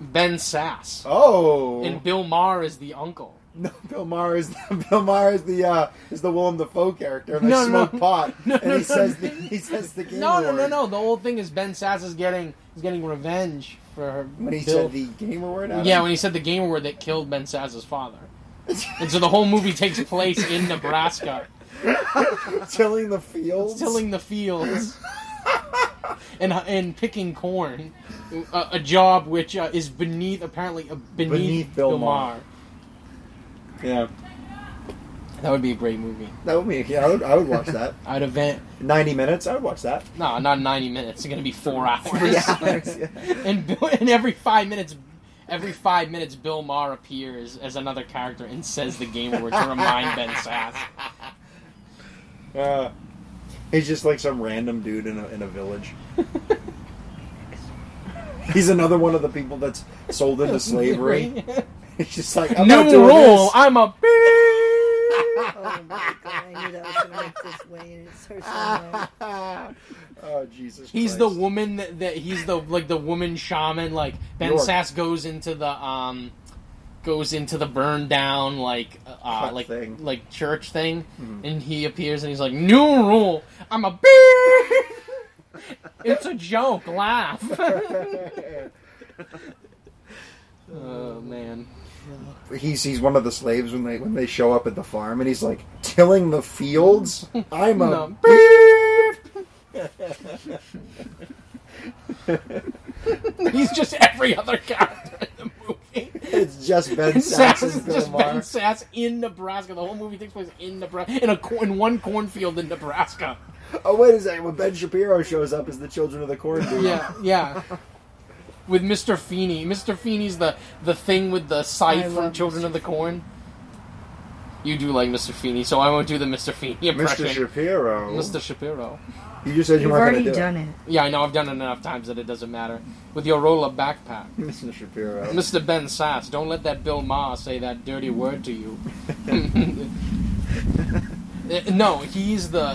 [SPEAKER 2] Ben Sass,
[SPEAKER 1] Oh.
[SPEAKER 2] and Bill Maher is the uncle.
[SPEAKER 1] No, Bill Maher is the, Bill Maher is the uh, is the Willem Dafoe character. And they
[SPEAKER 2] No,
[SPEAKER 1] smoke
[SPEAKER 2] no.
[SPEAKER 1] pot,
[SPEAKER 2] No,
[SPEAKER 1] and
[SPEAKER 2] no,
[SPEAKER 1] he
[SPEAKER 2] no.
[SPEAKER 1] says the, he says the game
[SPEAKER 2] No, no,
[SPEAKER 1] award.
[SPEAKER 2] no, no. The whole thing is Ben Sass is getting is getting revenge for her.
[SPEAKER 1] When he
[SPEAKER 2] Bill-
[SPEAKER 1] said the uh, gamer word, Adam?
[SPEAKER 2] yeah, when he said the game word that killed Ben Sass's father, and so the whole movie takes place in Nebraska,
[SPEAKER 1] tilling the fields,
[SPEAKER 2] tilling the fields. And, and picking corn, a, a job which uh, is beneath apparently uh, beneath,
[SPEAKER 1] Beneath Bill Maher. Yeah,
[SPEAKER 2] That would be a great movie.
[SPEAKER 1] that would be. Yeah, I would, I would watch that.
[SPEAKER 2] I'd event
[SPEAKER 1] Ninety minutes, I would watch that.
[SPEAKER 2] no, not ninety minutes. It's gonna be four hours.
[SPEAKER 4] Yeah.
[SPEAKER 2] and Bill, and every five minutes, every five minutes, Bill Maher appears as another character and says the game word to remind Ben Sass.
[SPEAKER 1] Uh, he's just like some random dude in a, in a village. he's another one of the people that's sold into slavery. He's just like I'm not
[SPEAKER 2] New
[SPEAKER 1] doing
[SPEAKER 2] rule.
[SPEAKER 1] this.
[SPEAKER 2] I'm a
[SPEAKER 3] Oh my god, I knew that was gonna make this way and it's her so much.
[SPEAKER 1] oh Jesus!
[SPEAKER 2] He's
[SPEAKER 1] Christ.
[SPEAKER 2] the woman that, that he's the like the woman shaman. Like Ben
[SPEAKER 1] York.
[SPEAKER 2] Sass goes into the um goes into the burn down like uh
[SPEAKER 1] Hut
[SPEAKER 2] like
[SPEAKER 1] thing. Mm-hmm.
[SPEAKER 2] like church thing, and he appears and he's like, "New rule. I'm a bee. it's a joke. Laugh." oh man.
[SPEAKER 1] he's he's one of the slaves when they when they show up at the farm and he's like tilling the fields. I'm a
[SPEAKER 2] No. He's just every other character in the movie.
[SPEAKER 1] it's just Ben
[SPEAKER 2] Sass
[SPEAKER 1] Sass
[SPEAKER 2] is
[SPEAKER 1] and Bill
[SPEAKER 2] just
[SPEAKER 1] Maher.
[SPEAKER 2] Ben Sass in Nebraska. The whole movie takes place in Nebraska, in a cor- in one cornfield in Nebraska.
[SPEAKER 1] Oh wait a second! When Ben Shapiro shows up as the Children of the Corn dude,
[SPEAKER 2] Yeah, yeah. With Mr. Feeney. Mr. Feeney's the the thing with the
[SPEAKER 3] I
[SPEAKER 2] scythe from
[SPEAKER 3] love
[SPEAKER 2] Children of the Corn. You do like Mr. Feeney, so I won't do the Mr. Feeney impression.
[SPEAKER 1] Mr. Shapiro,
[SPEAKER 2] Mr. Shapiro.
[SPEAKER 1] you just said you
[SPEAKER 3] You've
[SPEAKER 1] weren't
[SPEAKER 3] already
[SPEAKER 1] going to do
[SPEAKER 3] done it.
[SPEAKER 2] Yeah, I know. I've done it enough times that it doesn't matter. With your roll-up backpack,
[SPEAKER 1] it, Mr. Shapiro.
[SPEAKER 2] Mr. Ben Sass. Don't let that Bill Maher say that dirty word to you. Eh, no, he's the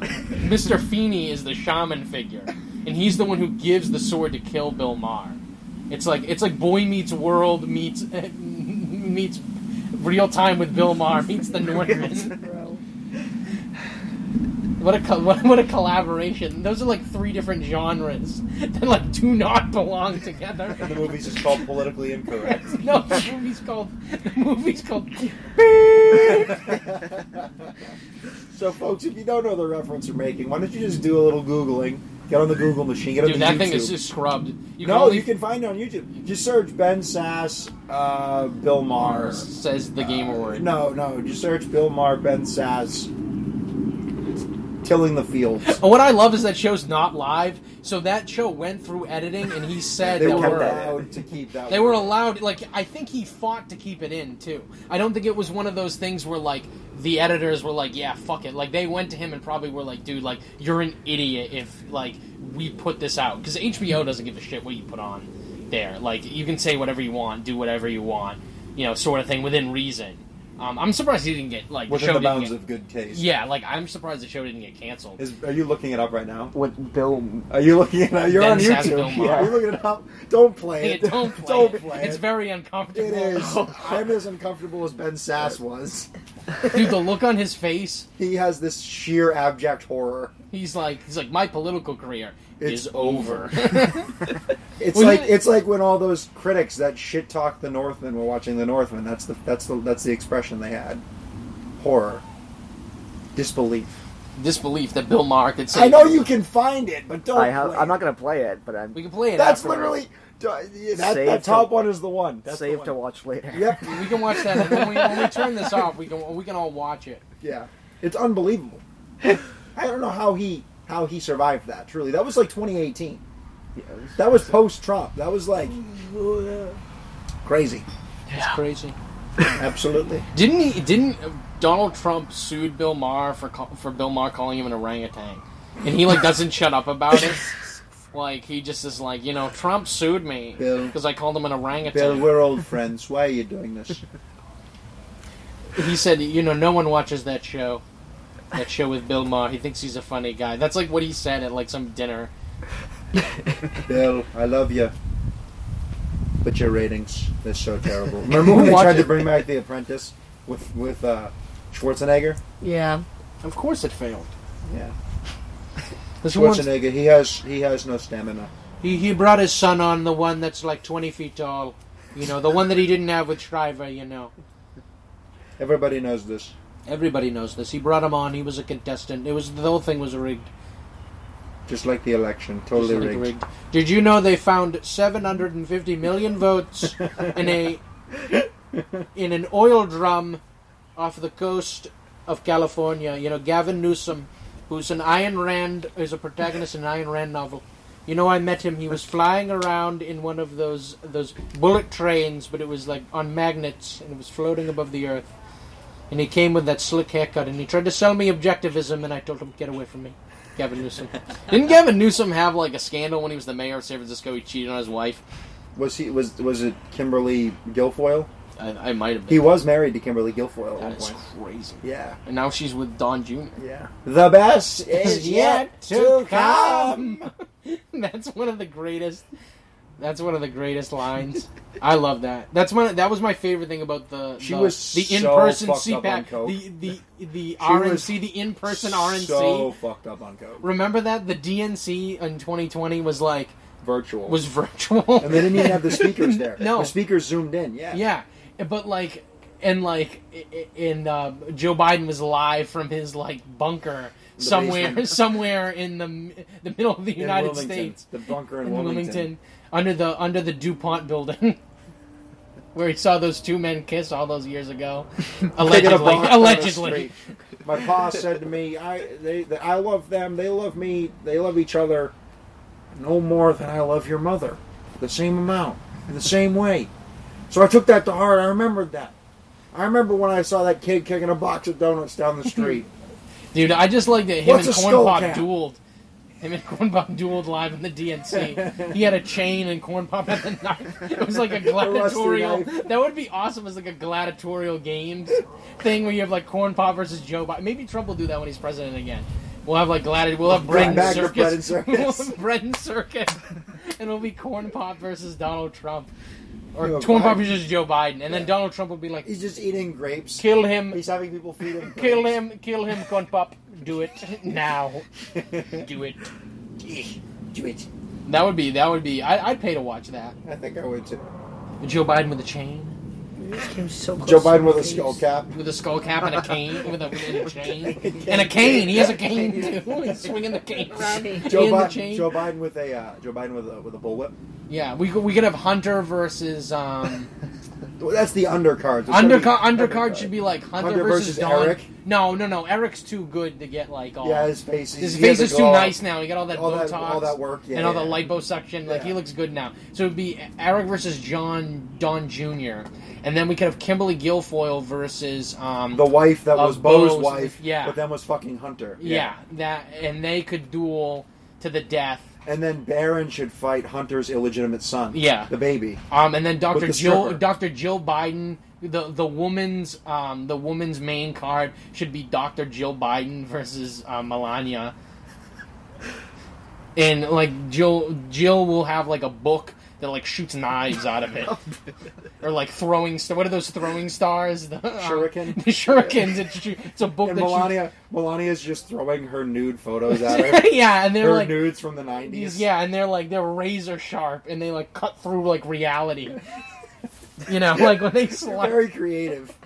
[SPEAKER 2] Mr. Feeney is the shaman figure, and he's the one who gives the sword to kill Bill Maher. It's like it's like Boy Meets World meets meets Real Time with Bill Maher meets the Northman.
[SPEAKER 3] Bro.
[SPEAKER 2] What a co- what, what a collaboration! Those are like three different genres that like do not belong together.
[SPEAKER 1] The movie's just called politically incorrect.
[SPEAKER 2] No, the movie's called the movie's called.
[SPEAKER 1] so, folks, if you don't know the reference you're making, why don't you just do a little googling? Get on the Google machine. Get on
[SPEAKER 2] Dude,
[SPEAKER 1] the
[SPEAKER 2] that
[SPEAKER 1] YouTube.
[SPEAKER 2] thing is just scrubbed. You
[SPEAKER 1] no,
[SPEAKER 2] only-
[SPEAKER 1] you can find it on YouTube. Just search Ben Sass, uh, Bill Maher.
[SPEAKER 2] says the game award.
[SPEAKER 1] No, no, just search Bill Maher, Ben Sass, tilling the fields.
[SPEAKER 2] And what I love is that show's not live, so that show went through editing, and he said
[SPEAKER 1] They
[SPEAKER 2] that
[SPEAKER 1] were
[SPEAKER 4] kept
[SPEAKER 2] we're-
[SPEAKER 4] that in.
[SPEAKER 1] allowed to keep that.
[SPEAKER 2] They were
[SPEAKER 1] word.
[SPEAKER 2] allowed, like, I think he fought to keep it in, too. I don't think it was one of those things where, like, the editors were like, yeah, fuck it. Like, they went to him and probably were like, dude, like, you're an idiot if, like, we put this out. Because HBO doesn't give a shit what you put on there. Like, you can say whatever you want, do whatever you want, you know, sort of thing within reason. Um, I'm surprised he didn't get, like, the
[SPEAKER 1] within
[SPEAKER 2] show
[SPEAKER 1] the
[SPEAKER 2] didn't
[SPEAKER 1] bounds
[SPEAKER 2] get-
[SPEAKER 1] of good taste.
[SPEAKER 2] Yeah, like, I'm surprised the show didn't get canceled.
[SPEAKER 1] Is, are you looking it up right now?
[SPEAKER 4] With Bill,
[SPEAKER 1] Are you looking it up? You're
[SPEAKER 2] Ben
[SPEAKER 1] on
[SPEAKER 2] Sasville
[SPEAKER 1] YouTube.
[SPEAKER 2] Mom.
[SPEAKER 1] Are you looking it up? Don't play
[SPEAKER 2] Yeah,
[SPEAKER 1] it.
[SPEAKER 2] don't play it. It's
[SPEAKER 1] it.
[SPEAKER 2] very
[SPEAKER 1] It
[SPEAKER 2] uncomfortable.
[SPEAKER 1] is. I'm as uncomfortable as Ben Sass was.
[SPEAKER 2] Dude, the look on his face
[SPEAKER 1] He has this sheer abject horror.
[SPEAKER 2] He's like, he's like, my political career
[SPEAKER 1] It's
[SPEAKER 2] is over.
[SPEAKER 1] It's
[SPEAKER 2] Well,
[SPEAKER 1] like
[SPEAKER 2] you-
[SPEAKER 1] it's like when all those critics that shit talk the Northmen were watching the Northmen. That's the that's the that's the expression they had. Horror, disbelief.
[SPEAKER 2] Disbelief that Bill Maher could say.
[SPEAKER 1] I know you can find it, but
[SPEAKER 8] Oh,
[SPEAKER 1] don't.
[SPEAKER 4] I have,
[SPEAKER 1] play
[SPEAKER 4] I'm
[SPEAKER 1] it.
[SPEAKER 4] not gonna play it, but I'm
[SPEAKER 2] We can play it.
[SPEAKER 1] That's
[SPEAKER 2] afterwards.
[SPEAKER 1] literally yeah, that,
[SPEAKER 4] Save
[SPEAKER 1] that
[SPEAKER 4] to-
[SPEAKER 1] top one is the one. That's
[SPEAKER 4] saved
[SPEAKER 1] the
[SPEAKER 4] to
[SPEAKER 1] one.
[SPEAKER 4] watch later.
[SPEAKER 1] Yep.
[SPEAKER 2] We can watch that and when we, when we turn this off. We can we can all watch it.
[SPEAKER 1] Yeah, it's unbelievable. I don't know how he how he survived that. Truly, that was like 2018.
[SPEAKER 4] Yeah, it was-
[SPEAKER 1] That was post Trump. That was like crazy.
[SPEAKER 2] It's crazy.
[SPEAKER 1] Absolutely.
[SPEAKER 2] Didn't he? Didn't uh, Donald Trump sued Bill Maher for call, for Bill Maher calling him an orangutan, and he like doesn't shut up about it. Like he just is like, you know, Trump sued me
[SPEAKER 1] Bill.
[SPEAKER 2] because I called him an
[SPEAKER 1] Bill,
[SPEAKER 2] orangutan.
[SPEAKER 1] we're old friends. Why are you doing this?
[SPEAKER 2] he said, you know, no one watches that show. That show with Bill Maher. He thinks he's a funny guy. That's like what he said at like some dinner.
[SPEAKER 1] Bill, I love you. But your ratings, they're so terrible. Remember when they
[SPEAKER 2] Watch
[SPEAKER 1] tried to
[SPEAKER 2] it.
[SPEAKER 1] bring back The Apprentice with with uh, Schwarzenegger?
[SPEAKER 2] Yeah. Of course it failed.
[SPEAKER 1] Yeah.
[SPEAKER 2] This one,
[SPEAKER 1] Schwarzenegger, he has he has no stamina.
[SPEAKER 2] he, he brought his son on, the one that's like 20 feet tall. You know, the one that he didn't have with Shriver, you know.
[SPEAKER 1] Everybody knows this.
[SPEAKER 2] Everybody knows this. He brought him on. He was a contestant. It was the whole thing was rigged.
[SPEAKER 1] Just like the election, totally
[SPEAKER 2] Just like
[SPEAKER 1] rigged.
[SPEAKER 2] rigged. Did you know they found 750 million votes in a in an oil drum off the coast of California? You know, Gavin Newsom, who's an Ayn Rand, is a protagonist in an Ayn Rand novel. You know, I met him. He was flying around in one of those those bullet trains, but it was like on magnets and it was floating above the earth. And he came with that slick haircut, and he tried to sell me objectivism, and I told him, "Get away from me." Gavin Newsom. Didn't Gavin Newsom have like a scandal when he was the mayor of San Francisco? He cheated on his wife.
[SPEAKER 1] Was he was was it Kimberly Guilfoyle?
[SPEAKER 2] I, I might have
[SPEAKER 1] He
[SPEAKER 2] been.
[SPEAKER 1] was married to Kimberly Guilfoyle at one
[SPEAKER 2] That's
[SPEAKER 1] point.
[SPEAKER 2] crazy.
[SPEAKER 1] Yeah.
[SPEAKER 2] And now she's with Don Jr.
[SPEAKER 1] Yeah. The best is yet to come.
[SPEAKER 2] that's one of the greatest. That's one of the greatest lines. I love that. That's one. That was my favorite thing about the.
[SPEAKER 1] She
[SPEAKER 2] the,
[SPEAKER 1] was
[SPEAKER 2] the
[SPEAKER 1] so
[SPEAKER 2] in-person
[SPEAKER 1] fucked up on
[SPEAKER 2] CPAC,
[SPEAKER 1] coke.
[SPEAKER 2] the the the
[SPEAKER 1] was
[SPEAKER 2] RNC, the in-person RNC.
[SPEAKER 1] So fucked up on code.
[SPEAKER 2] Remember that the DNC in 2020 was like
[SPEAKER 1] Virtual.
[SPEAKER 2] was virtual.
[SPEAKER 1] and they didn't even have the speakers there.
[SPEAKER 2] No.
[SPEAKER 1] The speakers zoomed in. Yeah.
[SPEAKER 2] Yeah, but like, and like, i- i- and uh, Joe Biden was live from his like bunker somewhere,
[SPEAKER 1] basement.
[SPEAKER 2] somewhere in the m- the middle of the
[SPEAKER 1] In
[SPEAKER 2] United
[SPEAKER 1] Wilmington.
[SPEAKER 2] States,
[SPEAKER 1] The bunker in,
[SPEAKER 2] in
[SPEAKER 1] Wilmington.
[SPEAKER 2] Wilmington. under the under the Dupont building. Where he saw those two men kiss all those years ago,
[SPEAKER 1] Picking up
[SPEAKER 2] allegedly,
[SPEAKER 1] on- on the
[SPEAKER 2] allegedly.
[SPEAKER 1] street. My pa said to me, "I they, they I love them. They love me. They love each other no more than I love your mother. The same amount, in the same way." So I took that to heart. I remembered that. I remember when I saw that kid kicking a box of donuts down the street.
[SPEAKER 2] Dude, I just like that him
[SPEAKER 1] What's
[SPEAKER 2] and
[SPEAKER 1] a skull
[SPEAKER 2] Cornpop
[SPEAKER 1] cap?
[SPEAKER 2] dueled. Him and Cornpop dueled live in the DNC. he had a chain and Cornpop had the knife. It was like a gladiatorial.
[SPEAKER 1] knife.
[SPEAKER 2] that would be awesome as like a gladiatorial games thing where you have like Cornpop versus Joe Biden. Maybe Trump will do that when he's president again. We'll have like gladi. We'll have bread
[SPEAKER 1] Bring
[SPEAKER 2] and
[SPEAKER 1] back the
[SPEAKER 2] circus.
[SPEAKER 1] bread and circus.
[SPEAKER 2] we'll have bread and circus, and it'll be Cornpop versus Donald Trump, or
[SPEAKER 1] Joe
[SPEAKER 2] Cornpop
[SPEAKER 1] Biden.
[SPEAKER 2] versus Joe Biden, and then Donald Trump will be like,
[SPEAKER 1] He's just eating grapes.
[SPEAKER 2] "Kill him,
[SPEAKER 1] He's having people feed him.
[SPEAKER 2] Kill
[SPEAKER 1] grapes.
[SPEAKER 2] him, kill him, Cornpop. Do it now. Do it.
[SPEAKER 1] Do it.
[SPEAKER 2] That would be, that would be, I, I'd pay to watch that.
[SPEAKER 1] I think I would too.
[SPEAKER 2] Joe Biden with a chain,
[SPEAKER 3] Came so close
[SPEAKER 1] Joe
[SPEAKER 3] to
[SPEAKER 1] Biden
[SPEAKER 3] my
[SPEAKER 1] with a
[SPEAKER 3] face.
[SPEAKER 1] skull cap.
[SPEAKER 2] with a skull cap and a cane, with a, with a chain. And a cane, he has a cane too. He's swinging the cane around.
[SPEAKER 1] Joe
[SPEAKER 2] He and the
[SPEAKER 1] Biden,
[SPEAKER 2] chain.
[SPEAKER 1] Joe Biden with a uh, Joe Biden with a with a bullwhip.
[SPEAKER 2] Yeah, we could, we could have Hunter versus, um,
[SPEAKER 1] That's the undercard. There's gotta be
[SPEAKER 2] Undercard, undercard should be like Hunter,
[SPEAKER 1] Hunter
[SPEAKER 2] versus,
[SPEAKER 1] versus
[SPEAKER 2] Don.
[SPEAKER 1] Eric.
[SPEAKER 2] No, no, no. Eric's too good to get like all.
[SPEAKER 1] Yeah, his face.
[SPEAKER 2] his
[SPEAKER 1] he had
[SPEAKER 2] face
[SPEAKER 1] the
[SPEAKER 2] is too
[SPEAKER 1] glow.
[SPEAKER 2] nice now. He got all that
[SPEAKER 1] All that-
[SPEAKER 2] Botox,
[SPEAKER 1] all that work, yeah,
[SPEAKER 2] and all
[SPEAKER 1] yeah.
[SPEAKER 2] the liposuction. Like he
[SPEAKER 1] Yeah.
[SPEAKER 2] looks good now. So it'd be Eric versus John Don Jr. And then we could have Kimberly Guilfoyle versus um,
[SPEAKER 1] The wife that
[SPEAKER 2] Of
[SPEAKER 1] was Bo's
[SPEAKER 2] Bo's-
[SPEAKER 1] wife,
[SPEAKER 2] yeah.
[SPEAKER 1] but then was fucking Hunter.
[SPEAKER 2] yeah, that and they could duel to the death.
[SPEAKER 1] And then Baron should fight Hunter's illegitimate son.
[SPEAKER 2] Yeah.
[SPEAKER 1] The baby.
[SPEAKER 2] Um, and then Dr.
[SPEAKER 1] the
[SPEAKER 2] Jill,
[SPEAKER 1] stripper.
[SPEAKER 2] Dr. Jill Biden, the the woman's um, the woman's main card should be Dr. Jill Biden versus uh, Melania. And like Jill, Jill will have like a book that like shoots knives out of it, or like throwing. St- what are those throwing stars? The um,
[SPEAKER 1] Shuriken?
[SPEAKER 2] The shurikens. It's, shoo- it's a book
[SPEAKER 1] And
[SPEAKER 2] that
[SPEAKER 1] Melania, Melania's just throwing her nude photos at her.
[SPEAKER 2] shoots. yeah, and they're
[SPEAKER 1] her
[SPEAKER 2] like
[SPEAKER 1] nudes from the 90s.
[SPEAKER 2] these- yeah, and they're like they're razor sharp, and they like cut through like reality. you know, like when they
[SPEAKER 1] You're
[SPEAKER 2] slice.
[SPEAKER 1] very creative.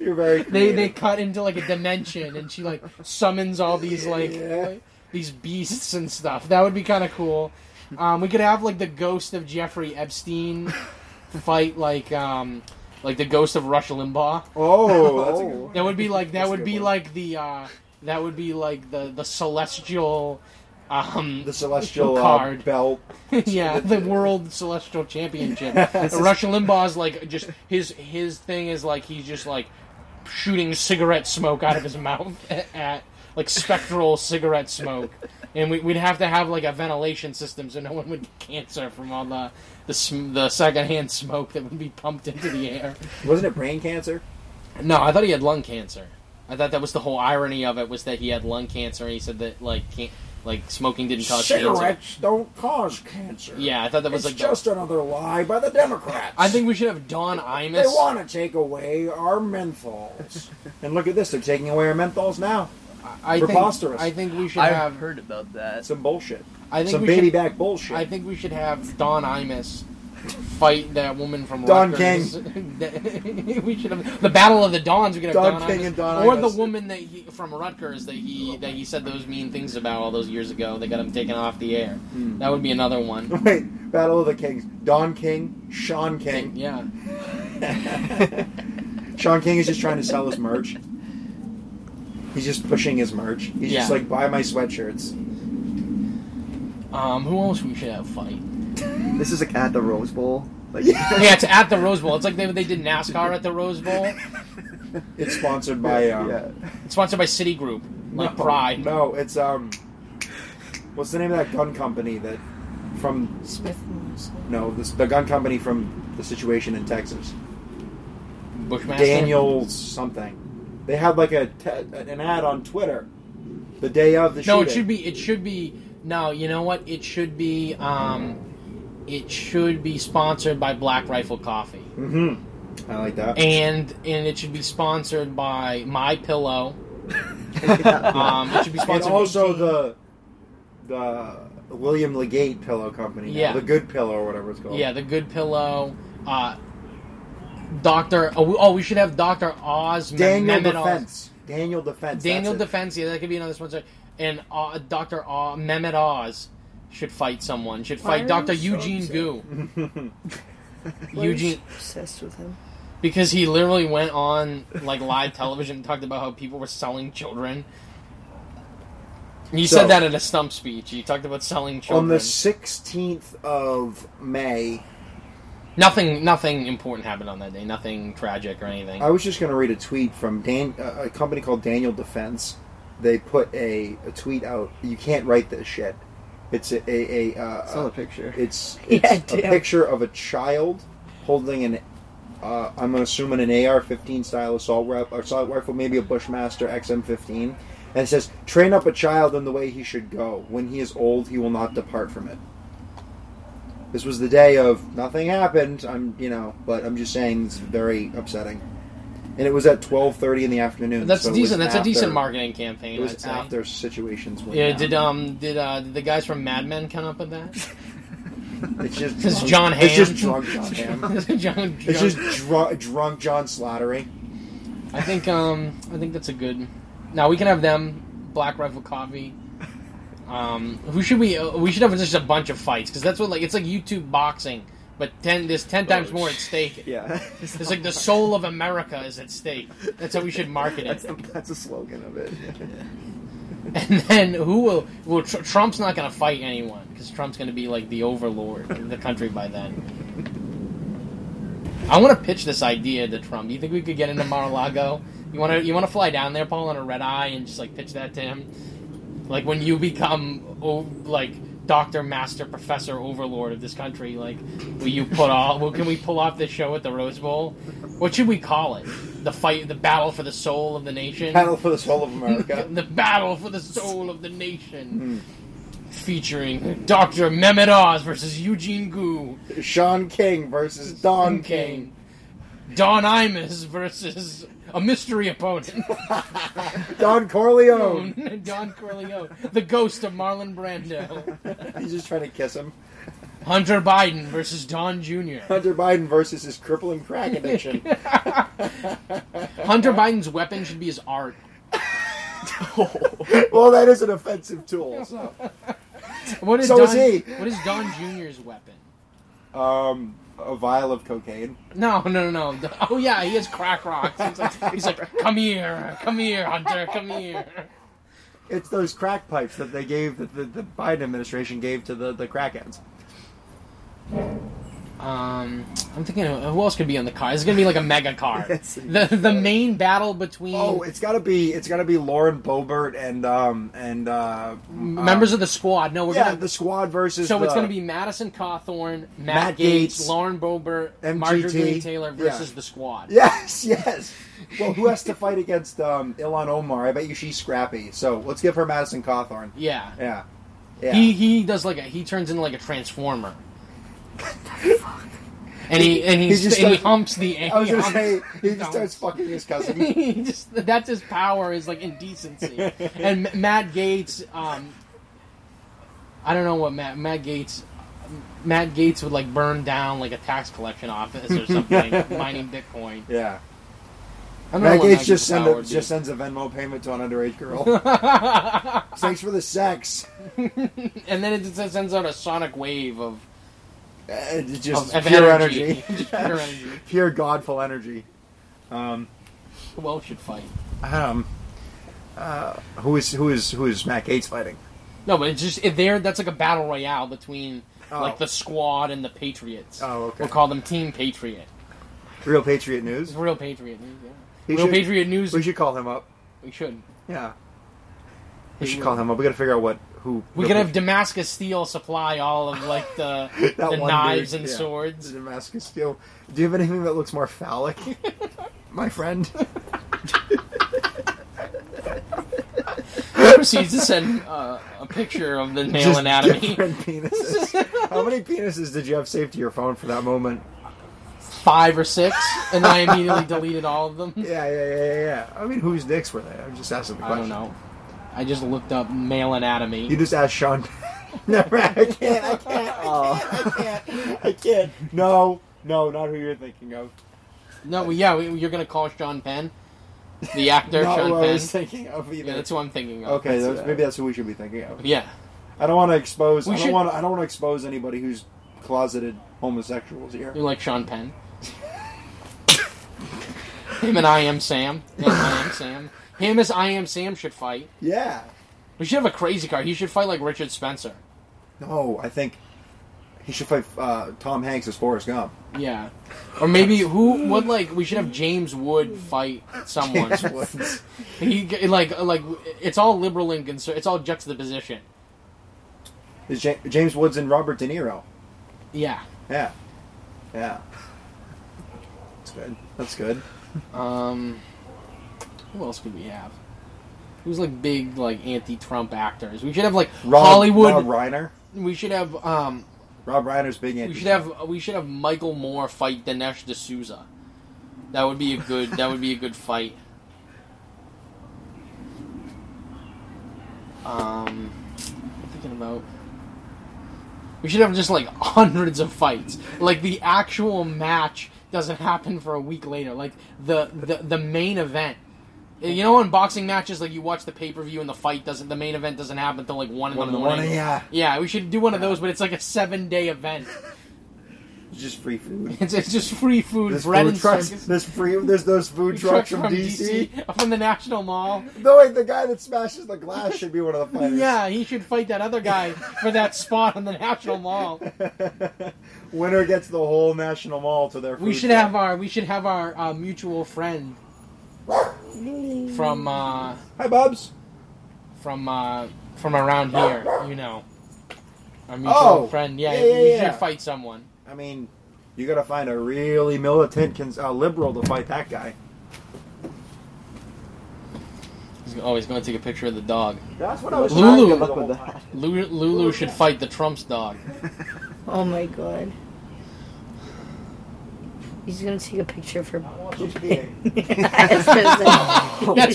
[SPEAKER 1] You're very
[SPEAKER 2] they
[SPEAKER 1] creative.
[SPEAKER 2] they cut into like a dimension and she like summons all these like, like, these beasts and stuff that would be kind of cool um, we could have like the ghost of jeffrey epstein fight like um like the ghost of rush limbaugh
[SPEAKER 1] Oh, that's a good one.
[SPEAKER 2] that would be like that
[SPEAKER 1] That's a
[SPEAKER 2] would
[SPEAKER 1] good
[SPEAKER 2] be
[SPEAKER 1] one.
[SPEAKER 2] like the uh that would be like the the celestial um
[SPEAKER 1] the celestial uh,
[SPEAKER 2] Card.
[SPEAKER 1] belt.
[SPEAKER 2] yeah, the world celestial championship. Rush Limbaugh's like just his his thing is like he's just like shooting cigarette smoke out of his mouth at like spectral cigarette smoke, and we, we'd have to have like a ventilation system so no one would get cancer from all the the sm- the secondhand smoke that would be pumped into the air.
[SPEAKER 1] Wasn't it brain cancer?
[SPEAKER 2] No, I thought he had lung cancer. I thought that was the whole irony of it was that he had lung cancer, and he said that like can- like smoking didn't cause cancer.
[SPEAKER 1] Cigarettes don't cause cancer.
[SPEAKER 2] Yeah, I thought that was
[SPEAKER 1] It's
[SPEAKER 2] like the-
[SPEAKER 1] just another lie by the Democrats.
[SPEAKER 2] I think we should have Don Imus.
[SPEAKER 1] they want to take away our menthols. and look at this, they're taking away our menthols now.
[SPEAKER 2] I
[SPEAKER 1] Preposterous.
[SPEAKER 2] Think, I think we should
[SPEAKER 5] I've
[SPEAKER 2] have.
[SPEAKER 5] heard about that.
[SPEAKER 1] Some bullshit.
[SPEAKER 2] I think
[SPEAKER 1] Some
[SPEAKER 2] we
[SPEAKER 1] baby
[SPEAKER 2] should,
[SPEAKER 1] back bullshit.
[SPEAKER 2] I think we should have Don Imus fight that woman from
[SPEAKER 1] Don
[SPEAKER 2] Rutgers. we should have the Battle of the Dons. We could have Don,
[SPEAKER 1] Don King
[SPEAKER 2] Imus.
[SPEAKER 1] and Don
[SPEAKER 2] or
[SPEAKER 1] Imus.
[SPEAKER 2] the woman that he, from Rutgers that he that he said those mean things about all those years ago. They got him taken off the air.
[SPEAKER 1] Hmm.
[SPEAKER 2] That would be another one.
[SPEAKER 1] Wait, Battle of the Kings. Don King, Sean King.
[SPEAKER 2] Yeah,
[SPEAKER 1] Sean King is just trying to sell his merch. He's just pushing his merch. He's just
[SPEAKER 2] Yeah.
[SPEAKER 1] like, buy my sweatshirts.
[SPEAKER 2] um, who else we should have fight?
[SPEAKER 4] This is like at the Rose Bowl. Like,
[SPEAKER 2] Yeah, it's at the Rose Bowl. It's like they, they did NASCAR at the Rose Bowl.
[SPEAKER 1] It's sponsored by um,
[SPEAKER 4] yeah.
[SPEAKER 2] It's sponsored by Citigroup, like
[SPEAKER 1] no,
[SPEAKER 2] Pride.
[SPEAKER 1] No, it's um, what's the name of that gun company that from
[SPEAKER 3] Smith and Wesson.
[SPEAKER 1] no this, the gun company from the situation in Texas?
[SPEAKER 2] Bushmaster.
[SPEAKER 1] Daniels something. They had like a te- an ad on Twitter the day of the
[SPEAKER 2] No,
[SPEAKER 1] shooting.
[SPEAKER 2] it should be. It should be. No, you know what? It should be. Um, it should be sponsored by Black Rifle Coffee,
[SPEAKER 1] Mm-hmm. I like that.
[SPEAKER 2] and and it should be sponsored by My Pillow. um, it should be
[SPEAKER 1] and
[SPEAKER 2] sponsored.
[SPEAKER 1] also the the William Legate pillow company. now,
[SPEAKER 2] Yeah.
[SPEAKER 1] the Good Pillow or whatever it's called.
[SPEAKER 2] yeah, the Good Pillow. Uh, Doctor. Oh, we- oh, we should have Doctor Oz. Mem-
[SPEAKER 1] Daniel
[SPEAKER 2] Mehmet Oz.
[SPEAKER 1] Defense. Daniel Defense.
[SPEAKER 2] Daniel
[SPEAKER 1] that's it.
[SPEAKER 2] Defense. Yeah, that could be another sponsor. And uh, Doctor Oz, Mehmet Oz should fight someone. Should
[SPEAKER 3] Why
[SPEAKER 2] fight
[SPEAKER 3] are
[SPEAKER 2] Doctor
[SPEAKER 3] you so
[SPEAKER 2] Eugene
[SPEAKER 3] upset?
[SPEAKER 2] Goo.
[SPEAKER 3] Why are you
[SPEAKER 2] Eugene.
[SPEAKER 3] so Obsessed with him.
[SPEAKER 2] Because he literally went on like live television and talked about how people were selling children. You
[SPEAKER 1] So-
[SPEAKER 2] said that in a stump speech. You talked about selling children.
[SPEAKER 1] On the 16th of May,
[SPEAKER 2] Nothing, nothing important happened on that day. Nothing tragic or anything.
[SPEAKER 1] I was just going to read a tweet from Dan, uh, a company called Daniel Defense. They put a, a tweet out. You can't write this shit. It's a, a, a uh,
[SPEAKER 4] Sell a picture.
[SPEAKER 1] It's,
[SPEAKER 3] Yeah,
[SPEAKER 1] it's a
[SPEAKER 3] damn.
[SPEAKER 1] picture of a child holding an. Uh, I'm assuming an AR-15 style assault rifle, or assault rifle, maybe a Bushmaster XM15, and it says, "Train up a child in the way he should go. When he is old, he will not depart from it." This was the day of nothing happened. I'm, you know, but I'm just saying it's very upsetting. And it was at 12:30 in the afternoon.
[SPEAKER 2] That's
[SPEAKER 1] so it was
[SPEAKER 2] decent. That's
[SPEAKER 1] after-
[SPEAKER 2] a decent marketing campaign.
[SPEAKER 1] It
[SPEAKER 2] I'd
[SPEAKER 1] was
[SPEAKER 2] say.
[SPEAKER 1] after situations. Went
[SPEAKER 2] Yeah.
[SPEAKER 1] down.
[SPEAKER 2] Did um did uh did the guys from Mad Men come up with that?
[SPEAKER 1] It's just
[SPEAKER 2] This is
[SPEAKER 1] drunk-
[SPEAKER 2] John
[SPEAKER 1] It's just
[SPEAKER 2] Hamm.
[SPEAKER 1] drunk John Ham.
[SPEAKER 2] John,
[SPEAKER 1] It's
[SPEAKER 2] John-
[SPEAKER 1] just drunk, drunk John Slattery.
[SPEAKER 2] I think um I think that's a good. Now we can have them Black Rifle Coffee. Um, who should we? Uh, we should have just a bunch of fights because that's what like it's like YouTube boxing, But ten, there's ten times more at stake.
[SPEAKER 4] Oh, Yeah.
[SPEAKER 2] It's like the soul of America is at stake. That's how we should market
[SPEAKER 4] That's
[SPEAKER 2] it.
[SPEAKER 4] the, that's the slogan of it.
[SPEAKER 2] And then who will? Well, tr- Trump's not going to fight anyone because Trump's going to be like the overlord of the country by then. I want to pitch this idea to Trump. Do you think we could get into Mar-a-Lago? You want to? You want to fly down there, Paul, on a red eye, and just like pitch that to him? Like when you become oh, like Doctor, Master, Professor, Overlord of this country, like will you put off? Well, can we pull off this show at the Rose Bowl? What should we call it? The fight, the battle for the soul of the nation.
[SPEAKER 1] Battle for the soul of America.
[SPEAKER 2] The battle for the soul of the nation. Featuring Dr. Mehmet Oz versus Eugene Goo.
[SPEAKER 1] Sean King versus Don King.
[SPEAKER 2] Don Imus versus a mystery opponent.
[SPEAKER 1] Don Corleone.
[SPEAKER 2] Don Corleone. The ghost of Marlon Brando.
[SPEAKER 1] He's just trying to kiss him.
[SPEAKER 2] Hunter Biden versus Don Jr.
[SPEAKER 1] Hunter Biden versus his crippling crack addiction.
[SPEAKER 2] Hunter Biden's weapon should be his art.
[SPEAKER 1] well, that is an offensive tool. So,
[SPEAKER 2] What is
[SPEAKER 1] So
[SPEAKER 2] Don,
[SPEAKER 1] is he.
[SPEAKER 2] What is Don Jr.'s weapon?
[SPEAKER 1] um, a vial of cocaine.
[SPEAKER 2] No, no, no, no. Oh, yeah, he has crack rocks. He's like, he's like come here, come here, Hunter, come here.
[SPEAKER 1] It's those crack pipes that they gave that the, the Biden administration gave to the the crackheads.
[SPEAKER 2] Um, I'm thinking of- who else could be on the card. It's gonna be like a mega card.
[SPEAKER 1] Yes.
[SPEAKER 2] the the main battle between
[SPEAKER 1] Oh, it's gotta be it's gotta be Lauren Boebert and um and uh
[SPEAKER 2] members of the squad. No, we're
[SPEAKER 1] yeah
[SPEAKER 2] gonna.
[SPEAKER 1] the squad versus
[SPEAKER 2] So it's
[SPEAKER 1] the-
[SPEAKER 2] gonna be Madison Cawthorn, Matt,
[SPEAKER 1] Matt
[SPEAKER 2] Gates,
[SPEAKER 1] Gates,
[SPEAKER 2] Lauren Boebert,
[SPEAKER 1] MGT.
[SPEAKER 2] Marjorie Green Taylor
[SPEAKER 1] Yeah.
[SPEAKER 2] versus the squad.
[SPEAKER 1] yes yes. Well, who has to fight against um Ilan Omar? I bet you she's scrappy. So let's give her Madison Cawthorn.
[SPEAKER 2] Yeah.
[SPEAKER 1] Yeah, yeah.
[SPEAKER 2] He he does like a he turns into like a transformer. And he and he,
[SPEAKER 1] He just
[SPEAKER 2] and he
[SPEAKER 1] starts-
[SPEAKER 2] humps the air.
[SPEAKER 1] I was gonna say he just
[SPEAKER 2] No.
[SPEAKER 1] starts fucking his cousin.
[SPEAKER 2] he just that's his power is like indecency. and M- Matt Gates, um, I don't know what Matt Matt Gates. Matt Gates would like burn down like a tax collection office or something, mining Bitcoin.
[SPEAKER 1] Yeah,
[SPEAKER 2] I don't know
[SPEAKER 1] Matt
[SPEAKER 2] what
[SPEAKER 1] Gates just send
[SPEAKER 2] Gaetz's power
[SPEAKER 1] a,
[SPEAKER 2] would
[SPEAKER 1] just
[SPEAKER 2] be.
[SPEAKER 1] sends a Venmo payment to an underage girl. Thanks for the sex.
[SPEAKER 2] and then it just sends out a sonic wave of,
[SPEAKER 1] Uh, it's just
[SPEAKER 2] of
[SPEAKER 1] pure
[SPEAKER 2] Oh,
[SPEAKER 1] energy,
[SPEAKER 2] energy. Just pure energy.
[SPEAKER 1] pure godful energy. Um,
[SPEAKER 2] Who else should fight?
[SPEAKER 1] um, uh, who is who is who is Matt Gates fighting?
[SPEAKER 2] No, but it's just if there. That's like a battle royale between
[SPEAKER 1] Oh.
[SPEAKER 2] like the squad and the Patriots.
[SPEAKER 1] Oh, okay.
[SPEAKER 2] We'll call them Team Patriot.
[SPEAKER 1] Real Patriot News.
[SPEAKER 2] It's real Patriot news. Yeah.
[SPEAKER 1] He
[SPEAKER 2] Real
[SPEAKER 1] should-
[SPEAKER 2] Patriot news.
[SPEAKER 1] We should call him up.
[SPEAKER 2] We should.
[SPEAKER 1] Yeah,
[SPEAKER 2] He
[SPEAKER 1] we should
[SPEAKER 2] would.
[SPEAKER 1] call him up. We got to figure out what who
[SPEAKER 2] We could have Damascus Steel supply all of like the
[SPEAKER 1] That
[SPEAKER 2] the
[SPEAKER 1] one
[SPEAKER 2] knives
[SPEAKER 1] dude,
[SPEAKER 2] and
[SPEAKER 1] yeah.
[SPEAKER 2] swords.
[SPEAKER 1] Damascus Steel. Do you have anything that looks more phallic, my friend?
[SPEAKER 2] Proceeds to send uh, a picture of the male
[SPEAKER 1] Just
[SPEAKER 2] anatomy.
[SPEAKER 1] different penises. How many penises did you have saved to your phone for that moment?
[SPEAKER 2] Five or six, and I immediately deleted all of them.
[SPEAKER 1] Yeah, yeah, yeah, yeah. yeah. I mean, whose dicks were they? I'm just asking the
[SPEAKER 2] I
[SPEAKER 1] question.
[SPEAKER 2] don't know. I just looked up male anatomy.
[SPEAKER 1] You just asked Sean. Never. I can't. I can't.
[SPEAKER 2] Oh.
[SPEAKER 1] I can't. I can't. I can't. No. No, not who you're thinking of.
[SPEAKER 2] no, well, yeah, we, you're gonna call Sean Penn, the actor
[SPEAKER 1] not
[SPEAKER 2] Sean
[SPEAKER 1] who I
[SPEAKER 2] Penn.
[SPEAKER 1] was thinking of either.
[SPEAKER 2] Yeah, that's who I'm thinking of.
[SPEAKER 1] okay,
[SPEAKER 4] That's
[SPEAKER 1] that's, maybe that's who we should be thinking of.
[SPEAKER 2] Yeah.
[SPEAKER 1] I don't want to expose.
[SPEAKER 2] We
[SPEAKER 1] I
[SPEAKER 2] should-
[SPEAKER 1] don't want. I don't want to expose anybody who's closeted homosexuals here.
[SPEAKER 2] You like Sean Penn? Him and I am Sam. Him and I am Sam. Him as I am Sam should fight.
[SPEAKER 1] Yeah.
[SPEAKER 2] We should have a crazy card. He should fight like Richard Spencer.
[SPEAKER 1] No, I think he should fight uh, Tom Hanks as Forrest Gump.
[SPEAKER 2] Yeah. Or maybe who would like we should have James Wood fight someone.
[SPEAKER 1] Woods.
[SPEAKER 2] He g- like like it's all liberal and conser- it's all juxtaposition.
[SPEAKER 1] Is Ja- James Woods and Robert De Niro.
[SPEAKER 2] Yeah.
[SPEAKER 1] Yeah. Yeah. That's good. That's good.
[SPEAKER 2] Um who else could we have? Who's like big like anti-Trump actors? We should have like
[SPEAKER 1] Rob, Rob
[SPEAKER 2] Hollywood.
[SPEAKER 1] Reiner.
[SPEAKER 2] we should have um
[SPEAKER 1] Rob Reiner's big anti.
[SPEAKER 2] We should have we should have Michael Moore fight Dinesh D'Souza. That would be a good that would be a good fight. Um, thinking about. We should have just like hundreds of fights. Like the actual match doesn't happen for a week later. Like the the, the main event. You know, in boxing matches, like you watch the pay per view and the fight doesn't. The main event doesn't happen until like one in
[SPEAKER 1] One
[SPEAKER 2] the
[SPEAKER 1] in the
[SPEAKER 2] morning.
[SPEAKER 1] morning, yeah.
[SPEAKER 2] yeah. We should do one of those, but it's like a seven day event.
[SPEAKER 1] just free food.
[SPEAKER 2] It's, it's just free food,
[SPEAKER 1] There's
[SPEAKER 2] bread
[SPEAKER 1] food
[SPEAKER 2] and
[SPEAKER 1] trucks.
[SPEAKER 2] circus.
[SPEAKER 1] There's free. There's those food trucks from, DC.
[SPEAKER 2] from the National Mall.
[SPEAKER 1] No, wait. The guy that smashes the glass should be one of the fighters.
[SPEAKER 2] Yeah, he should fight that other guy for that spot on the National Mall.
[SPEAKER 1] Winner gets the whole National Mall to their. Food
[SPEAKER 2] We should
[SPEAKER 1] truck.
[SPEAKER 2] have our we should have our uh, mutual friend from uh,
[SPEAKER 1] Hi, Bubs.
[SPEAKER 2] from uh, from around here. You know, our mutual
[SPEAKER 1] Oh,
[SPEAKER 2] friend. Yeah,
[SPEAKER 1] yeah, yeah,
[SPEAKER 2] we
[SPEAKER 1] yeah.
[SPEAKER 2] should fight someone.
[SPEAKER 1] I mean, you gotta find a really militant cons- uh, liberal to fight that guy.
[SPEAKER 11] He's
[SPEAKER 2] oh,
[SPEAKER 11] always going to take a picture of the dog.
[SPEAKER 1] That's what I was
[SPEAKER 2] Lulu.
[SPEAKER 1] trying to do the
[SPEAKER 4] Good luck with
[SPEAKER 1] whole
[SPEAKER 4] that.
[SPEAKER 11] Lulu, Lulu should fight the Trump's dog.
[SPEAKER 3] Oh my god. He's gonna take a picture for.
[SPEAKER 1] time.
[SPEAKER 2] That's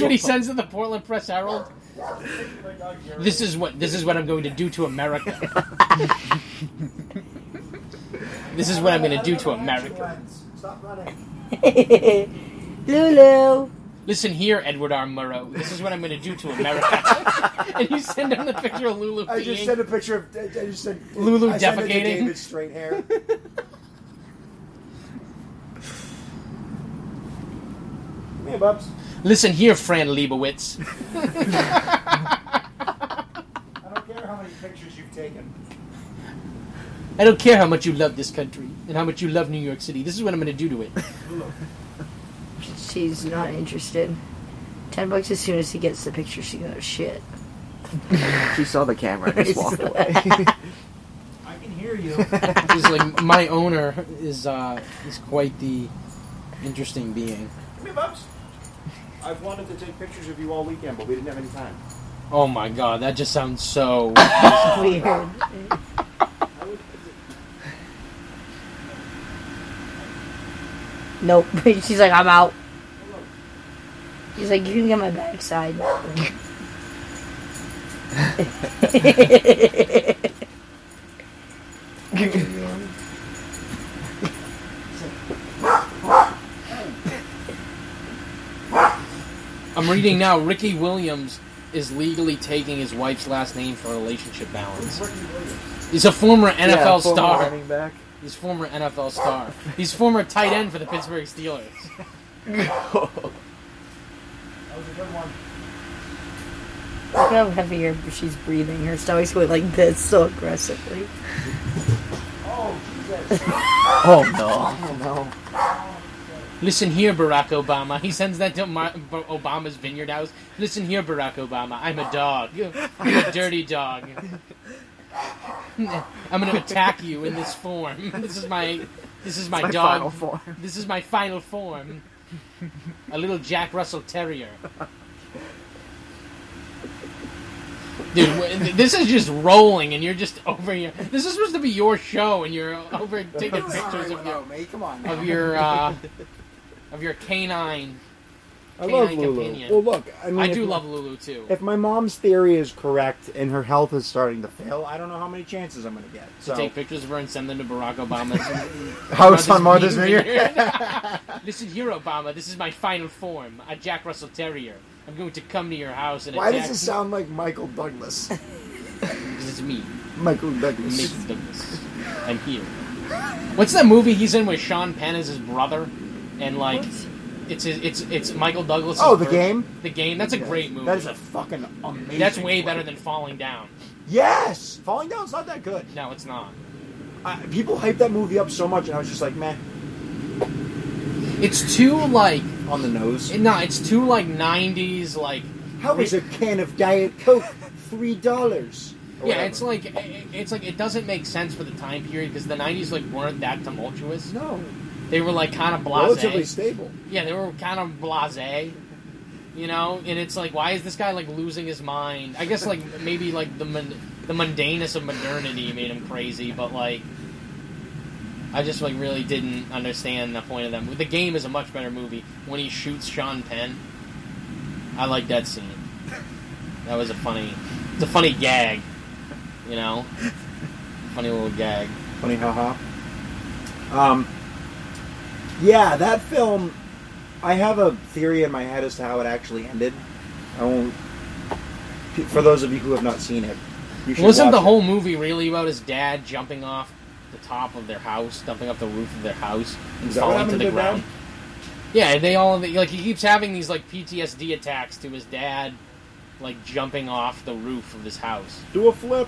[SPEAKER 2] what he sends to the Portland Press Herald. This is what this is what I'm going to do to America. this is what I'm going to do to America.
[SPEAKER 1] Stop running.
[SPEAKER 3] Lulu.
[SPEAKER 2] Listen here, Edward R. Murrow. This is what I'm going to do to America. and you send him the picture of Lulu
[SPEAKER 1] I just
[SPEAKER 2] peeing.
[SPEAKER 1] sent a picture of. I just said
[SPEAKER 2] Lulu
[SPEAKER 1] I sent it to
[SPEAKER 2] defecating.
[SPEAKER 1] David's straight hair. Hey, Bubs.
[SPEAKER 2] Listen here, Fran Lebowitz.
[SPEAKER 1] I don't care how many pictures you've taken.
[SPEAKER 2] I don't care how much you love this country and how much you love New York City. This is what I'm going to do to it.
[SPEAKER 3] She's not interested. Ten bucks as soon as he gets the picture, she goes, shit.
[SPEAKER 4] She saw the camera and just walked away.
[SPEAKER 1] I can hear you.
[SPEAKER 2] It's like my owner is uh, is quite the interesting being.
[SPEAKER 1] Come here, Bubs. I've wanted to take pictures of you all weekend, but we didn't have any time.
[SPEAKER 2] Oh my god, that just sounds so.
[SPEAKER 3] Weird. nope. She's like, I'm out. She's like, you can get my backside.
[SPEAKER 2] I'm reading now. Ricky Williams is legally taking his wife's last name for relationship balance. He's a former NFL
[SPEAKER 4] Yeah, former
[SPEAKER 2] star.
[SPEAKER 4] running back.
[SPEAKER 2] He's former NFL star. He's former tight end for the Pittsburgh Steelers.
[SPEAKER 1] That was a good one.
[SPEAKER 3] Look how heavy her, she's breathing. Her stomach's going like this so aggressively.
[SPEAKER 1] Oh, Jesus.
[SPEAKER 4] Oh no.
[SPEAKER 1] oh, no.
[SPEAKER 2] Listen here, Barack Obama. He sends that to Mar- Bar- Obama's Vineyard House. Listen here, Barack Obama. I'm a dog. I'm a dirty dog. I'm going to attack you in this form. This is my, this is my,
[SPEAKER 4] My
[SPEAKER 2] dog.
[SPEAKER 4] final form.
[SPEAKER 2] This is my final form. A little Jack Russell Terrier. Dude, w- th- this is just rolling, and you're just over here. This is supposed to be your show, and you're over taking pictures of
[SPEAKER 3] Oh,
[SPEAKER 2] your
[SPEAKER 1] mate. Come on.
[SPEAKER 2] of your uh, of your canine.
[SPEAKER 1] I
[SPEAKER 2] Canine
[SPEAKER 1] love Lulu.
[SPEAKER 2] companion.
[SPEAKER 1] Well, look, I mean,
[SPEAKER 2] I
[SPEAKER 1] if
[SPEAKER 2] do
[SPEAKER 1] my-
[SPEAKER 2] love Lulu too.
[SPEAKER 1] If my mom's theory is correct and her health is starting to fail, I don't know how many chances I'm going to get. So,
[SPEAKER 2] Take pictures of her and send them to Barack Obama.
[SPEAKER 1] house on Martha's Vineyard.
[SPEAKER 2] Listen here, Obama. This is my final form, a Jack Russell Terrier. I'm going to come to your house and
[SPEAKER 1] Why
[SPEAKER 2] attack
[SPEAKER 1] does it sound like Michael Douglas?
[SPEAKER 2] because it's me.
[SPEAKER 1] Michael Douglas.
[SPEAKER 2] Mason Douglas. I'm here. What's that movie he's in with Sean Penn as his brother, and like, it's his, it's it's Michael Douglas.
[SPEAKER 1] Oh, The Game?
[SPEAKER 2] The game. That's a great movie.
[SPEAKER 1] That is a fucking amazing.
[SPEAKER 2] That's way
[SPEAKER 1] film.
[SPEAKER 2] better than Falling Down.
[SPEAKER 1] Yes, Falling Down's not that good.
[SPEAKER 2] No, it's not.
[SPEAKER 1] I, people hype that movie up so much, and I was just like, man,
[SPEAKER 2] It's too like
[SPEAKER 1] on the nose.
[SPEAKER 2] it- no, it's too like '90s like.
[SPEAKER 1] How is a can of Diet Coke three dollars?
[SPEAKER 2] Yeah, it's like it- it's like it doesn't make sense for the time period because the '90s like weren't that tumultuous.
[SPEAKER 1] no,
[SPEAKER 2] They were like kind of
[SPEAKER 1] relatively
[SPEAKER 2] blasé.
[SPEAKER 1] stable.
[SPEAKER 2] Yeah, they were kind of blasé. You know, and it's like, why is this guy like losing his mind? I guess like maybe like the mon- the mundaneness of modernity made him crazy, but like, I just like really didn't understand the point of that movie. The game is a much better movie when he shoots Sean Penn. I like that scene. That was a funny, it's a funny gag, you know, funny little gag.
[SPEAKER 1] Funny, haha. Um, yeah, that film. I have a theory in my head as to how it actually ended. I won't. For those of you who have not seen it, you should
[SPEAKER 2] Wasn't
[SPEAKER 1] watch
[SPEAKER 2] the
[SPEAKER 1] it.
[SPEAKER 2] whole movie really about his dad jumping off the top of their house, dumping up the roof of their house, and
[SPEAKER 12] Is that what
[SPEAKER 2] falling
[SPEAKER 12] happened
[SPEAKER 2] to
[SPEAKER 12] to
[SPEAKER 2] the
[SPEAKER 12] Big
[SPEAKER 2] ground. Yeah, they all like he keeps having these like PTSD attacks to his dad, like jumping off the roof of his house.
[SPEAKER 12] Do a flip.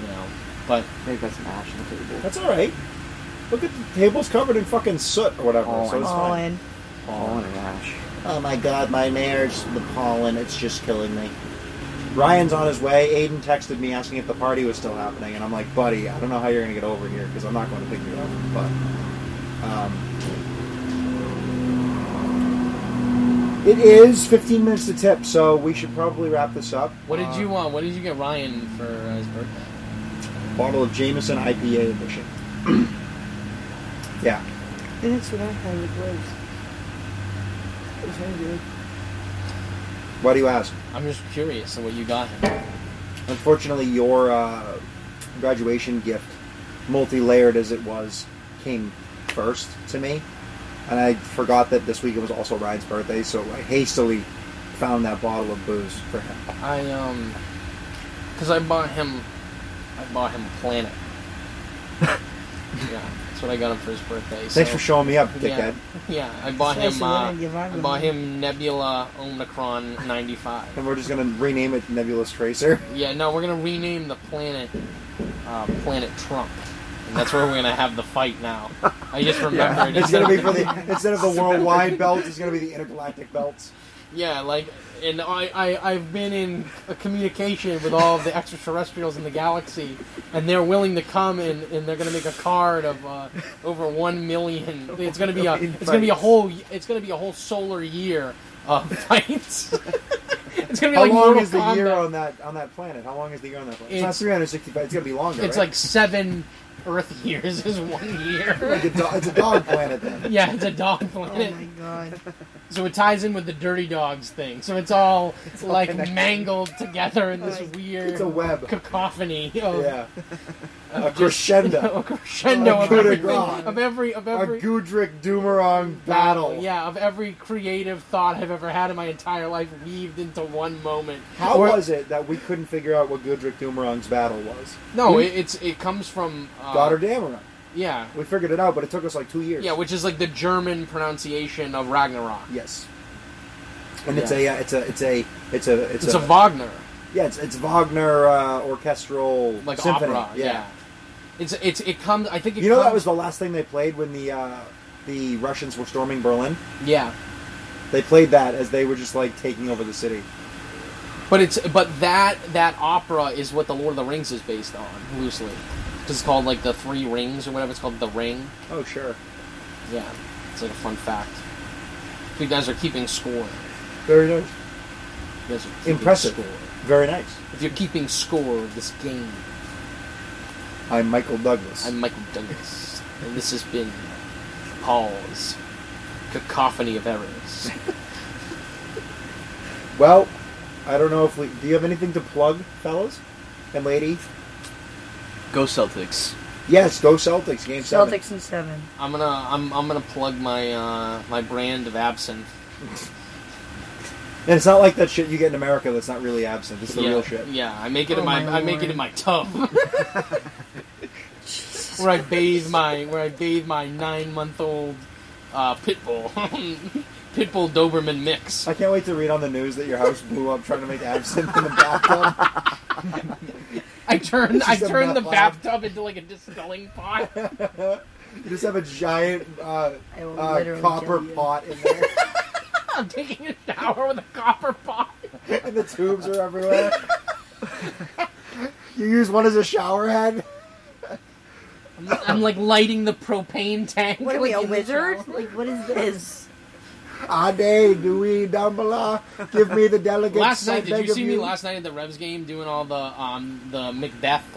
[SPEAKER 2] You know, but
[SPEAKER 4] They've got some ash on the table.
[SPEAKER 12] That's all right. Look at the table's covered in fucking soot or whatever.
[SPEAKER 4] Oh,
[SPEAKER 12] so it's
[SPEAKER 3] All
[SPEAKER 12] fine.
[SPEAKER 3] in.
[SPEAKER 4] Pollen and ash.
[SPEAKER 1] Oh my god, my marriage, the pollen, it's just killing me. Ryan's on his way. Aiden texted me asking if the party was still happening, and I'm like, buddy, I don't know how you're going to get over here because I'm not going to pick you up. But um, it is 15 minutes to tip, so we should probably wrap this up.
[SPEAKER 2] what did
[SPEAKER 1] Uh,
[SPEAKER 2] you want? What did you get Ryan for uh, his birthday?
[SPEAKER 1] Bottle of Jameson IPA edition. yeah,
[SPEAKER 3] And that's what I had with Liz. It was really good.
[SPEAKER 1] why do you ask?
[SPEAKER 2] I'm just curious of what you got him.
[SPEAKER 1] Unfortunately, your uh, graduation gift, multi-layered as it was, came first to me, and I forgot that this week it was also Ryan's birthday, so I hastily found that bottle of booze for him.
[SPEAKER 2] I um, because I bought him, I bought him Planet. yeah, that's what I got him for his birthday.
[SPEAKER 1] Thanks
[SPEAKER 2] so-
[SPEAKER 1] for showing me up,
[SPEAKER 2] Yeah,
[SPEAKER 1] dickhead.
[SPEAKER 2] yeah, I bought
[SPEAKER 3] That's
[SPEAKER 2] him.
[SPEAKER 3] the
[SPEAKER 2] Uh,
[SPEAKER 3] one I give
[SPEAKER 2] I
[SPEAKER 3] Ivan.
[SPEAKER 2] bought him Nebula Omicron ninety five.
[SPEAKER 1] And we're just gonna rename it Nebulous Tracer.
[SPEAKER 2] Yeah, no, we're gonna rename the planet uh, Planet Trump, and that's where we're gonna have the fight now. I just remembered.
[SPEAKER 1] It's gonna be for the instead of the worldwide belt, it's gonna be the intergalactic belts.
[SPEAKER 2] Yeah, like, and I, I, I've been in a communication with all of the extraterrestrials in the galaxy, and they're willing to come, and, and they're gonna make a card of uh, over one million. It's gonna be a, it's gonna be a whole, it's gonna be a whole solar year of fights. it's gonna be
[SPEAKER 1] How
[SPEAKER 2] like
[SPEAKER 1] long
[SPEAKER 2] Mortal
[SPEAKER 1] is the year
[SPEAKER 2] Kombat.
[SPEAKER 1] on that on that planet? How long is the year on that planet? It's, not
[SPEAKER 2] It's-
[SPEAKER 1] 365. It's gonna be longer.
[SPEAKER 2] It's
[SPEAKER 1] right?
[SPEAKER 2] like seven Earth years is one year.
[SPEAKER 1] Like a do- it's a dog planet then.
[SPEAKER 2] Yeah, it's a dog
[SPEAKER 3] Oh
[SPEAKER 2] planet.
[SPEAKER 3] my god.
[SPEAKER 2] So it ties in with the Dirty Dogs thing. So it's all like
[SPEAKER 4] connected.
[SPEAKER 2] mangled together in this
[SPEAKER 3] Like,
[SPEAKER 2] weird
[SPEAKER 1] It's a web.
[SPEAKER 2] cacophony of,
[SPEAKER 1] Yeah. Oh A
[SPEAKER 2] of Oh. just-
[SPEAKER 1] crescendo.
[SPEAKER 2] a crescendo
[SPEAKER 1] A
[SPEAKER 2] of
[SPEAKER 1] coup de
[SPEAKER 2] everything,
[SPEAKER 1] grace.
[SPEAKER 2] of every of
[SPEAKER 1] A
[SPEAKER 2] every
[SPEAKER 1] Gudrick Dumerong battle.
[SPEAKER 2] Yeah, of every creative thought I've ever had in my entire life weaved into one moment.
[SPEAKER 1] How
[SPEAKER 2] Or-
[SPEAKER 1] was it that we couldn't figure out what Gudrick Dumerong's battle was?
[SPEAKER 2] No, it, it's it comes from uh,
[SPEAKER 1] Goddard Dameron.
[SPEAKER 2] Yeah,
[SPEAKER 1] We figured it out, but it took us like two years.
[SPEAKER 2] yeah, which is like the German pronunciation of Ragnarok.
[SPEAKER 1] yes. And it's a uh, it's a it's a it's a it's,
[SPEAKER 2] It's, a, Wagner,
[SPEAKER 1] yeah it's, it's Wagner uh, orchestral
[SPEAKER 2] like
[SPEAKER 1] symphony.
[SPEAKER 2] opera. Yeah. It's it's it comes. I think it
[SPEAKER 1] You know that was
[SPEAKER 2] comes-
[SPEAKER 1] the last thing they played when the uh, the Russians were storming Berlin.
[SPEAKER 2] yeah.
[SPEAKER 1] They played that as they were just like taking over the city.
[SPEAKER 2] But it's but that that opera is what the Lord of the Rings is based on loosely. 'Cause It's called like the Three Rings or whatever. It's called the Ring.
[SPEAKER 1] Oh sure,
[SPEAKER 2] Yeah, it's like a fun fact. You guys are keeping score. You
[SPEAKER 1] very nice,
[SPEAKER 2] guys are keeping
[SPEAKER 1] impressive,
[SPEAKER 2] Score.
[SPEAKER 1] very nice.
[SPEAKER 2] If you're keeping score of this game,
[SPEAKER 1] I'm Michael Douglas.
[SPEAKER 2] I'm Michael Douglas, and this has been Paul's cacophony of errors.
[SPEAKER 1] Well, I don't know if we. Do you have anything to plug, fellas and lady?
[SPEAKER 5] Go Celtics.
[SPEAKER 1] Yes, go Celtics. Game seven.
[SPEAKER 3] Celtics in seven.
[SPEAKER 2] I'm gonna I'm, I'm gonna plug my uh, my brand of absinthe.
[SPEAKER 1] And it's not like that shit you get in America that's not really absent. It's the
[SPEAKER 2] yeah,
[SPEAKER 1] real shit.
[SPEAKER 2] Yeah, I make it
[SPEAKER 3] Oh
[SPEAKER 2] in my,
[SPEAKER 3] my
[SPEAKER 2] I make it
[SPEAKER 3] lord.
[SPEAKER 2] in my tub. where I bathe my where I bathe my nine month old uh, pit bull pit bull Doberman mix.
[SPEAKER 1] I can't wait to read on the news that your house blew up trying to make absinthe in the bathtub.
[SPEAKER 2] I turn
[SPEAKER 1] It's
[SPEAKER 2] I
[SPEAKER 1] just a
[SPEAKER 2] turn the
[SPEAKER 1] meth lab.
[SPEAKER 2] bathtub into like a distilling pot.
[SPEAKER 1] You just have a giant uh,
[SPEAKER 3] I will
[SPEAKER 1] uh,
[SPEAKER 3] literally
[SPEAKER 1] copper
[SPEAKER 3] kill you.
[SPEAKER 1] pot in there,
[SPEAKER 2] I'm taking a shower with a copper pot.
[SPEAKER 1] and the tubes are everywhere. you use one as a shower head.
[SPEAKER 2] I'm, I'm like lighting the propane tank.
[SPEAKER 3] What are
[SPEAKER 2] like,
[SPEAKER 3] we, a
[SPEAKER 2] in the
[SPEAKER 3] wizard?
[SPEAKER 2] shower.
[SPEAKER 3] Like, what is this?
[SPEAKER 1] Ade, do we Dumbala? Give me the delegate.
[SPEAKER 2] Last night, did you see me last night at the Revs game doing all the um the Macbeth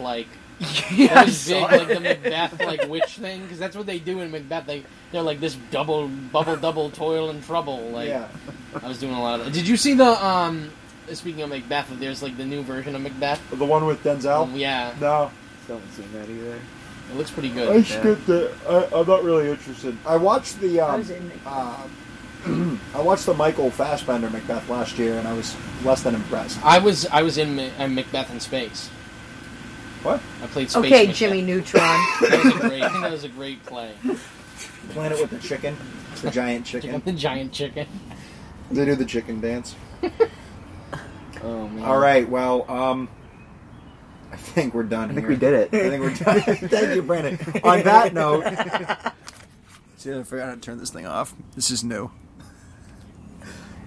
[SPEAKER 2] like
[SPEAKER 5] Yeah,
[SPEAKER 2] Those big, like the Macbeth like witch thing, because that's what they do in Macbeth. They they're like this double bubble double toil and trouble. Like
[SPEAKER 1] Yeah.
[SPEAKER 2] I was doing a lot of that. Did you see the um? Speaking of Macbeth, there's like the new version of Macbeth.
[SPEAKER 1] The one with Denzel?
[SPEAKER 2] Um, yeah,
[SPEAKER 1] No.
[SPEAKER 4] Still haven't seen that either.
[SPEAKER 2] it looks pretty
[SPEAKER 1] I
[SPEAKER 2] good.
[SPEAKER 1] skipped it. I, I'm not really interested. I watched the.
[SPEAKER 3] I
[SPEAKER 1] Um,
[SPEAKER 3] was in the-
[SPEAKER 1] uh, I watched the Michael Fassbender Macbeth last year, and I was less than impressed.
[SPEAKER 2] I was I was in Ma- uh, Macbeth in space.
[SPEAKER 4] What?
[SPEAKER 2] I played Space
[SPEAKER 3] Okay,
[SPEAKER 2] Cadet.
[SPEAKER 3] Jimmy Neutron.
[SPEAKER 2] That was a great, I think that was a great play.
[SPEAKER 1] Planet with the chicken, the giant chicken.
[SPEAKER 10] the giant chicken.
[SPEAKER 1] They do the chicken dance.
[SPEAKER 2] Oh man.
[SPEAKER 1] All right. Well, um, I think we're done.
[SPEAKER 8] I think
[SPEAKER 1] here.
[SPEAKER 8] we did it.
[SPEAKER 1] I think we're done. Thank you, Brandon. On that note,
[SPEAKER 4] See, I forgot how to turn this thing off. This is new.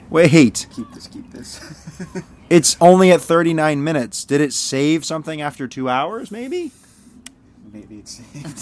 [SPEAKER 4] Wait,
[SPEAKER 8] Keep this, keep this.
[SPEAKER 1] it's only at 39 minutes. Did it save something after two hours? Maybe.
[SPEAKER 8] Maybe it's saved.